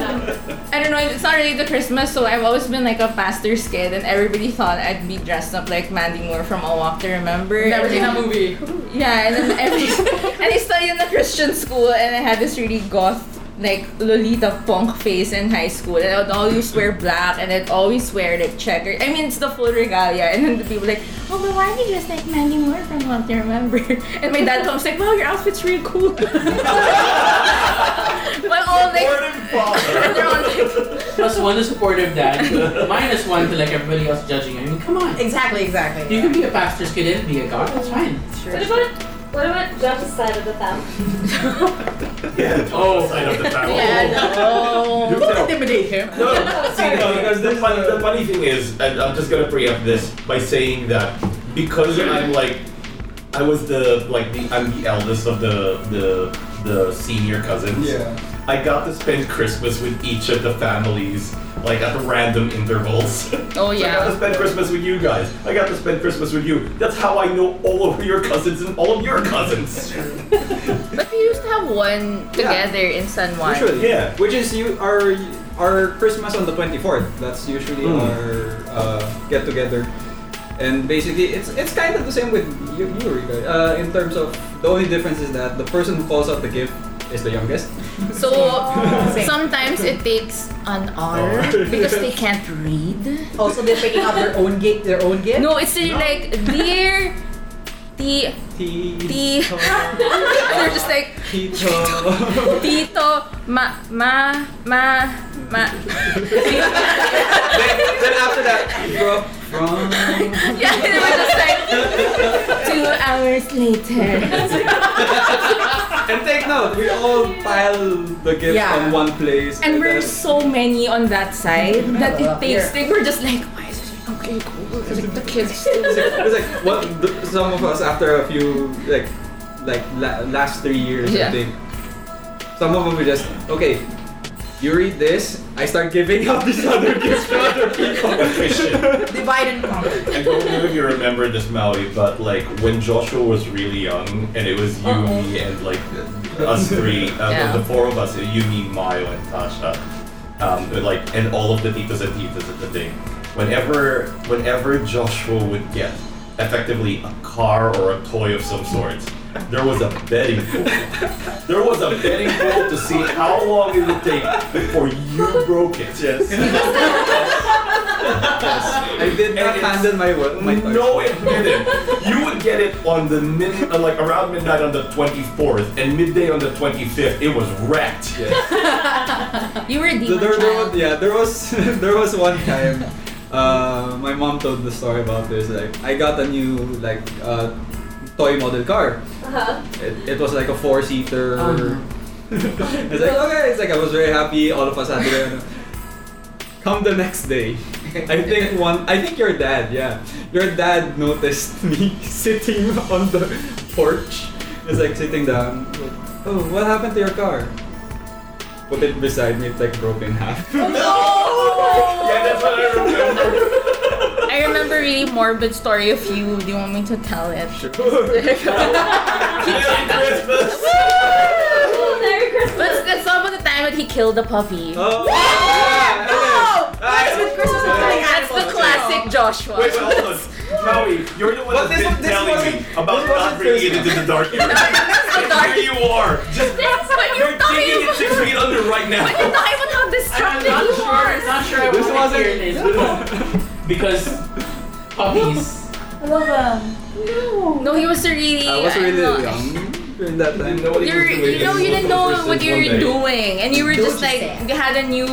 [SPEAKER 7] I don't know. It's not really the Christmas, so I've always been like a pastor's kid, and everybody thought I'd be dressed up like Mandy Moore from A Walk to Remember.
[SPEAKER 6] Never seen that movie.
[SPEAKER 7] Yeah, and then every, and I studied in a Christian school, and I had this really goth like Lolita punk face in high school, and I would always wear black, and I'd always wear like checker. I mean, it's the full regalia, and then the people like, oh, but why are you dressed like Mandy Moore from A Walk to Remember? And my dad comes like, wow, your outfit's really cool. well, all like
[SPEAKER 2] Supportive father.
[SPEAKER 7] they're all like.
[SPEAKER 4] Plus one to supportive dad, minus one to like everybody else judging. I mean, come on.
[SPEAKER 1] Exactly, exactly.
[SPEAKER 4] You can be a pastor's kid and be a god. That's fine.
[SPEAKER 3] What about what about Josh's side of the family?
[SPEAKER 2] Yeah, oh, side of the family.
[SPEAKER 7] Yeah,
[SPEAKER 1] Oh.
[SPEAKER 7] no.
[SPEAKER 2] You know,
[SPEAKER 1] intimidate him.
[SPEAKER 2] No,
[SPEAKER 3] Oh,
[SPEAKER 2] see, no, because the funny, the funny thing is, and I'm just gonna preempt this by saying that because I'm like, I was the like the I'm the eldest of the the the senior cousins.
[SPEAKER 5] Yeah.
[SPEAKER 2] I got to spend Christmas with each of the families, like at random intervals. So
[SPEAKER 7] Oh
[SPEAKER 2] I got to
[SPEAKER 7] yeah.
[SPEAKER 2] spend Christmas with you guys. I got to spend Christmas with you. That's how I know all of your cousins and all of your cousins.
[SPEAKER 7] But we used to have one together in San Juan.
[SPEAKER 5] Usually.
[SPEAKER 2] Yeah.
[SPEAKER 5] Which is you our our Christmas on the 24th. That's usually
[SPEAKER 2] Mm.
[SPEAKER 5] our uh, get together. And basically, it's it's kind of the same with you, you Rika. Uh, in terms of the only difference is that the person who calls out the gift is the youngest.
[SPEAKER 7] So sometimes it takes an hour
[SPEAKER 2] Oh.
[SPEAKER 7] because they can't read.
[SPEAKER 1] Also, they're picking up their own gift. Their own gift.
[SPEAKER 7] No, it's really like dear ti ti. They're just like
[SPEAKER 5] Tito.
[SPEAKER 7] tito ma ma ma ma.
[SPEAKER 5] then, then after that, bro, from
[SPEAKER 7] Yeah, they were just like two hours later.
[SPEAKER 5] and take note, we all pile the gift
[SPEAKER 1] Yeah.
[SPEAKER 5] on one place.
[SPEAKER 7] And we're
[SPEAKER 5] then-
[SPEAKER 7] so many on that side that it takes.
[SPEAKER 1] Yeah.
[SPEAKER 7] Like, we're just like, why is it okay? Cool. Like, the kids.
[SPEAKER 5] It's like, it's like what the, some of us after a few like like la- last three years
[SPEAKER 7] Yeah.
[SPEAKER 5] I think some of them were just okay. You read this, I start giving out these other gifts to other people.
[SPEAKER 2] Competition.
[SPEAKER 1] Divide and conquer.
[SPEAKER 2] I don't know if you remember this, Maui, but like when Joshua was really young, and it was you, me, and like us three, uh,
[SPEAKER 7] Yeah.
[SPEAKER 2] the four of us, you, me, Mayo, and Tasha, um, but, like, and all of the titas and titas at the thing. whenever whenever Joshua would get effectively a car or a toy of some sort, there was a betting pool. There was a betting pool to see how long it would take before you broke it.
[SPEAKER 5] Yes. I did
[SPEAKER 2] And
[SPEAKER 5] not
[SPEAKER 2] it's-
[SPEAKER 5] handle my work. My toys.
[SPEAKER 2] No, it didn't. You would get it on the min, uh, like around midnight on the 24th and midday on the 25th. It was wrecked.
[SPEAKER 5] Yes.
[SPEAKER 1] You were a
[SPEAKER 5] So
[SPEAKER 1] demon
[SPEAKER 5] there, there
[SPEAKER 1] child.
[SPEAKER 5] was, yeah, there was there was one time. Uh, my mom told the story about this. Like, I got a new like uh, toy model car.
[SPEAKER 3] Uh-huh.
[SPEAKER 5] It, it was like a four seater.
[SPEAKER 1] Oh, no.
[SPEAKER 5] it's like okay. It's like I was very happy. All of us had it. ano. Come the next day, I think one. I think your dad. Yeah, your dad noticed me sitting on the porch. It's like sitting down. Like, oh, what happened to your car? Put it beside me. It's like broken in half.
[SPEAKER 2] Yeah, that's what I remember.
[SPEAKER 7] I remember a really morbid story of you. Do you want me to tell it?
[SPEAKER 2] Merry Christmas.
[SPEAKER 3] Oh, Merry Christmas.
[SPEAKER 7] Let's, let's talk about the time that he killed the puppy. No!
[SPEAKER 5] Oh, yeah,
[SPEAKER 7] That's with Christmas
[SPEAKER 5] yeah.
[SPEAKER 7] morning. That's the classic Joshua.
[SPEAKER 2] Wait, wait, hold on. Joey, you're the one
[SPEAKER 5] But
[SPEAKER 2] that's
[SPEAKER 5] this-
[SPEAKER 2] been
[SPEAKER 5] this
[SPEAKER 2] telling me
[SPEAKER 5] wasn't-
[SPEAKER 2] about
[SPEAKER 5] this
[SPEAKER 2] not
[SPEAKER 5] wasn't
[SPEAKER 2] bringing it into the
[SPEAKER 5] Christmas.
[SPEAKER 2] dark area. and
[SPEAKER 7] dark-
[SPEAKER 2] here you are. Just,
[SPEAKER 7] That's what
[SPEAKER 2] you're
[SPEAKER 7] you're talking
[SPEAKER 2] digging it
[SPEAKER 7] about.
[SPEAKER 2] six feet under right now.
[SPEAKER 7] But you're talking about how
[SPEAKER 4] I'm
[SPEAKER 7] destructive
[SPEAKER 4] not
[SPEAKER 7] he
[SPEAKER 4] sure.
[SPEAKER 7] was.
[SPEAKER 4] Not sure. I
[SPEAKER 5] This
[SPEAKER 4] want to
[SPEAKER 5] wasn't-
[SPEAKER 4] hear this because puppies.
[SPEAKER 1] I love them.
[SPEAKER 7] No, he was really.
[SPEAKER 5] I was
[SPEAKER 7] I'm
[SPEAKER 5] really
[SPEAKER 7] not-
[SPEAKER 5] young during that time.
[SPEAKER 2] know what he was
[SPEAKER 7] You're,
[SPEAKER 2] doing.
[SPEAKER 7] you know, you didn't know what you were doing, and you were
[SPEAKER 1] Do
[SPEAKER 7] just
[SPEAKER 1] what
[SPEAKER 7] like,
[SPEAKER 1] you said.
[SPEAKER 7] you had a new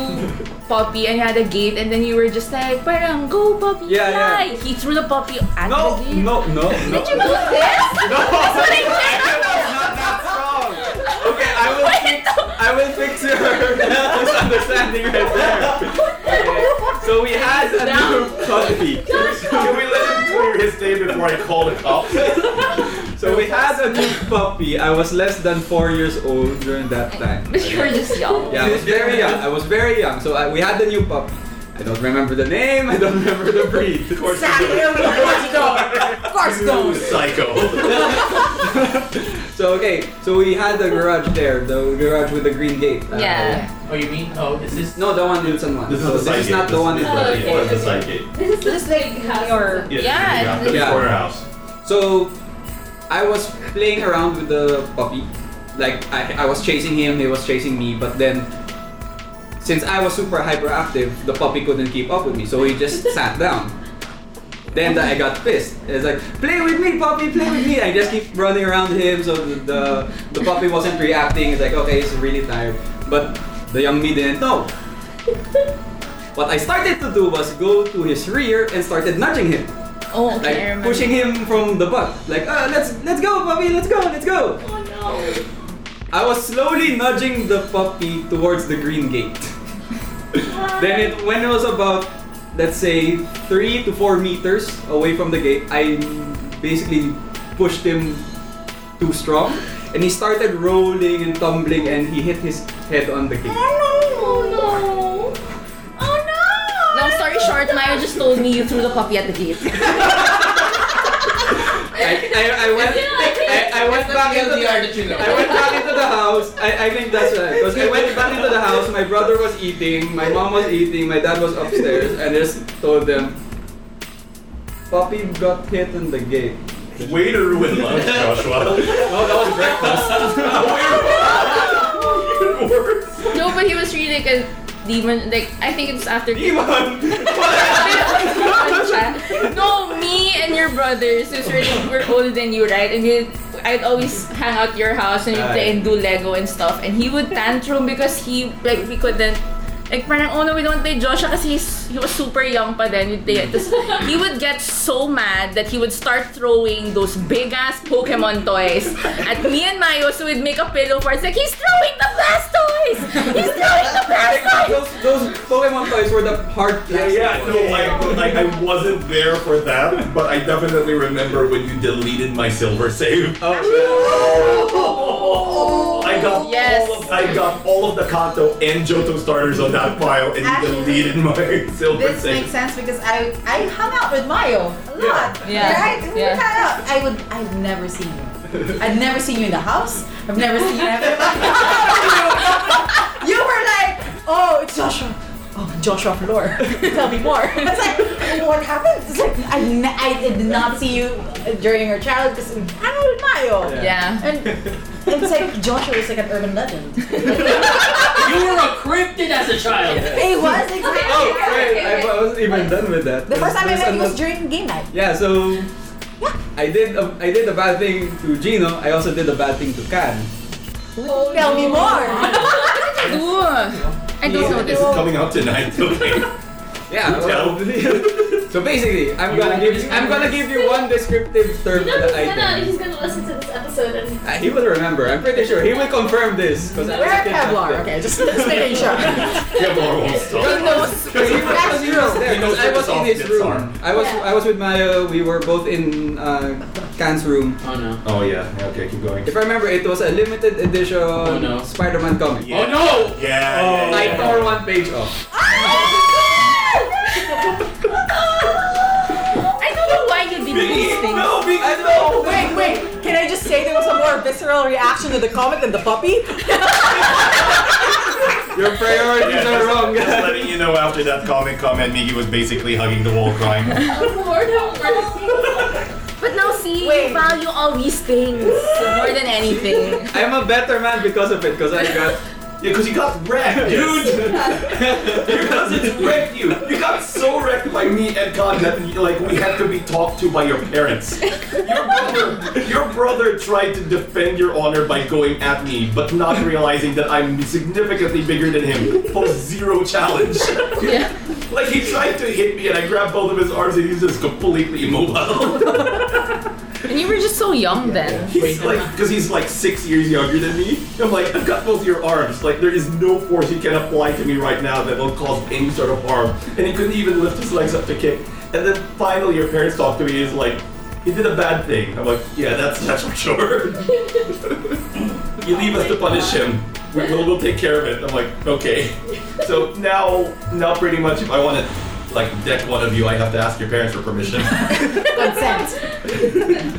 [SPEAKER 7] puppy and you had a gate, and then you were just like, parang go puppy,
[SPEAKER 5] Yeah,
[SPEAKER 7] fly.
[SPEAKER 5] yeah.
[SPEAKER 7] He threw the puppy at
[SPEAKER 5] No,
[SPEAKER 7] the gate.
[SPEAKER 5] no, no, no.
[SPEAKER 7] Did you do this?
[SPEAKER 5] No, I was not that strong. Okay, I will fix. I will fix your misunderstanding right there. Okay. So we had a new puppy.
[SPEAKER 2] Can we let him clear his name before I call the cops?
[SPEAKER 5] So we had a new puppy. I was less than four years old during that time.
[SPEAKER 7] But you were just young.
[SPEAKER 5] Yeah, I was very young. I was very young. So I, we had the new puppy. I don't remember the name. I don't remember the breed.
[SPEAKER 2] Of course you do.
[SPEAKER 1] Of course,
[SPEAKER 2] You
[SPEAKER 1] don't.
[SPEAKER 2] psycho.
[SPEAKER 5] So okay, so we had the garage there, the garage with the green gate. Uh,
[SPEAKER 7] Yeah.
[SPEAKER 4] Oh, you mean? Oh, is this?
[SPEAKER 5] No, the one Wilson one.
[SPEAKER 2] This is
[SPEAKER 5] So
[SPEAKER 2] the side
[SPEAKER 5] this is
[SPEAKER 2] gate.
[SPEAKER 5] not the
[SPEAKER 2] This
[SPEAKER 5] one.
[SPEAKER 2] is
[SPEAKER 3] the
[SPEAKER 5] in front.
[SPEAKER 3] side
[SPEAKER 2] Yeah, it's the side gate.
[SPEAKER 3] This is
[SPEAKER 1] Just like
[SPEAKER 3] house.
[SPEAKER 1] your.
[SPEAKER 2] Yeah,
[SPEAKER 7] Yeah,
[SPEAKER 2] yeah. The
[SPEAKER 5] yeah.
[SPEAKER 2] corner house.
[SPEAKER 5] So I was playing around with the puppy. Like I, I was chasing him, he was chasing me, but then since I was super hyperactive, the puppy couldn't keep up with me, so he just sat down. Then I got pissed. It's like, play with me, puppy, play with me. I just keep running around him, so the the, the puppy wasn't reacting. It's like, okay, he's really tired. But the young me didn't know. What I started to do was go to his rear and started nudging him
[SPEAKER 7] Oh, okay, I
[SPEAKER 5] like
[SPEAKER 7] remember.
[SPEAKER 5] pushing him from the butt. Like, uh, let's let's go, puppy, let's go, let's go.
[SPEAKER 3] Oh no.
[SPEAKER 5] I was slowly nudging the puppy towards the green gate. then it when it was about let's say three to four meters away from the gate, I basically pushed him too strong. And he started rolling and tumbling and he hit his head on the gate.
[SPEAKER 3] Oh no. Oh
[SPEAKER 7] Long story short, Maya just told me you threw the puppy at the gate.
[SPEAKER 5] I, I, I went I, I went back
[SPEAKER 4] That's
[SPEAKER 5] into
[SPEAKER 4] the
[SPEAKER 5] the
[SPEAKER 4] LDR that you know.
[SPEAKER 5] I went back into the house. I, I think that's right. Because I went back into the house. My brother was eating. My mom was eating. My dad was upstairs. And I just told them, Puppy got hit in the gate.
[SPEAKER 2] Way to ruin lunch, Joshua.
[SPEAKER 5] No, that was breakfast.
[SPEAKER 2] Even worse.
[SPEAKER 7] no, but he was really like a demon. Like, I think it's after.
[SPEAKER 5] Demon!
[SPEAKER 7] no, me and your brothers, since we're, we're older than you, right? And then I'd always hang out your house and we'd play and do Lego and stuff. And he would tantrum because he, like, we couldn't. Like, parang, oh no, we don't play Joshua kasi he's, he was super young pa then. We'd play it. Tas he would get so mad that he would start throwing those big-ass Pokemon toys at me and Mayo. So we'd make a pillow for It's like, he's throwing the Blastoise! He's throwing the Blastoise!
[SPEAKER 5] those, those Pokemon toys were the hard
[SPEAKER 2] Yeah,
[SPEAKER 5] plastic
[SPEAKER 2] yeah, no,
[SPEAKER 5] ones.
[SPEAKER 2] I, I, I wasn't there for that, but I definitely remember when you deleted my silver save.
[SPEAKER 5] Oh,
[SPEAKER 2] I got
[SPEAKER 7] Yes.
[SPEAKER 2] all of I got all of the Kanto and Johto starters on that pile, and
[SPEAKER 1] Actually,
[SPEAKER 2] you deleted my silver
[SPEAKER 1] This
[SPEAKER 2] save.
[SPEAKER 1] makes sense because I I hung out with Mayo a lot.
[SPEAKER 7] Yeah.
[SPEAKER 1] Right? We
[SPEAKER 7] Yeah.
[SPEAKER 1] hung out. I would I've never seen you. I've never seen you in the house. I've never seen you. Ever. you were like, oh, it's Joshua. oh, Joshua Floor.
[SPEAKER 8] Tell me more.
[SPEAKER 1] It's like, what happened? It's like, I, n- I did not see you during your childhood because I'm Mayo.
[SPEAKER 7] Yeah.
[SPEAKER 1] And it's like, Joshua is like an urban legend.
[SPEAKER 4] You were a cryptid as a child.
[SPEAKER 1] It was exactly.
[SPEAKER 5] Oh, right. I, I wasn't even done with that.
[SPEAKER 1] The first time I
[SPEAKER 5] There's
[SPEAKER 1] met you was
[SPEAKER 5] another-
[SPEAKER 1] during game night.
[SPEAKER 5] Yeah, so I did a, I did a bad thing to Gino. I also did a bad thing to Can.
[SPEAKER 7] Oh,
[SPEAKER 3] Oh,
[SPEAKER 1] Tell me more.
[SPEAKER 7] Ooh, I don't know
[SPEAKER 2] This
[SPEAKER 7] this.
[SPEAKER 2] is coming out tonight, okay?
[SPEAKER 5] Yeah.
[SPEAKER 2] Tell.
[SPEAKER 5] so basically, I'm
[SPEAKER 4] You
[SPEAKER 5] gonna
[SPEAKER 4] are
[SPEAKER 5] give
[SPEAKER 4] just-
[SPEAKER 5] I'm gonna give you one descriptive term
[SPEAKER 3] You
[SPEAKER 5] for
[SPEAKER 3] know
[SPEAKER 5] the
[SPEAKER 3] he's gonna,
[SPEAKER 5] item.
[SPEAKER 3] he's gonna listen to this episode and
[SPEAKER 5] Uh, he will remember. I'm pretty sure he will confirm this because I was a
[SPEAKER 1] We're
[SPEAKER 5] kid back
[SPEAKER 1] Kevlar.
[SPEAKER 5] then.
[SPEAKER 1] Okay, just, just making sure.
[SPEAKER 2] Kevlar won't
[SPEAKER 5] Because
[SPEAKER 2] stop.
[SPEAKER 5] because he was, because he was there.
[SPEAKER 2] He knows
[SPEAKER 5] Because I was in
[SPEAKER 2] where
[SPEAKER 5] his
[SPEAKER 2] the
[SPEAKER 5] room.
[SPEAKER 2] soft bits
[SPEAKER 5] I was
[SPEAKER 3] Yeah.
[SPEAKER 5] I was with Maya. We were both in uh, Can's room.
[SPEAKER 4] Oh no.
[SPEAKER 2] Oh yeah. Okay, keep going.
[SPEAKER 5] If I remember, it was a limited edition
[SPEAKER 4] Oh, no.
[SPEAKER 5] Spider-Man comic.
[SPEAKER 2] Yeah.
[SPEAKER 4] Oh no!
[SPEAKER 2] Yeah. yeah, yeah,
[SPEAKER 5] I
[SPEAKER 2] yeah.
[SPEAKER 5] tore one page off.
[SPEAKER 7] I don't know why you did these things.
[SPEAKER 2] No,
[SPEAKER 5] I know.
[SPEAKER 1] Oh, Wait, wait. Can I just say there was a more visceral reaction to the comic than the puppy?
[SPEAKER 5] Your priorities
[SPEAKER 2] Yeah,
[SPEAKER 5] are
[SPEAKER 2] just-
[SPEAKER 5] wrong,
[SPEAKER 2] Just
[SPEAKER 5] guys.
[SPEAKER 2] letting you know after that comic comment, Miggy was basically hugging the wall crying.
[SPEAKER 7] Lord have mercy. But now see,
[SPEAKER 1] Wait.
[SPEAKER 7] you value all these things more than anything.
[SPEAKER 5] I'm a better man because of it, because I got.
[SPEAKER 2] Yeah, because you got wrecked, dude. Your cousins wrecked you. You got so wrecked by me and Con that like we had to be talked to by your parents. Your brother, your brother tried to defend your honor by going at me, but not realizing that I'm significantly bigger than him. Post zero challenge.
[SPEAKER 7] Yeah.
[SPEAKER 2] Like he tried to hit me, and I grabbed both of his arms, and he's just completely immobile.
[SPEAKER 7] And you were just so young then.
[SPEAKER 2] He's like, because he's like six years younger than me. I'm like, I've got both your arms. Like, there is no force you can apply to me right now that will cause any sort of harm. And he couldn't even lift his legs up to kick. And then finally, your parents talk to me. He's like, he did a bad thing. I'm like, yeah, that's that's for sure. you leave us to punish him. We will we'll take care of it. I'm like, okay. So now, now pretty much, if I want to like deck one of you, I have to ask your parents for permission.
[SPEAKER 1] Consent.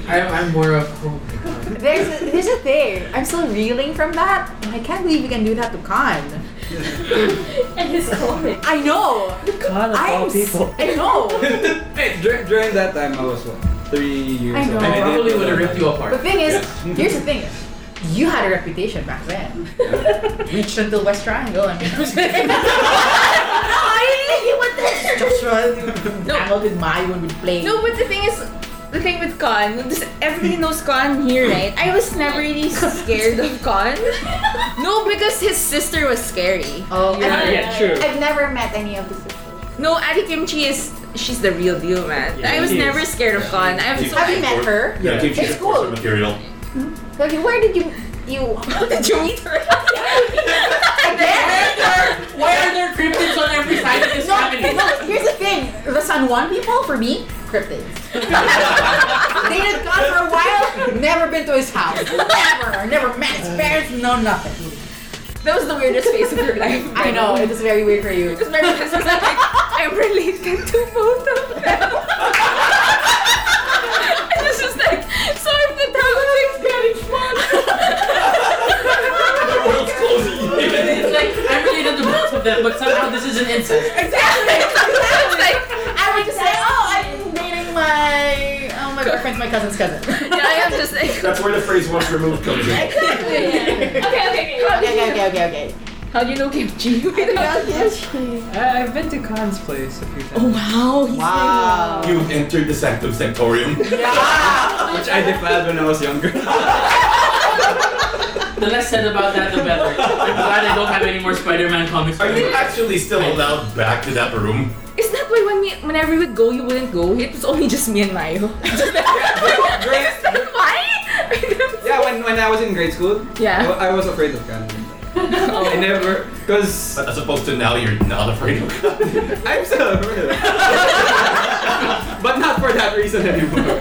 [SPEAKER 4] I'm, I'm more of. Oh my god.
[SPEAKER 1] There's a, there's a thing. I'm still reeling from that, and I can't believe you can do that to Khan.
[SPEAKER 3] and his comment.
[SPEAKER 1] I know.
[SPEAKER 6] God of all
[SPEAKER 1] I'm. s-
[SPEAKER 6] people.
[SPEAKER 1] I know.
[SPEAKER 5] Hey, dur- during that time, I was what? Three years
[SPEAKER 1] I
[SPEAKER 5] old.
[SPEAKER 1] know.
[SPEAKER 5] And
[SPEAKER 4] I
[SPEAKER 5] did
[SPEAKER 4] probably would have
[SPEAKER 5] that.
[SPEAKER 4] ripped you
[SPEAKER 1] The
[SPEAKER 4] apart.
[SPEAKER 1] thing is,
[SPEAKER 5] Yeah.
[SPEAKER 1] here's the thing. You had a reputation back then. Reached until West Triangle and Joshua
[SPEAKER 7] No.
[SPEAKER 1] hang out with Mayu and would play.
[SPEAKER 7] No, but the thing is, the thing with Khan, this- everybody knows Khan here, right? I was never really scared of Khan. No, because his sister was scary.
[SPEAKER 1] Oh,
[SPEAKER 6] Yeah,
[SPEAKER 1] I've,
[SPEAKER 6] yeah, true.
[SPEAKER 1] I've never met any of the sisters.
[SPEAKER 7] No, Adi Kimchi is she's the real deal, man.
[SPEAKER 6] Yeah,
[SPEAKER 7] I was
[SPEAKER 6] she is.
[SPEAKER 7] never scared of Khan. I was so
[SPEAKER 1] Have you met her?
[SPEAKER 2] Yeah, give
[SPEAKER 1] It's
[SPEAKER 2] you
[SPEAKER 1] cool.
[SPEAKER 2] material.
[SPEAKER 1] Like, where did you you
[SPEAKER 7] Did you meet her?
[SPEAKER 4] Why are there cryptids on every side of this
[SPEAKER 1] No,
[SPEAKER 4] family?
[SPEAKER 1] no, here's the thing. The San Juan people, for me, cryptids. Dated God for a while, never been to his house. Never. Never met his parents, no nothing.
[SPEAKER 7] that was the weirdest phase of your life.
[SPEAKER 1] I know, it is very weird for you.
[SPEAKER 7] Because my friends was like, I'm related to both of them. and it's just like, so if the town is getting smaller.
[SPEAKER 2] The world's closing in.
[SPEAKER 4] It's like I'm related to both of them, but somehow this is an incest.
[SPEAKER 1] Exactly.
[SPEAKER 7] It's like,
[SPEAKER 1] I would just say, oh, I'm dating my, oh, my girlfriend's my cousin's cousin.
[SPEAKER 7] yeah, I am just like,
[SPEAKER 2] That's where the phrase once removed comes in.
[SPEAKER 3] Okay, okay, okay.
[SPEAKER 1] Okay, okay, okay, okay.
[SPEAKER 7] how do you know kimchi?
[SPEAKER 6] I, I've been to Khan's place a few times.
[SPEAKER 7] wow, he's
[SPEAKER 1] Wow.
[SPEAKER 2] You've entered the Sanctum Sanctorium.
[SPEAKER 1] Yeah.
[SPEAKER 5] Which I defiled when I was younger.
[SPEAKER 4] The less said about that, the better. I'm glad I don't have any more Spider-Man comics.
[SPEAKER 2] Are you actually still allowed back to that room?
[SPEAKER 7] Is that why when we, whenever we would go, you wouldn't go? It was only just me and Mayo.
[SPEAKER 5] During-
[SPEAKER 7] Is that why?
[SPEAKER 5] yeah, when, when I was in grade school, I
[SPEAKER 7] Yeah.
[SPEAKER 5] wa- I was afraid of Can. I never, because
[SPEAKER 2] As opposed to now, you're not afraid of God.
[SPEAKER 5] I'm still afraid of But not for that reason anymore.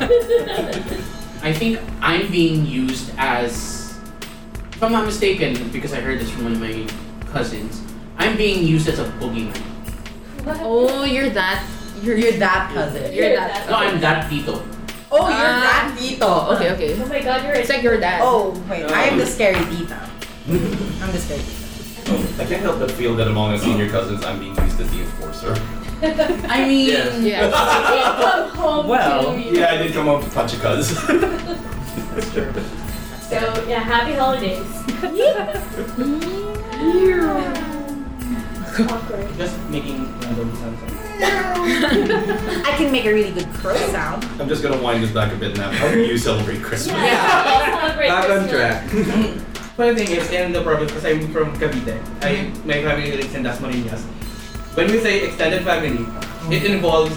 [SPEAKER 4] I think I'm being used as, if I'm not mistaken, because I heard this from one of my cousins. I'm being used as a boogeyman.
[SPEAKER 7] Oh, you're that. You're,
[SPEAKER 1] You're that cousin.
[SPEAKER 7] You're that.
[SPEAKER 4] No, I'm that tito.
[SPEAKER 1] Oh, you're
[SPEAKER 7] Ah.
[SPEAKER 1] that tito.
[SPEAKER 7] Okay, okay.
[SPEAKER 3] Oh my god, you're
[SPEAKER 7] It's like your dad.
[SPEAKER 1] Oh, wait, I am the scary tita. I'm the scary tita.
[SPEAKER 2] I can't help but feel that among the senior cousins, I'm being used as the enforcer.
[SPEAKER 4] I mean,
[SPEAKER 5] Yes.
[SPEAKER 7] Yeah.
[SPEAKER 3] come home
[SPEAKER 6] Well,
[SPEAKER 3] to you.
[SPEAKER 2] Yeah, I did come up to punch a cuz. That's true.
[SPEAKER 3] So yeah, happy holidays. Awkward.
[SPEAKER 9] Just making random sounds.
[SPEAKER 1] I can make a really good crow sound.
[SPEAKER 2] I'm just gonna wind this back a bit now. How do you celebrate Christmas?
[SPEAKER 3] Yeah. let's celebrate
[SPEAKER 5] Back on
[SPEAKER 3] Christmas.
[SPEAKER 5] track.
[SPEAKER 9] Funny thing is, in the province, because I'm from Cavite, I, my family lives in Dasmariñas. When we say extended family, it involves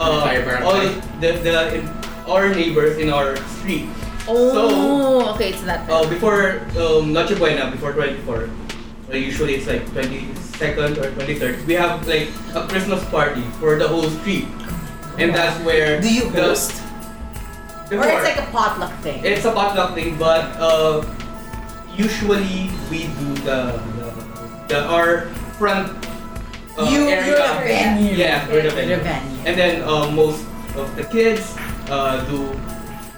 [SPEAKER 9] uh,
[SPEAKER 4] Entire barangay.
[SPEAKER 9] all the, the our neighbors in our street.
[SPEAKER 1] Oh, okay, it's that.
[SPEAKER 9] Uh, before um, Noche Buena, before 24, uh, usually it's like 22nd or 23rd, we have like a Christmas party for the whole street. And that's where.
[SPEAKER 10] Do you
[SPEAKER 9] the-
[SPEAKER 10] host?
[SPEAKER 1] Or
[SPEAKER 9] before-
[SPEAKER 1] it's like a potluck thing.
[SPEAKER 9] it's a potluck thing, but uh, usually we do the, the, the our front uh,
[SPEAKER 10] you, you're the
[SPEAKER 9] area.
[SPEAKER 10] venue.
[SPEAKER 9] yeah, we're the venue.
[SPEAKER 1] Revenge.
[SPEAKER 9] And then uh, most of the kids uh, do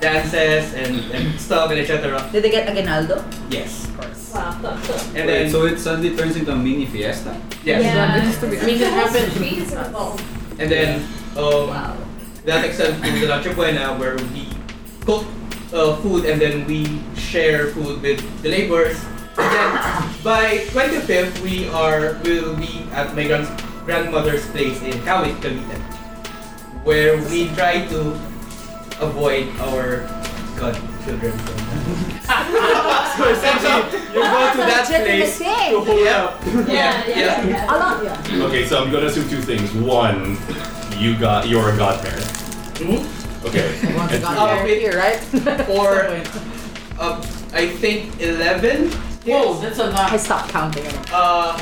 [SPEAKER 9] dances and, and stuff and etc.
[SPEAKER 1] Did they get aguinaldo?
[SPEAKER 9] Yes.
[SPEAKER 3] Wow.
[SPEAKER 9] And
[SPEAKER 5] Wait,
[SPEAKER 9] then
[SPEAKER 5] so it suddenly turns into a mini fiesta.
[SPEAKER 9] yes.
[SPEAKER 3] Yeah.
[SPEAKER 7] I mean, it happened-
[SPEAKER 3] Street is involved.
[SPEAKER 9] And then um,
[SPEAKER 3] Wow.
[SPEAKER 9] that extends to the Noche Buena where we cook uh, food and then we share food with the neighbors. And then by 25th, we are will be at my grand- grandmother's place in Kawit, Cavite, where we try to avoid our godchildren. so essentially, you go to that place.
[SPEAKER 1] Mistake.
[SPEAKER 9] Yeah,
[SPEAKER 3] Yeah, yeah, yeah.
[SPEAKER 9] yeah.
[SPEAKER 1] I love you.
[SPEAKER 2] Okay, so I'm gonna assume two things. One, you got you're a godparent.
[SPEAKER 9] Mhm.
[SPEAKER 2] Okay. And two-
[SPEAKER 9] godparent.
[SPEAKER 1] here, right?
[SPEAKER 9] Or uh, I think 11
[SPEAKER 4] whoa, that's a
[SPEAKER 1] I
[SPEAKER 4] lot.
[SPEAKER 1] stopped counting.
[SPEAKER 9] Uh,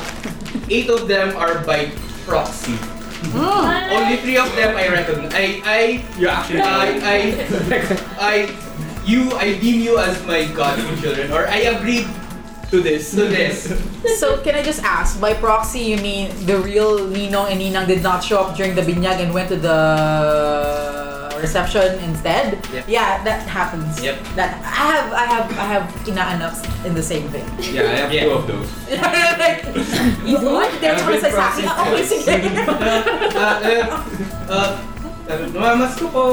[SPEAKER 9] eight of them are by proxy. Oh, Only three of them I recognize. I, I,
[SPEAKER 5] You actually
[SPEAKER 9] I, I, I, you, I deem you as my godchildren, or I agree
[SPEAKER 5] do this.
[SPEAKER 9] to this.
[SPEAKER 1] So can I just ask, by proxy you mean the real Nino and Ninang did not show up during the binyag and went to the reception instead?
[SPEAKER 9] Yep.
[SPEAKER 1] Yeah, that happens.
[SPEAKER 9] Yep.
[SPEAKER 1] That I have I have I have inaanak in the same thing.
[SPEAKER 5] Yeah, I have
[SPEAKER 9] Yeah.
[SPEAKER 5] two of those.
[SPEAKER 1] like, you what? They're trying to say sa akin. Ah, Okay, sige.
[SPEAKER 9] Uh, uh, uh, mamas ko po.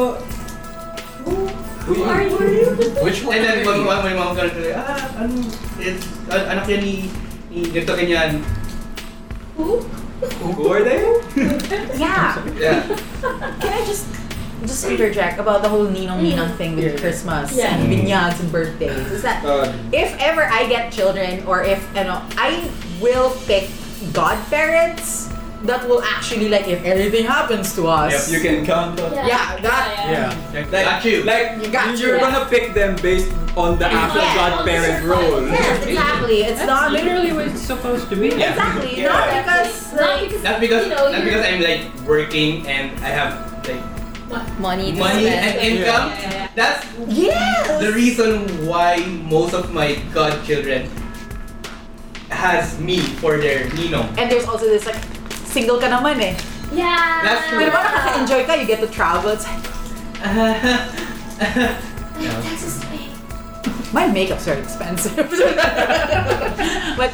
[SPEAKER 3] Who are you?
[SPEAKER 4] Which one?
[SPEAKER 9] And then
[SPEAKER 4] are
[SPEAKER 9] my,
[SPEAKER 4] you?
[SPEAKER 9] my, my mom gonna say, ah, ano, it's, uh, anak yan ni, ni ganito ganyan.
[SPEAKER 3] Who?
[SPEAKER 5] Who are they?
[SPEAKER 1] yeah.
[SPEAKER 9] Yeah.
[SPEAKER 1] Can I just just interject about the whole Ninong Ninang thing with
[SPEAKER 5] Yeah.
[SPEAKER 1] Christmas
[SPEAKER 3] Yeah.
[SPEAKER 1] and binyags and birthdays? Is that
[SPEAKER 5] Uh,
[SPEAKER 1] if ever I get children or if you know I will pick godparents that will actually like if anything happens to us.
[SPEAKER 5] you can count on.
[SPEAKER 3] Yeah.
[SPEAKER 1] Yeah, that
[SPEAKER 6] Yeah.
[SPEAKER 9] Like,
[SPEAKER 5] Like-
[SPEAKER 9] got you.
[SPEAKER 5] Like
[SPEAKER 1] You got you.
[SPEAKER 5] you're gonna pick them based on the actual
[SPEAKER 1] Yeah.
[SPEAKER 5] godparent role.
[SPEAKER 1] yes, exactly. It's not
[SPEAKER 6] literally what it's supposed to be.
[SPEAKER 5] Yeah.
[SPEAKER 1] exactly
[SPEAKER 5] Yeah.
[SPEAKER 1] not because
[SPEAKER 3] Not
[SPEAKER 1] like
[SPEAKER 3] because,
[SPEAKER 9] Not because,
[SPEAKER 3] you know,
[SPEAKER 9] not
[SPEAKER 3] you're-
[SPEAKER 9] because I'm like working and I have like
[SPEAKER 7] Money. to
[SPEAKER 9] money
[SPEAKER 7] spend.
[SPEAKER 9] and income.
[SPEAKER 3] Yeah, yeah, yeah.
[SPEAKER 9] That's
[SPEAKER 1] yes.
[SPEAKER 9] the reason why most of my godchildren has me for their ninong.
[SPEAKER 1] And there's also this like single ka naman eh.
[SPEAKER 3] Yeah.
[SPEAKER 9] That's true.
[SPEAKER 1] Pero wala ka enjoy ka, you get to travel. It's like,
[SPEAKER 3] Texas thing.
[SPEAKER 1] my makeups are expensive. but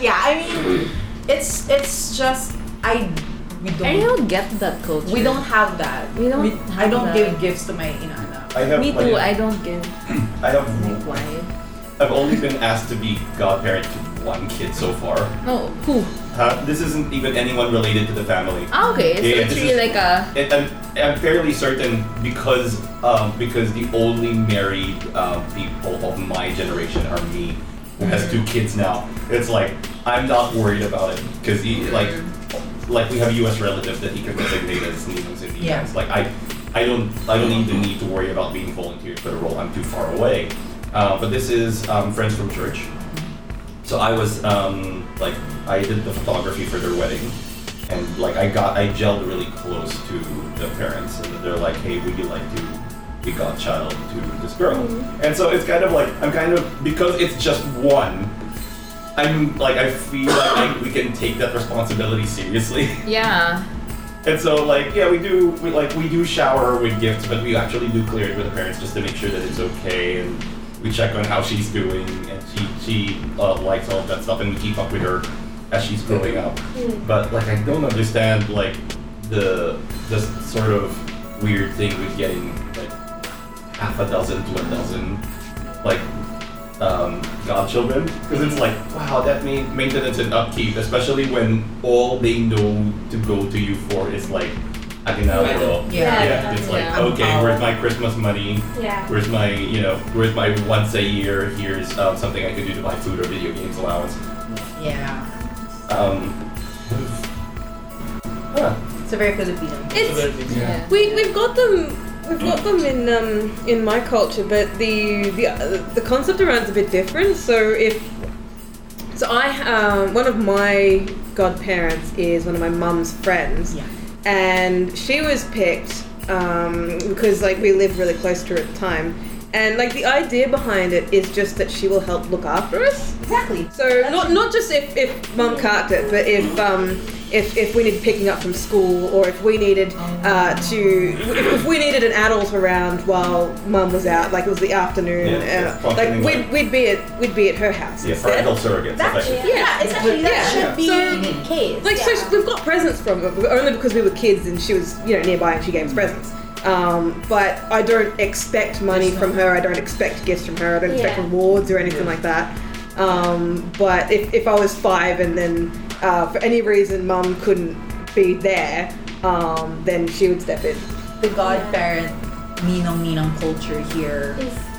[SPEAKER 1] yeah, I mean it's it's just I we
[SPEAKER 7] I
[SPEAKER 1] don't
[SPEAKER 7] don't get that culture.
[SPEAKER 1] we don't have that.
[SPEAKER 7] We
[SPEAKER 1] I
[SPEAKER 7] don't have
[SPEAKER 1] don't
[SPEAKER 7] that.
[SPEAKER 1] give gifts to my inana.
[SPEAKER 2] I have
[SPEAKER 7] Me
[SPEAKER 2] like,
[SPEAKER 7] too. I don't give.
[SPEAKER 2] I
[SPEAKER 7] Like
[SPEAKER 2] have
[SPEAKER 7] why?
[SPEAKER 2] I've only been asked to be godparent to one kid so far.
[SPEAKER 7] No. Who?
[SPEAKER 2] Huh? Uh, This isn't even anyone related to the family.
[SPEAKER 7] Ah, okay. It's
[SPEAKER 2] Yeah, yeah, this
[SPEAKER 7] literally
[SPEAKER 2] is-
[SPEAKER 7] like a.
[SPEAKER 2] And I'm, I'm fairly certain because um, because the only married uh, people of my generation are me, who has two kids now. It's like I'm not worried about it because like like we have U.S. relatives that he can designate as nieces and
[SPEAKER 1] Yeah.
[SPEAKER 2] nephews. Like I I don't I don't even need to worry about being volunteered for the role. I'm too far away. Uh, but this is um, friends from church. So I was um, like I did the photography for their wedding, and like I got I gelled really close to the parents, and they're like, "Hey, would you like to be godchild to this girl?" And so it's kind of like I'm kind of because it's just one. I'm like I feel like I, we can take that responsibility seriously,
[SPEAKER 7] Yeah.
[SPEAKER 2] and so like yeah, we do we like we do shower with gifts, but we actually do clear it with the parents just to make sure that it's okay and. We check on how she's doing, and she she uh, likes all of that stuff, and we keep up with her as she's growing up.
[SPEAKER 3] Hmm.
[SPEAKER 2] But like I don't understand like the this sort of weird thing with getting like half a dozen to a dozen like um, godchildren because it's like wow that mean maintenance and upkeep especially when all they know to go to you for is like I don't know
[SPEAKER 1] Yeah.
[SPEAKER 2] yeah it's like
[SPEAKER 1] Yeah.
[SPEAKER 2] okay where's my Christmas money
[SPEAKER 3] Yeah.
[SPEAKER 2] Where's my, you know, where's my once a year? Here's um, something I can do to buy food or video games allowance.
[SPEAKER 1] Yeah.
[SPEAKER 2] Um, ah, huh.
[SPEAKER 1] It's a very Filipino.
[SPEAKER 8] It's
[SPEAKER 9] Yeah.
[SPEAKER 8] we we've got them we've got them in um in my culture, but the the uh, the concept around is a bit different. So if so, I um one of my godparents is one of my mum's friends,
[SPEAKER 1] Yeah.
[SPEAKER 8] and she was picked um because like we lived really close to her at the time. And like the idea behind it is just that she will help look after us.
[SPEAKER 1] Exactly.
[SPEAKER 8] So not not just if, if mum can't do it, but if um if, if we needed picking up from school or if we needed uh, to if, if we needed an adult around while mum was out, like it was the afternoon,
[SPEAKER 2] Yeah,
[SPEAKER 8] uh,
[SPEAKER 2] it's fucking
[SPEAKER 8] like we'd,
[SPEAKER 2] England.
[SPEAKER 8] we'd be at we'd be at her house
[SPEAKER 2] Yeah,
[SPEAKER 8] instead.
[SPEAKER 2] parental surrogates.
[SPEAKER 1] That
[SPEAKER 2] effectively.
[SPEAKER 1] should, yeah, it's actually that
[SPEAKER 8] Yeah.
[SPEAKER 1] should be
[SPEAKER 8] So-
[SPEAKER 1] the case.
[SPEAKER 8] Like
[SPEAKER 1] yeah.
[SPEAKER 8] so we've got presents from her but only because we were kids and she was you know nearby and she gave us presents. Um, but I don't expect money from her. I don't expect gifts from her. I don't expect
[SPEAKER 3] Yeah.
[SPEAKER 8] rewards or anything like that. Um, but if, if I was five and then uh, for any reason mum couldn't be there, um, then she would step in.
[SPEAKER 1] the godparent ninong ninong culture here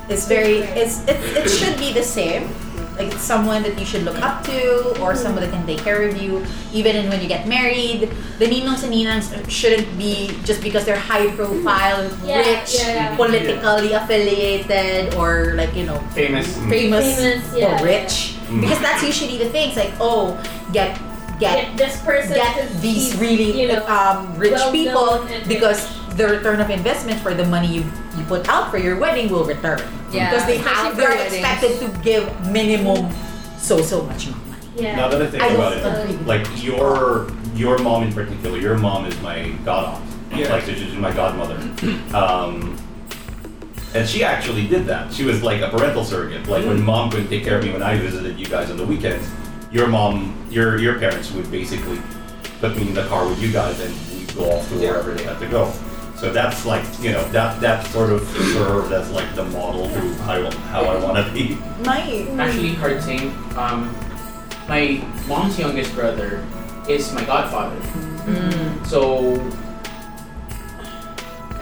[SPEAKER 3] It's
[SPEAKER 1] is very
[SPEAKER 3] different.
[SPEAKER 1] it's it, it should be the same like it's someone that you should look up to or someone that can take care of you even in when you get married the ninongs and ninangs shouldn't be just because they're high profile
[SPEAKER 3] Yeah,
[SPEAKER 1] rich
[SPEAKER 3] yeah, yeah.
[SPEAKER 1] politically affiliated or like you know
[SPEAKER 4] Famous.
[SPEAKER 1] famous,
[SPEAKER 3] Famous, yeah,
[SPEAKER 1] or rich
[SPEAKER 2] Mm.
[SPEAKER 1] because that's usually the thing it's like oh get get
[SPEAKER 3] Get this person.
[SPEAKER 1] get
[SPEAKER 3] 'cause
[SPEAKER 1] these
[SPEAKER 3] he's,
[SPEAKER 1] really
[SPEAKER 3] you know,
[SPEAKER 1] um, rich
[SPEAKER 3] well-known
[SPEAKER 1] people
[SPEAKER 3] and
[SPEAKER 1] because the return of investment for the money you, you put out for your wedding will return
[SPEAKER 7] Yeah.
[SPEAKER 1] because they
[SPEAKER 7] especially
[SPEAKER 1] have
[SPEAKER 7] for
[SPEAKER 1] they're
[SPEAKER 7] weddings.
[SPEAKER 1] expected to give minimum so so much more money.
[SPEAKER 3] Yeah.
[SPEAKER 2] Now that I think
[SPEAKER 1] I
[SPEAKER 2] about
[SPEAKER 1] don't
[SPEAKER 2] it,
[SPEAKER 1] agree.
[SPEAKER 2] like your your mom in particular, your mom is my godaunt.
[SPEAKER 9] Yeah.
[SPEAKER 2] Like so she's my godmother. Um, and she actually did that. She was like a parental surrogate. Like
[SPEAKER 9] Mm-hmm.
[SPEAKER 2] when mom couldn't take care of me when I visited you guys on the weekends, your mom, your your parents would basically put me in the car with you guys and we'd go off to
[SPEAKER 9] Yeah.
[SPEAKER 2] wherever they had to go. So that's like you know that that sort of served as like the model to how I- how I want to be.
[SPEAKER 1] My
[SPEAKER 4] Actually, hard saying. Um, my mom's youngest brother is my godfather.
[SPEAKER 7] Mm.
[SPEAKER 4] So,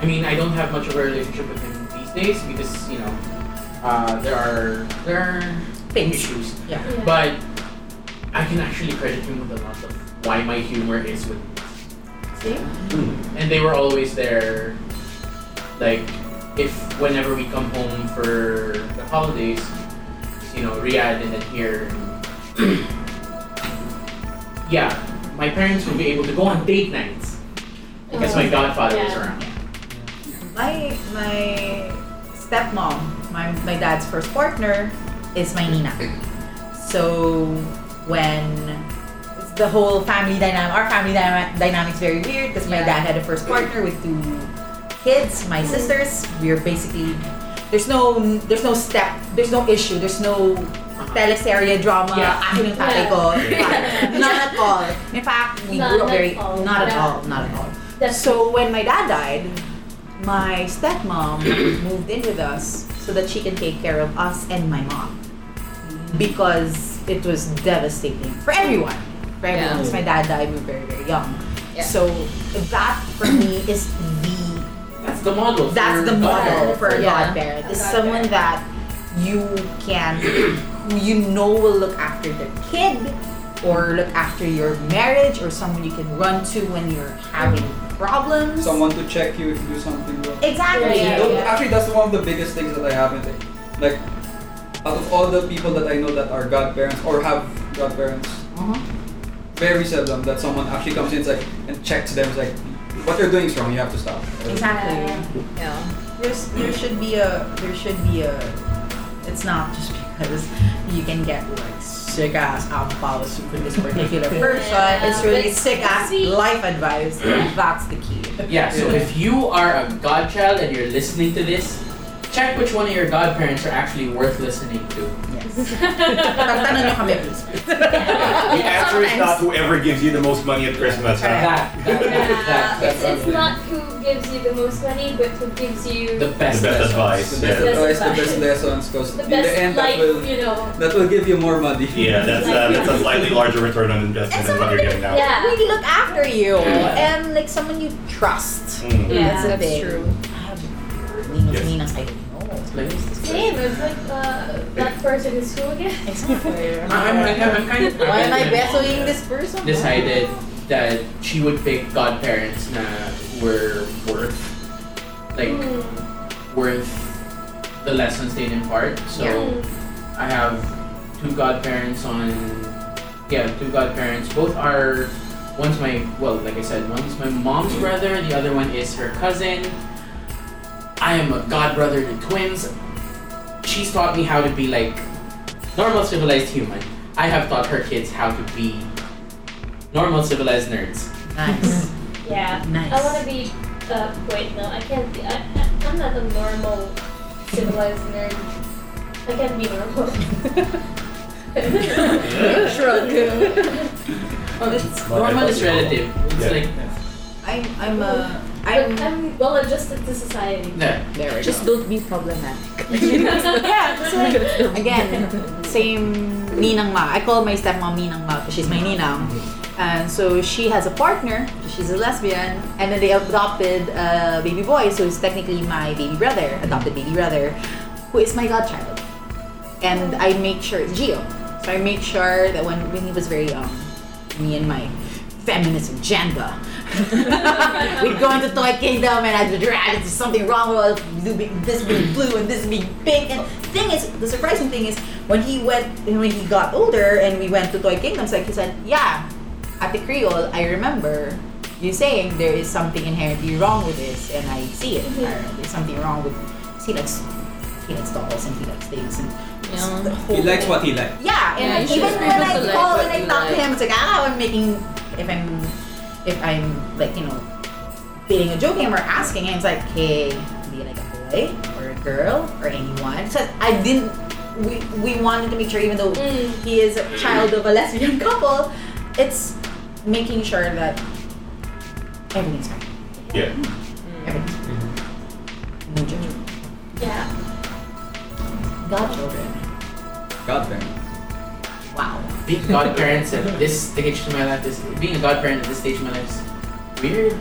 [SPEAKER 4] I mean, I don't have much of a relationship with him these days because you know uh, there are there are
[SPEAKER 1] things.
[SPEAKER 4] issues.
[SPEAKER 1] Yeah.
[SPEAKER 3] Yeah.
[SPEAKER 4] But I can actually credit him with a lot of why my humor is with Hmm.
[SPEAKER 1] See?
[SPEAKER 4] and they were always there like if whenever we come home for the holidays you know riyadh and then here yeah my parents would be able to go on date nights
[SPEAKER 1] Oh.
[SPEAKER 4] because my godfather was
[SPEAKER 3] Yeah.
[SPEAKER 4] around
[SPEAKER 1] My my stepmom, my my dad's first partner, is my nina. So when the whole family dynamic, our family dyna- dynamic's very weird because my
[SPEAKER 7] Yeah.
[SPEAKER 1] dad had a first partner with two kids, my sisters. We're basically there's no there's no step, there's no issue, there's no
[SPEAKER 3] Uh-huh.
[SPEAKER 1] teleserye drama.
[SPEAKER 4] Yeah.
[SPEAKER 1] Akin yung tatay ko.
[SPEAKER 3] Yeah.
[SPEAKER 1] None at all. In fact, we
[SPEAKER 3] None
[SPEAKER 1] grew up
[SPEAKER 3] at
[SPEAKER 1] very
[SPEAKER 3] all.
[SPEAKER 1] not at
[SPEAKER 3] Yeah.
[SPEAKER 1] all, not at all.
[SPEAKER 3] That's
[SPEAKER 1] So when my dad died, my stepmom moved in with us so that she can take care of us and my mom because it was devastating for everyone. For everyone,
[SPEAKER 7] Yeah.
[SPEAKER 1] because my dad died we were very very young.
[SPEAKER 7] Yeah.
[SPEAKER 1] So that for me is the
[SPEAKER 4] that's the model
[SPEAKER 1] that's
[SPEAKER 4] for
[SPEAKER 1] the model
[SPEAKER 4] godparents.
[SPEAKER 1] for a
[SPEAKER 7] Yeah.
[SPEAKER 1] godparent. It's
[SPEAKER 3] A
[SPEAKER 1] someone
[SPEAKER 3] godparent.
[SPEAKER 1] that you can, who you know will look after their kid or look after your marriage or someone you can run to when you're having problems.
[SPEAKER 5] Someone to check you if you do something wrong.
[SPEAKER 1] Exactly.
[SPEAKER 3] Yeah,
[SPEAKER 5] Tho-
[SPEAKER 3] yeah.
[SPEAKER 5] Actually, that's one of the biggest things that I haven't. Like, out of all the people that I know that are godparents or have godparents,
[SPEAKER 1] Uh-huh.
[SPEAKER 5] very seldom that someone actually comes in it's like, and checks them. It's like, what you're doing is wrong. You have to stop.
[SPEAKER 1] Exactly.
[SPEAKER 7] Yeah.
[SPEAKER 1] There's, there should be a there should be a. It's not just because you can get like sick ass outbows from this particular person.
[SPEAKER 3] Yeah.
[SPEAKER 1] It's really
[SPEAKER 3] Like,
[SPEAKER 1] sick ass
[SPEAKER 3] see-
[SPEAKER 1] life advice. That's the key.
[SPEAKER 4] yeah so if you are a godchild and you're listening to this check which one of your godparents are actually worth listening to.
[SPEAKER 1] Yes. Pagtanong nyo kami, please.
[SPEAKER 2] The answer is
[SPEAKER 1] Sometimes.
[SPEAKER 2] not whoever gives you the most money at Christmas. Huh?
[SPEAKER 4] That, that, that,
[SPEAKER 3] it's,
[SPEAKER 4] that's
[SPEAKER 3] it's
[SPEAKER 4] ugly.
[SPEAKER 3] not who gives you the most money, but who gives you
[SPEAKER 4] the best,
[SPEAKER 2] The best
[SPEAKER 4] lessons.
[SPEAKER 2] advice.
[SPEAKER 5] The best
[SPEAKER 2] Yeah.
[SPEAKER 5] advice, the best
[SPEAKER 3] Fashion.
[SPEAKER 5] lessons, because
[SPEAKER 3] the
[SPEAKER 5] in the
[SPEAKER 3] best
[SPEAKER 5] end
[SPEAKER 3] life,
[SPEAKER 5] that will
[SPEAKER 3] you know.
[SPEAKER 5] that will give you more money.
[SPEAKER 2] Yeah, that's uh, that's a slightly larger return on investment
[SPEAKER 1] And
[SPEAKER 2] than
[SPEAKER 1] someone
[SPEAKER 2] what you're getting now.
[SPEAKER 3] Yeah.
[SPEAKER 1] really look after you
[SPEAKER 4] Yeah.
[SPEAKER 1] and like someone you trust.
[SPEAKER 2] Mm.
[SPEAKER 3] Yeah,
[SPEAKER 1] that's the
[SPEAKER 3] that's
[SPEAKER 1] thing.
[SPEAKER 3] true.
[SPEAKER 1] I have Ninos,
[SPEAKER 2] Yes.
[SPEAKER 1] Ninas, I don't know.
[SPEAKER 4] Like,
[SPEAKER 3] Same, it's like uh, that person is who again?
[SPEAKER 1] Exactly.
[SPEAKER 4] I'm, I'm kind of.
[SPEAKER 1] Why am I
[SPEAKER 4] I'm-
[SPEAKER 1] battling this person?
[SPEAKER 4] decided that she would pick godparents na were worth like
[SPEAKER 3] Mm,
[SPEAKER 4] worth the lessons they impart. So
[SPEAKER 3] mm,
[SPEAKER 4] I have two godparents on yeah, two godparents. Both are one's my well, like I said, one's my mom's brother, the other one is her cousin. I am a godbrother to twins. She's taught me how to be like normal civilized human. I have taught her kids how to be normal civilized nerds.
[SPEAKER 1] Nice.
[SPEAKER 3] yeah. I
[SPEAKER 1] nice.
[SPEAKER 3] want to be. Uh, wait, no, I can't be. I, I, I'm not a normal civilized nerd. I can't be normal.
[SPEAKER 1] Shrug.
[SPEAKER 4] Oh, it's normal is relative. It's
[SPEAKER 2] Yeah.
[SPEAKER 4] like
[SPEAKER 1] I'm I'm a I'm
[SPEAKER 3] I'm, I'm well adjusted to society.
[SPEAKER 4] no.
[SPEAKER 1] there just don't be problematic.
[SPEAKER 3] yeah, that's right.
[SPEAKER 1] Again, same ninang ma. I call my stepmom ninang ma because she's my ninang. And so she has a partner. She's a lesbian, and then they adopted a baby boy. So it's technically my baby brother, adopted baby brother, who is my godchild. And I make sure it's Gio. So I make sure that when when he was very young, me and my feminist agenda. We'd go into Toy Kingdom and I'd drag it to something wrong with all the- this being blue and this being pink. And thing is, the surprising thing is when he went, when he got older and we went to Toy Kingdoms, like he said, yeah, at the Creole, I remember you saying there is something inherently wrong with this, and I see it.
[SPEAKER 3] Mhm.
[SPEAKER 1] I- There's something wrong with he likes he likes dolls and he likes things and
[SPEAKER 7] Yeah.
[SPEAKER 1] the whole
[SPEAKER 5] He likes what he likes.
[SPEAKER 1] yeah, and
[SPEAKER 7] Yeah,
[SPEAKER 1] like,
[SPEAKER 7] you
[SPEAKER 1] even
[SPEAKER 7] should
[SPEAKER 1] when
[SPEAKER 7] be able
[SPEAKER 1] I
[SPEAKER 7] to like
[SPEAKER 1] call
[SPEAKER 7] what
[SPEAKER 1] and I
[SPEAKER 7] you
[SPEAKER 1] talk to
[SPEAKER 7] like.
[SPEAKER 1] him, it's like ah, I'm making if I'm if I'm like you know being a joke game or asking him, it's like hey, be like a boy or a girl or anyone. So I didn't. We we wanted to make sure, even though
[SPEAKER 3] Mm.
[SPEAKER 1] he is a child of a lesbian couple, it's making sure that everything's fine.
[SPEAKER 2] Yeah.
[SPEAKER 7] Mm.
[SPEAKER 1] Everything's fine. No judgment.
[SPEAKER 3] Yeah.
[SPEAKER 1] Godchildren.
[SPEAKER 5] God damn.
[SPEAKER 1] Wow.
[SPEAKER 4] Being godparents at this stage in my life is being a godparent at this stage in my life is weird.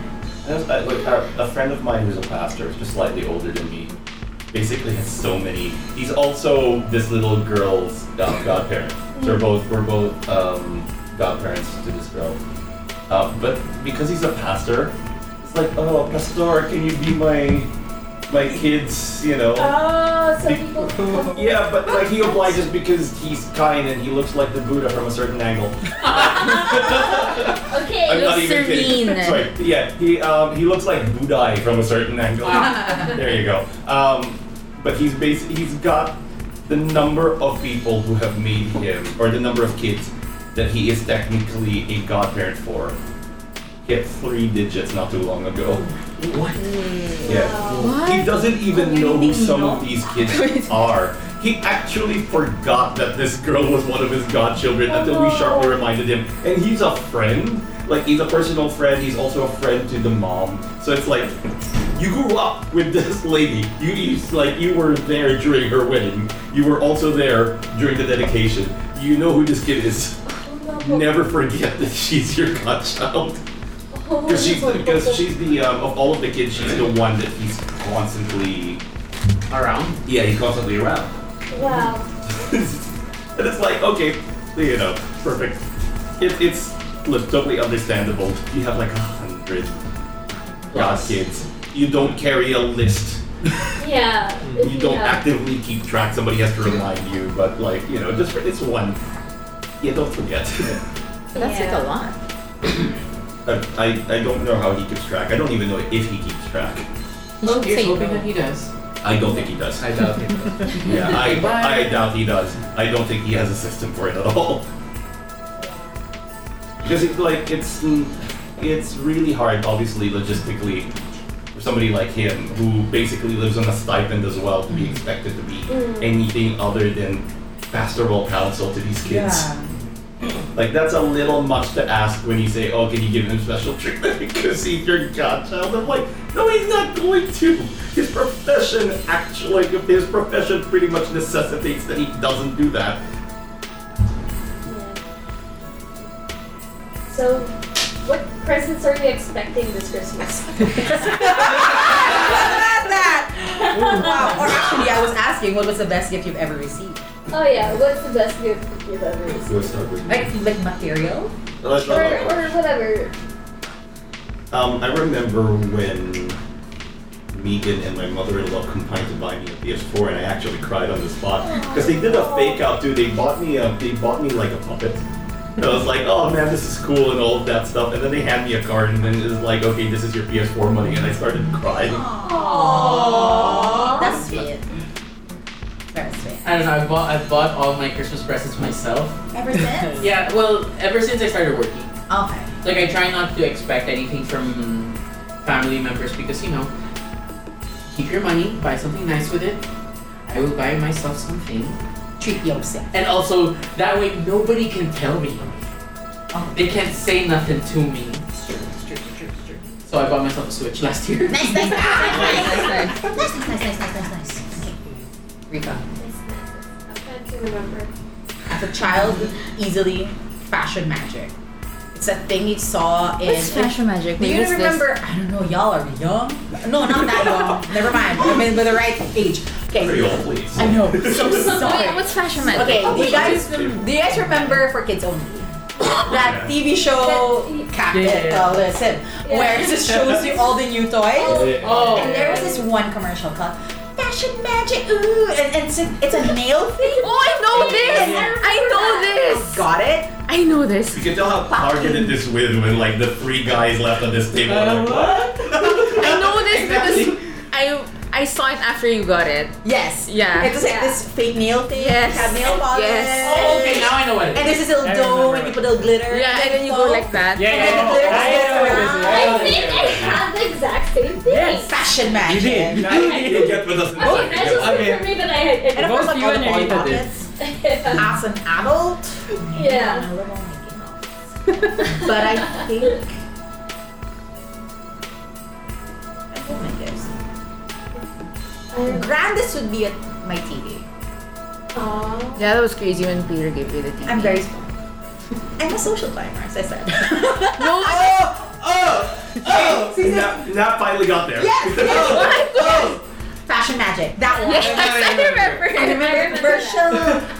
[SPEAKER 2] And, uh, like, a, a friend of mine who's a pastor, who's just slightly older than me, basically has so many. He's also this little girl's um, godparent. So we're both we're both um, godparents to this girl. Uh, but because he's a pastor, it's like, oh, pastor, can you be my my kids? You know.
[SPEAKER 3] Oh, some people.
[SPEAKER 2] Yeah, but like he obliges because he's kind and he looks like the Buddha from a certain angle.
[SPEAKER 3] Okay.
[SPEAKER 2] I'm not even kidding.
[SPEAKER 7] serene.
[SPEAKER 2] Sorry. Yeah, he um, he looks like Budai from a certain angle. there you go. Um, but he's bas- he's got the number of people who have made him, or the number of kids that he is technically a godparent for, hit three digits not too long ago.
[SPEAKER 4] What?
[SPEAKER 2] Yeah. He doesn't even know who some of these kids are. He actually forgot that this girl was one of his godchildren until we sharply reminded him. And he's a friend. Like, he's a personal friend. He's also a friend to the mom. So it's like, you grew up with this lady. You, you like, you were there during her wedding. You were also there during the dedication. You know who this kid is.
[SPEAKER 3] Oh.
[SPEAKER 2] Never forget that she's your godchild. Because she's, because she's the, um, of all of the kids, she's the one that he's constantly,
[SPEAKER 4] Around?
[SPEAKER 2] yeah, he's constantly around.
[SPEAKER 3] Wow.
[SPEAKER 2] and it's like, okay, you know, perfect. It, it's look, totally understandable. You have like a hundred god kids. You don't carry a list.
[SPEAKER 3] Yeah.
[SPEAKER 2] You don't
[SPEAKER 3] yeah.
[SPEAKER 2] actively keep track. Somebody has to remind you. But like, you know, just for this one, yeah, don't forget.
[SPEAKER 1] That's
[SPEAKER 3] yeah.
[SPEAKER 1] like a lot.
[SPEAKER 2] I, I, I don't know how he keeps track. I don't even know if he keeps track.
[SPEAKER 7] Don't
[SPEAKER 4] Here's
[SPEAKER 7] say
[SPEAKER 4] hoping
[SPEAKER 7] no.
[SPEAKER 4] that he does.
[SPEAKER 2] I don't think he does.
[SPEAKER 4] I doubt it.
[SPEAKER 2] Yeah, I,
[SPEAKER 4] Bye.
[SPEAKER 2] I doubt he does. I don't think he has a system for it at all. Because it, like it's mm, it's really hard, obviously logistically, somebody like him who basically lives on a stipend as well to be expected to be anything other than pastoral counsel to these kids.
[SPEAKER 1] Yeah.
[SPEAKER 2] Like that's a little much to ask when you say, "Oh, can you give him special treatment because he's your godchild?" I'm like, no, he's not going to. His profession actually, his profession pretty much necessitates that he doesn't do that.
[SPEAKER 3] So, what presents are you expecting this Christmas?
[SPEAKER 1] that. wow. Or actually, I was asking, what was the best gift you've ever received?
[SPEAKER 3] Oh yeah, what's the best gift you've ever received?
[SPEAKER 1] Like, like material?
[SPEAKER 2] Let's
[SPEAKER 3] Or,
[SPEAKER 2] not-
[SPEAKER 3] or whatever.
[SPEAKER 2] Um, I remember when Megan and my mother-in-law combined to buy me a PS4, and I actually cried on the spot because they did a fake out too. They bought me a, they bought me like a puppet. And I was like, oh man, this is cool and all of that stuff. And then they hand me a card, and then it was like, okay, this is your PS4 money, and I started crying.
[SPEAKER 1] Aww. That's sweet. That's sweet.
[SPEAKER 4] I don't know. I bought I bought all my Christmas presents myself.
[SPEAKER 1] Ever since?
[SPEAKER 4] Yeah. Well, ever since I started working,
[SPEAKER 1] Okay.
[SPEAKER 4] like I try not to expect anything from family members because you know, keep your money, buy something nice with it. I will buy myself something,
[SPEAKER 1] Treat yourself.
[SPEAKER 4] and also that way nobody can tell me.
[SPEAKER 1] Oh.
[SPEAKER 4] They can't say nothing to me.
[SPEAKER 1] It's true, it's true, it's true, it's true.
[SPEAKER 4] So I bought myself a Switch last year.
[SPEAKER 1] Nice, nice, nice, nice, nice, nice, nice, nice, nice, nice, nice, nice. Okay. Rika,
[SPEAKER 3] It's nice. I can't remember.
[SPEAKER 1] as a child, easily fashion magic. It's a thing you saw in.
[SPEAKER 7] What's fashion magic?
[SPEAKER 1] Do
[SPEAKER 7] Wait,
[SPEAKER 1] you
[SPEAKER 7] what's this?
[SPEAKER 1] remember? I don't know. Y'all are young. No, not that young. Never mind. I mean, by the right age. Okay.
[SPEAKER 2] Pretty old, please.
[SPEAKER 1] I know. So
[SPEAKER 7] Wait,
[SPEAKER 1] sorry.
[SPEAKER 7] what's fashion magic? Oh
[SPEAKER 1] Okay. Do you guys
[SPEAKER 2] Just-
[SPEAKER 1] do you guys remember for kids only? That
[SPEAKER 2] Yeah.
[SPEAKER 1] TV show
[SPEAKER 3] That-
[SPEAKER 1] Capitalism,
[SPEAKER 3] Yeah.
[SPEAKER 1] where it just shows you all the new toys.
[SPEAKER 4] Oh.
[SPEAKER 1] And there was this one commercial called Fashion Magic. Ooh, and, and it's, a, it's a nail thing.
[SPEAKER 7] Oh, I know this!
[SPEAKER 1] Yeah. Oh,
[SPEAKER 7] I know this!
[SPEAKER 1] Got it?
[SPEAKER 7] I know this.
[SPEAKER 2] You can tell how targeted this was when like the three guys left on this table. are like,
[SPEAKER 1] Uh,
[SPEAKER 7] I know this
[SPEAKER 2] Exactly.
[SPEAKER 7] because I I saw it after you got it.
[SPEAKER 1] Yes.
[SPEAKER 7] Yeah.
[SPEAKER 1] It's like
[SPEAKER 3] Yeah.
[SPEAKER 1] this fake nail thing.
[SPEAKER 7] Yes.
[SPEAKER 1] Have nail polish.
[SPEAKER 7] Yes.
[SPEAKER 4] Oh, okay, now I know what it is.
[SPEAKER 1] And there's this little
[SPEAKER 6] I
[SPEAKER 1] dome,
[SPEAKER 6] remember
[SPEAKER 1] and you
[SPEAKER 6] it.
[SPEAKER 1] put a little glitter.
[SPEAKER 7] Yeah, and then you go like that.
[SPEAKER 6] Yeah,
[SPEAKER 1] And
[SPEAKER 6] yeah,
[SPEAKER 1] then
[SPEAKER 6] yeah.
[SPEAKER 1] the lyrics
[SPEAKER 6] I know what
[SPEAKER 3] I
[SPEAKER 6] this is. I know what this
[SPEAKER 3] think
[SPEAKER 6] is.
[SPEAKER 3] I have the exact same thing.
[SPEAKER 6] Yes.
[SPEAKER 1] Fashion magic.
[SPEAKER 6] did.
[SPEAKER 2] Now you need to get with us. in
[SPEAKER 3] Okay,
[SPEAKER 2] second.
[SPEAKER 3] that's just
[SPEAKER 9] Okay.
[SPEAKER 3] good for me that I had.
[SPEAKER 1] And of
[SPEAKER 6] Both
[SPEAKER 1] course, like
[SPEAKER 6] you
[SPEAKER 1] all
[SPEAKER 6] and
[SPEAKER 1] the Polly
[SPEAKER 6] Erika did.
[SPEAKER 1] Pockets.
[SPEAKER 3] yeah.
[SPEAKER 1] As an adult,
[SPEAKER 3] Yeah.
[SPEAKER 1] a little Mickey Mouse. But I think. I think my gifts. Grandest would be at my TV.
[SPEAKER 3] Aw.
[SPEAKER 7] Yeah, that was crazy when Peter gave you the TV.
[SPEAKER 1] I'm very small. I'm a social climber, as I said.
[SPEAKER 7] No,
[SPEAKER 2] Oh, oh, oh! Nap, Nap finally got there.
[SPEAKER 1] Yes, yes, yes. Fashion magic. That one.
[SPEAKER 7] Yes, I remember.
[SPEAKER 1] I remember the first show.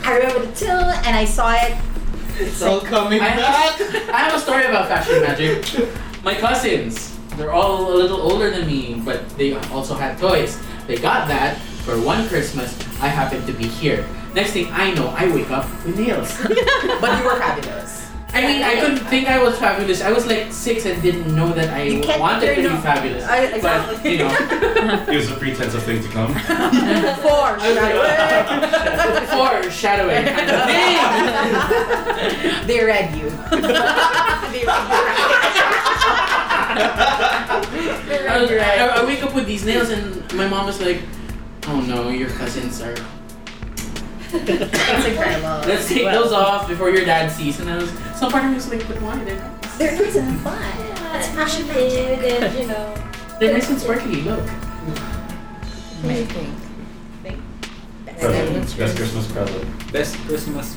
[SPEAKER 1] I remember the till, and I saw it.
[SPEAKER 9] It's all coming
[SPEAKER 4] I
[SPEAKER 9] back.
[SPEAKER 4] have, I have a story about fashion magic. My cousins, they're all a little older than me, but they also had toys. They got that for one Christmas. I happened to be here. Next thing I know, I wake up with nails.
[SPEAKER 1] But you were fabulous.
[SPEAKER 4] I mean, I couldn't think I was fabulous. I was like six and didn't know that I
[SPEAKER 1] You can't-
[SPEAKER 4] wanted to
[SPEAKER 1] you're
[SPEAKER 4] be
[SPEAKER 1] not-
[SPEAKER 4] fabulous.
[SPEAKER 1] I- exactly.
[SPEAKER 4] But you know,
[SPEAKER 2] It was a pretense of things to come.
[SPEAKER 1] Four.
[SPEAKER 4] foreshadowing. kind of thing.
[SPEAKER 1] They read you. they
[SPEAKER 4] I,
[SPEAKER 1] read
[SPEAKER 4] was-
[SPEAKER 1] you.
[SPEAKER 4] I- I wake up with these nails, and my mom was like, "Oh no, your cousins are
[SPEAKER 1] It's incredible.
[SPEAKER 4] Let's take
[SPEAKER 6] Well-
[SPEAKER 4] those off before your dad sees. And I was, some part of me was like, but why? They're,
[SPEAKER 1] There isn't fun.
[SPEAKER 3] Yeah,
[SPEAKER 1] It's fashion
[SPEAKER 3] and it did, and, you know.
[SPEAKER 4] they're nice and sparkly, look.
[SPEAKER 7] Amazing.
[SPEAKER 2] Present. Best Christmas present.
[SPEAKER 5] Best Christmas.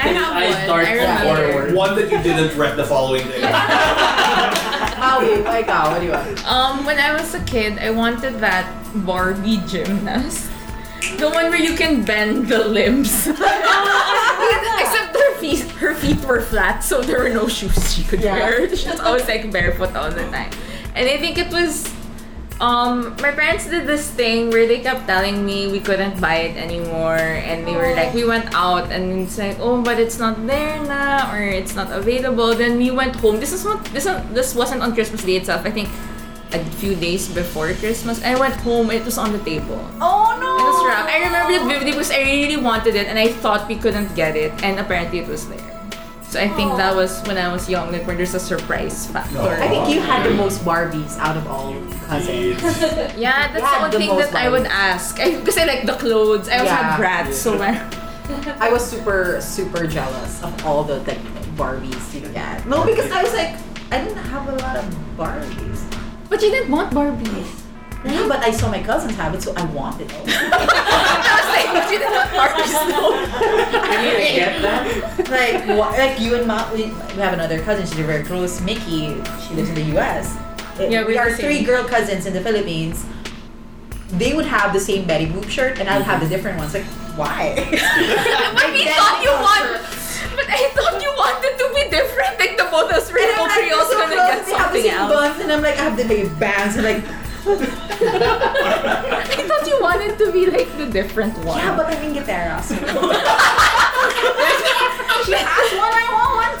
[SPEAKER 7] I have
[SPEAKER 4] Eyes
[SPEAKER 7] one.
[SPEAKER 4] dart
[SPEAKER 7] I remember.
[SPEAKER 4] forward.
[SPEAKER 2] One that you didn't rep the following day.
[SPEAKER 1] Howie, my God, what do you want?
[SPEAKER 7] Um, when I was a kid, I wanted that Barbie gymnast. The one where you can bend the limbs. Except her feet, her feet were flat, so there were no shoes she could wear. She was always like barefoot all the time. And I think it was, um, my parents did this thing where they kept telling me we couldn't buy it anymore, and they were like, we went out and it's like, oh, but it's not there now, or it's not available. Then we went home. This is not this not, this wasn't on Christmas Day itself. I think a few days before Christmas. I went home, it was on the table.
[SPEAKER 1] Oh no!
[SPEAKER 7] It was wrapped. I remember it vividly because I really wanted it and I thought we couldn't get it, and apparently it was there. So I think that was when I was young, like where there's a surprise factor.
[SPEAKER 2] No.
[SPEAKER 1] I think you had the most Barbies out of all
[SPEAKER 2] You
[SPEAKER 1] cousins.
[SPEAKER 2] kids.
[SPEAKER 7] Yeah, that's
[SPEAKER 1] Yeah,
[SPEAKER 7] the one
[SPEAKER 1] the
[SPEAKER 7] thing
[SPEAKER 1] most
[SPEAKER 7] that I would ask. I, kasi like the clothes, I also
[SPEAKER 1] Yeah.
[SPEAKER 7] had brats, so my-
[SPEAKER 1] I was super, super jealous of all the like Barbies you get. No, because I was like, I didn't have a lot of Barbies.
[SPEAKER 7] But you didn't want Barbies.
[SPEAKER 1] Yeah, but I saw my cousins have it, so I wanted it.
[SPEAKER 7] I was like, you didn't want Barbies,
[SPEAKER 4] I mean, I get that.
[SPEAKER 1] like, wha- like you and Ma, we, we have another cousin. She's very close. Mickey, she lives in the U.S.
[SPEAKER 7] Yeah,
[SPEAKER 1] we
[SPEAKER 7] we're
[SPEAKER 1] are
[SPEAKER 7] the same.
[SPEAKER 1] three girl cousins in the Philippines. They would have the same Betty Boop shirt, and I would have the different ones. Like, why?
[SPEAKER 7] but we
[SPEAKER 1] Like,
[SPEAKER 7] thought you
[SPEAKER 1] that's
[SPEAKER 7] want. But I thought you wanted to be different. Like the both of us were
[SPEAKER 1] And I'm
[SPEAKER 7] all
[SPEAKER 1] like,
[SPEAKER 7] three
[SPEAKER 1] you're
[SPEAKER 7] also
[SPEAKER 1] so
[SPEAKER 7] gonna
[SPEAKER 1] close,
[SPEAKER 7] get
[SPEAKER 1] they have the
[SPEAKER 7] something
[SPEAKER 1] same
[SPEAKER 7] else.
[SPEAKER 1] buns, and I'm like, I have the big bangs, and like,
[SPEAKER 7] I thought you wanted to be like the different one.
[SPEAKER 1] yeah, but I didn't get their ass. she has one, I want one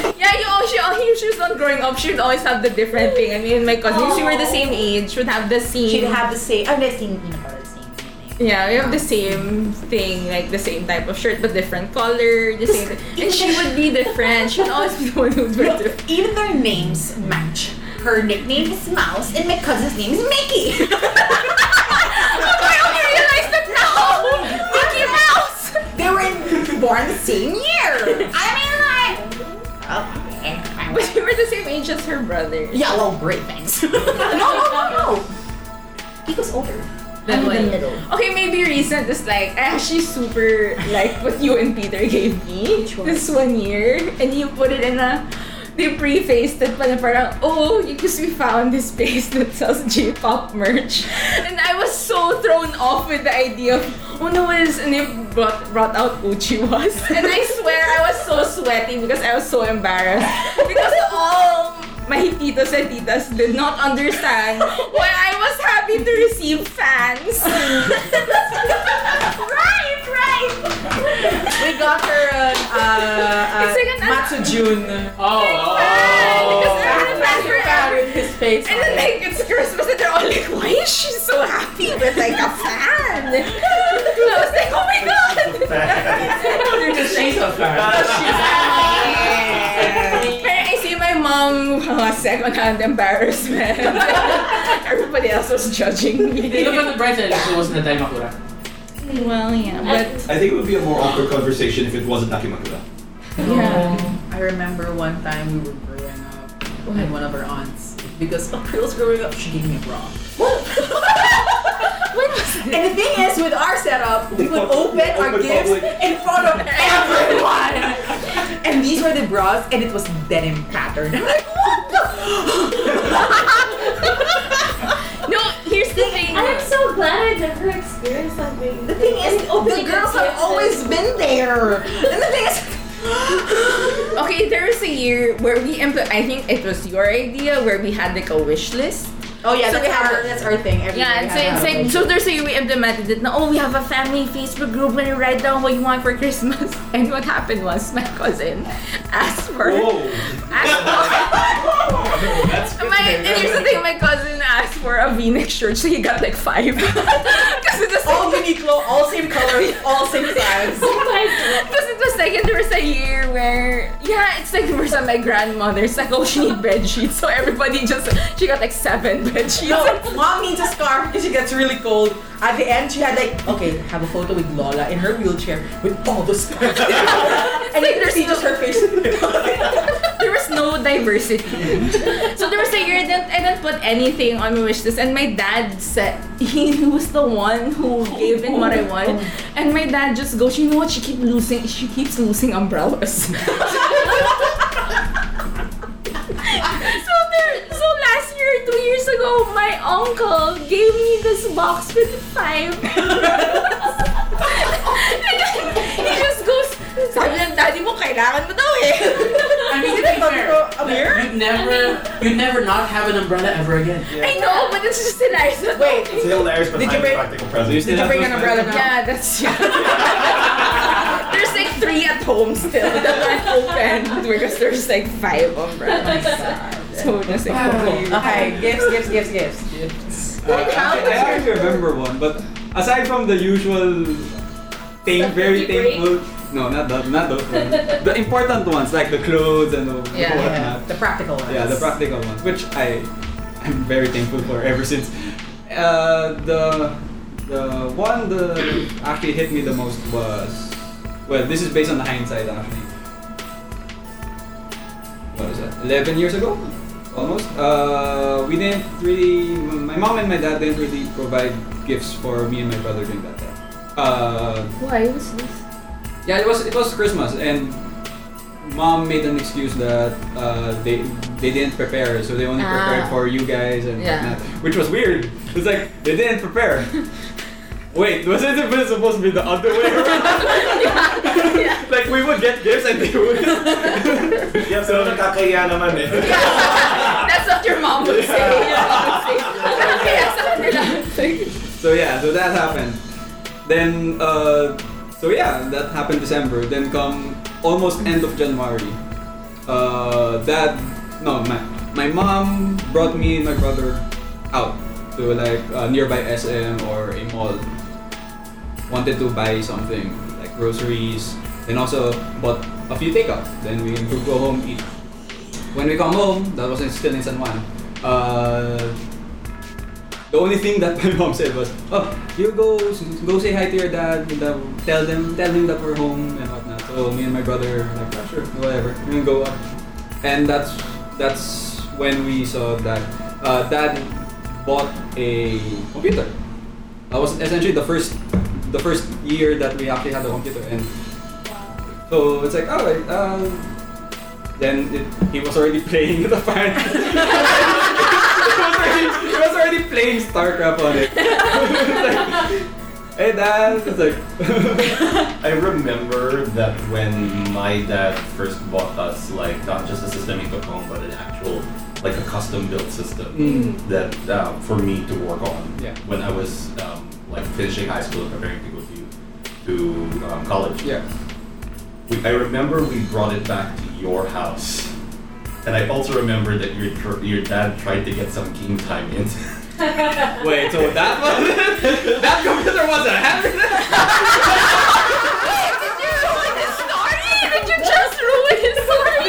[SPEAKER 1] too.
[SPEAKER 7] Yeah, you oh, she, oh, she was not growing up. She would always have the different thing. I mean, my cousin, if she were the same age, she would have the same.
[SPEAKER 1] She'd have the same. I'm not saying you know, the same thing.
[SPEAKER 7] Yeah, we have the same thing, like the same type of shirt, but different color, the same. And she would be different. She would always be the one who would wear
[SPEAKER 1] Look,
[SPEAKER 7] different.
[SPEAKER 1] even their names match. Her nickname is Mouse, and my cousin's name is Mickey.
[SPEAKER 7] I only realized that now!
[SPEAKER 1] oh
[SPEAKER 7] Mickey Mouse!
[SPEAKER 1] They were in, born the same year. I mean, like, okay, fine,
[SPEAKER 7] But
[SPEAKER 1] whatever.
[SPEAKER 7] you were the same age as her brother.
[SPEAKER 1] yeah, well, great, thanks. no, no, no, no. He was older.
[SPEAKER 7] Then
[SPEAKER 1] I'm in the
[SPEAKER 7] what?
[SPEAKER 1] middle.
[SPEAKER 7] Okay, maybe recent is like I actually super like what you and Peter gave me this one year, and you put it in a. They prefaced it pala parang, oh, because we found this place that sells J-pop merch. And I was so thrown off with the idea of, oh no, what is, and they brought, brought out Uchiwas. And I swear I was so sweaty because I was so embarrassed. Because all my titos and titas did not understand why I was happy to receive fans. right, right.
[SPEAKER 1] We got her an uh, uh,
[SPEAKER 7] It's like an-
[SPEAKER 1] Matsujun.
[SPEAKER 4] Oh,
[SPEAKER 7] Fan, because
[SPEAKER 4] oh,
[SPEAKER 7] I had a fan forever.
[SPEAKER 1] his face.
[SPEAKER 7] And then like it's Christmas and they're all like, why is she so happy with like a fan? And I was like, oh my god.
[SPEAKER 4] because she's a fan.
[SPEAKER 7] Parang I see my mom uh, second-hand embarrassment. Everybody else was judging
[SPEAKER 4] Hey, Look
[SPEAKER 7] me.
[SPEAKER 4] on the bright side, it wasn't a Daimakura.
[SPEAKER 7] Well, yeah, but
[SPEAKER 2] I think it would be a more awkward conversation if it wasn't Nakimakura.
[SPEAKER 7] yeah.
[SPEAKER 1] I remember one time we were growing up and one of our aunts, because April's growing up, she gave me a bra.
[SPEAKER 7] When was it?
[SPEAKER 1] And the thing is, with our setup, we would open our
[SPEAKER 2] Open
[SPEAKER 1] gifts
[SPEAKER 2] public.
[SPEAKER 1] in front of everyone. and these were the bras, and it was denim pattern. I'm like, what
[SPEAKER 7] No, here's the thing.
[SPEAKER 3] I'm so glad I never experienced something.
[SPEAKER 1] the? The thing is,
[SPEAKER 7] Oh,
[SPEAKER 1] the girls have always been there. And the thing is,
[SPEAKER 7] Okay, there was a year where we impl- I think it was your idea where we had like a wish list.
[SPEAKER 1] oh yeah,
[SPEAKER 7] So
[SPEAKER 1] that's,
[SPEAKER 7] we have-
[SPEAKER 1] our, that's our thing. Every
[SPEAKER 7] Yeah,
[SPEAKER 1] year
[SPEAKER 7] it's
[SPEAKER 1] we
[SPEAKER 7] like,
[SPEAKER 1] have
[SPEAKER 7] it's
[SPEAKER 1] our
[SPEAKER 7] like so there's a year we implemented it. Now, oh, we have a family Facebook group and you write down what you want for Christmas. And what happened was my cousin asked for
[SPEAKER 2] Whoa!
[SPEAKER 7] asked for
[SPEAKER 2] That's good
[SPEAKER 7] My,
[SPEAKER 2] to
[SPEAKER 7] and here's the
[SPEAKER 2] remember.
[SPEAKER 7] thing, my cousin asked for a V-neck shirt, so he got like five. Because it was
[SPEAKER 1] all Uniqlo, all same colors, all same size.
[SPEAKER 7] Because it was like, there was a year where, yeah, it's like we were at my grandmother's, like, oh, she need bed sheets. So everybody just, she got like seven bed sheets.
[SPEAKER 1] No, mom needs a scarf because she gets really cold. At the end, she had like, okay, have a photo with Lola in her wheelchair with all the scarves. and you can see just her face.
[SPEAKER 7] there was no diversity. so there was a year that I didn't put anything on my wish list, and my dad said he was the one who gave in what I wanted, and my dad just goes, you know what? She keeps losing. She keeps losing umbrellas. So there, so last year, two years ago, my uncle gave me this box with five. and then he just goes, sabi ng daddy mo, kailangan mo daw eh.
[SPEAKER 4] I mean, to be fair, you'd never, you'd never not have an umbrella ever again.
[SPEAKER 7] I know, but it's just hilarious.
[SPEAKER 1] Wait.
[SPEAKER 2] It's hilarious, but
[SPEAKER 1] Did you
[SPEAKER 2] I'm a
[SPEAKER 1] bring-
[SPEAKER 2] practical present.
[SPEAKER 1] Did you bring an umbrella now?
[SPEAKER 7] Yeah, that's yeah. there's like three at home still that aren't open because there's like five
[SPEAKER 1] Oh
[SPEAKER 7] umbrellas. So just like
[SPEAKER 1] Okay, gifts, gifts, gifts, gifts.
[SPEAKER 5] Uh, I, I actually remember one, but aside from the usual thing, very
[SPEAKER 3] Lucky break?
[SPEAKER 5] thankful, No, not the not those ones. the important ones like the clothes and the
[SPEAKER 8] Yeah,
[SPEAKER 5] whatnot.
[SPEAKER 8] the practical ones.
[SPEAKER 5] Yeah, the practical ones, which I I'm very thankful for ever since. Uh, the the one that actually hit me the most was well, this is based on the hindsight actually. What is that? Eleven years ago, almost. Uh, we didn't really. My mom and my dad didn't really provide gifts for me and my brother during that time. Uh,
[SPEAKER 8] Why was this?
[SPEAKER 5] yeah, it was it was Christmas, and mom made an excuse that uh, they they didn't prepare, so they only
[SPEAKER 8] Ah.
[SPEAKER 5] prepared for you guys and
[SPEAKER 8] Yeah.
[SPEAKER 5] whatnot, which was weird. It's like they didn't prepare. Wait, wasn't it supposed to be the other way around? like we would get gifts and they would.
[SPEAKER 2] Yeah, pero nakakaya naman eh.
[SPEAKER 7] That's what your mom would say.
[SPEAKER 5] So yeah, so that happened. Then uh, so yeah, that happened December. Then come almost end of January. Uh, that no, my my mom brought me and my brother out to like uh, nearby SM or a mall. Wanted to buy something like groceries, and also bought a few takeout. Then we would go home eat. When we come home, that was in- still in San Juan. Uh, the only thing that my mom said was, "Oh, you go, go say hi to your dad. And, uh, tell them, tell him that we're home and whatnot." So me and my brother were like, "Ah, "Sure, whatever." We go up, and that's that's when we saw that uh, dad bought a computer. That was essentially the first the first year that we actually had a computer, and so it's like, oh, uh, then it, he was already playing it apparently. he, was already, he was already playing StarCraft on it. It's like, hey dad, it's like,
[SPEAKER 2] I remember that when my dad first bought us, like not just a system he took home, but an actual, like a custom built system
[SPEAKER 5] Mm.
[SPEAKER 2] that uh, for me to work on
[SPEAKER 5] Yeah.
[SPEAKER 2] when I was um, like finishing high school and preparing to go to to um, college.
[SPEAKER 5] yeah,
[SPEAKER 2] We, I remember we brought it back to your house, and I also remember that your tr- your dad tried to get some game time in.
[SPEAKER 5] wait, so that was it? that computer wasn't having that?
[SPEAKER 7] Did you ruin his story? Did you just ruin his story?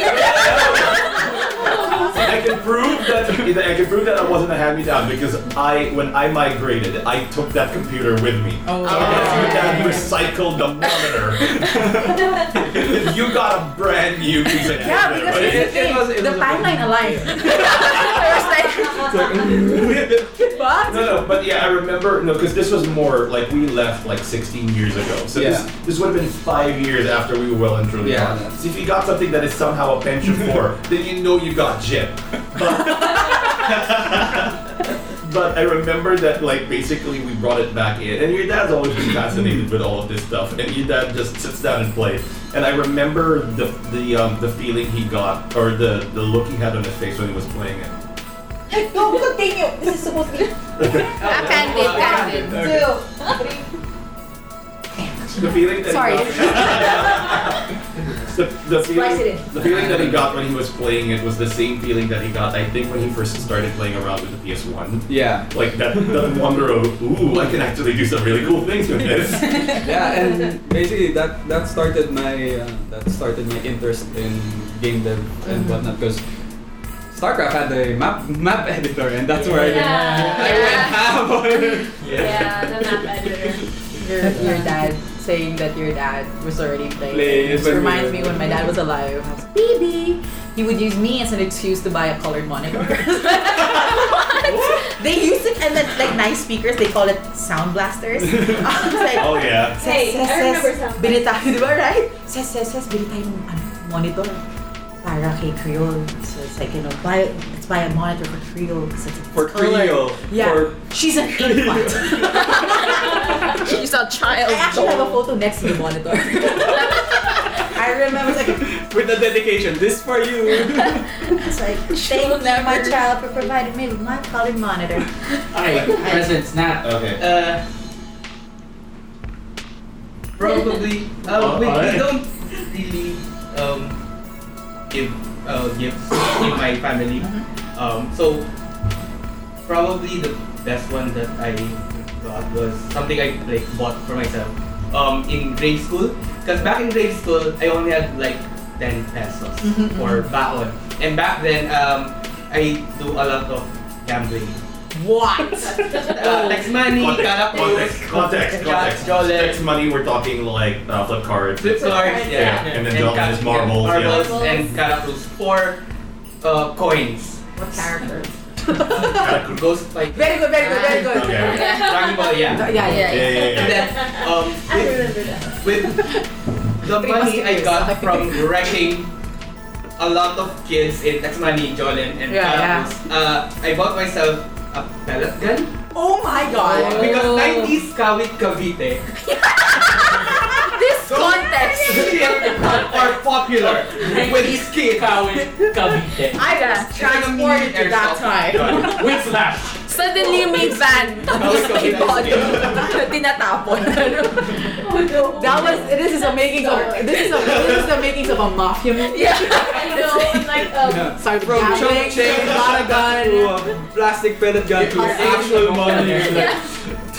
[SPEAKER 2] I can prove that I can prove that I wasn't a hand-me-down because I, when I migrated, I took that computer with me.
[SPEAKER 4] Oh,
[SPEAKER 2] So
[SPEAKER 7] yeah.
[SPEAKER 2] your dad recycled the monitor. you got a brand new piece of
[SPEAKER 1] Yeah, because
[SPEAKER 2] equipment, but
[SPEAKER 1] it's
[SPEAKER 2] it-
[SPEAKER 1] the
[SPEAKER 5] it
[SPEAKER 1] thing.
[SPEAKER 5] was- it
[SPEAKER 1] the
[SPEAKER 5] was a-
[SPEAKER 1] timeline alive.
[SPEAKER 7] I was like,
[SPEAKER 1] But
[SPEAKER 2] No, no, but yeah, I remember. No, because this was more like we left like 16 years ago. So
[SPEAKER 5] Yeah.
[SPEAKER 2] this this would have been five years after we were well and truly
[SPEAKER 5] Yeah.
[SPEAKER 2] gone. So if you got something that is somehow a pension for, then you know you got Jim. But, but I remember that like basically we brought it back in, and your dad's always been fascinated with all of this stuff, and your dad just sits down and plays. And I remember the the um, the feeling he got, or the the look he had on his face when he was playing it.
[SPEAKER 1] no, continue. This is supposed to be
[SPEAKER 7] I can't do that.
[SPEAKER 1] two.
[SPEAKER 2] The feeling that
[SPEAKER 1] Sorry.
[SPEAKER 2] He got, the, the,
[SPEAKER 1] Splice it
[SPEAKER 2] feeling,
[SPEAKER 1] in.
[SPEAKER 2] the feeling that he got when he was playing it was the same feeling that he got, I think, when he first started playing around with the PS1.
[SPEAKER 5] Yeah,
[SPEAKER 2] Like that, that wonder of, ooh, I can actually do some really cool things with this.
[SPEAKER 5] yeah, and basically that that started my uh, that started my interest in game dev and
[SPEAKER 1] Mm-hmm.
[SPEAKER 5] whatnot because StarCraft had a map map editor, and that's where I did. I went
[SPEAKER 3] Yeah.
[SPEAKER 5] half on it.
[SPEAKER 3] Yeah, the map editor.
[SPEAKER 1] Your, your dad saying that your dad was already playing.
[SPEAKER 5] Play,
[SPEAKER 1] This
[SPEAKER 5] when we
[SPEAKER 1] reminds me
[SPEAKER 5] were-
[SPEAKER 1] when my dad was alive. I was like, Baby, he would use me as an excuse to buy a colored monitor. They use it and then like nice speakers, they call it sound blasters. I was like,
[SPEAKER 2] Oh yeah.
[SPEAKER 3] Hey, I remember something.
[SPEAKER 1] Binita, di ba, right? Ses, ses, ses, bili tayo ng ano, monitor para kay Creole. So it's like, you know, buy, let's buy a monitor for Creole because it's
[SPEAKER 5] for
[SPEAKER 1] color.
[SPEAKER 5] Creole.
[SPEAKER 1] Yeah,
[SPEAKER 5] For,
[SPEAKER 1] she's an infant.
[SPEAKER 7] She's a child.
[SPEAKER 1] I actually have a photo next to the monitor. I remember it's like,
[SPEAKER 5] with the dedication, this for you.
[SPEAKER 1] it's like thank you, my child, for providing me with my color monitor.
[SPEAKER 4] Alright, present snap.
[SPEAKER 2] Okay.
[SPEAKER 9] Uh, probably. Uh,
[SPEAKER 2] Oh,
[SPEAKER 9] we, we
[SPEAKER 2] alright.
[SPEAKER 9] don't really um, give uh, gifts in my family. Um, so probably the best one that I got was something I like bought for myself. um, in grade school. Because back in grade school, I only had like 10 pesos for baon. And back then, um, I do a lot of gambling.
[SPEAKER 1] What?
[SPEAKER 9] Uh, text money,
[SPEAKER 2] Context,
[SPEAKER 9] carapos,
[SPEAKER 2] context, context. Text
[SPEAKER 9] jollets,
[SPEAKER 2] money, we're talking like uh, flip cards.
[SPEAKER 9] flip cards,
[SPEAKER 3] Yeah.
[SPEAKER 9] yeah.
[SPEAKER 2] And then Jolly
[SPEAKER 9] ca-
[SPEAKER 2] is marbles, yeah.
[SPEAKER 9] marbles and carapos for uh, coins.
[SPEAKER 1] what character?
[SPEAKER 2] Catacru-
[SPEAKER 9] Ghost fight.
[SPEAKER 1] Very good, very good, very good.
[SPEAKER 2] Okay.
[SPEAKER 9] Dragon Ball,
[SPEAKER 1] Yeah,
[SPEAKER 9] yeah.
[SPEAKER 1] yeah.
[SPEAKER 2] Yeah, yeah, yeah.
[SPEAKER 9] And then, um,
[SPEAKER 3] I remember that.
[SPEAKER 9] with the
[SPEAKER 1] Three
[SPEAKER 9] money I
[SPEAKER 1] musketeers.
[SPEAKER 9] got from wrecking a lot of kids in Taxmani, Jolin, and
[SPEAKER 8] Yeah, yeah.
[SPEAKER 9] Carapus, uh, I bought myself a pellet gun
[SPEAKER 1] Oh my god.
[SPEAKER 9] because 90s Kawit Cavite
[SPEAKER 7] This context.
[SPEAKER 9] are popular with these kids.
[SPEAKER 4] Kawin Cavite.
[SPEAKER 1] I
[SPEAKER 7] Yeah.
[SPEAKER 1] was transported to that time.
[SPEAKER 4] With slash.
[SPEAKER 7] Suddenly may ban. Tapos may body. Tinatapon.
[SPEAKER 3] Oh no.
[SPEAKER 1] That was this is a making of this is a this is the makings of a mafia movie.
[SPEAKER 7] yeah.
[SPEAKER 3] I know, like um,
[SPEAKER 1] Sorry,
[SPEAKER 9] From chunk
[SPEAKER 1] gambling,
[SPEAKER 9] chain
[SPEAKER 1] lot of
[SPEAKER 9] to
[SPEAKER 1] gun.
[SPEAKER 9] a uh, plastic pellet gun to
[SPEAKER 1] Yeah.
[SPEAKER 9] actual money.
[SPEAKER 4] Yeah.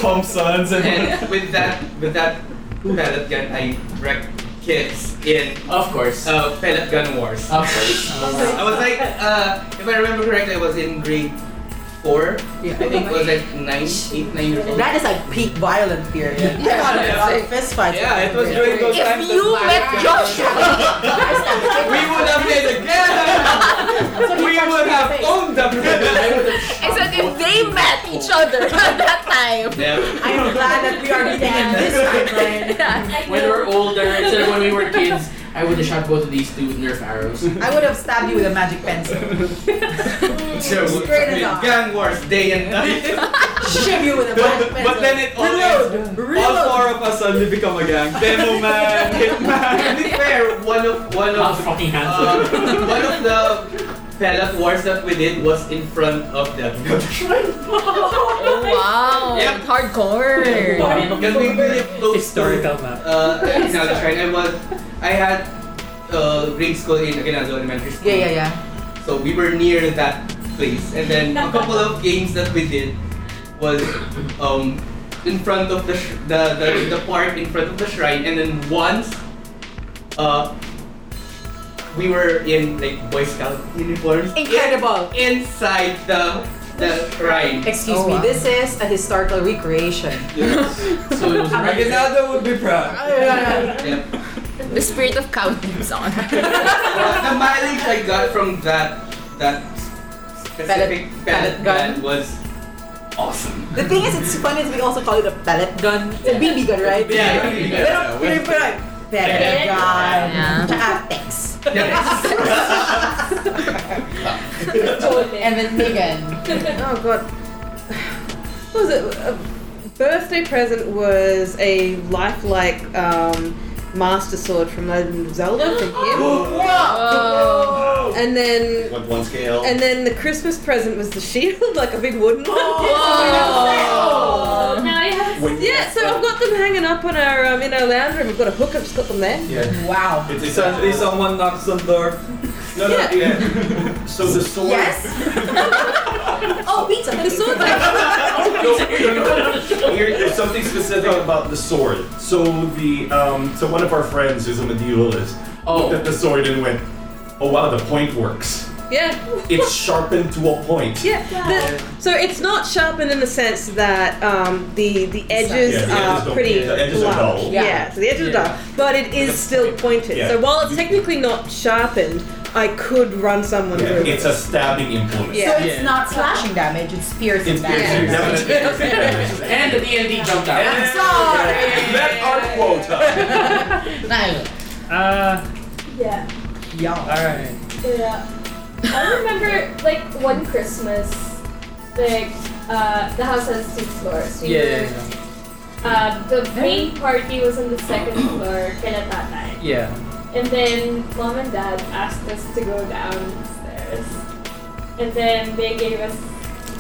[SPEAKER 2] Thompsons and.
[SPEAKER 9] And with that, with that pellet gun, I wrecked kids in
[SPEAKER 4] Of course.
[SPEAKER 9] uh, pellet gun wars.
[SPEAKER 4] of course.
[SPEAKER 9] I was like, uh, if I remember correctly, I was in grade four.
[SPEAKER 1] Yeah.
[SPEAKER 9] I think it was like nine, eight, nine years old.
[SPEAKER 1] That is like peak violent period. I
[SPEAKER 9] Yeah.
[SPEAKER 1] got a lot of fist fights.
[SPEAKER 9] yeah, it was during those
[SPEAKER 7] If
[SPEAKER 9] times.
[SPEAKER 7] you
[SPEAKER 9] that
[SPEAKER 7] met
[SPEAKER 9] my-
[SPEAKER 7] Joshua,
[SPEAKER 9] we would have been together. we would have owned the privilege.
[SPEAKER 7] it's like if they met each other at that time.
[SPEAKER 9] Yeah.
[SPEAKER 1] I am glad that we are meeting in this timeline.
[SPEAKER 7] Yeah.
[SPEAKER 3] I
[SPEAKER 4] When we're
[SPEAKER 3] know.
[SPEAKER 4] older, instead of when we were kids, I would have shot both of these two with Nerf arrows.
[SPEAKER 1] I would have stabbed you with a magic pencil.
[SPEAKER 9] There would
[SPEAKER 1] Straight
[SPEAKER 9] have been
[SPEAKER 1] enough.
[SPEAKER 9] gang wars day and night.
[SPEAKER 1] Shiv you with a magic
[SPEAKER 9] but,
[SPEAKER 1] pencil.
[SPEAKER 9] but then it all ends.
[SPEAKER 1] reload,
[SPEAKER 5] All
[SPEAKER 1] reload.
[SPEAKER 5] four of us suddenly become a gang. Demo man,
[SPEAKER 9] To
[SPEAKER 5] hitman.
[SPEAKER 9] be fair, one of one
[SPEAKER 4] How
[SPEAKER 9] of
[SPEAKER 4] fucking
[SPEAKER 9] Uh,
[SPEAKER 4] handsome.
[SPEAKER 9] one of the pellet wars that we did was in front of the
[SPEAKER 7] Wow.
[SPEAKER 9] Yeah.
[SPEAKER 7] Hardcore.
[SPEAKER 9] because we really close to
[SPEAKER 6] Historical map.
[SPEAKER 9] uh Aguinaldo Shrine. I was I had uh grade school in Aguinaldo Elementary School.
[SPEAKER 1] Yeah, yeah, yeah.
[SPEAKER 9] So we were near that place. And then a couple of games that we did was um in front of the sh- the, the the park in front of the shrine and then once uh we were in like Boy Scout uniforms.
[SPEAKER 1] Incredible.
[SPEAKER 9] inside the the shrine.
[SPEAKER 1] Excuse
[SPEAKER 7] Oh,
[SPEAKER 1] me,
[SPEAKER 7] wow.
[SPEAKER 1] this is a historical recreation.
[SPEAKER 4] so it was right.
[SPEAKER 5] Aguinaldo would be proud.
[SPEAKER 9] Yeah.
[SPEAKER 7] The spirit of counting is on.
[SPEAKER 9] Uh, the mileage I got from that that specific
[SPEAKER 1] pellet
[SPEAKER 9] pellet,
[SPEAKER 1] gun.
[SPEAKER 9] gun was awesome.
[SPEAKER 1] The thing is, it's funny is we also call it a pellet gun. It's a BB gun, right?
[SPEAKER 9] Yeah,
[SPEAKER 1] Pero,
[SPEAKER 9] BB gun.
[SPEAKER 1] pero, pero, pero, pellet
[SPEAKER 3] Pellet
[SPEAKER 1] gun.
[SPEAKER 7] gun.
[SPEAKER 1] Tsaka text.
[SPEAKER 3] Jolin.
[SPEAKER 1] And then Megan.
[SPEAKER 8] Oh god. What was it? A birthday present was a lifelike um, master sword from Legend of Zelda from him.
[SPEAKER 7] Whoa.
[SPEAKER 8] And then
[SPEAKER 2] With one scale.
[SPEAKER 8] and then the Christmas present was the shield, like a big wooden one.
[SPEAKER 3] Oh, now I have
[SPEAKER 2] Wait.
[SPEAKER 8] Yeah, so I've got them hanging up on our um, in our lounge room. We've got a hook up, just got them there.
[SPEAKER 5] Yeah.
[SPEAKER 1] Wow.
[SPEAKER 2] It's, it's a,
[SPEAKER 5] Suddenly someone knocks on the door. No, no,
[SPEAKER 8] Yeah.
[SPEAKER 5] yeah.
[SPEAKER 2] so the sword.
[SPEAKER 1] Yes? oh, pizza.
[SPEAKER 8] The sword like
[SPEAKER 2] no, no, no. Here, there's something specific about the sword. So the um, so one of our friends who's a medievalist looked
[SPEAKER 4] Oh,
[SPEAKER 2] at the sword and went, "Oh wow, the point works.
[SPEAKER 8] Yeah.
[SPEAKER 2] It's sharpened to a point."
[SPEAKER 8] Yeah. The- so it's not sharpened in the sense that um, the the edges
[SPEAKER 2] Yeah, the
[SPEAKER 8] are
[SPEAKER 2] edges don't-
[SPEAKER 8] uh, pretty
[SPEAKER 2] yeah, the edges are
[SPEAKER 8] blunt.
[SPEAKER 2] dull.
[SPEAKER 8] Yeah.
[SPEAKER 1] Yeah.
[SPEAKER 8] so the edges are dull, but it is still pointed.
[SPEAKER 2] Yeah.
[SPEAKER 8] So while it's technically not sharpened, I could run someone
[SPEAKER 2] Yeah,
[SPEAKER 8] through.
[SPEAKER 2] it's a stabbing implement.
[SPEAKER 8] Yeah.
[SPEAKER 1] So it's not slashing damage, it's piercing
[SPEAKER 2] It's
[SPEAKER 1] damage.
[SPEAKER 2] piercing,
[SPEAKER 8] Yeah.
[SPEAKER 2] definitely piercing damage.
[SPEAKER 4] and the D&D jumped out.
[SPEAKER 2] And-
[SPEAKER 1] Sorry.
[SPEAKER 2] Met our quota.
[SPEAKER 1] Nice.
[SPEAKER 6] Uh,
[SPEAKER 3] Yeah.
[SPEAKER 1] Yeah.
[SPEAKER 6] alright.
[SPEAKER 3] Yeah. I remember like one Christmas, like uh, the house has two floors. We
[SPEAKER 4] Yeah,
[SPEAKER 3] were,
[SPEAKER 4] yeah,
[SPEAKER 3] Uh, the main party was on the second floor, Kalatatay.
[SPEAKER 6] Yeah.
[SPEAKER 3] And then mom and dad asked us to go downstairs. And then they gave us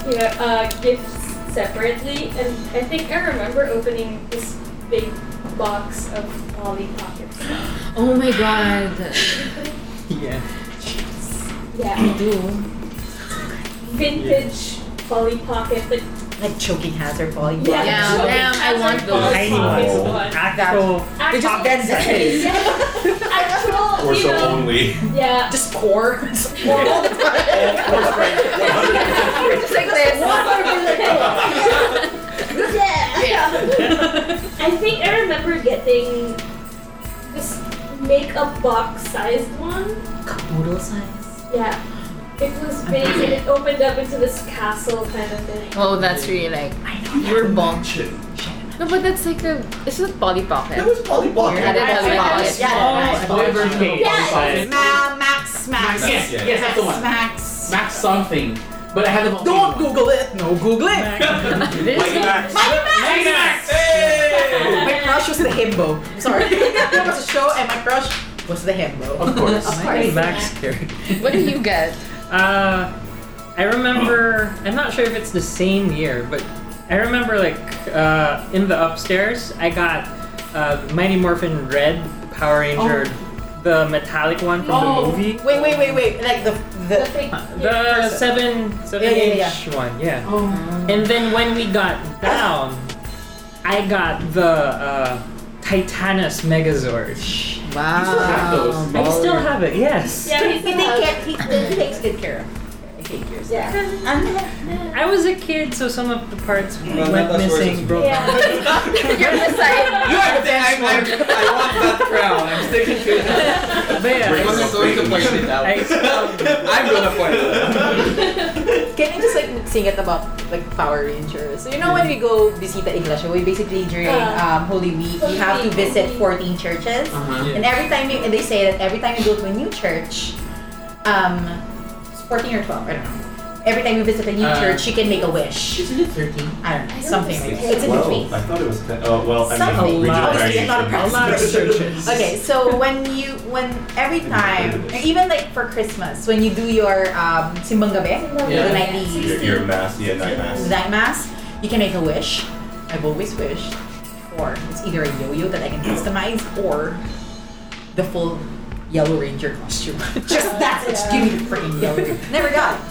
[SPEAKER 3] you know, uh, gifts separately. And I think I remember opening this big box of Polly Pockets.
[SPEAKER 7] Oh my god.
[SPEAKER 6] Yeah.
[SPEAKER 3] Yeah.
[SPEAKER 7] Do.
[SPEAKER 3] vintage Polly Pocket, like
[SPEAKER 1] like choking hazard ball.
[SPEAKER 3] Yeah.
[SPEAKER 7] Yeah, damn, I want those.
[SPEAKER 6] Tiny ones. Actual
[SPEAKER 1] They just-
[SPEAKER 6] top ten seconds.
[SPEAKER 3] Actual,
[SPEAKER 2] Or
[SPEAKER 3] you
[SPEAKER 2] so
[SPEAKER 3] know,
[SPEAKER 2] only.
[SPEAKER 3] yeah.
[SPEAKER 1] Just pour.
[SPEAKER 7] Just like this.
[SPEAKER 3] I think I remember getting this makeup box sized one.
[SPEAKER 1] Capoodle size.
[SPEAKER 3] Yeah. It was big and it opened up into this castle kind of thing.
[SPEAKER 7] Oh, that's really like
[SPEAKER 9] You're bunched.
[SPEAKER 7] no, but that's like a it's like Polly
[SPEAKER 2] That
[SPEAKER 7] Pocket.
[SPEAKER 2] was Polly Pocket.
[SPEAKER 7] Yeah, that was
[SPEAKER 3] I- I-
[SPEAKER 7] Polly
[SPEAKER 3] I-
[SPEAKER 1] Yeah.
[SPEAKER 4] Oh,
[SPEAKER 6] Liver
[SPEAKER 4] yeah.
[SPEAKER 6] cake
[SPEAKER 3] Yeah.
[SPEAKER 6] size.
[SPEAKER 1] Ma- Max, Max.
[SPEAKER 4] Yes,
[SPEAKER 2] Yeah.
[SPEAKER 4] yes, that's the one.
[SPEAKER 1] Max.
[SPEAKER 4] Max something. But I had the
[SPEAKER 6] Don't
[SPEAKER 4] go.
[SPEAKER 6] Google it. No, Google it.
[SPEAKER 4] This
[SPEAKER 2] Mighty Max.
[SPEAKER 4] Mighty Max.
[SPEAKER 1] My crush was the himbo. Sorry. there was a show and my crush was the himbo.
[SPEAKER 4] Of course.
[SPEAKER 1] course.
[SPEAKER 6] Max character.
[SPEAKER 7] What do you get?
[SPEAKER 6] Uh, I remember. I'm not sure if it's the same year, but I remember like uh, in the upstairs, I got uh, Mighty Morphin Red Power Ranger, the metallic one from
[SPEAKER 1] Oh.
[SPEAKER 6] the movie.
[SPEAKER 1] Wait, wait, wait, wait. Like the
[SPEAKER 3] The
[SPEAKER 1] the
[SPEAKER 3] fake
[SPEAKER 6] The seven seven
[SPEAKER 1] Yeah, yeah,
[SPEAKER 6] inch one, yeah. And then when we got down, I got the uh, Titanus Megazord.
[SPEAKER 4] Wow.
[SPEAKER 6] I still have it. Yes.
[SPEAKER 3] Yeah, he's
[SPEAKER 1] He,
[SPEAKER 3] in
[SPEAKER 1] take
[SPEAKER 3] love.
[SPEAKER 1] care, he, he takes good care of. it. He takes care of it.
[SPEAKER 3] Yeah.
[SPEAKER 1] And
[SPEAKER 6] I was a kid, so some of the parts went
[SPEAKER 5] Well, that was worse
[SPEAKER 6] missing.
[SPEAKER 5] as
[SPEAKER 6] Broke.
[SPEAKER 3] Yeah.
[SPEAKER 7] You're beside.
[SPEAKER 5] You are damn I, I want that crown. I'm sticking to it.
[SPEAKER 6] But yeah,
[SPEAKER 2] Break
[SPEAKER 5] I
[SPEAKER 6] I-
[SPEAKER 5] wasn't going to point it out.
[SPEAKER 6] I
[SPEAKER 5] I'm gonna point it out.
[SPEAKER 1] Can you just like sing it about like Power Rangers? So you know when we go visita Iglesia, we basically during
[SPEAKER 3] Uh,
[SPEAKER 1] um, Holy Week you
[SPEAKER 3] Holy
[SPEAKER 1] have to
[SPEAKER 3] Week.
[SPEAKER 1] visit 14 churches,
[SPEAKER 4] Uh-huh.
[SPEAKER 1] and every time you, and they say that every time you go to a new church, um, it's 14 or 12, I don't know. Every time you visit a new
[SPEAKER 4] Uh,
[SPEAKER 1] church, you can make a wish.
[SPEAKER 4] Isn't it 13?
[SPEAKER 1] I don't know,
[SPEAKER 3] I don't
[SPEAKER 1] something like
[SPEAKER 3] think so.
[SPEAKER 1] that. It's in
[SPEAKER 2] Well,
[SPEAKER 1] between.
[SPEAKER 2] I thought it was. Ten, uh, well, I
[SPEAKER 1] Something.
[SPEAKER 2] mean, regional
[SPEAKER 1] Obviously, it's not a
[SPEAKER 6] a
[SPEAKER 2] variation.
[SPEAKER 6] lot of searches.
[SPEAKER 1] Okay, so when you when every time, or even like for Christmas, when you do your um, simbang gabi, the
[SPEAKER 4] Yeah.
[SPEAKER 1] nightly
[SPEAKER 2] Your, your mass, yeah, night mass.
[SPEAKER 1] night mass, you can make a wish. I've always wished for it's either a yo-yo that I can customize or the full Yellow Ranger costume. Just that, it's give me the freaking Yellow Ranger. Never got it.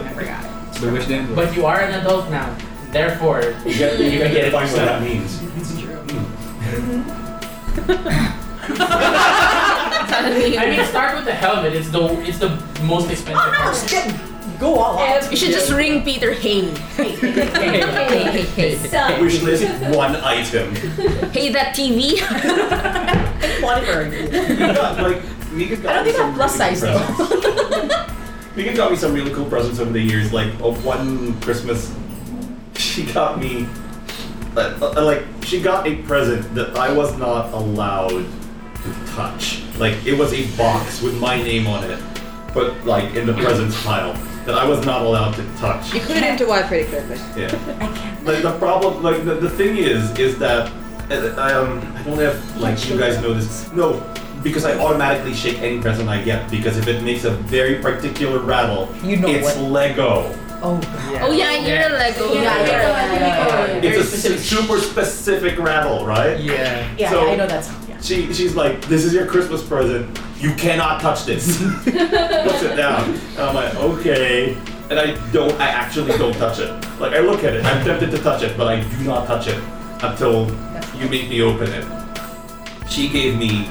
[SPEAKER 1] Never got it.
[SPEAKER 5] The wish then.
[SPEAKER 4] But you are an adult now. Therefore,
[SPEAKER 2] You get, you
[SPEAKER 4] Yeah.
[SPEAKER 2] get to define what that means.
[SPEAKER 1] It's true.
[SPEAKER 4] I mean, start with the helmet. It's the it's the most expensive.
[SPEAKER 1] Oh no,
[SPEAKER 4] part.
[SPEAKER 1] just go all out. Oh,
[SPEAKER 7] You should just ring Peter. Hey,
[SPEAKER 1] Hey, hey, hey, hey.
[SPEAKER 7] hey, hey, hey,
[SPEAKER 3] So,
[SPEAKER 2] Wish list one item.
[SPEAKER 7] hey, that TV.
[SPEAKER 1] Whatever.
[SPEAKER 2] Yeah, like Mika
[SPEAKER 1] I
[SPEAKER 2] got
[SPEAKER 1] don't
[SPEAKER 2] me
[SPEAKER 1] think
[SPEAKER 2] some
[SPEAKER 1] I'm plus
[SPEAKER 2] really
[SPEAKER 1] size
[SPEAKER 2] cool
[SPEAKER 1] though.
[SPEAKER 2] presents. Mika got me some really cool presents over the years. Like of one Christmas, she got me uh, uh, like she got a present that I was not allowed to touch. Like it was a box with my name on it, but like in the presents pile that I was not allowed to touch.
[SPEAKER 8] You put it into Y pretty quickly.
[SPEAKER 2] Yeah. Like the problem, like the, the thing is, is that uh, um, I don't have like you guys know this. No, because I automatically shake any present I get because if it makes a very particular rattle,
[SPEAKER 1] You know
[SPEAKER 2] it's
[SPEAKER 1] what-
[SPEAKER 2] Lego.
[SPEAKER 1] Oh,
[SPEAKER 7] Oh yeah, you're a Lego.
[SPEAKER 1] Yeah,
[SPEAKER 7] guy.
[SPEAKER 1] yeah, yeah, yeah,
[SPEAKER 2] It's
[SPEAKER 4] Very
[SPEAKER 2] a
[SPEAKER 4] specific.
[SPEAKER 2] super specific rattle, right?
[SPEAKER 6] Yeah.
[SPEAKER 1] yeah,
[SPEAKER 2] So-
[SPEAKER 1] I know that sound. Yeah.
[SPEAKER 2] She she's like, this is your Christmas present. You cannot touch this. Puts it down. And I'm like, okay. And I don't. I actually don't touch it. Like I look at it. I'm tempted to touch it, but I do not touch it until you make me open it. She gave me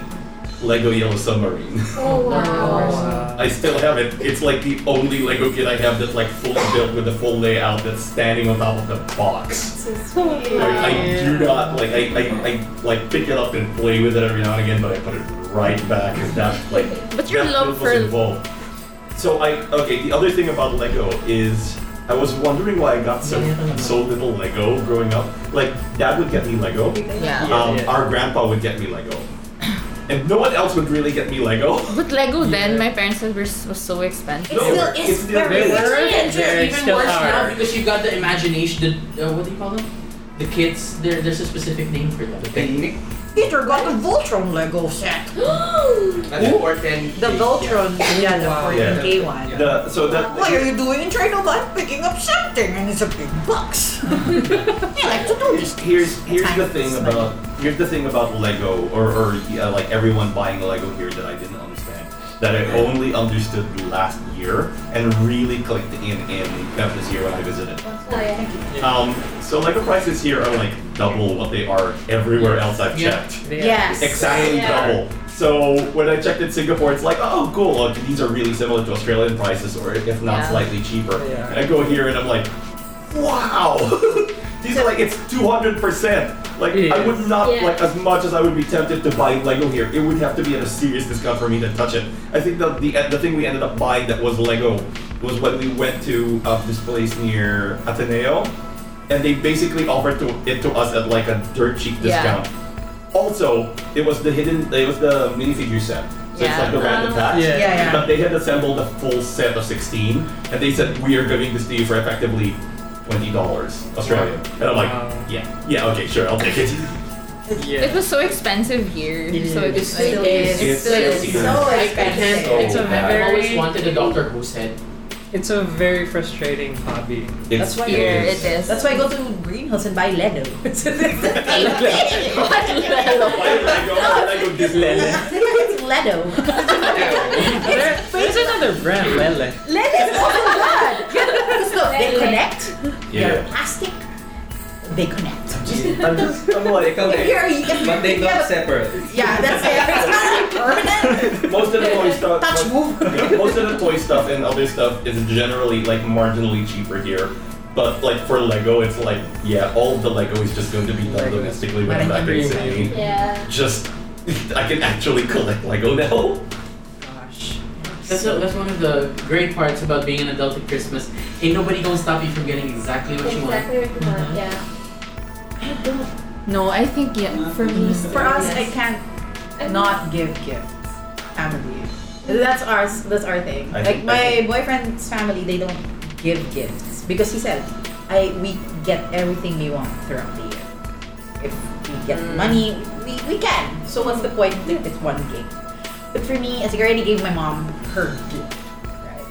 [SPEAKER 2] Lego Yellow Submarine.
[SPEAKER 3] oh wow.
[SPEAKER 2] I still have it. It's like the only Lego kit I have that's like fully built with a full layout that's standing on top of the box.
[SPEAKER 3] So sweet.
[SPEAKER 2] Like I do not like I, I, I like pick it up and play with it every now and again, but I put it right back because that like
[SPEAKER 7] But your
[SPEAKER 2] that
[SPEAKER 7] love
[SPEAKER 2] was
[SPEAKER 7] for-
[SPEAKER 2] involved. So I okay. The other thing about Lego is I was wondering why I got so so little Lego growing up. Like Dad would get me Lego.
[SPEAKER 7] Yeah.
[SPEAKER 2] Um,
[SPEAKER 6] yeah.
[SPEAKER 2] Our grandpa would get me Lego, and no one else would really get me Lego.
[SPEAKER 7] But Lego then, my parents said were so, was so expensive.
[SPEAKER 1] It's
[SPEAKER 2] No,
[SPEAKER 1] still
[SPEAKER 2] it's
[SPEAKER 1] it's
[SPEAKER 2] still
[SPEAKER 1] very
[SPEAKER 2] very-
[SPEAKER 1] expensive.
[SPEAKER 4] It's
[SPEAKER 6] Very
[SPEAKER 4] even
[SPEAKER 6] still
[SPEAKER 4] worse now
[SPEAKER 6] hard.
[SPEAKER 4] because you've got the imagination. The, uh, what do you call them? The kids. There, there's a specific name for that.
[SPEAKER 9] Technic.
[SPEAKER 1] Peter got the Voltron Lego set.
[SPEAKER 9] That's important.
[SPEAKER 1] The Voltron, yeah, the
[SPEAKER 9] Wow.
[SPEAKER 2] Yeah.
[SPEAKER 1] 4K one.
[SPEAKER 2] The, so that
[SPEAKER 1] What are you doing in Trade Online? Picking up something, and it's a big box. I like to do these
[SPEAKER 2] here's here's the
[SPEAKER 1] Time
[SPEAKER 2] thing
[SPEAKER 1] is
[SPEAKER 2] about here's the thing about Lego or or yeah, like everyone buying Lego here that I didn't understand that I only understood last year and really clicked in in uh, this year when I visited.
[SPEAKER 3] Oh yeah.
[SPEAKER 2] Um, so Lego prices here are like double what they are everywhere else I've
[SPEAKER 4] Yeah.
[SPEAKER 2] checked.
[SPEAKER 1] Yes.
[SPEAKER 2] Exactly
[SPEAKER 3] Yeah.
[SPEAKER 2] double. So when I checked in Singapore, it's like, oh, cool. Look, these are really similar to Australian prices, or if not
[SPEAKER 1] Yeah.
[SPEAKER 2] slightly cheaper.
[SPEAKER 5] Yeah.
[SPEAKER 2] And I go here and I'm like, wow. these are like it's 200 percent. Like
[SPEAKER 6] It
[SPEAKER 2] I would not
[SPEAKER 3] Yeah.
[SPEAKER 2] like as much as I would be tempted to buy Lego here. It would have to be at a serious discount for me to touch it. I think the the, the thing we ended up buying that was Lego was when we went to uh, this place near Ateneo, and they basically offered to, it to us at like a dirt cheap
[SPEAKER 1] Yeah.
[SPEAKER 2] discount. Also, it was the hidden. It was the minifigure set. So it's
[SPEAKER 1] Yeah.
[SPEAKER 2] like the random packs.
[SPEAKER 6] Yeah.
[SPEAKER 8] Yeah, yeah.
[SPEAKER 2] But they had assembled a full set of 16, and they said, We are giving this to you for effectively $20 Australian. And I'm like,
[SPEAKER 6] Wow.
[SPEAKER 2] Yeah, yeah, okay, sure, I'll take it.
[SPEAKER 7] It was so expensive here.
[SPEAKER 6] It
[SPEAKER 7] so it
[SPEAKER 6] is.
[SPEAKER 7] just
[SPEAKER 1] It still
[SPEAKER 7] like,
[SPEAKER 1] is.
[SPEAKER 2] It's
[SPEAKER 1] still is
[SPEAKER 2] still
[SPEAKER 1] so
[SPEAKER 4] I
[SPEAKER 1] expensive.
[SPEAKER 2] So
[SPEAKER 4] It's a
[SPEAKER 2] bad.
[SPEAKER 4] I've always
[SPEAKER 6] very-
[SPEAKER 4] wanted a Doctor Who's head.
[SPEAKER 6] It's a very frustrating hobby.
[SPEAKER 2] It's-
[SPEAKER 1] That's why
[SPEAKER 2] it
[SPEAKER 7] Here
[SPEAKER 2] is.
[SPEAKER 7] it is.
[SPEAKER 1] That's why I go to Green Hills and buy Lego.
[SPEAKER 7] What level?
[SPEAKER 2] Why did I go? Why did oh, I go this low?
[SPEAKER 1] it's Ledo.
[SPEAKER 6] There, there's another uh, brand, Lele.
[SPEAKER 1] Lead is also bad. Because look, they
[SPEAKER 3] Lead.
[SPEAKER 1] connect. They're
[SPEAKER 2] Yeah.
[SPEAKER 1] plastic. They connect.
[SPEAKER 2] I'm just, I'm
[SPEAKER 9] They
[SPEAKER 2] like,
[SPEAKER 9] come
[SPEAKER 1] If
[SPEAKER 9] in,
[SPEAKER 1] you're, if
[SPEAKER 9] but they
[SPEAKER 1] you have
[SPEAKER 9] don't
[SPEAKER 1] a-
[SPEAKER 9] separate.
[SPEAKER 1] Yeah, that's it. If It's not like permanent.
[SPEAKER 2] most of the toy stuff.
[SPEAKER 1] Touch move.
[SPEAKER 2] Yeah, most of the toy stuff and other stuff is generally like marginally cheaper here. But like for Lego, it's like yeah, all of the Lego is just going to be done domestically with
[SPEAKER 1] Parang
[SPEAKER 2] that
[SPEAKER 1] everywhere.
[SPEAKER 2] city.
[SPEAKER 3] Yeah.
[SPEAKER 2] Just I can actually collect Lego now.
[SPEAKER 4] Gosh. That's, a, that's one of the great parts about being an adult at Christmas. Ain't nobody gonna stop you from getting exactly what you want.
[SPEAKER 3] Exactly what you want. Yeah.
[SPEAKER 7] No, I think yeah. For me,
[SPEAKER 1] For us, I
[SPEAKER 7] yes.
[SPEAKER 1] can't
[SPEAKER 3] I
[SPEAKER 1] not give gifts. Family. That's ours. That's our thing.
[SPEAKER 2] I
[SPEAKER 1] like
[SPEAKER 2] think-
[SPEAKER 1] my
[SPEAKER 2] I think-
[SPEAKER 1] boyfriend's family, they don't give gifts because he said, "I we get everything we want throughout the year. If we get money, we, we can. So what's the point if it's one gift? But for me, as I already gave my mom her gift, right?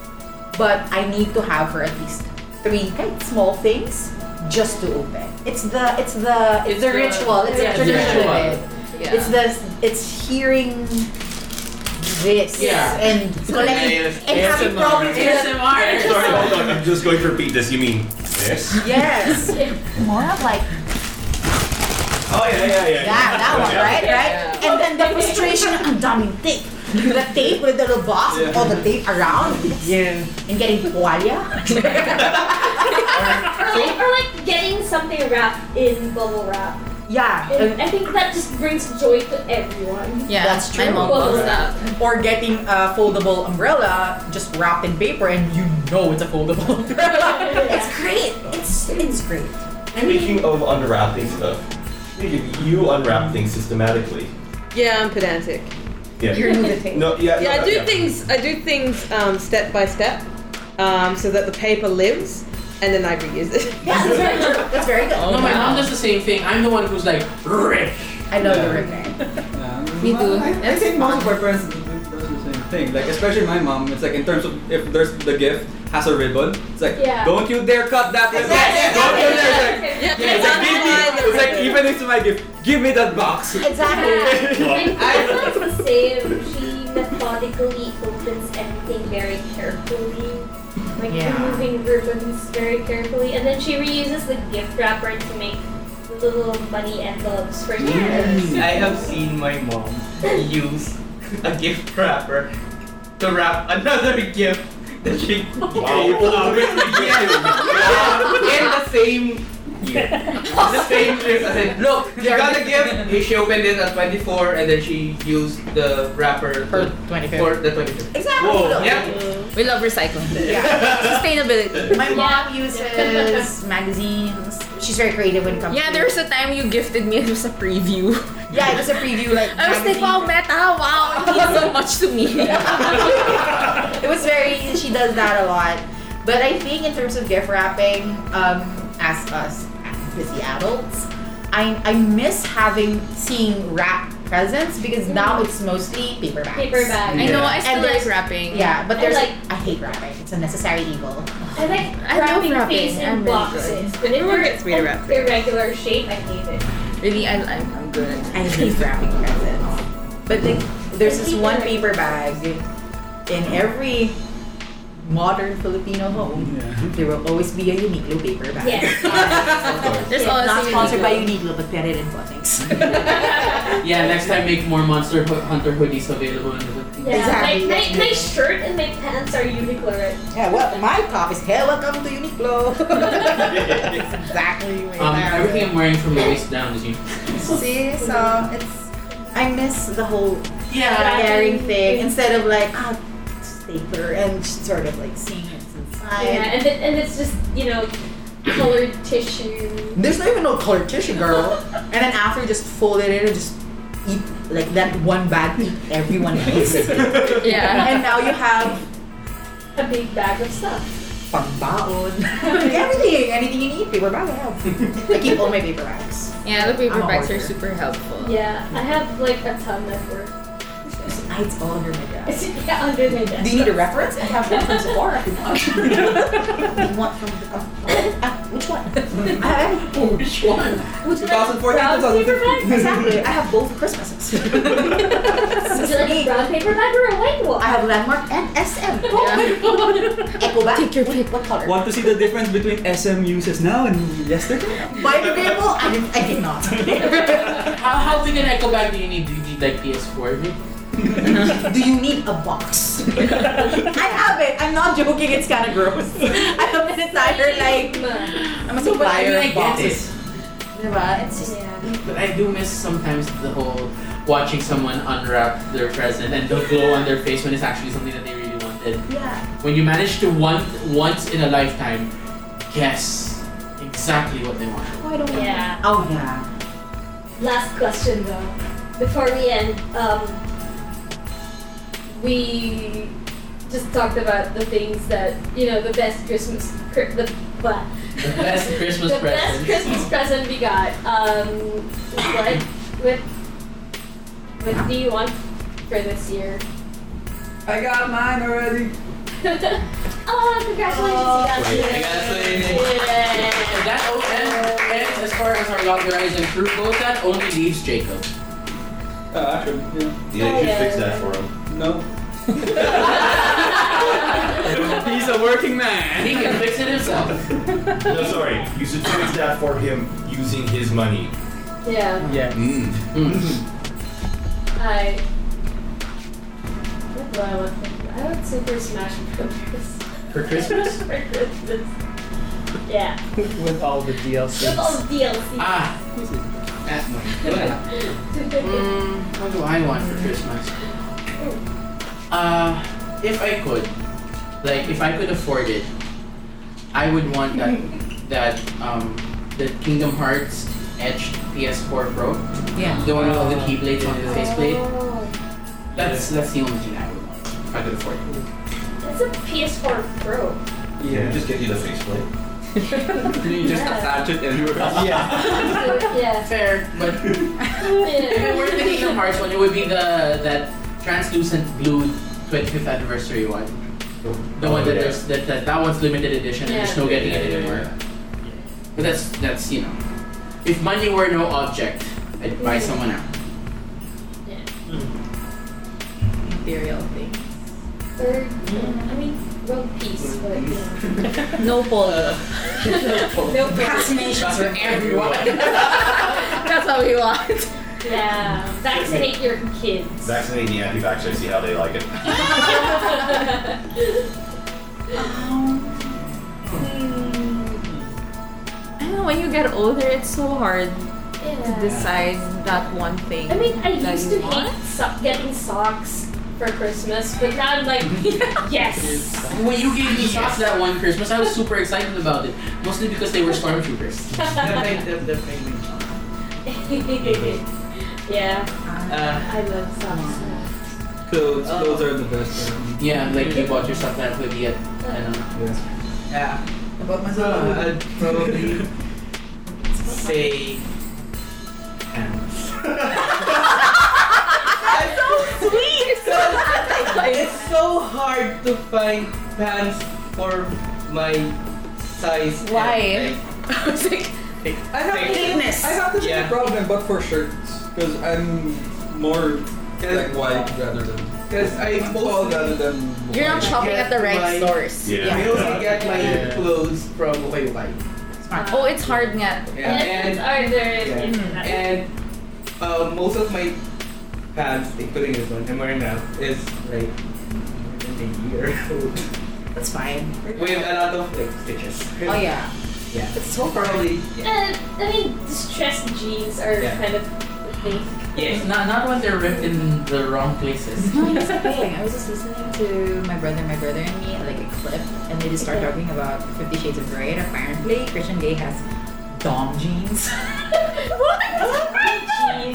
[SPEAKER 1] But I need to have her at least three quite small things just to open. It's the it's the it's,
[SPEAKER 7] It's
[SPEAKER 1] the,
[SPEAKER 7] the-
[SPEAKER 1] ritual. It's a
[SPEAKER 7] yeah, it's
[SPEAKER 4] the
[SPEAKER 1] tradition of
[SPEAKER 4] ritual.
[SPEAKER 1] it. It's the it's hearing this
[SPEAKER 4] Yeah.
[SPEAKER 1] and collecting
[SPEAKER 4] Yeah, yes.
[SPEAKER 1] and having
[SPEAKER 4] ASMR.
[SPEAKER 1] problems. with-
[SPEAKER 4] ASMR.
[SPEAKER 2] Sorry, hold on. I'm just going to repeat this. You mean this?
[SPEAKER 1] Yes,
[SPEAKER 7] more of like
[SPEAKER 2] Oh yeah, yeah, yeah.
[SPEAKER 1] that that one,
[SPEAKER 2] Yeah.
[SPEAKER 1] right, right. And then the frustration ang daming tape. The tape with the little box, with all the tape around,
[SPEAKER 6] Yeah.
[SPEAKER 1] and getting toalya.
[SPEAKER 3] Or like, or like getting something wrapped in bubble wrap.
[SPEAKER 1] yeah,
[SPEAKER 3] And
[SPEAKER 1] and-
[SPEAKER 3] I think that just brings joy to everyone.
[SPEAKER 7] yeah.
[SPEAKER 1] That's true.
[SPEAKER 7] My mom
[SPEAKER 3] Well,
[SPEAKER 7] loves that.
[SPEAKER 1] or getting a foldable umbrella just wrapped in paper, and you know it's a foldable umbrella. It's great. It's it's great.
[SPEAKER 2] Speaking of unwrapping stuff, speaking of you unwrap things systematically.
[SPEAKER 8] Yeah, I'm pedantic.
[SPEAKER 2] Yeah.
[SPEAKER 7] nudity.
[SPEAKER 2] No, yeah.
[SPEAKER 8] Yeah,
[SPEAKER 2] no,
[SPEAKER 8] I do
[SPEAKER 2] yeah.
[SPEAKER 8] things. I do things um, step by step, um, so that the paper lives, and then I reuse it.
[SPEAKER 1] Yeah, that's very true. That's very good.
[SPEAKER 4] No, my mom does the same thing. I'm the one who's like, rich.
[SPEAKER 1] I love the ribbon.
[SPEAKER 7] We
[SPEAKER 5] Well,
[SPEAKER 7] do.
[SPEAKER 5] I, I
[SPEAKER 7] It's
[SPEAKER 5] think
[SPEAKER 7] fun.
[SPEAKER 5] most of our parents do- does the same thing. Like especially my mom. It's like in terms of if there's the gift has a ribbon. It's like
[SPEAKER 3] Yeah.
[SPEAKER 5] don't you dare cut that ribbon.
[SPEAKER 1] Exactly.
[SPEAKER 5] Don't you dare. It's like,
[SPEAKER 8] Yeah,
[SPEAKER 5] it's like, give me, it's like even if it's my gift, give me that box.
[SPEAKER 1] Exactly.
[SPEAKER 3] And Cassie's the same. She methodically opens everything very carefully, like
[SPEAKER 1] Yeah.
[SPEAKER 3] removing ribbons very carefully, and then she reuses the gift wrapper to make little money envelopes for
[SPEAKER 1] Yes.
[SPEAKER 3] yes.
[SPEAKER 9] I have seen my mom use a gift wrapper to wrap another gift that she gave
[SPEAKER 2] Wow.
[SPEAKER 9] out in the same year. In the same trip. I said, look, you got a gift. She opened it at 24 and then she used the wrapper
[SPEAKER 1] For
[SPEAKER 9] to-
[SPEAKER 1] 25.
[SPEAKER 9] for the 25th.
[SPEAKER 1] Exactly.
[SPEAKER 2] Whoa,
[SPEAKER 1] Look.
[SPEAKER 9] yeah.
[SPEAKER 7] We love recycling.
[SPEAKER 1] Yeah.
[SPEAKER 7] Sustainability.
[SPEAKER 1] My mom uses magazines. She's very creative when it comes
[SPEAKER 7] Yeah,
[SPEAKER 1] to
[SPEAKER 7] there was a time you gifted me it was a preview.
[SPEAKER 1] Yeah, it was a preview like
[SPEAKER 7] I was like,
[SPEAKER 1] magazine.
[SPEAKER 7] wow, meta, wow, it means so much to me.
[SPEAKER 1] It was very she does that a lot. But I think in terms of gift wrapping, um, as us busy adults, I I miss having seeing wrapped presents because now
[SPEAKER 7] Mm-hmm.
[SPEAKER 1] it's mostly paper bags.
[SPEAKER 3] paper bag.
[SPEAKER 7] I know, I
[SPEAKER 1] And
[SPEAKER 7] still
[SPEAKER 1] there's-
[SPEAKER 7] like rapping.
[SPEAKER 1] Yeah, but
[SPEAKER 3] And
[SPEAKER 1] there's
[SPEAKER 3] like-
[SPEAKER 1] I hate wrapping. It's a necessary evil.
[SPEAKER 3] I like
[SPEAKER 7] I love
[SPEAKER 3] wrapping
[SPEAKER 7] wrapping.
[SPEAKER 3] things in
[SPEAKER 7] I'm really
[SPEAKER 3] boxes.
[SPEAKER 8] good. Everyone gets me to
[SPEAKER 3] an
[SPEAKER 8] wrap things.
[SPEAKER 3] Irregular shape, I hate it.
[SPEAKER 7] Really, I, I'm, I'm good.
[SPEAKER 1] I hate wrapping presents. But like, there's this one paper bag in every modern Filipino home, there will always be a Uniqlo paper bag.
[SPEAKER 3] Yes.
[SPEAKER 7] There's
[SPEAKER 1] It's not
[SPEAKER 7] honestly
[SPEAKER 1] sponsored by
[SPEAKER 7] Uniqlo.
[SPEAKER 1] Uniqlo, but better than Bunnings.
[SPEAKER 4] Yeah, next time make more Monster Ho- Hunter hoodies available in the hoodie.
[SPEAKER 3] Yeah,
[SPEAKER 8] Exactly.
[SPEAKER 3] My, my, my shirt and my pants are Uniqlo red.
[SPEAKER 1] Yeah, well, my top is hey, welcome to Uniqlo. That's exactly where
[SPEAKER 4] Um,
[SPEAKER 1] that
[SPEAKER 4] everything I'm wearing from the waist down is you.
[SPEAKER 1] is. See, so it's I miss the whole
[SPEAKER 4] Yeah.
[SPEAKER 1] pairing thing instead of like ah stapler and sort of like seeing it inside.
[SPEAKER 3] yeah, and, it, and it's just, you know, colored tissue.
[SPEAKER 1] There's not even no colored tissue, girl. and then after, just fold it in and just eat like that one bag. Eat everyone else.
[SPEAKER 7] Yeah.
[SPEAKER 1] and now you have
[SPEAKER 3] A big bag of stuff.
[SPEAKER 1] pangbaon, everything, anything you need, paper bag. I have. I keep all my paper bags.
[SPEAKER 7] Yeah, the paper
[SPEAKER 1] I'm a
[SPEAKER 7] bags are
[SPEAKER 1] hoarder.
[SPEAKER 7] super helpful.
[SPEAKER 3] Yeah, I have like a ton at work.
[SPEAKER 1] I- It's all under my desk.
[SPEAKER 3] It's yeah, under my desk.
[SPEAKER 1] Do you need a reference? I have one from Sephora. if you want. Do you want from uh, uh, which one? I have
[SPEAKER 9] Which one?
[SPEAKER 1] which one?
[SPEAKER 9] 2014,
[SPEAKER 3] Brown paper
[SPEAKER 9] 2015.
[SPEAKER 3] bag?
[SPEAKER 1] Exactly. I have both Christmases.
[SPEAKER 3] Would you like a brown paper bag or a white one?
[SPEAKER 1] I have landmark and SM. Echo back. Take your pick. What color?
[SPEAKER 5] Want to see the difference between SM uses now and yesterday?
[SPEAKER 1] Biodegradable? I did. I did not.
[SPEAKER 4] How, how big an echo bag do you need? Do you need like PS4? Vic?
[SPEAKER 1] Do you need a box? I have it. I'm not joking. It's kind of gross. I have an entire like.
[SPEAKER 3] Like,
[SPEAKER 1] I'm a
[SPEAKER 4] No, but I mean,
[SPEAKER 1] supplier
[SPEAKER 4] I
[SPEAKER 1] of
[SPEAKER 4] get
[SPEAKER 1] boxes.
[SPEAKER 4] it.
[SPEAKER 1] Diba? It's just.
[SPEAKER 3] yeah.
[SPEAKER 4] But I do miss sometimes the whole watching someone unwrap their present and the glow on their face when it's actually something that they really wanted.
[SPEAKER 1] Yeah.
[SPEAKER 4] When you manage to want once in a lifetime guess exactly what they want.
[SPEAKER 1] Oh, I don't.
[SPEAKER 3] Yeah.
[SPEAKER 1] Oh yeah.
[SPEAKER 3] Last question though, before we end, um, we just talked about the things that you know the best Christmas, cri- the blah,
[SPEAKER 4] The best Christmas
[SPEAKER 3] the best
[SPEAKER 4] present.
[SPEAKER 3] Christmas present we got. Um, what what what do you want for this year?
[SPEAKER 5] I got mine already.
[SPEAKER 3] oh, congratulations! you
[SPEAKER 4] Right.
[SPEAKER 3] guys.
[SPEAKER 4] Congratulations. And that oh, and, and as far as our log horizon crew goes, that only leaves Jacob.
[SPEAKER 5] Uh, actually, yeah.
[SPEAKER 2] Yeah, you should
[SPEAKER 3] Yeah.
[SPEAKER 2] fix that for him.
[SPEAKER 5] No.
[SPEAKER 3] Yeah.
[SPEAKER 5] He's a working
[SPEAKER 4] And he
[SPEAKER 5] man.
[SPEAKER 4] can fix it himself.
[SPEAKER 2] No, sorry. You should fix that for him using his money.
[SPEAKER 3] yeah.
[SPEAKER 6] Yeah.
[SPEAKER 2] Mm.
[SPEAKER 4] Mm.
[SPEAKER 3] I. What do I want? for- I want Super Smash Bros.
[SPEAKER 4] For Christmas?
[SPEAKER 3] for Christmas. Yeah.
[SPEAKER 6] With all the
[SPEAKER 3] With all
[SPEAKER 6] DLCs.
[SPEAKER 3] the DLC.
[SPEAKER 4] Ah. That one. Good. Mm, what do I want for Christmas? Uh, if I could, like, if I could afford it, I would want that that um the Kingdom Hearts etched PS4 Pro,
[SPEAKER 1] Yeah.
[SPEAKER 4] the one with all the keyblades on the faceplate. That's that's the only thing I would want if I could afford it.
[SPEAKER 3] That's a PS4 Pro.
[SPEAKER 2] Can we just get you the faceplate?
[SPEAKER 5] You just attach it and you're
[SPEAKER 2] Yeah.
[SPEAKER 3] So, yeah.
[SPEAKER 4] Fair, but if it were the Kingdom Hearts one, it would be the that translucent blue 25th anniversary one. The one
[SPEAKER 2] Oh,
[SPEAKER 4] that
[SPEAKER 2] yeah.
[SPEAKER 4] there's that, that that one's limited edition and there's no getting
[SPEAKER 2] Yeah,
[SPEAKER 4] it
[SPEAKER 2] yeah,
[SPEAKER 4] anymore.
[SPEAKER 2] yeah.
[SPEAKER 4] But that's that's you know, if money were no object, I'd buy
[SPEAKER 3] Mhm.
[SPEAKER 4] someone out.
[SPEAKER 1] Material thing.
[SPEAKER 3] Third, I mean, Rogue Piece, but you know.
[SPEAKER 7] No poll.
[SPEAKER 3] No problem.
[SPEAKER 4] That's for everyone.
[SPEAKER 7] That's what we want.
[SPEAKER 3] Yeah. Vaccinate your kids.
[SPEAKER 2] Vaccinate the anti-vaxxers, see how they like it.
[SPEAKER 7] I know when you get older, it's so hard to
[SPEAKER 3] yeah.
[SPEAKER 7] decide that one thing.
[SPEAKER 3] I mean, I
[SPEAKER 7] that
[SPEAKER 3] used
[SPEAKER 7] you
[SPEAKER 3] to
[SPEAKER 7] want.
[SPEAKER 3] hate so- getting socks for Christmas, but now I'm like, yes.
[SPEAKER 4] when you gave me socks that one Christmas, I was super excited about it, mostly because they were stormtroopers.
[SPEAKER 9] That made, that, that made me.
[SPEAKER 3] yeah,
[SPEAKER 9] Uh,
[SPEAKER 3] I love socks.
[SPEAKER 5] Clothes, clothes are the best.
[SPEAKER 4] Yeah, like you bought your stuff that hoodie at, I don't know.
[SPEAKER 9] yeah.
[SPEAKER 1] About
[SPEAKER 9] Uh, I'd probably say pants. it's so hard to find pants for my size. and
[SPEAKER 7] Why?
[SPEAKER 9] length.
[SPEAKER 7] I was like,
[SPEAKER 5] I have
[SPEAKER 9] Thickness.
[SPEAKER 5] I have the same
[SPEAKER 9] Yeah.
[SPEAKER 5] problem, but for shirts, because I'm more Like wide rather than
[SPEAKER 9] Because I
[SPEAKER 5] tall rather
[SPEAKER 9] mostly,
[SPEAKER 5] than.
[SPEAKER 10] You're not shopping at the right
[SPEAKER 9] My-
[SPEAKER 10] stores.
[SPEAKER 2] Yeah.
[SPEAKER 9] I mostly
[SPEAKER 2] yeah.
[SPEAKER 9] get my
[SPEAKER 4] Yeah.
[SPEAKER 9] clothes from Hoyo Bai.
[SPEAKER 10] Oh, it's hard nga.
[SPEAKER 9] Yeah.
[SPEAKER 3] Innocents
[SPEAKER 9] And
[SPEAKER 3] are there
[SPEAKER 9] Yeah.
[SPEAKER 3] in internet.
[SPEAKER 1] Hmm.
[SPEAKER 9] And uh, most of my pants, including this one I'm wearing now, is like more than a year old.
[SPEAKER 1] That's fine.
[SPEAKER 9] With a lot of like stitches.
[SPEAKER 1] Oh yeah.
[SPEAKER 9] Yeah.
[SPEAKER 1] It's so
[SPEAKER 9] Probably.
[SPEAKER 3] And,
[SPEAKER 9] Yeah.
[SPEAKER 3] I mean, distressed jeans are
[SPEAKER 9] Yeah.
[SPEAKER 3] kind of the thing.
[SPEAKER 9] Yes.
[SPEAKER 4] Not, not when they're ripped in the wrong places.
[SPEAKER 1] No, here's the thing. I was just listening to my brother, my brother and me, like a clip, and they just start
[SPEAKER 3] Okay.
[SPEAKER 1] talking about Fifty Shades of Grey. And apparently, Christian Gay has dom jeans.
[SPEAKER 3] jeans. What are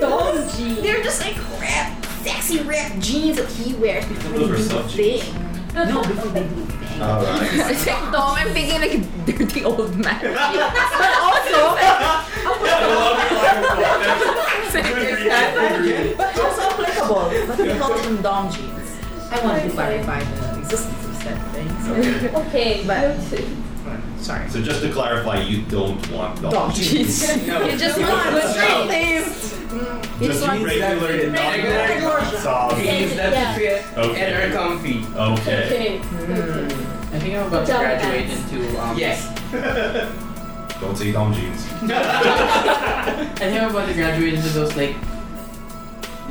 [SPEAKER 3] dog jeans?
[SPEAKER 1] They're just like rap, sexy rap jeans that he wears before
[SPEAKER 2] Those are
[SPEAKER 1] they do the
[SPEAKER 2] soft Uh,
[SPEAKER 1] thing. No, before they do the thing.
[SPEAKER 2] Alright.
[SPEAKER 7] It's like, Dom, I'm thinking like a dirty old man.
[SPEAKER 1] But also, but also applicable. But they call them dom jeans. I wanted to clarify the existence of said thing. So.
[SPEAKER 3] Okay,
[SPEAKER 1] But-
[SPEAKER 3] noted.
[SPEAKER 1] Sorry.
[SPEAKER 2] So just to clarify, you don't want dog.
[SPEAKER 1] Dom
[SPEAKER 2] jeans.
[SPEAKER 1] jeans.
[SPEAKER 9] No.
[SPEAKER 7] It just
[SPEAKER 2] No.
[SPEAKER 7] looks
[SPEAKER 2] No.
[SPEAKER 1] It's
[SPEAKER 2] Just
[SPEAKER 1] like
[SPEAKER 2] regular
[SPEAKER 9] Regular
[SPEAKER 2] dog jeans.
[SPEAKER 9] dog.
[SPEAKER 2] Solid.
[SPEAKER 9] Jeans that
[SPEAKER 3] Yeah.
[SPEAKER 9] fit and are
[SPEAKER 2] Okay.
[SPEAKER 9] comfy.
[SPEAKER 2] Okay.
[SPEAKER 3] Okay.
[SPEAKER 1] Hmm.
[SPEAKER 3] noted.
[SPEAKER 4] I think I'm about to
[SPEAKER 3] Double
[SPEAKER 4] graduate
[SPEAKER 3] pants.
[SPEAKER 4] into um,
[SPEAKER 9] Yes.
[SPEAKER 2] Don't say dom jeans.
[SPEAKER 4] I think I'm about to graduate into those like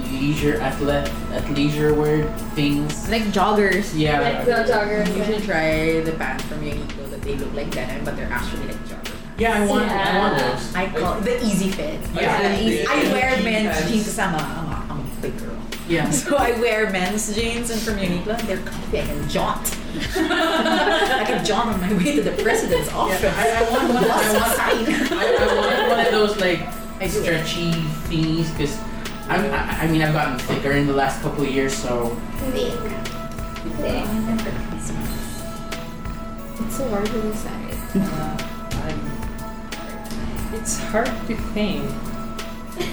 [SPEAKER 4] leisure athlete athleisure wear things.
[SPEAKER 1] Like joggers.
[SPEAKER 3] Like
[SPEAKER 4] Yeah.
[SPEAKER 3] the jogger.
[SPEAKER 1] You should try the pants from Uniqlo that they look like denim, but they're actually like jogger pants.
[SPEAKER 4] Yeah, I want I want
[SPEAKER 3] Yeah.
[SPEAKER 4] those.
[SPEAKER 1] I call it the easy fit.
[SPEAKER 4] Yeah.
[SPEAKER 1] The easy- I
[SPEAKER 9] Yeah.
[SPEAKER 1] wear
[SPEAKER 9] Jean
[SPEAKER 1] men's
[SPEAKER 9] pants.
[SPEAKER 1] jeans because I'm a, I'm a, I'm a big girl.
[SPEAKER 4] Yeah.
[SPEAKER 1] So I wear men's jeans and from Uniqlo, and they're comfy. I can jaunt. I can jaunt on my way to the president's office.
[SPEAKER 4] I- I want one. I
[SPEAKER 1] Plus
[SPEAKER 4] want-
[SPEAKER 1] sign.
[SPEAKER 4] I, I want one of those like
[SPEAKER 1] I do.
[SPEAKER 4] stretchy thingies because I'm, I, I mean I've gotten thicker in the last couple of years, so
[SPEAKER 3] Thick. Thick.
[SPEAKER 10] It's so hard to decide.
[SPEAKER 6] It's hard to think.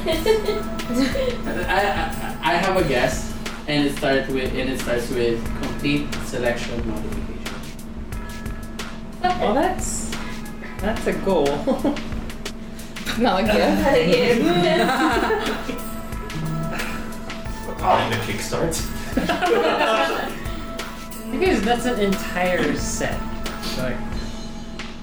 [SPEAKER 4] I, I, I have a guess, and it starts with and it starts with complete selection modification.
[SPEAKER 6] Well, Oh, that's that's a goal.
[SPEAKER 10] Not again.
[SPEAKER 2] On the kickstart.
[SPEAKER 6] because that's an entire set. Like,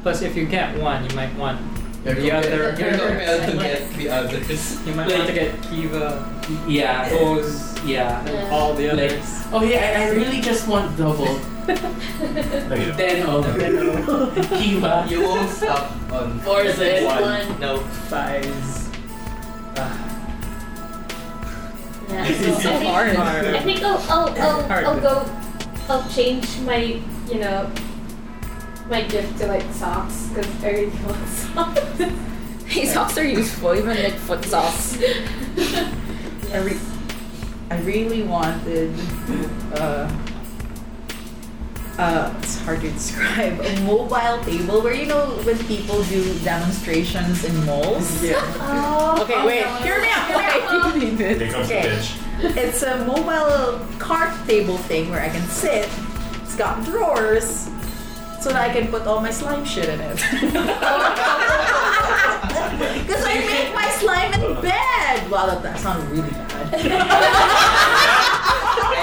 [SPEAKER 6] plus, if you get one, you might want the other.
[SPEAKER 9] You're compelled to get the others.
[SPEAKER 6] You might want to get Kiva,
[SPEAKER 4] Yeah.
[SPEAKER 6] O's,
[SPEAKER 4] Yeah.
[SPEAKER 6] and all the
[SPEAKER 4] Like-
[SPEAKER 6] others.
[SPEAKER 4] Oh yeah, I, I really just want double.
[SPEAKER 2] No, you don't.
[SPEAKER 4] Deno. oh. Kiva.
[SPEAKER 9] You won't stop on
[SPEAKER 4] Or is it
[SPEAKER 3] One.
[SPEAKER 9] no.
[SPEAKER 6] Fives. Ah,
[SPEAKER 3] Yeah,
[SPEAKER 4] This
[SPEAKER 3] so
[SPEAKER 4] is so
[SPEAKER 3] I think-
[SPEAKER 6] hard.
[SPEAKER 3] I think I'll I'll, I'll,
[SPEAKER 6] Hard.
[SPEAKER 3] I'll go. I'll change my you know my gift to like socks because I really want socks.
[SPEAKER 10] Hey, socks are useful, even like foot socks.
[SPEAKER 1] I, re- I really wanted. Uh, uh, it's hard to describe. A mobile table where you know when people do demonstrations in malls.
[SPEAKER 6] yeah.
[SPEAKER 3] Oh,
[SPEAKER 1] Okay, wait. Hear me out. Hear me out.
[SPEAKER 10] I need it.
[SPEAKER 2] Here comes the
[SPEAKER 1] Okay.
[SPEAKER 2] bitch.
[SPEAKER 1] It's a mobile cart table thing where I can sit. It's got drawers, so that I can put all my slime shit in it. Because I make my slime in bed. Wow, that, that sounds really bad.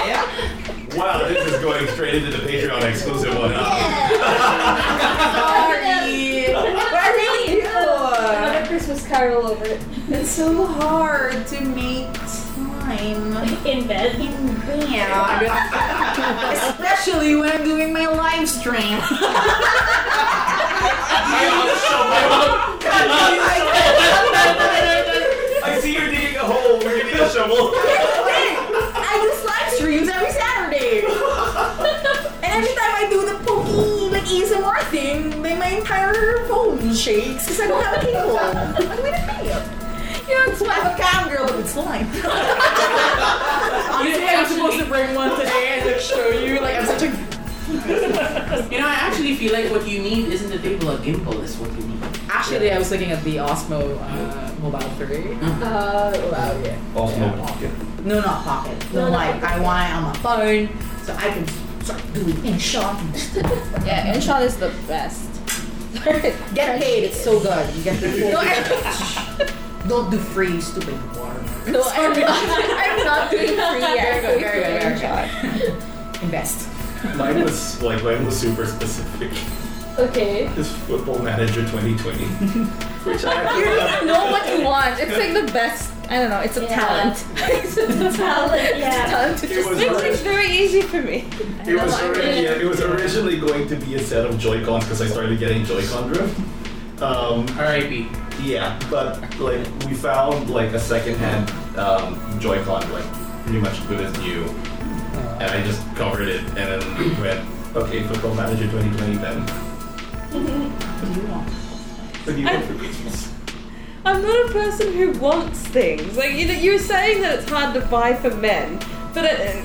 [SPEAKER 9] Yeah.
[SPEAKER 2] Wow, this is going straight into the Patreon exclusive one. huh?
[SPEAKER 1] Sorry, but I really do.
[SPEAKER 3] Another Christmas Carol over
[SPEAKER 1] It's so hard to make slime.
[SPEAKER 3] in bed.
[SPEAKER 1] in bed, Especially when I'm doing my live stream.
[SPEAKER 2] I see you're digging a hole. We're gonna need a shovel.
[SPEAKER 1] I do live streams every Saturday. and every time I do the pokey, like ASMR thing, my, my entire phone shakes because I don't have a cable. I'm gonna pay it. You know, it's why I'm a cam girl, but it's slime.
[SPEAKER 4] You know, I'm supposed to
[SPEAKER 1] bring one today and show you. Like, I'm such a.
[SPEAKER 4] You know, I actually feel like what you need isn't a table, a gimbal is what you need.
[SPEAKER 1] Actually, I was looking at the Osmo uh, Mobile 3.
[SPEAKER 9] Mm.
[SPEAKER 3] Uh,
[SPEAKER 1] Wow, yeah.
[SPEAKER 2] Also, no pocket.
[SPEAKER 1] No, not pocket. No,
[SPEAKER 3] No, not
[SPEAKER 1] like, I
[SPEAKER 3] pocket.
[SPEAKER 1] want it on my phone so I can start doing in shop
[SPEAKER 10] Yeah, InShot is the best.
[SPEAKER 1] Get paid, it's so good. You get paid.
[SPEAKER 10] No, I-
[SPEAKER 1] Don't, Don't do free, you stupid worm.
[SPEAKER 7] No, I'm not, I'm not doing free.
[SPEAKER 11] Very
[SPEAKER 7] I'm
[SPEAKER 11] good,
[SPEAKER 7] doing
[SPEAKER 11] very good, very
[SPEAKER 7] free.
[SPEAKER 11] Invest.
[SPEAKER 2] Mine was like mine was super specific.
[SPEAKER 3] Okay.
[SPEAKER 2] This football manager 2020, which I
[SPEAKER 7] You just know what you want. It's like the best. I don't know. It's a
[SPEAKER 3] Yeah.
[SPEAKER 7] talent. it's a
[SPEAKER 3] Talent, yeah.
[SPEAKER 7] talent to
[SPEAKER 2] It
[SPEAKER 7] just
[SPEAKER 2] was,
[SPEAKER 7] make
[SPEAKER 2] orig-
[SPEAKER 7] things very easy for me.
[SPEAKER 2] it, was
[SPEAKER 7] I
[SPEAKER 2] already, it was originally going to be a set of Joy-Cons because I started getting Joy-Con drift. Um,
[SPEAKER 4] R.I.P.
[SPEAKER 2] Yeah, but like we found like a secondhand um, Joy-Con, like pretty much good as new, and I just covered it and then went, okay, Football Manager 2020 then. What do you want for Christmas?
[SPEAKER 9] I'm not a person who wants things. Like you know, you were saying that it's hard to buy for men, but uh,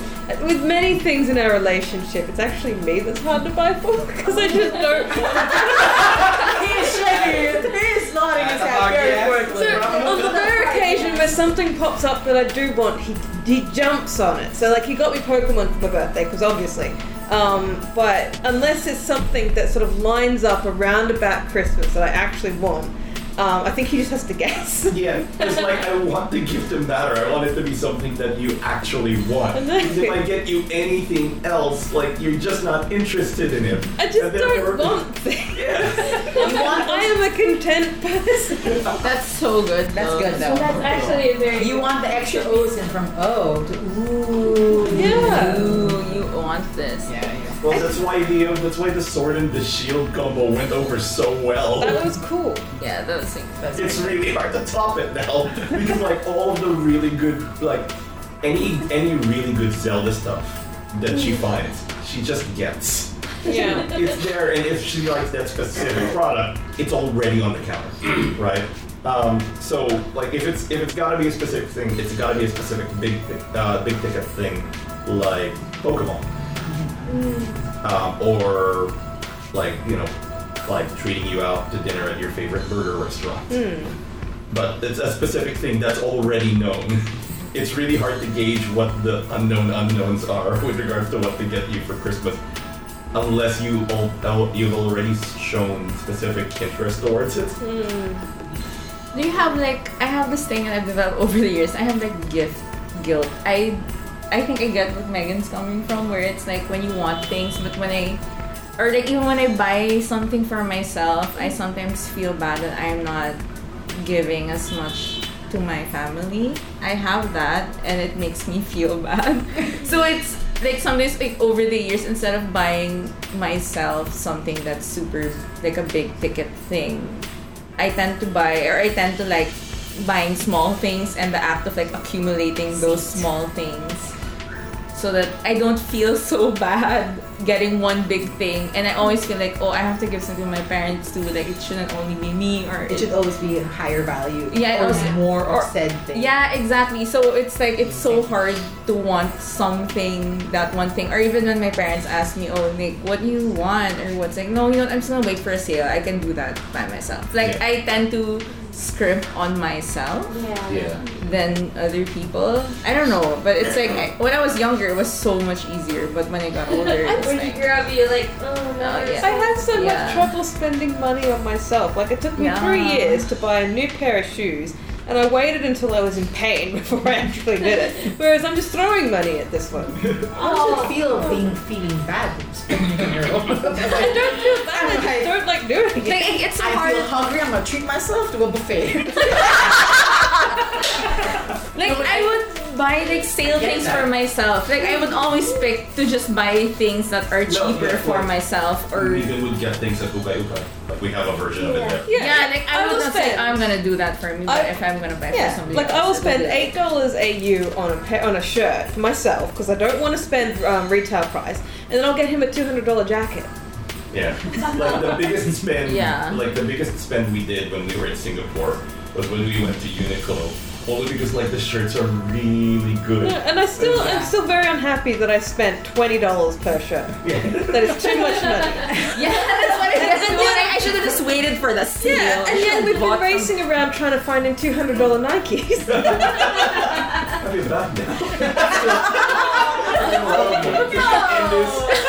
[SPEAKER 9] with many things in our relationship, it's actually me that's hard to buy for because I just don't. He's shaking. He's nodding his head. Very good. So on the rare occasion where something pops up that I do want, he he jumps on it. So like he got me Pokemon for my birthday because obviously. Um, but unless it's something that sort of lines up around about Christmas that I actually want, um, I think he just has to guess.
[SPEAKER 2] Yeah, just like I want the gift to matter. I want it to be something that you actually want. Because if I get you anything else, like you're just not interested in it.
[SPEAKER 9] I
[SPEAKER 2] And then
[SPEAKER 9] just
[SPEAKER 2] we're-
[SPEAKER 9] don't want things.
[SPEAKER 2] Yeah.
[SPEAKER 9] I am a content person.
[SPEAKER 7] That's so good.
[SPEAKER 1] That's
[SPEAKER 7] though.
[SPEAKER 1] good
[SPEAKER 3] So
[SPEAKER 1] though.
[SPEAKER 3] that's actually a very.
[SPEAKER 1] You want the extra O's and from O to ooh.
[SPEAKER 9] Yeah.
[SPEAKER 7] Ooh, you want this?
[SPEAKER 1] Yeah, yeah.
[SPEAKER 2] Well, that's why the um, that's why the sword and the shield combo went over so well.
[SPEAKER 9] That was cool.
[SPEAKER 7] Yeah, that was.
[SPEAKER 1] That's
[SPEAKER 2] It's really hard to top it now because like all of the really good like any any really good Zelda stuff that
[SPEAKER 9] Mm.
[SPEAKER 2] she finds, she just gets.
[SPEAKER 9] Yeah.
[SPEAKER 2] It's there, and if she likes that specific product, it's already on the counter, right? Um, so like if it's if it's gotta be a specific thing, it's gotta be a specific big uh, big ticket thing like Pokemon um, or like you know, like treating you out to dinner at your favorite burger restaurant. But it's a specific thing that's already known. It's really hard to gauge what the unknown unknowns are with regards to what to get you for Christmas, unless you al- you've already shown specific interest towards it.
[SPEAKER 7] Do you have like I have this thing that I've developed over the years. I have like gift guilt. I I think I get what Megan's coming from where it's like when you want things but when I or like even when I buy something for myself, I sometimes feel bad that I'm not giving as much to my family. I have that and it makes me feel bad. so it's like sometimes like over the years instead of buying myself something that's super like a big ticket thing, I tend to buy or I tend to like buying small things and the act of like accumulating those small things so that I don't feel so bad getting one big thing and I always feel like oh I have to give something to my parents too like it shouldn't only be me or
[SPEAKER 1] It should always be a higher value.
[SPEAKER 7] Yeah, it
[SPEAKER 1] or
[SPEAKER 7] also-
[SPEAKER 1] more
[SPEAKER 7] or-
[SPEAKER 1] of said thing.
[SPEAKER 7] yeah, exactly. So it's like it's so hard to want something, that one thing. Or even when my parents ask me, "Oh, Nick, what do you want?" or what's like, "No, you know, what, I'm just gonna wait for a sale. I can do that by myself." Like
[SPEAKER 2] Yeah.
[SPEAKER 7] I tend to script on myself
[SPEAKER 3] Yeah.
[SPEAKER 2] Yeah.
[SPEAKER 7] than other people. I don't know, but it's like I, when I was younger, it was so much easier. But when I got older, it's
[SPEAKER 3] When you
[SPEAKER 7] like
[SPEAKER 3] grow up, you're like, oh no,
[SPEAKER 7] Oh,
[SPEAKER 3] it's
[SPEAKER 7] yeah.
[SPEAKER 9] I had so
[SPEAKER 7] Yeah.
[SPEAKER 9] much trouble spending money on myself. Like it took me
[SPEAKER 7] Yeah.
[SPEAKER 9] three years to buy a new pair of shoes, and I waited until I was in pain before I actually did it. Whereas I'm just throwing money at this one.
[SPEAKER 1] How does it feel being feeling bad?
[SPEAKER 9] I don't feel bad. I just don't like doing it.
[SPEAKER 7] like it's so
[SPEAKER 1] I
[SPEAKER 7] hard.
[SPEAKER 1] feel hungry. I'm gonna treat myself to a buffet.
[SPEAKER 7] Like I would buy like sale
[SPEAKER 1] Get
[SPEAKER 7] things
[SPEAKER 1] that.
[SPEAKER 7] for myself. Like I would always pick to just buy things that are
[SPEAKER 2] No,
[SPEAKER 7] cheaper
[SPEAKER 2] yeah,
[SPEAKER 7] for
[SPEAKER 2] yeah.
[SPEAKER 7] myself or
[SPEAKER 2] We
[SPEAKER 7] yeah,
[SPEAKER 2] even would get things at Uka Uka. Like we have a version of it there.
[SPEAKER 7] like I, would
[SPEAKER 9] will
[SPEAKER 7] not say
[SPEAKER 9] spend.
[SPEAKER 7] I'm gonna do that for me, but
[SPEAKER 9] I-
[SPEAKER 7] if I'm gonna buy for
[SPEAKER 9] Yeah,
[SPEAKER 7] somebody
[SPEAKER 9] like
[SPEAKER 7] else,
[SPEAKER 9] I will
[SPEAKER 7] it'll
[SPEAKER 9] spend
[SPEAKER 7] be like-
[SPEAKER 9] eight dollars AU on a pa- on a shirt for myself because I don't want to spend um, retail price, and then I'll get him a two hundred dollar jacket.
[SPEAKER 2] Yeah. Like the biggest spend
[SPEAKER 7] Yeah.
[SPEAKER 2] like the biggest spend we did when we were in Singapore was when we went to Uniqlo. Only because like the shirts are really good.
[SPEAKER 9] Yeah, and I still I'm
[SPEAKER 7] Yeah.
[SPEAKER 9] still very unhappy that I spent twenty dollars per shirt.
[SPEAKER 2] Yeah.
[SPEAKER 9] That is too much money.
[SPEAKER 7] Yeah, that's what it
[SPEAKER 9] And
[SPEAKER 7] is.
[SPEAKER 9] then
[SPEAKER 7] Well,
[SPEAKER 9] you're-
[SPEAKER 7] like, I should have just waited for the sale.
[SPEAKER 9] Yeah, and yet we've been racing around trying to find him two hundred dollar Nikes.
[SPEAKER 2] I'll be back now. Well, we can end this.
[SPEAKER 7] That's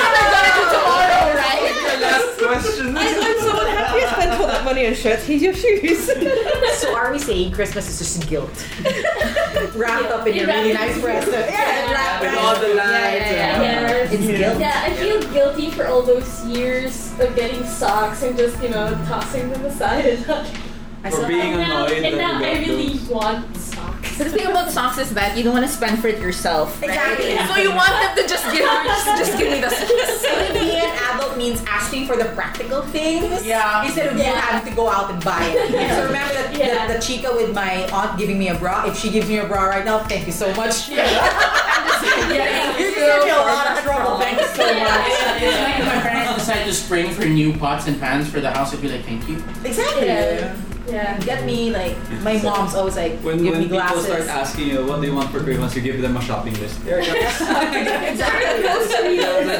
[SPEAKER 7] what I'm gonna do tomorrow, right?
[SPEAKER 12] Last question.
[SPEAKER 9] I, I'm so unhappy I spent all that
[SPEAKER 8] one of your shirts, here's your shoes.
[SPEAKER 1] so are we saying Christmas is just guilt?
[SPEAKER 8] wrapped up in your
[SPEAKER 3] Yeah.
[SPEAKER 8] really nice present. Yeah, wrapped
[SPEAKER 5] With
[SPEAKER 8] up.
[SPEAKER 5] all the lights.
[SPEAKER 10] yeah,
[SPEAKER 5] and-
[SPEAKER 3] Yeah.
[SPEAKER 1] It's guilt.
[SPEAKER 3] Yeah, I feel guilty for all those years of getting socks and just, you know, tossing them aside. And
[SPEAKER 1] I
[SPEAKER 5] For
[SPEAKER 1] still
[SPEAKER 5] being
[SPEAKER 3] and now,
[SPEAKER 5] annoyed that
[SPEAKER 3] and now
[SPEAKER 5] you
[SPEAKER 3] I
[SPEAKER 5] got
[SPEAKER 3] really
[SPEAKER 5] those.
[SPEAKER 3] want socks.
[SPEAKER 10] So the thing about socks is that you don't want to spend for it yourself. Right?
[SPEAKER 1] Exactly.
[SPEAKER 10] So you want them to just give just, just give me the socks.
[SPEAKER 1] So being an adult means asking for the practical things
[SPEAKER 10] Yeah.
[SPEAKER 1] instead of you
[SPEAKER 3] Yeah.
[SPEAKER 1] having to go out and buy it.
[SPEAKER 3] Yeah.
[SPEAKER 1] So remember that
[SPEAKER 3] Yeah.
[SPEAKER 1] the, the chica with my aunt giving me a bra. If she gives me a bra right now, thank you so much.
[SPEAKER 3] Yeah.
[SPEAKER 1] You're gonna be a lot of trouble. Thank you so much.
[SPEAKER 4] If my parents decide to spring for new pots and pans for the house, I'd be like, thank you.
[SPEAKER 1] Exactly.
[SPEAKER 3] Yeah. Yeah.
[SPEAKER 1] Get me like my mom's always like
[SPEAKER 5] When,
[SPEAKER 1] give
[SPEAKER 5] when
[SPEAKER 1] me
[SPEAKER 5] people
[SPEAKER 1] glasses.
[SPEAKER 5] start asking you what they want for Christmas, you give them a shopping list. There you go. Like, those are-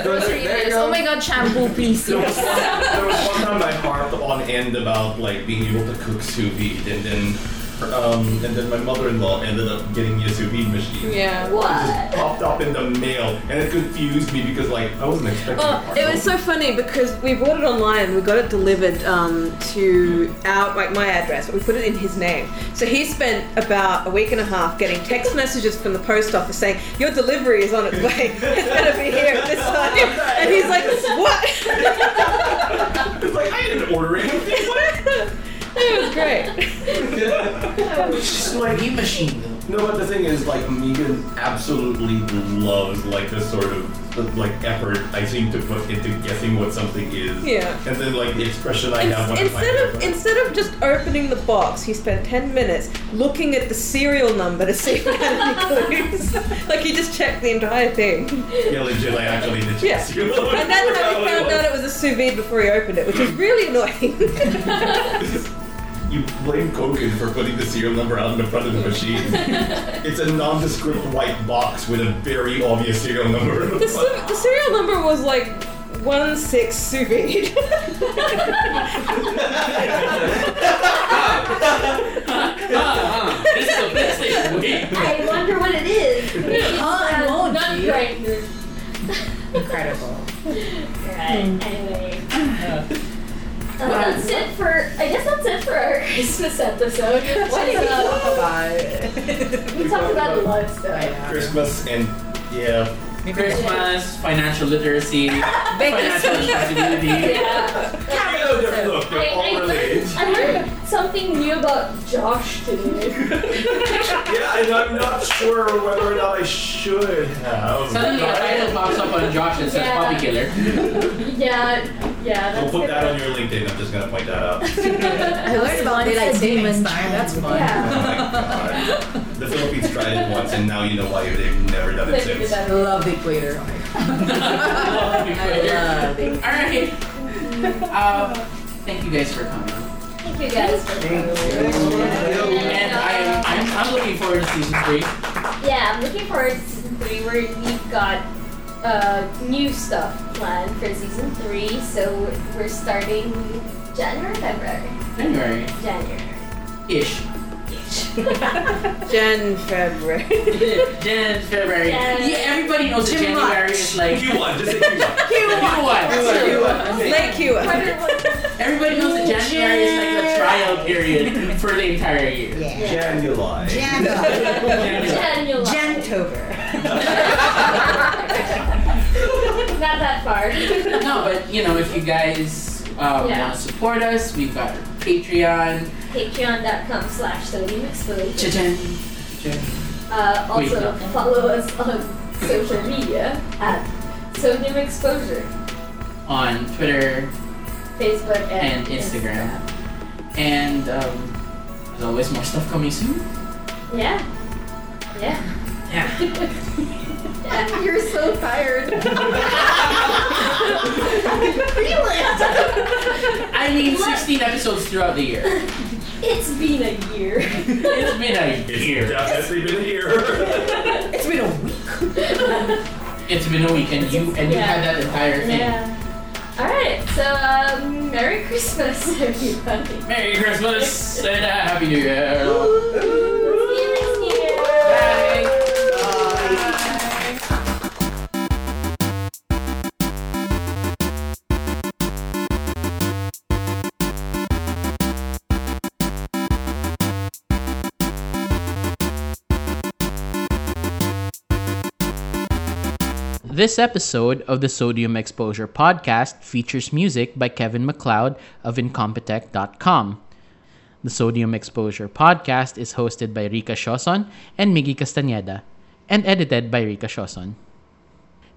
[SPEAKER 10] Grocery
[SPEAKER 5] there you
[SPEAKER 10] list.
[SPEAKER 5] go.
[SPEAKER 10] Oh my god, shampoo, please.
[SPEAKER 2] There was, one, there was one time I harped on end about like being able to cook sous vide, and then um, and then my mother-in-law ended up getting me a sous vide machine.
[SPEAKER 8] Yeah.
[SPEAKER 2] It just popped up in the mail, and it confused me because like I wasn't expecting. a
[SPEAKER 8] Well,
[SPEAKER 2] parcel.
[SPEAKER 8] it was so funny because we bought it online. We got it delivered um, to our like my address, but we put it in his name. So he spent about a week and a half getting text messages from the post office saying your delivery is on its way. It's gonna be here at this time. And he's like, what?
[SPEAKER 2] It's like I didn't order it.
[SPEAKER 8] it was great.
[SPEAKER 4] Just like you machine though.
[SPEAKER 2] No, but the thing is, like, Megan absolutely loves like this sort of like effort I seem to put into guessing what something is.
[SPEAKER 8] Yeah.
[SPEAKER 2] And then like the expression I
[SPEAKER 8] In-
[SPEAKER 2] have when I find
[SPEAKER 8] instead of
[SPEAKER 2] it.
[SPEAKER 8] instead of just opening the box, he spent ten minutes looking at the serial number to see if it had any clues. like he just checked the entire thing,
[SPEAKER 2] yeah, legit, I actually did.
[SPEAKER 8] Yeah.
[SPEAKER 2] guess. You know,
[SPEAKER 8] and that's how
[SPEAKER 2] what
[SPEAKER 8] he
[SPEAKER 2] it
[SPEAKER 8] found
[SPEAKER 2] was.
[SPEAKER 8] out it was a sous vide before he opened it, which is really annoying.
[SPEAKER 2] You blame Kogan for putting the serial number out in the front of the machine. it's a nondescript white box with a very obvious serial number.
[SPEAKER 8] the, sou- the serial number was like one six sous vide.
[SPEAKER 4] This is a this is way-
[SPEAKER 3] I wonder what it is.
[SPEAKER 1] Oh, I won't,
[SPEAKER 3] Not
[SPEAKER 1] dear.
[SPEAKER 3] grinder.
[SPEAKER 1] Incredible.
[SPEAKER 3] Alright, anyway.
[SPEAKER 6] Yeah.
[SPEAKER 3] Uh, Hmm. that's it for, I guess that's it for our Christmas episode. uh, What
[SPEAKER 1] What do
[SPEAKER 3] do
[SPEAKER 1] you
[SPEAKER 3] we
[SPEAKER 1] talk
[SPEAKER 3] talk
[SPEAKER 1] about?
[SPEAKER 3] about? We talked about a lot of stuff.
[SPEAKER 2] Christmas and yeah,
[SPEAKER 4] Christmas, financial literacy, financial responsibility.
[SPEAKER 3] Yeah.
[SPEAKER 2] you know, they're- look,
[SPEAKER 3] I,
[SPEAKER 2] they're all
[SPEAKER 3] I,
[SPEAKER 2] related.
[SPEAKER 3] learned, I learned something new about Josh today.
[SPEAKER 2] Yeah, and I'm not sure whether or not I should have.
[SPEAKER 4] Suddenly a title pops up on Josh and says
[SPEAKER 3] Yeah.
[SPEAKER 4] puppy killer.
[SPEAKER 3] Yeah, yeah, that's
[SPEAKER 2] We'll put that
[SPEAKER 3] gonna-
[SPEAKER 2] on your LinkedIn. I'm just gonna point that out.
[SPEAKER 1] I learned about daylight savings time. That's fun.
[SPEAKER 2] Oh
[SPEAKER 3] Yeah.
[SPEAKER 2] my God. The Philippines tried it once, and now you know why they've never done it
[SPEAKER 3] Like, we did
[SPEAKER 2] since.
[SPEAKER 1] I
[SPEAKER 3] that.
[SPEAKER 1] love the equator. I love it.
[SPEAKER 4] Alright. Uh, thank you guys for coming.
[SPEAKER 3] Thank you guys for
[SPEAKER 4] And I, I'm, I'm looking forward to season three.
[SPEAKER 3] Yeah, I'm looking forward to season three where we've got uh, new stuff planned for season three. So we're starting January, February,
[SPEAKER 4] January
[SPEAKER 3] January.
[SPEAKER 4] ish.
[SPEAKER 8] Jan February.
[SPEAKER 4] Jan, February.
[SPEAKER 3] Jan.
[SPEAKER 4] Yeah, everybody knows that
[SPEAKER 8] January.
[SPEAKER 4] January is like.
[SPEAKER 2] If you want, just if you want.
[SPEAKER 4] Q1.
[SPEAKER 8] Late Q.
[SPEAKER 4] Everybody knows that January is like the trial period for the entire year.
[SPEAKER 1] Yeah.
[SPEAKER 2] January.
[SPEAKER 1] Janda.
[SPEAKER 4] January.
[SPEAKER 3] January.
[SPEAKER 1] Jantober.
[SPEAKER 3] Not that far.
[SPEAKER 4] No, but you know, if you guys uh,
[SPEAKER 3] Yeah.
[SPEAKER 4] want to support us, we've got Patreon.
[SPEAKER 3] Patreon.com slash sodium exposure.
[SPEAKER 4] Cha-chan.
[SPEAKER 3] Uh,
[SPEAKER 4] Wait,
[SPEAKER 3] also
[SPEAKER 4] no.
[SPEAKER 3] follow us on social media at sodium exposure,
[SPEAKER 4] On Twitter
[SPEAKER 3] Facebook
[SPEAKER 4] and
[SPEAKER 3] and,
[SPEAKER 4] Instagram. And um, there's always more stuff coming soon.
[SPEAKER 3] Instagram. Yeah. Yeah.
[SPEAKER 4] Yeah.
[SPEAKER 1] You're so tired.
[SPEAKER 4] I mean, 16 episodes throughout the year.
[SPEAKER 3] It's been a year.
[SPEAKER 4] It's been a
[SPEAKER 2] It's
[SPEAKER 4] year.
[SPEAKER 2] definitely been here.
[SPEAKER 1] It's been a week.
[SPEAKER 4] It's been a week, and you and you
[SPEAKER 3] Yeah.
[SPEAKER 4] had that entire thing.
[SPEAKER 3] Yeah. All right. So, um, Merry Christmas, everybody.
[SPEAKER 4] Merry Christmas and a Happy New Year.
[SPEAKER 3] See you next year.
[SPEAKER 4] This episode of the Sodium Exposure podcast features music by Kevin McLeod of Incompetech.com. The Sodium Exposure podcast is hosted by Rika Shoson and Miggy Castaneda and edited by Rika Shoson.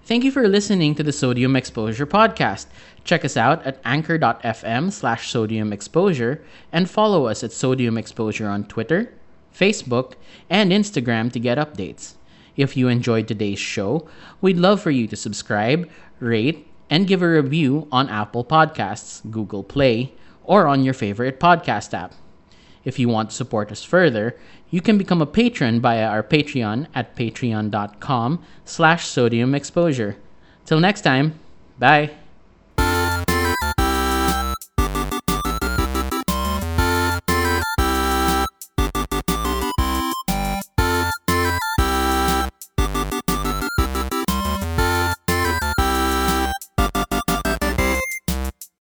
[SPEAKER 4] Thank you for listening to the Sodium Exposure podcast. Check us out at anchor.fm slash sodium exposure and follow us at Sodium Exposure on Twitter, Facebook, and Instagram to get updates. If you enjoyed today's show, we'd love for you to subscribe, rate, and give a review on Apple Podcasts, Google Play, or on your favorite podcast app. If you want to support us further, you can become a patron via our Patreon at patreon.com slash sodium exposure. Till next time, bye.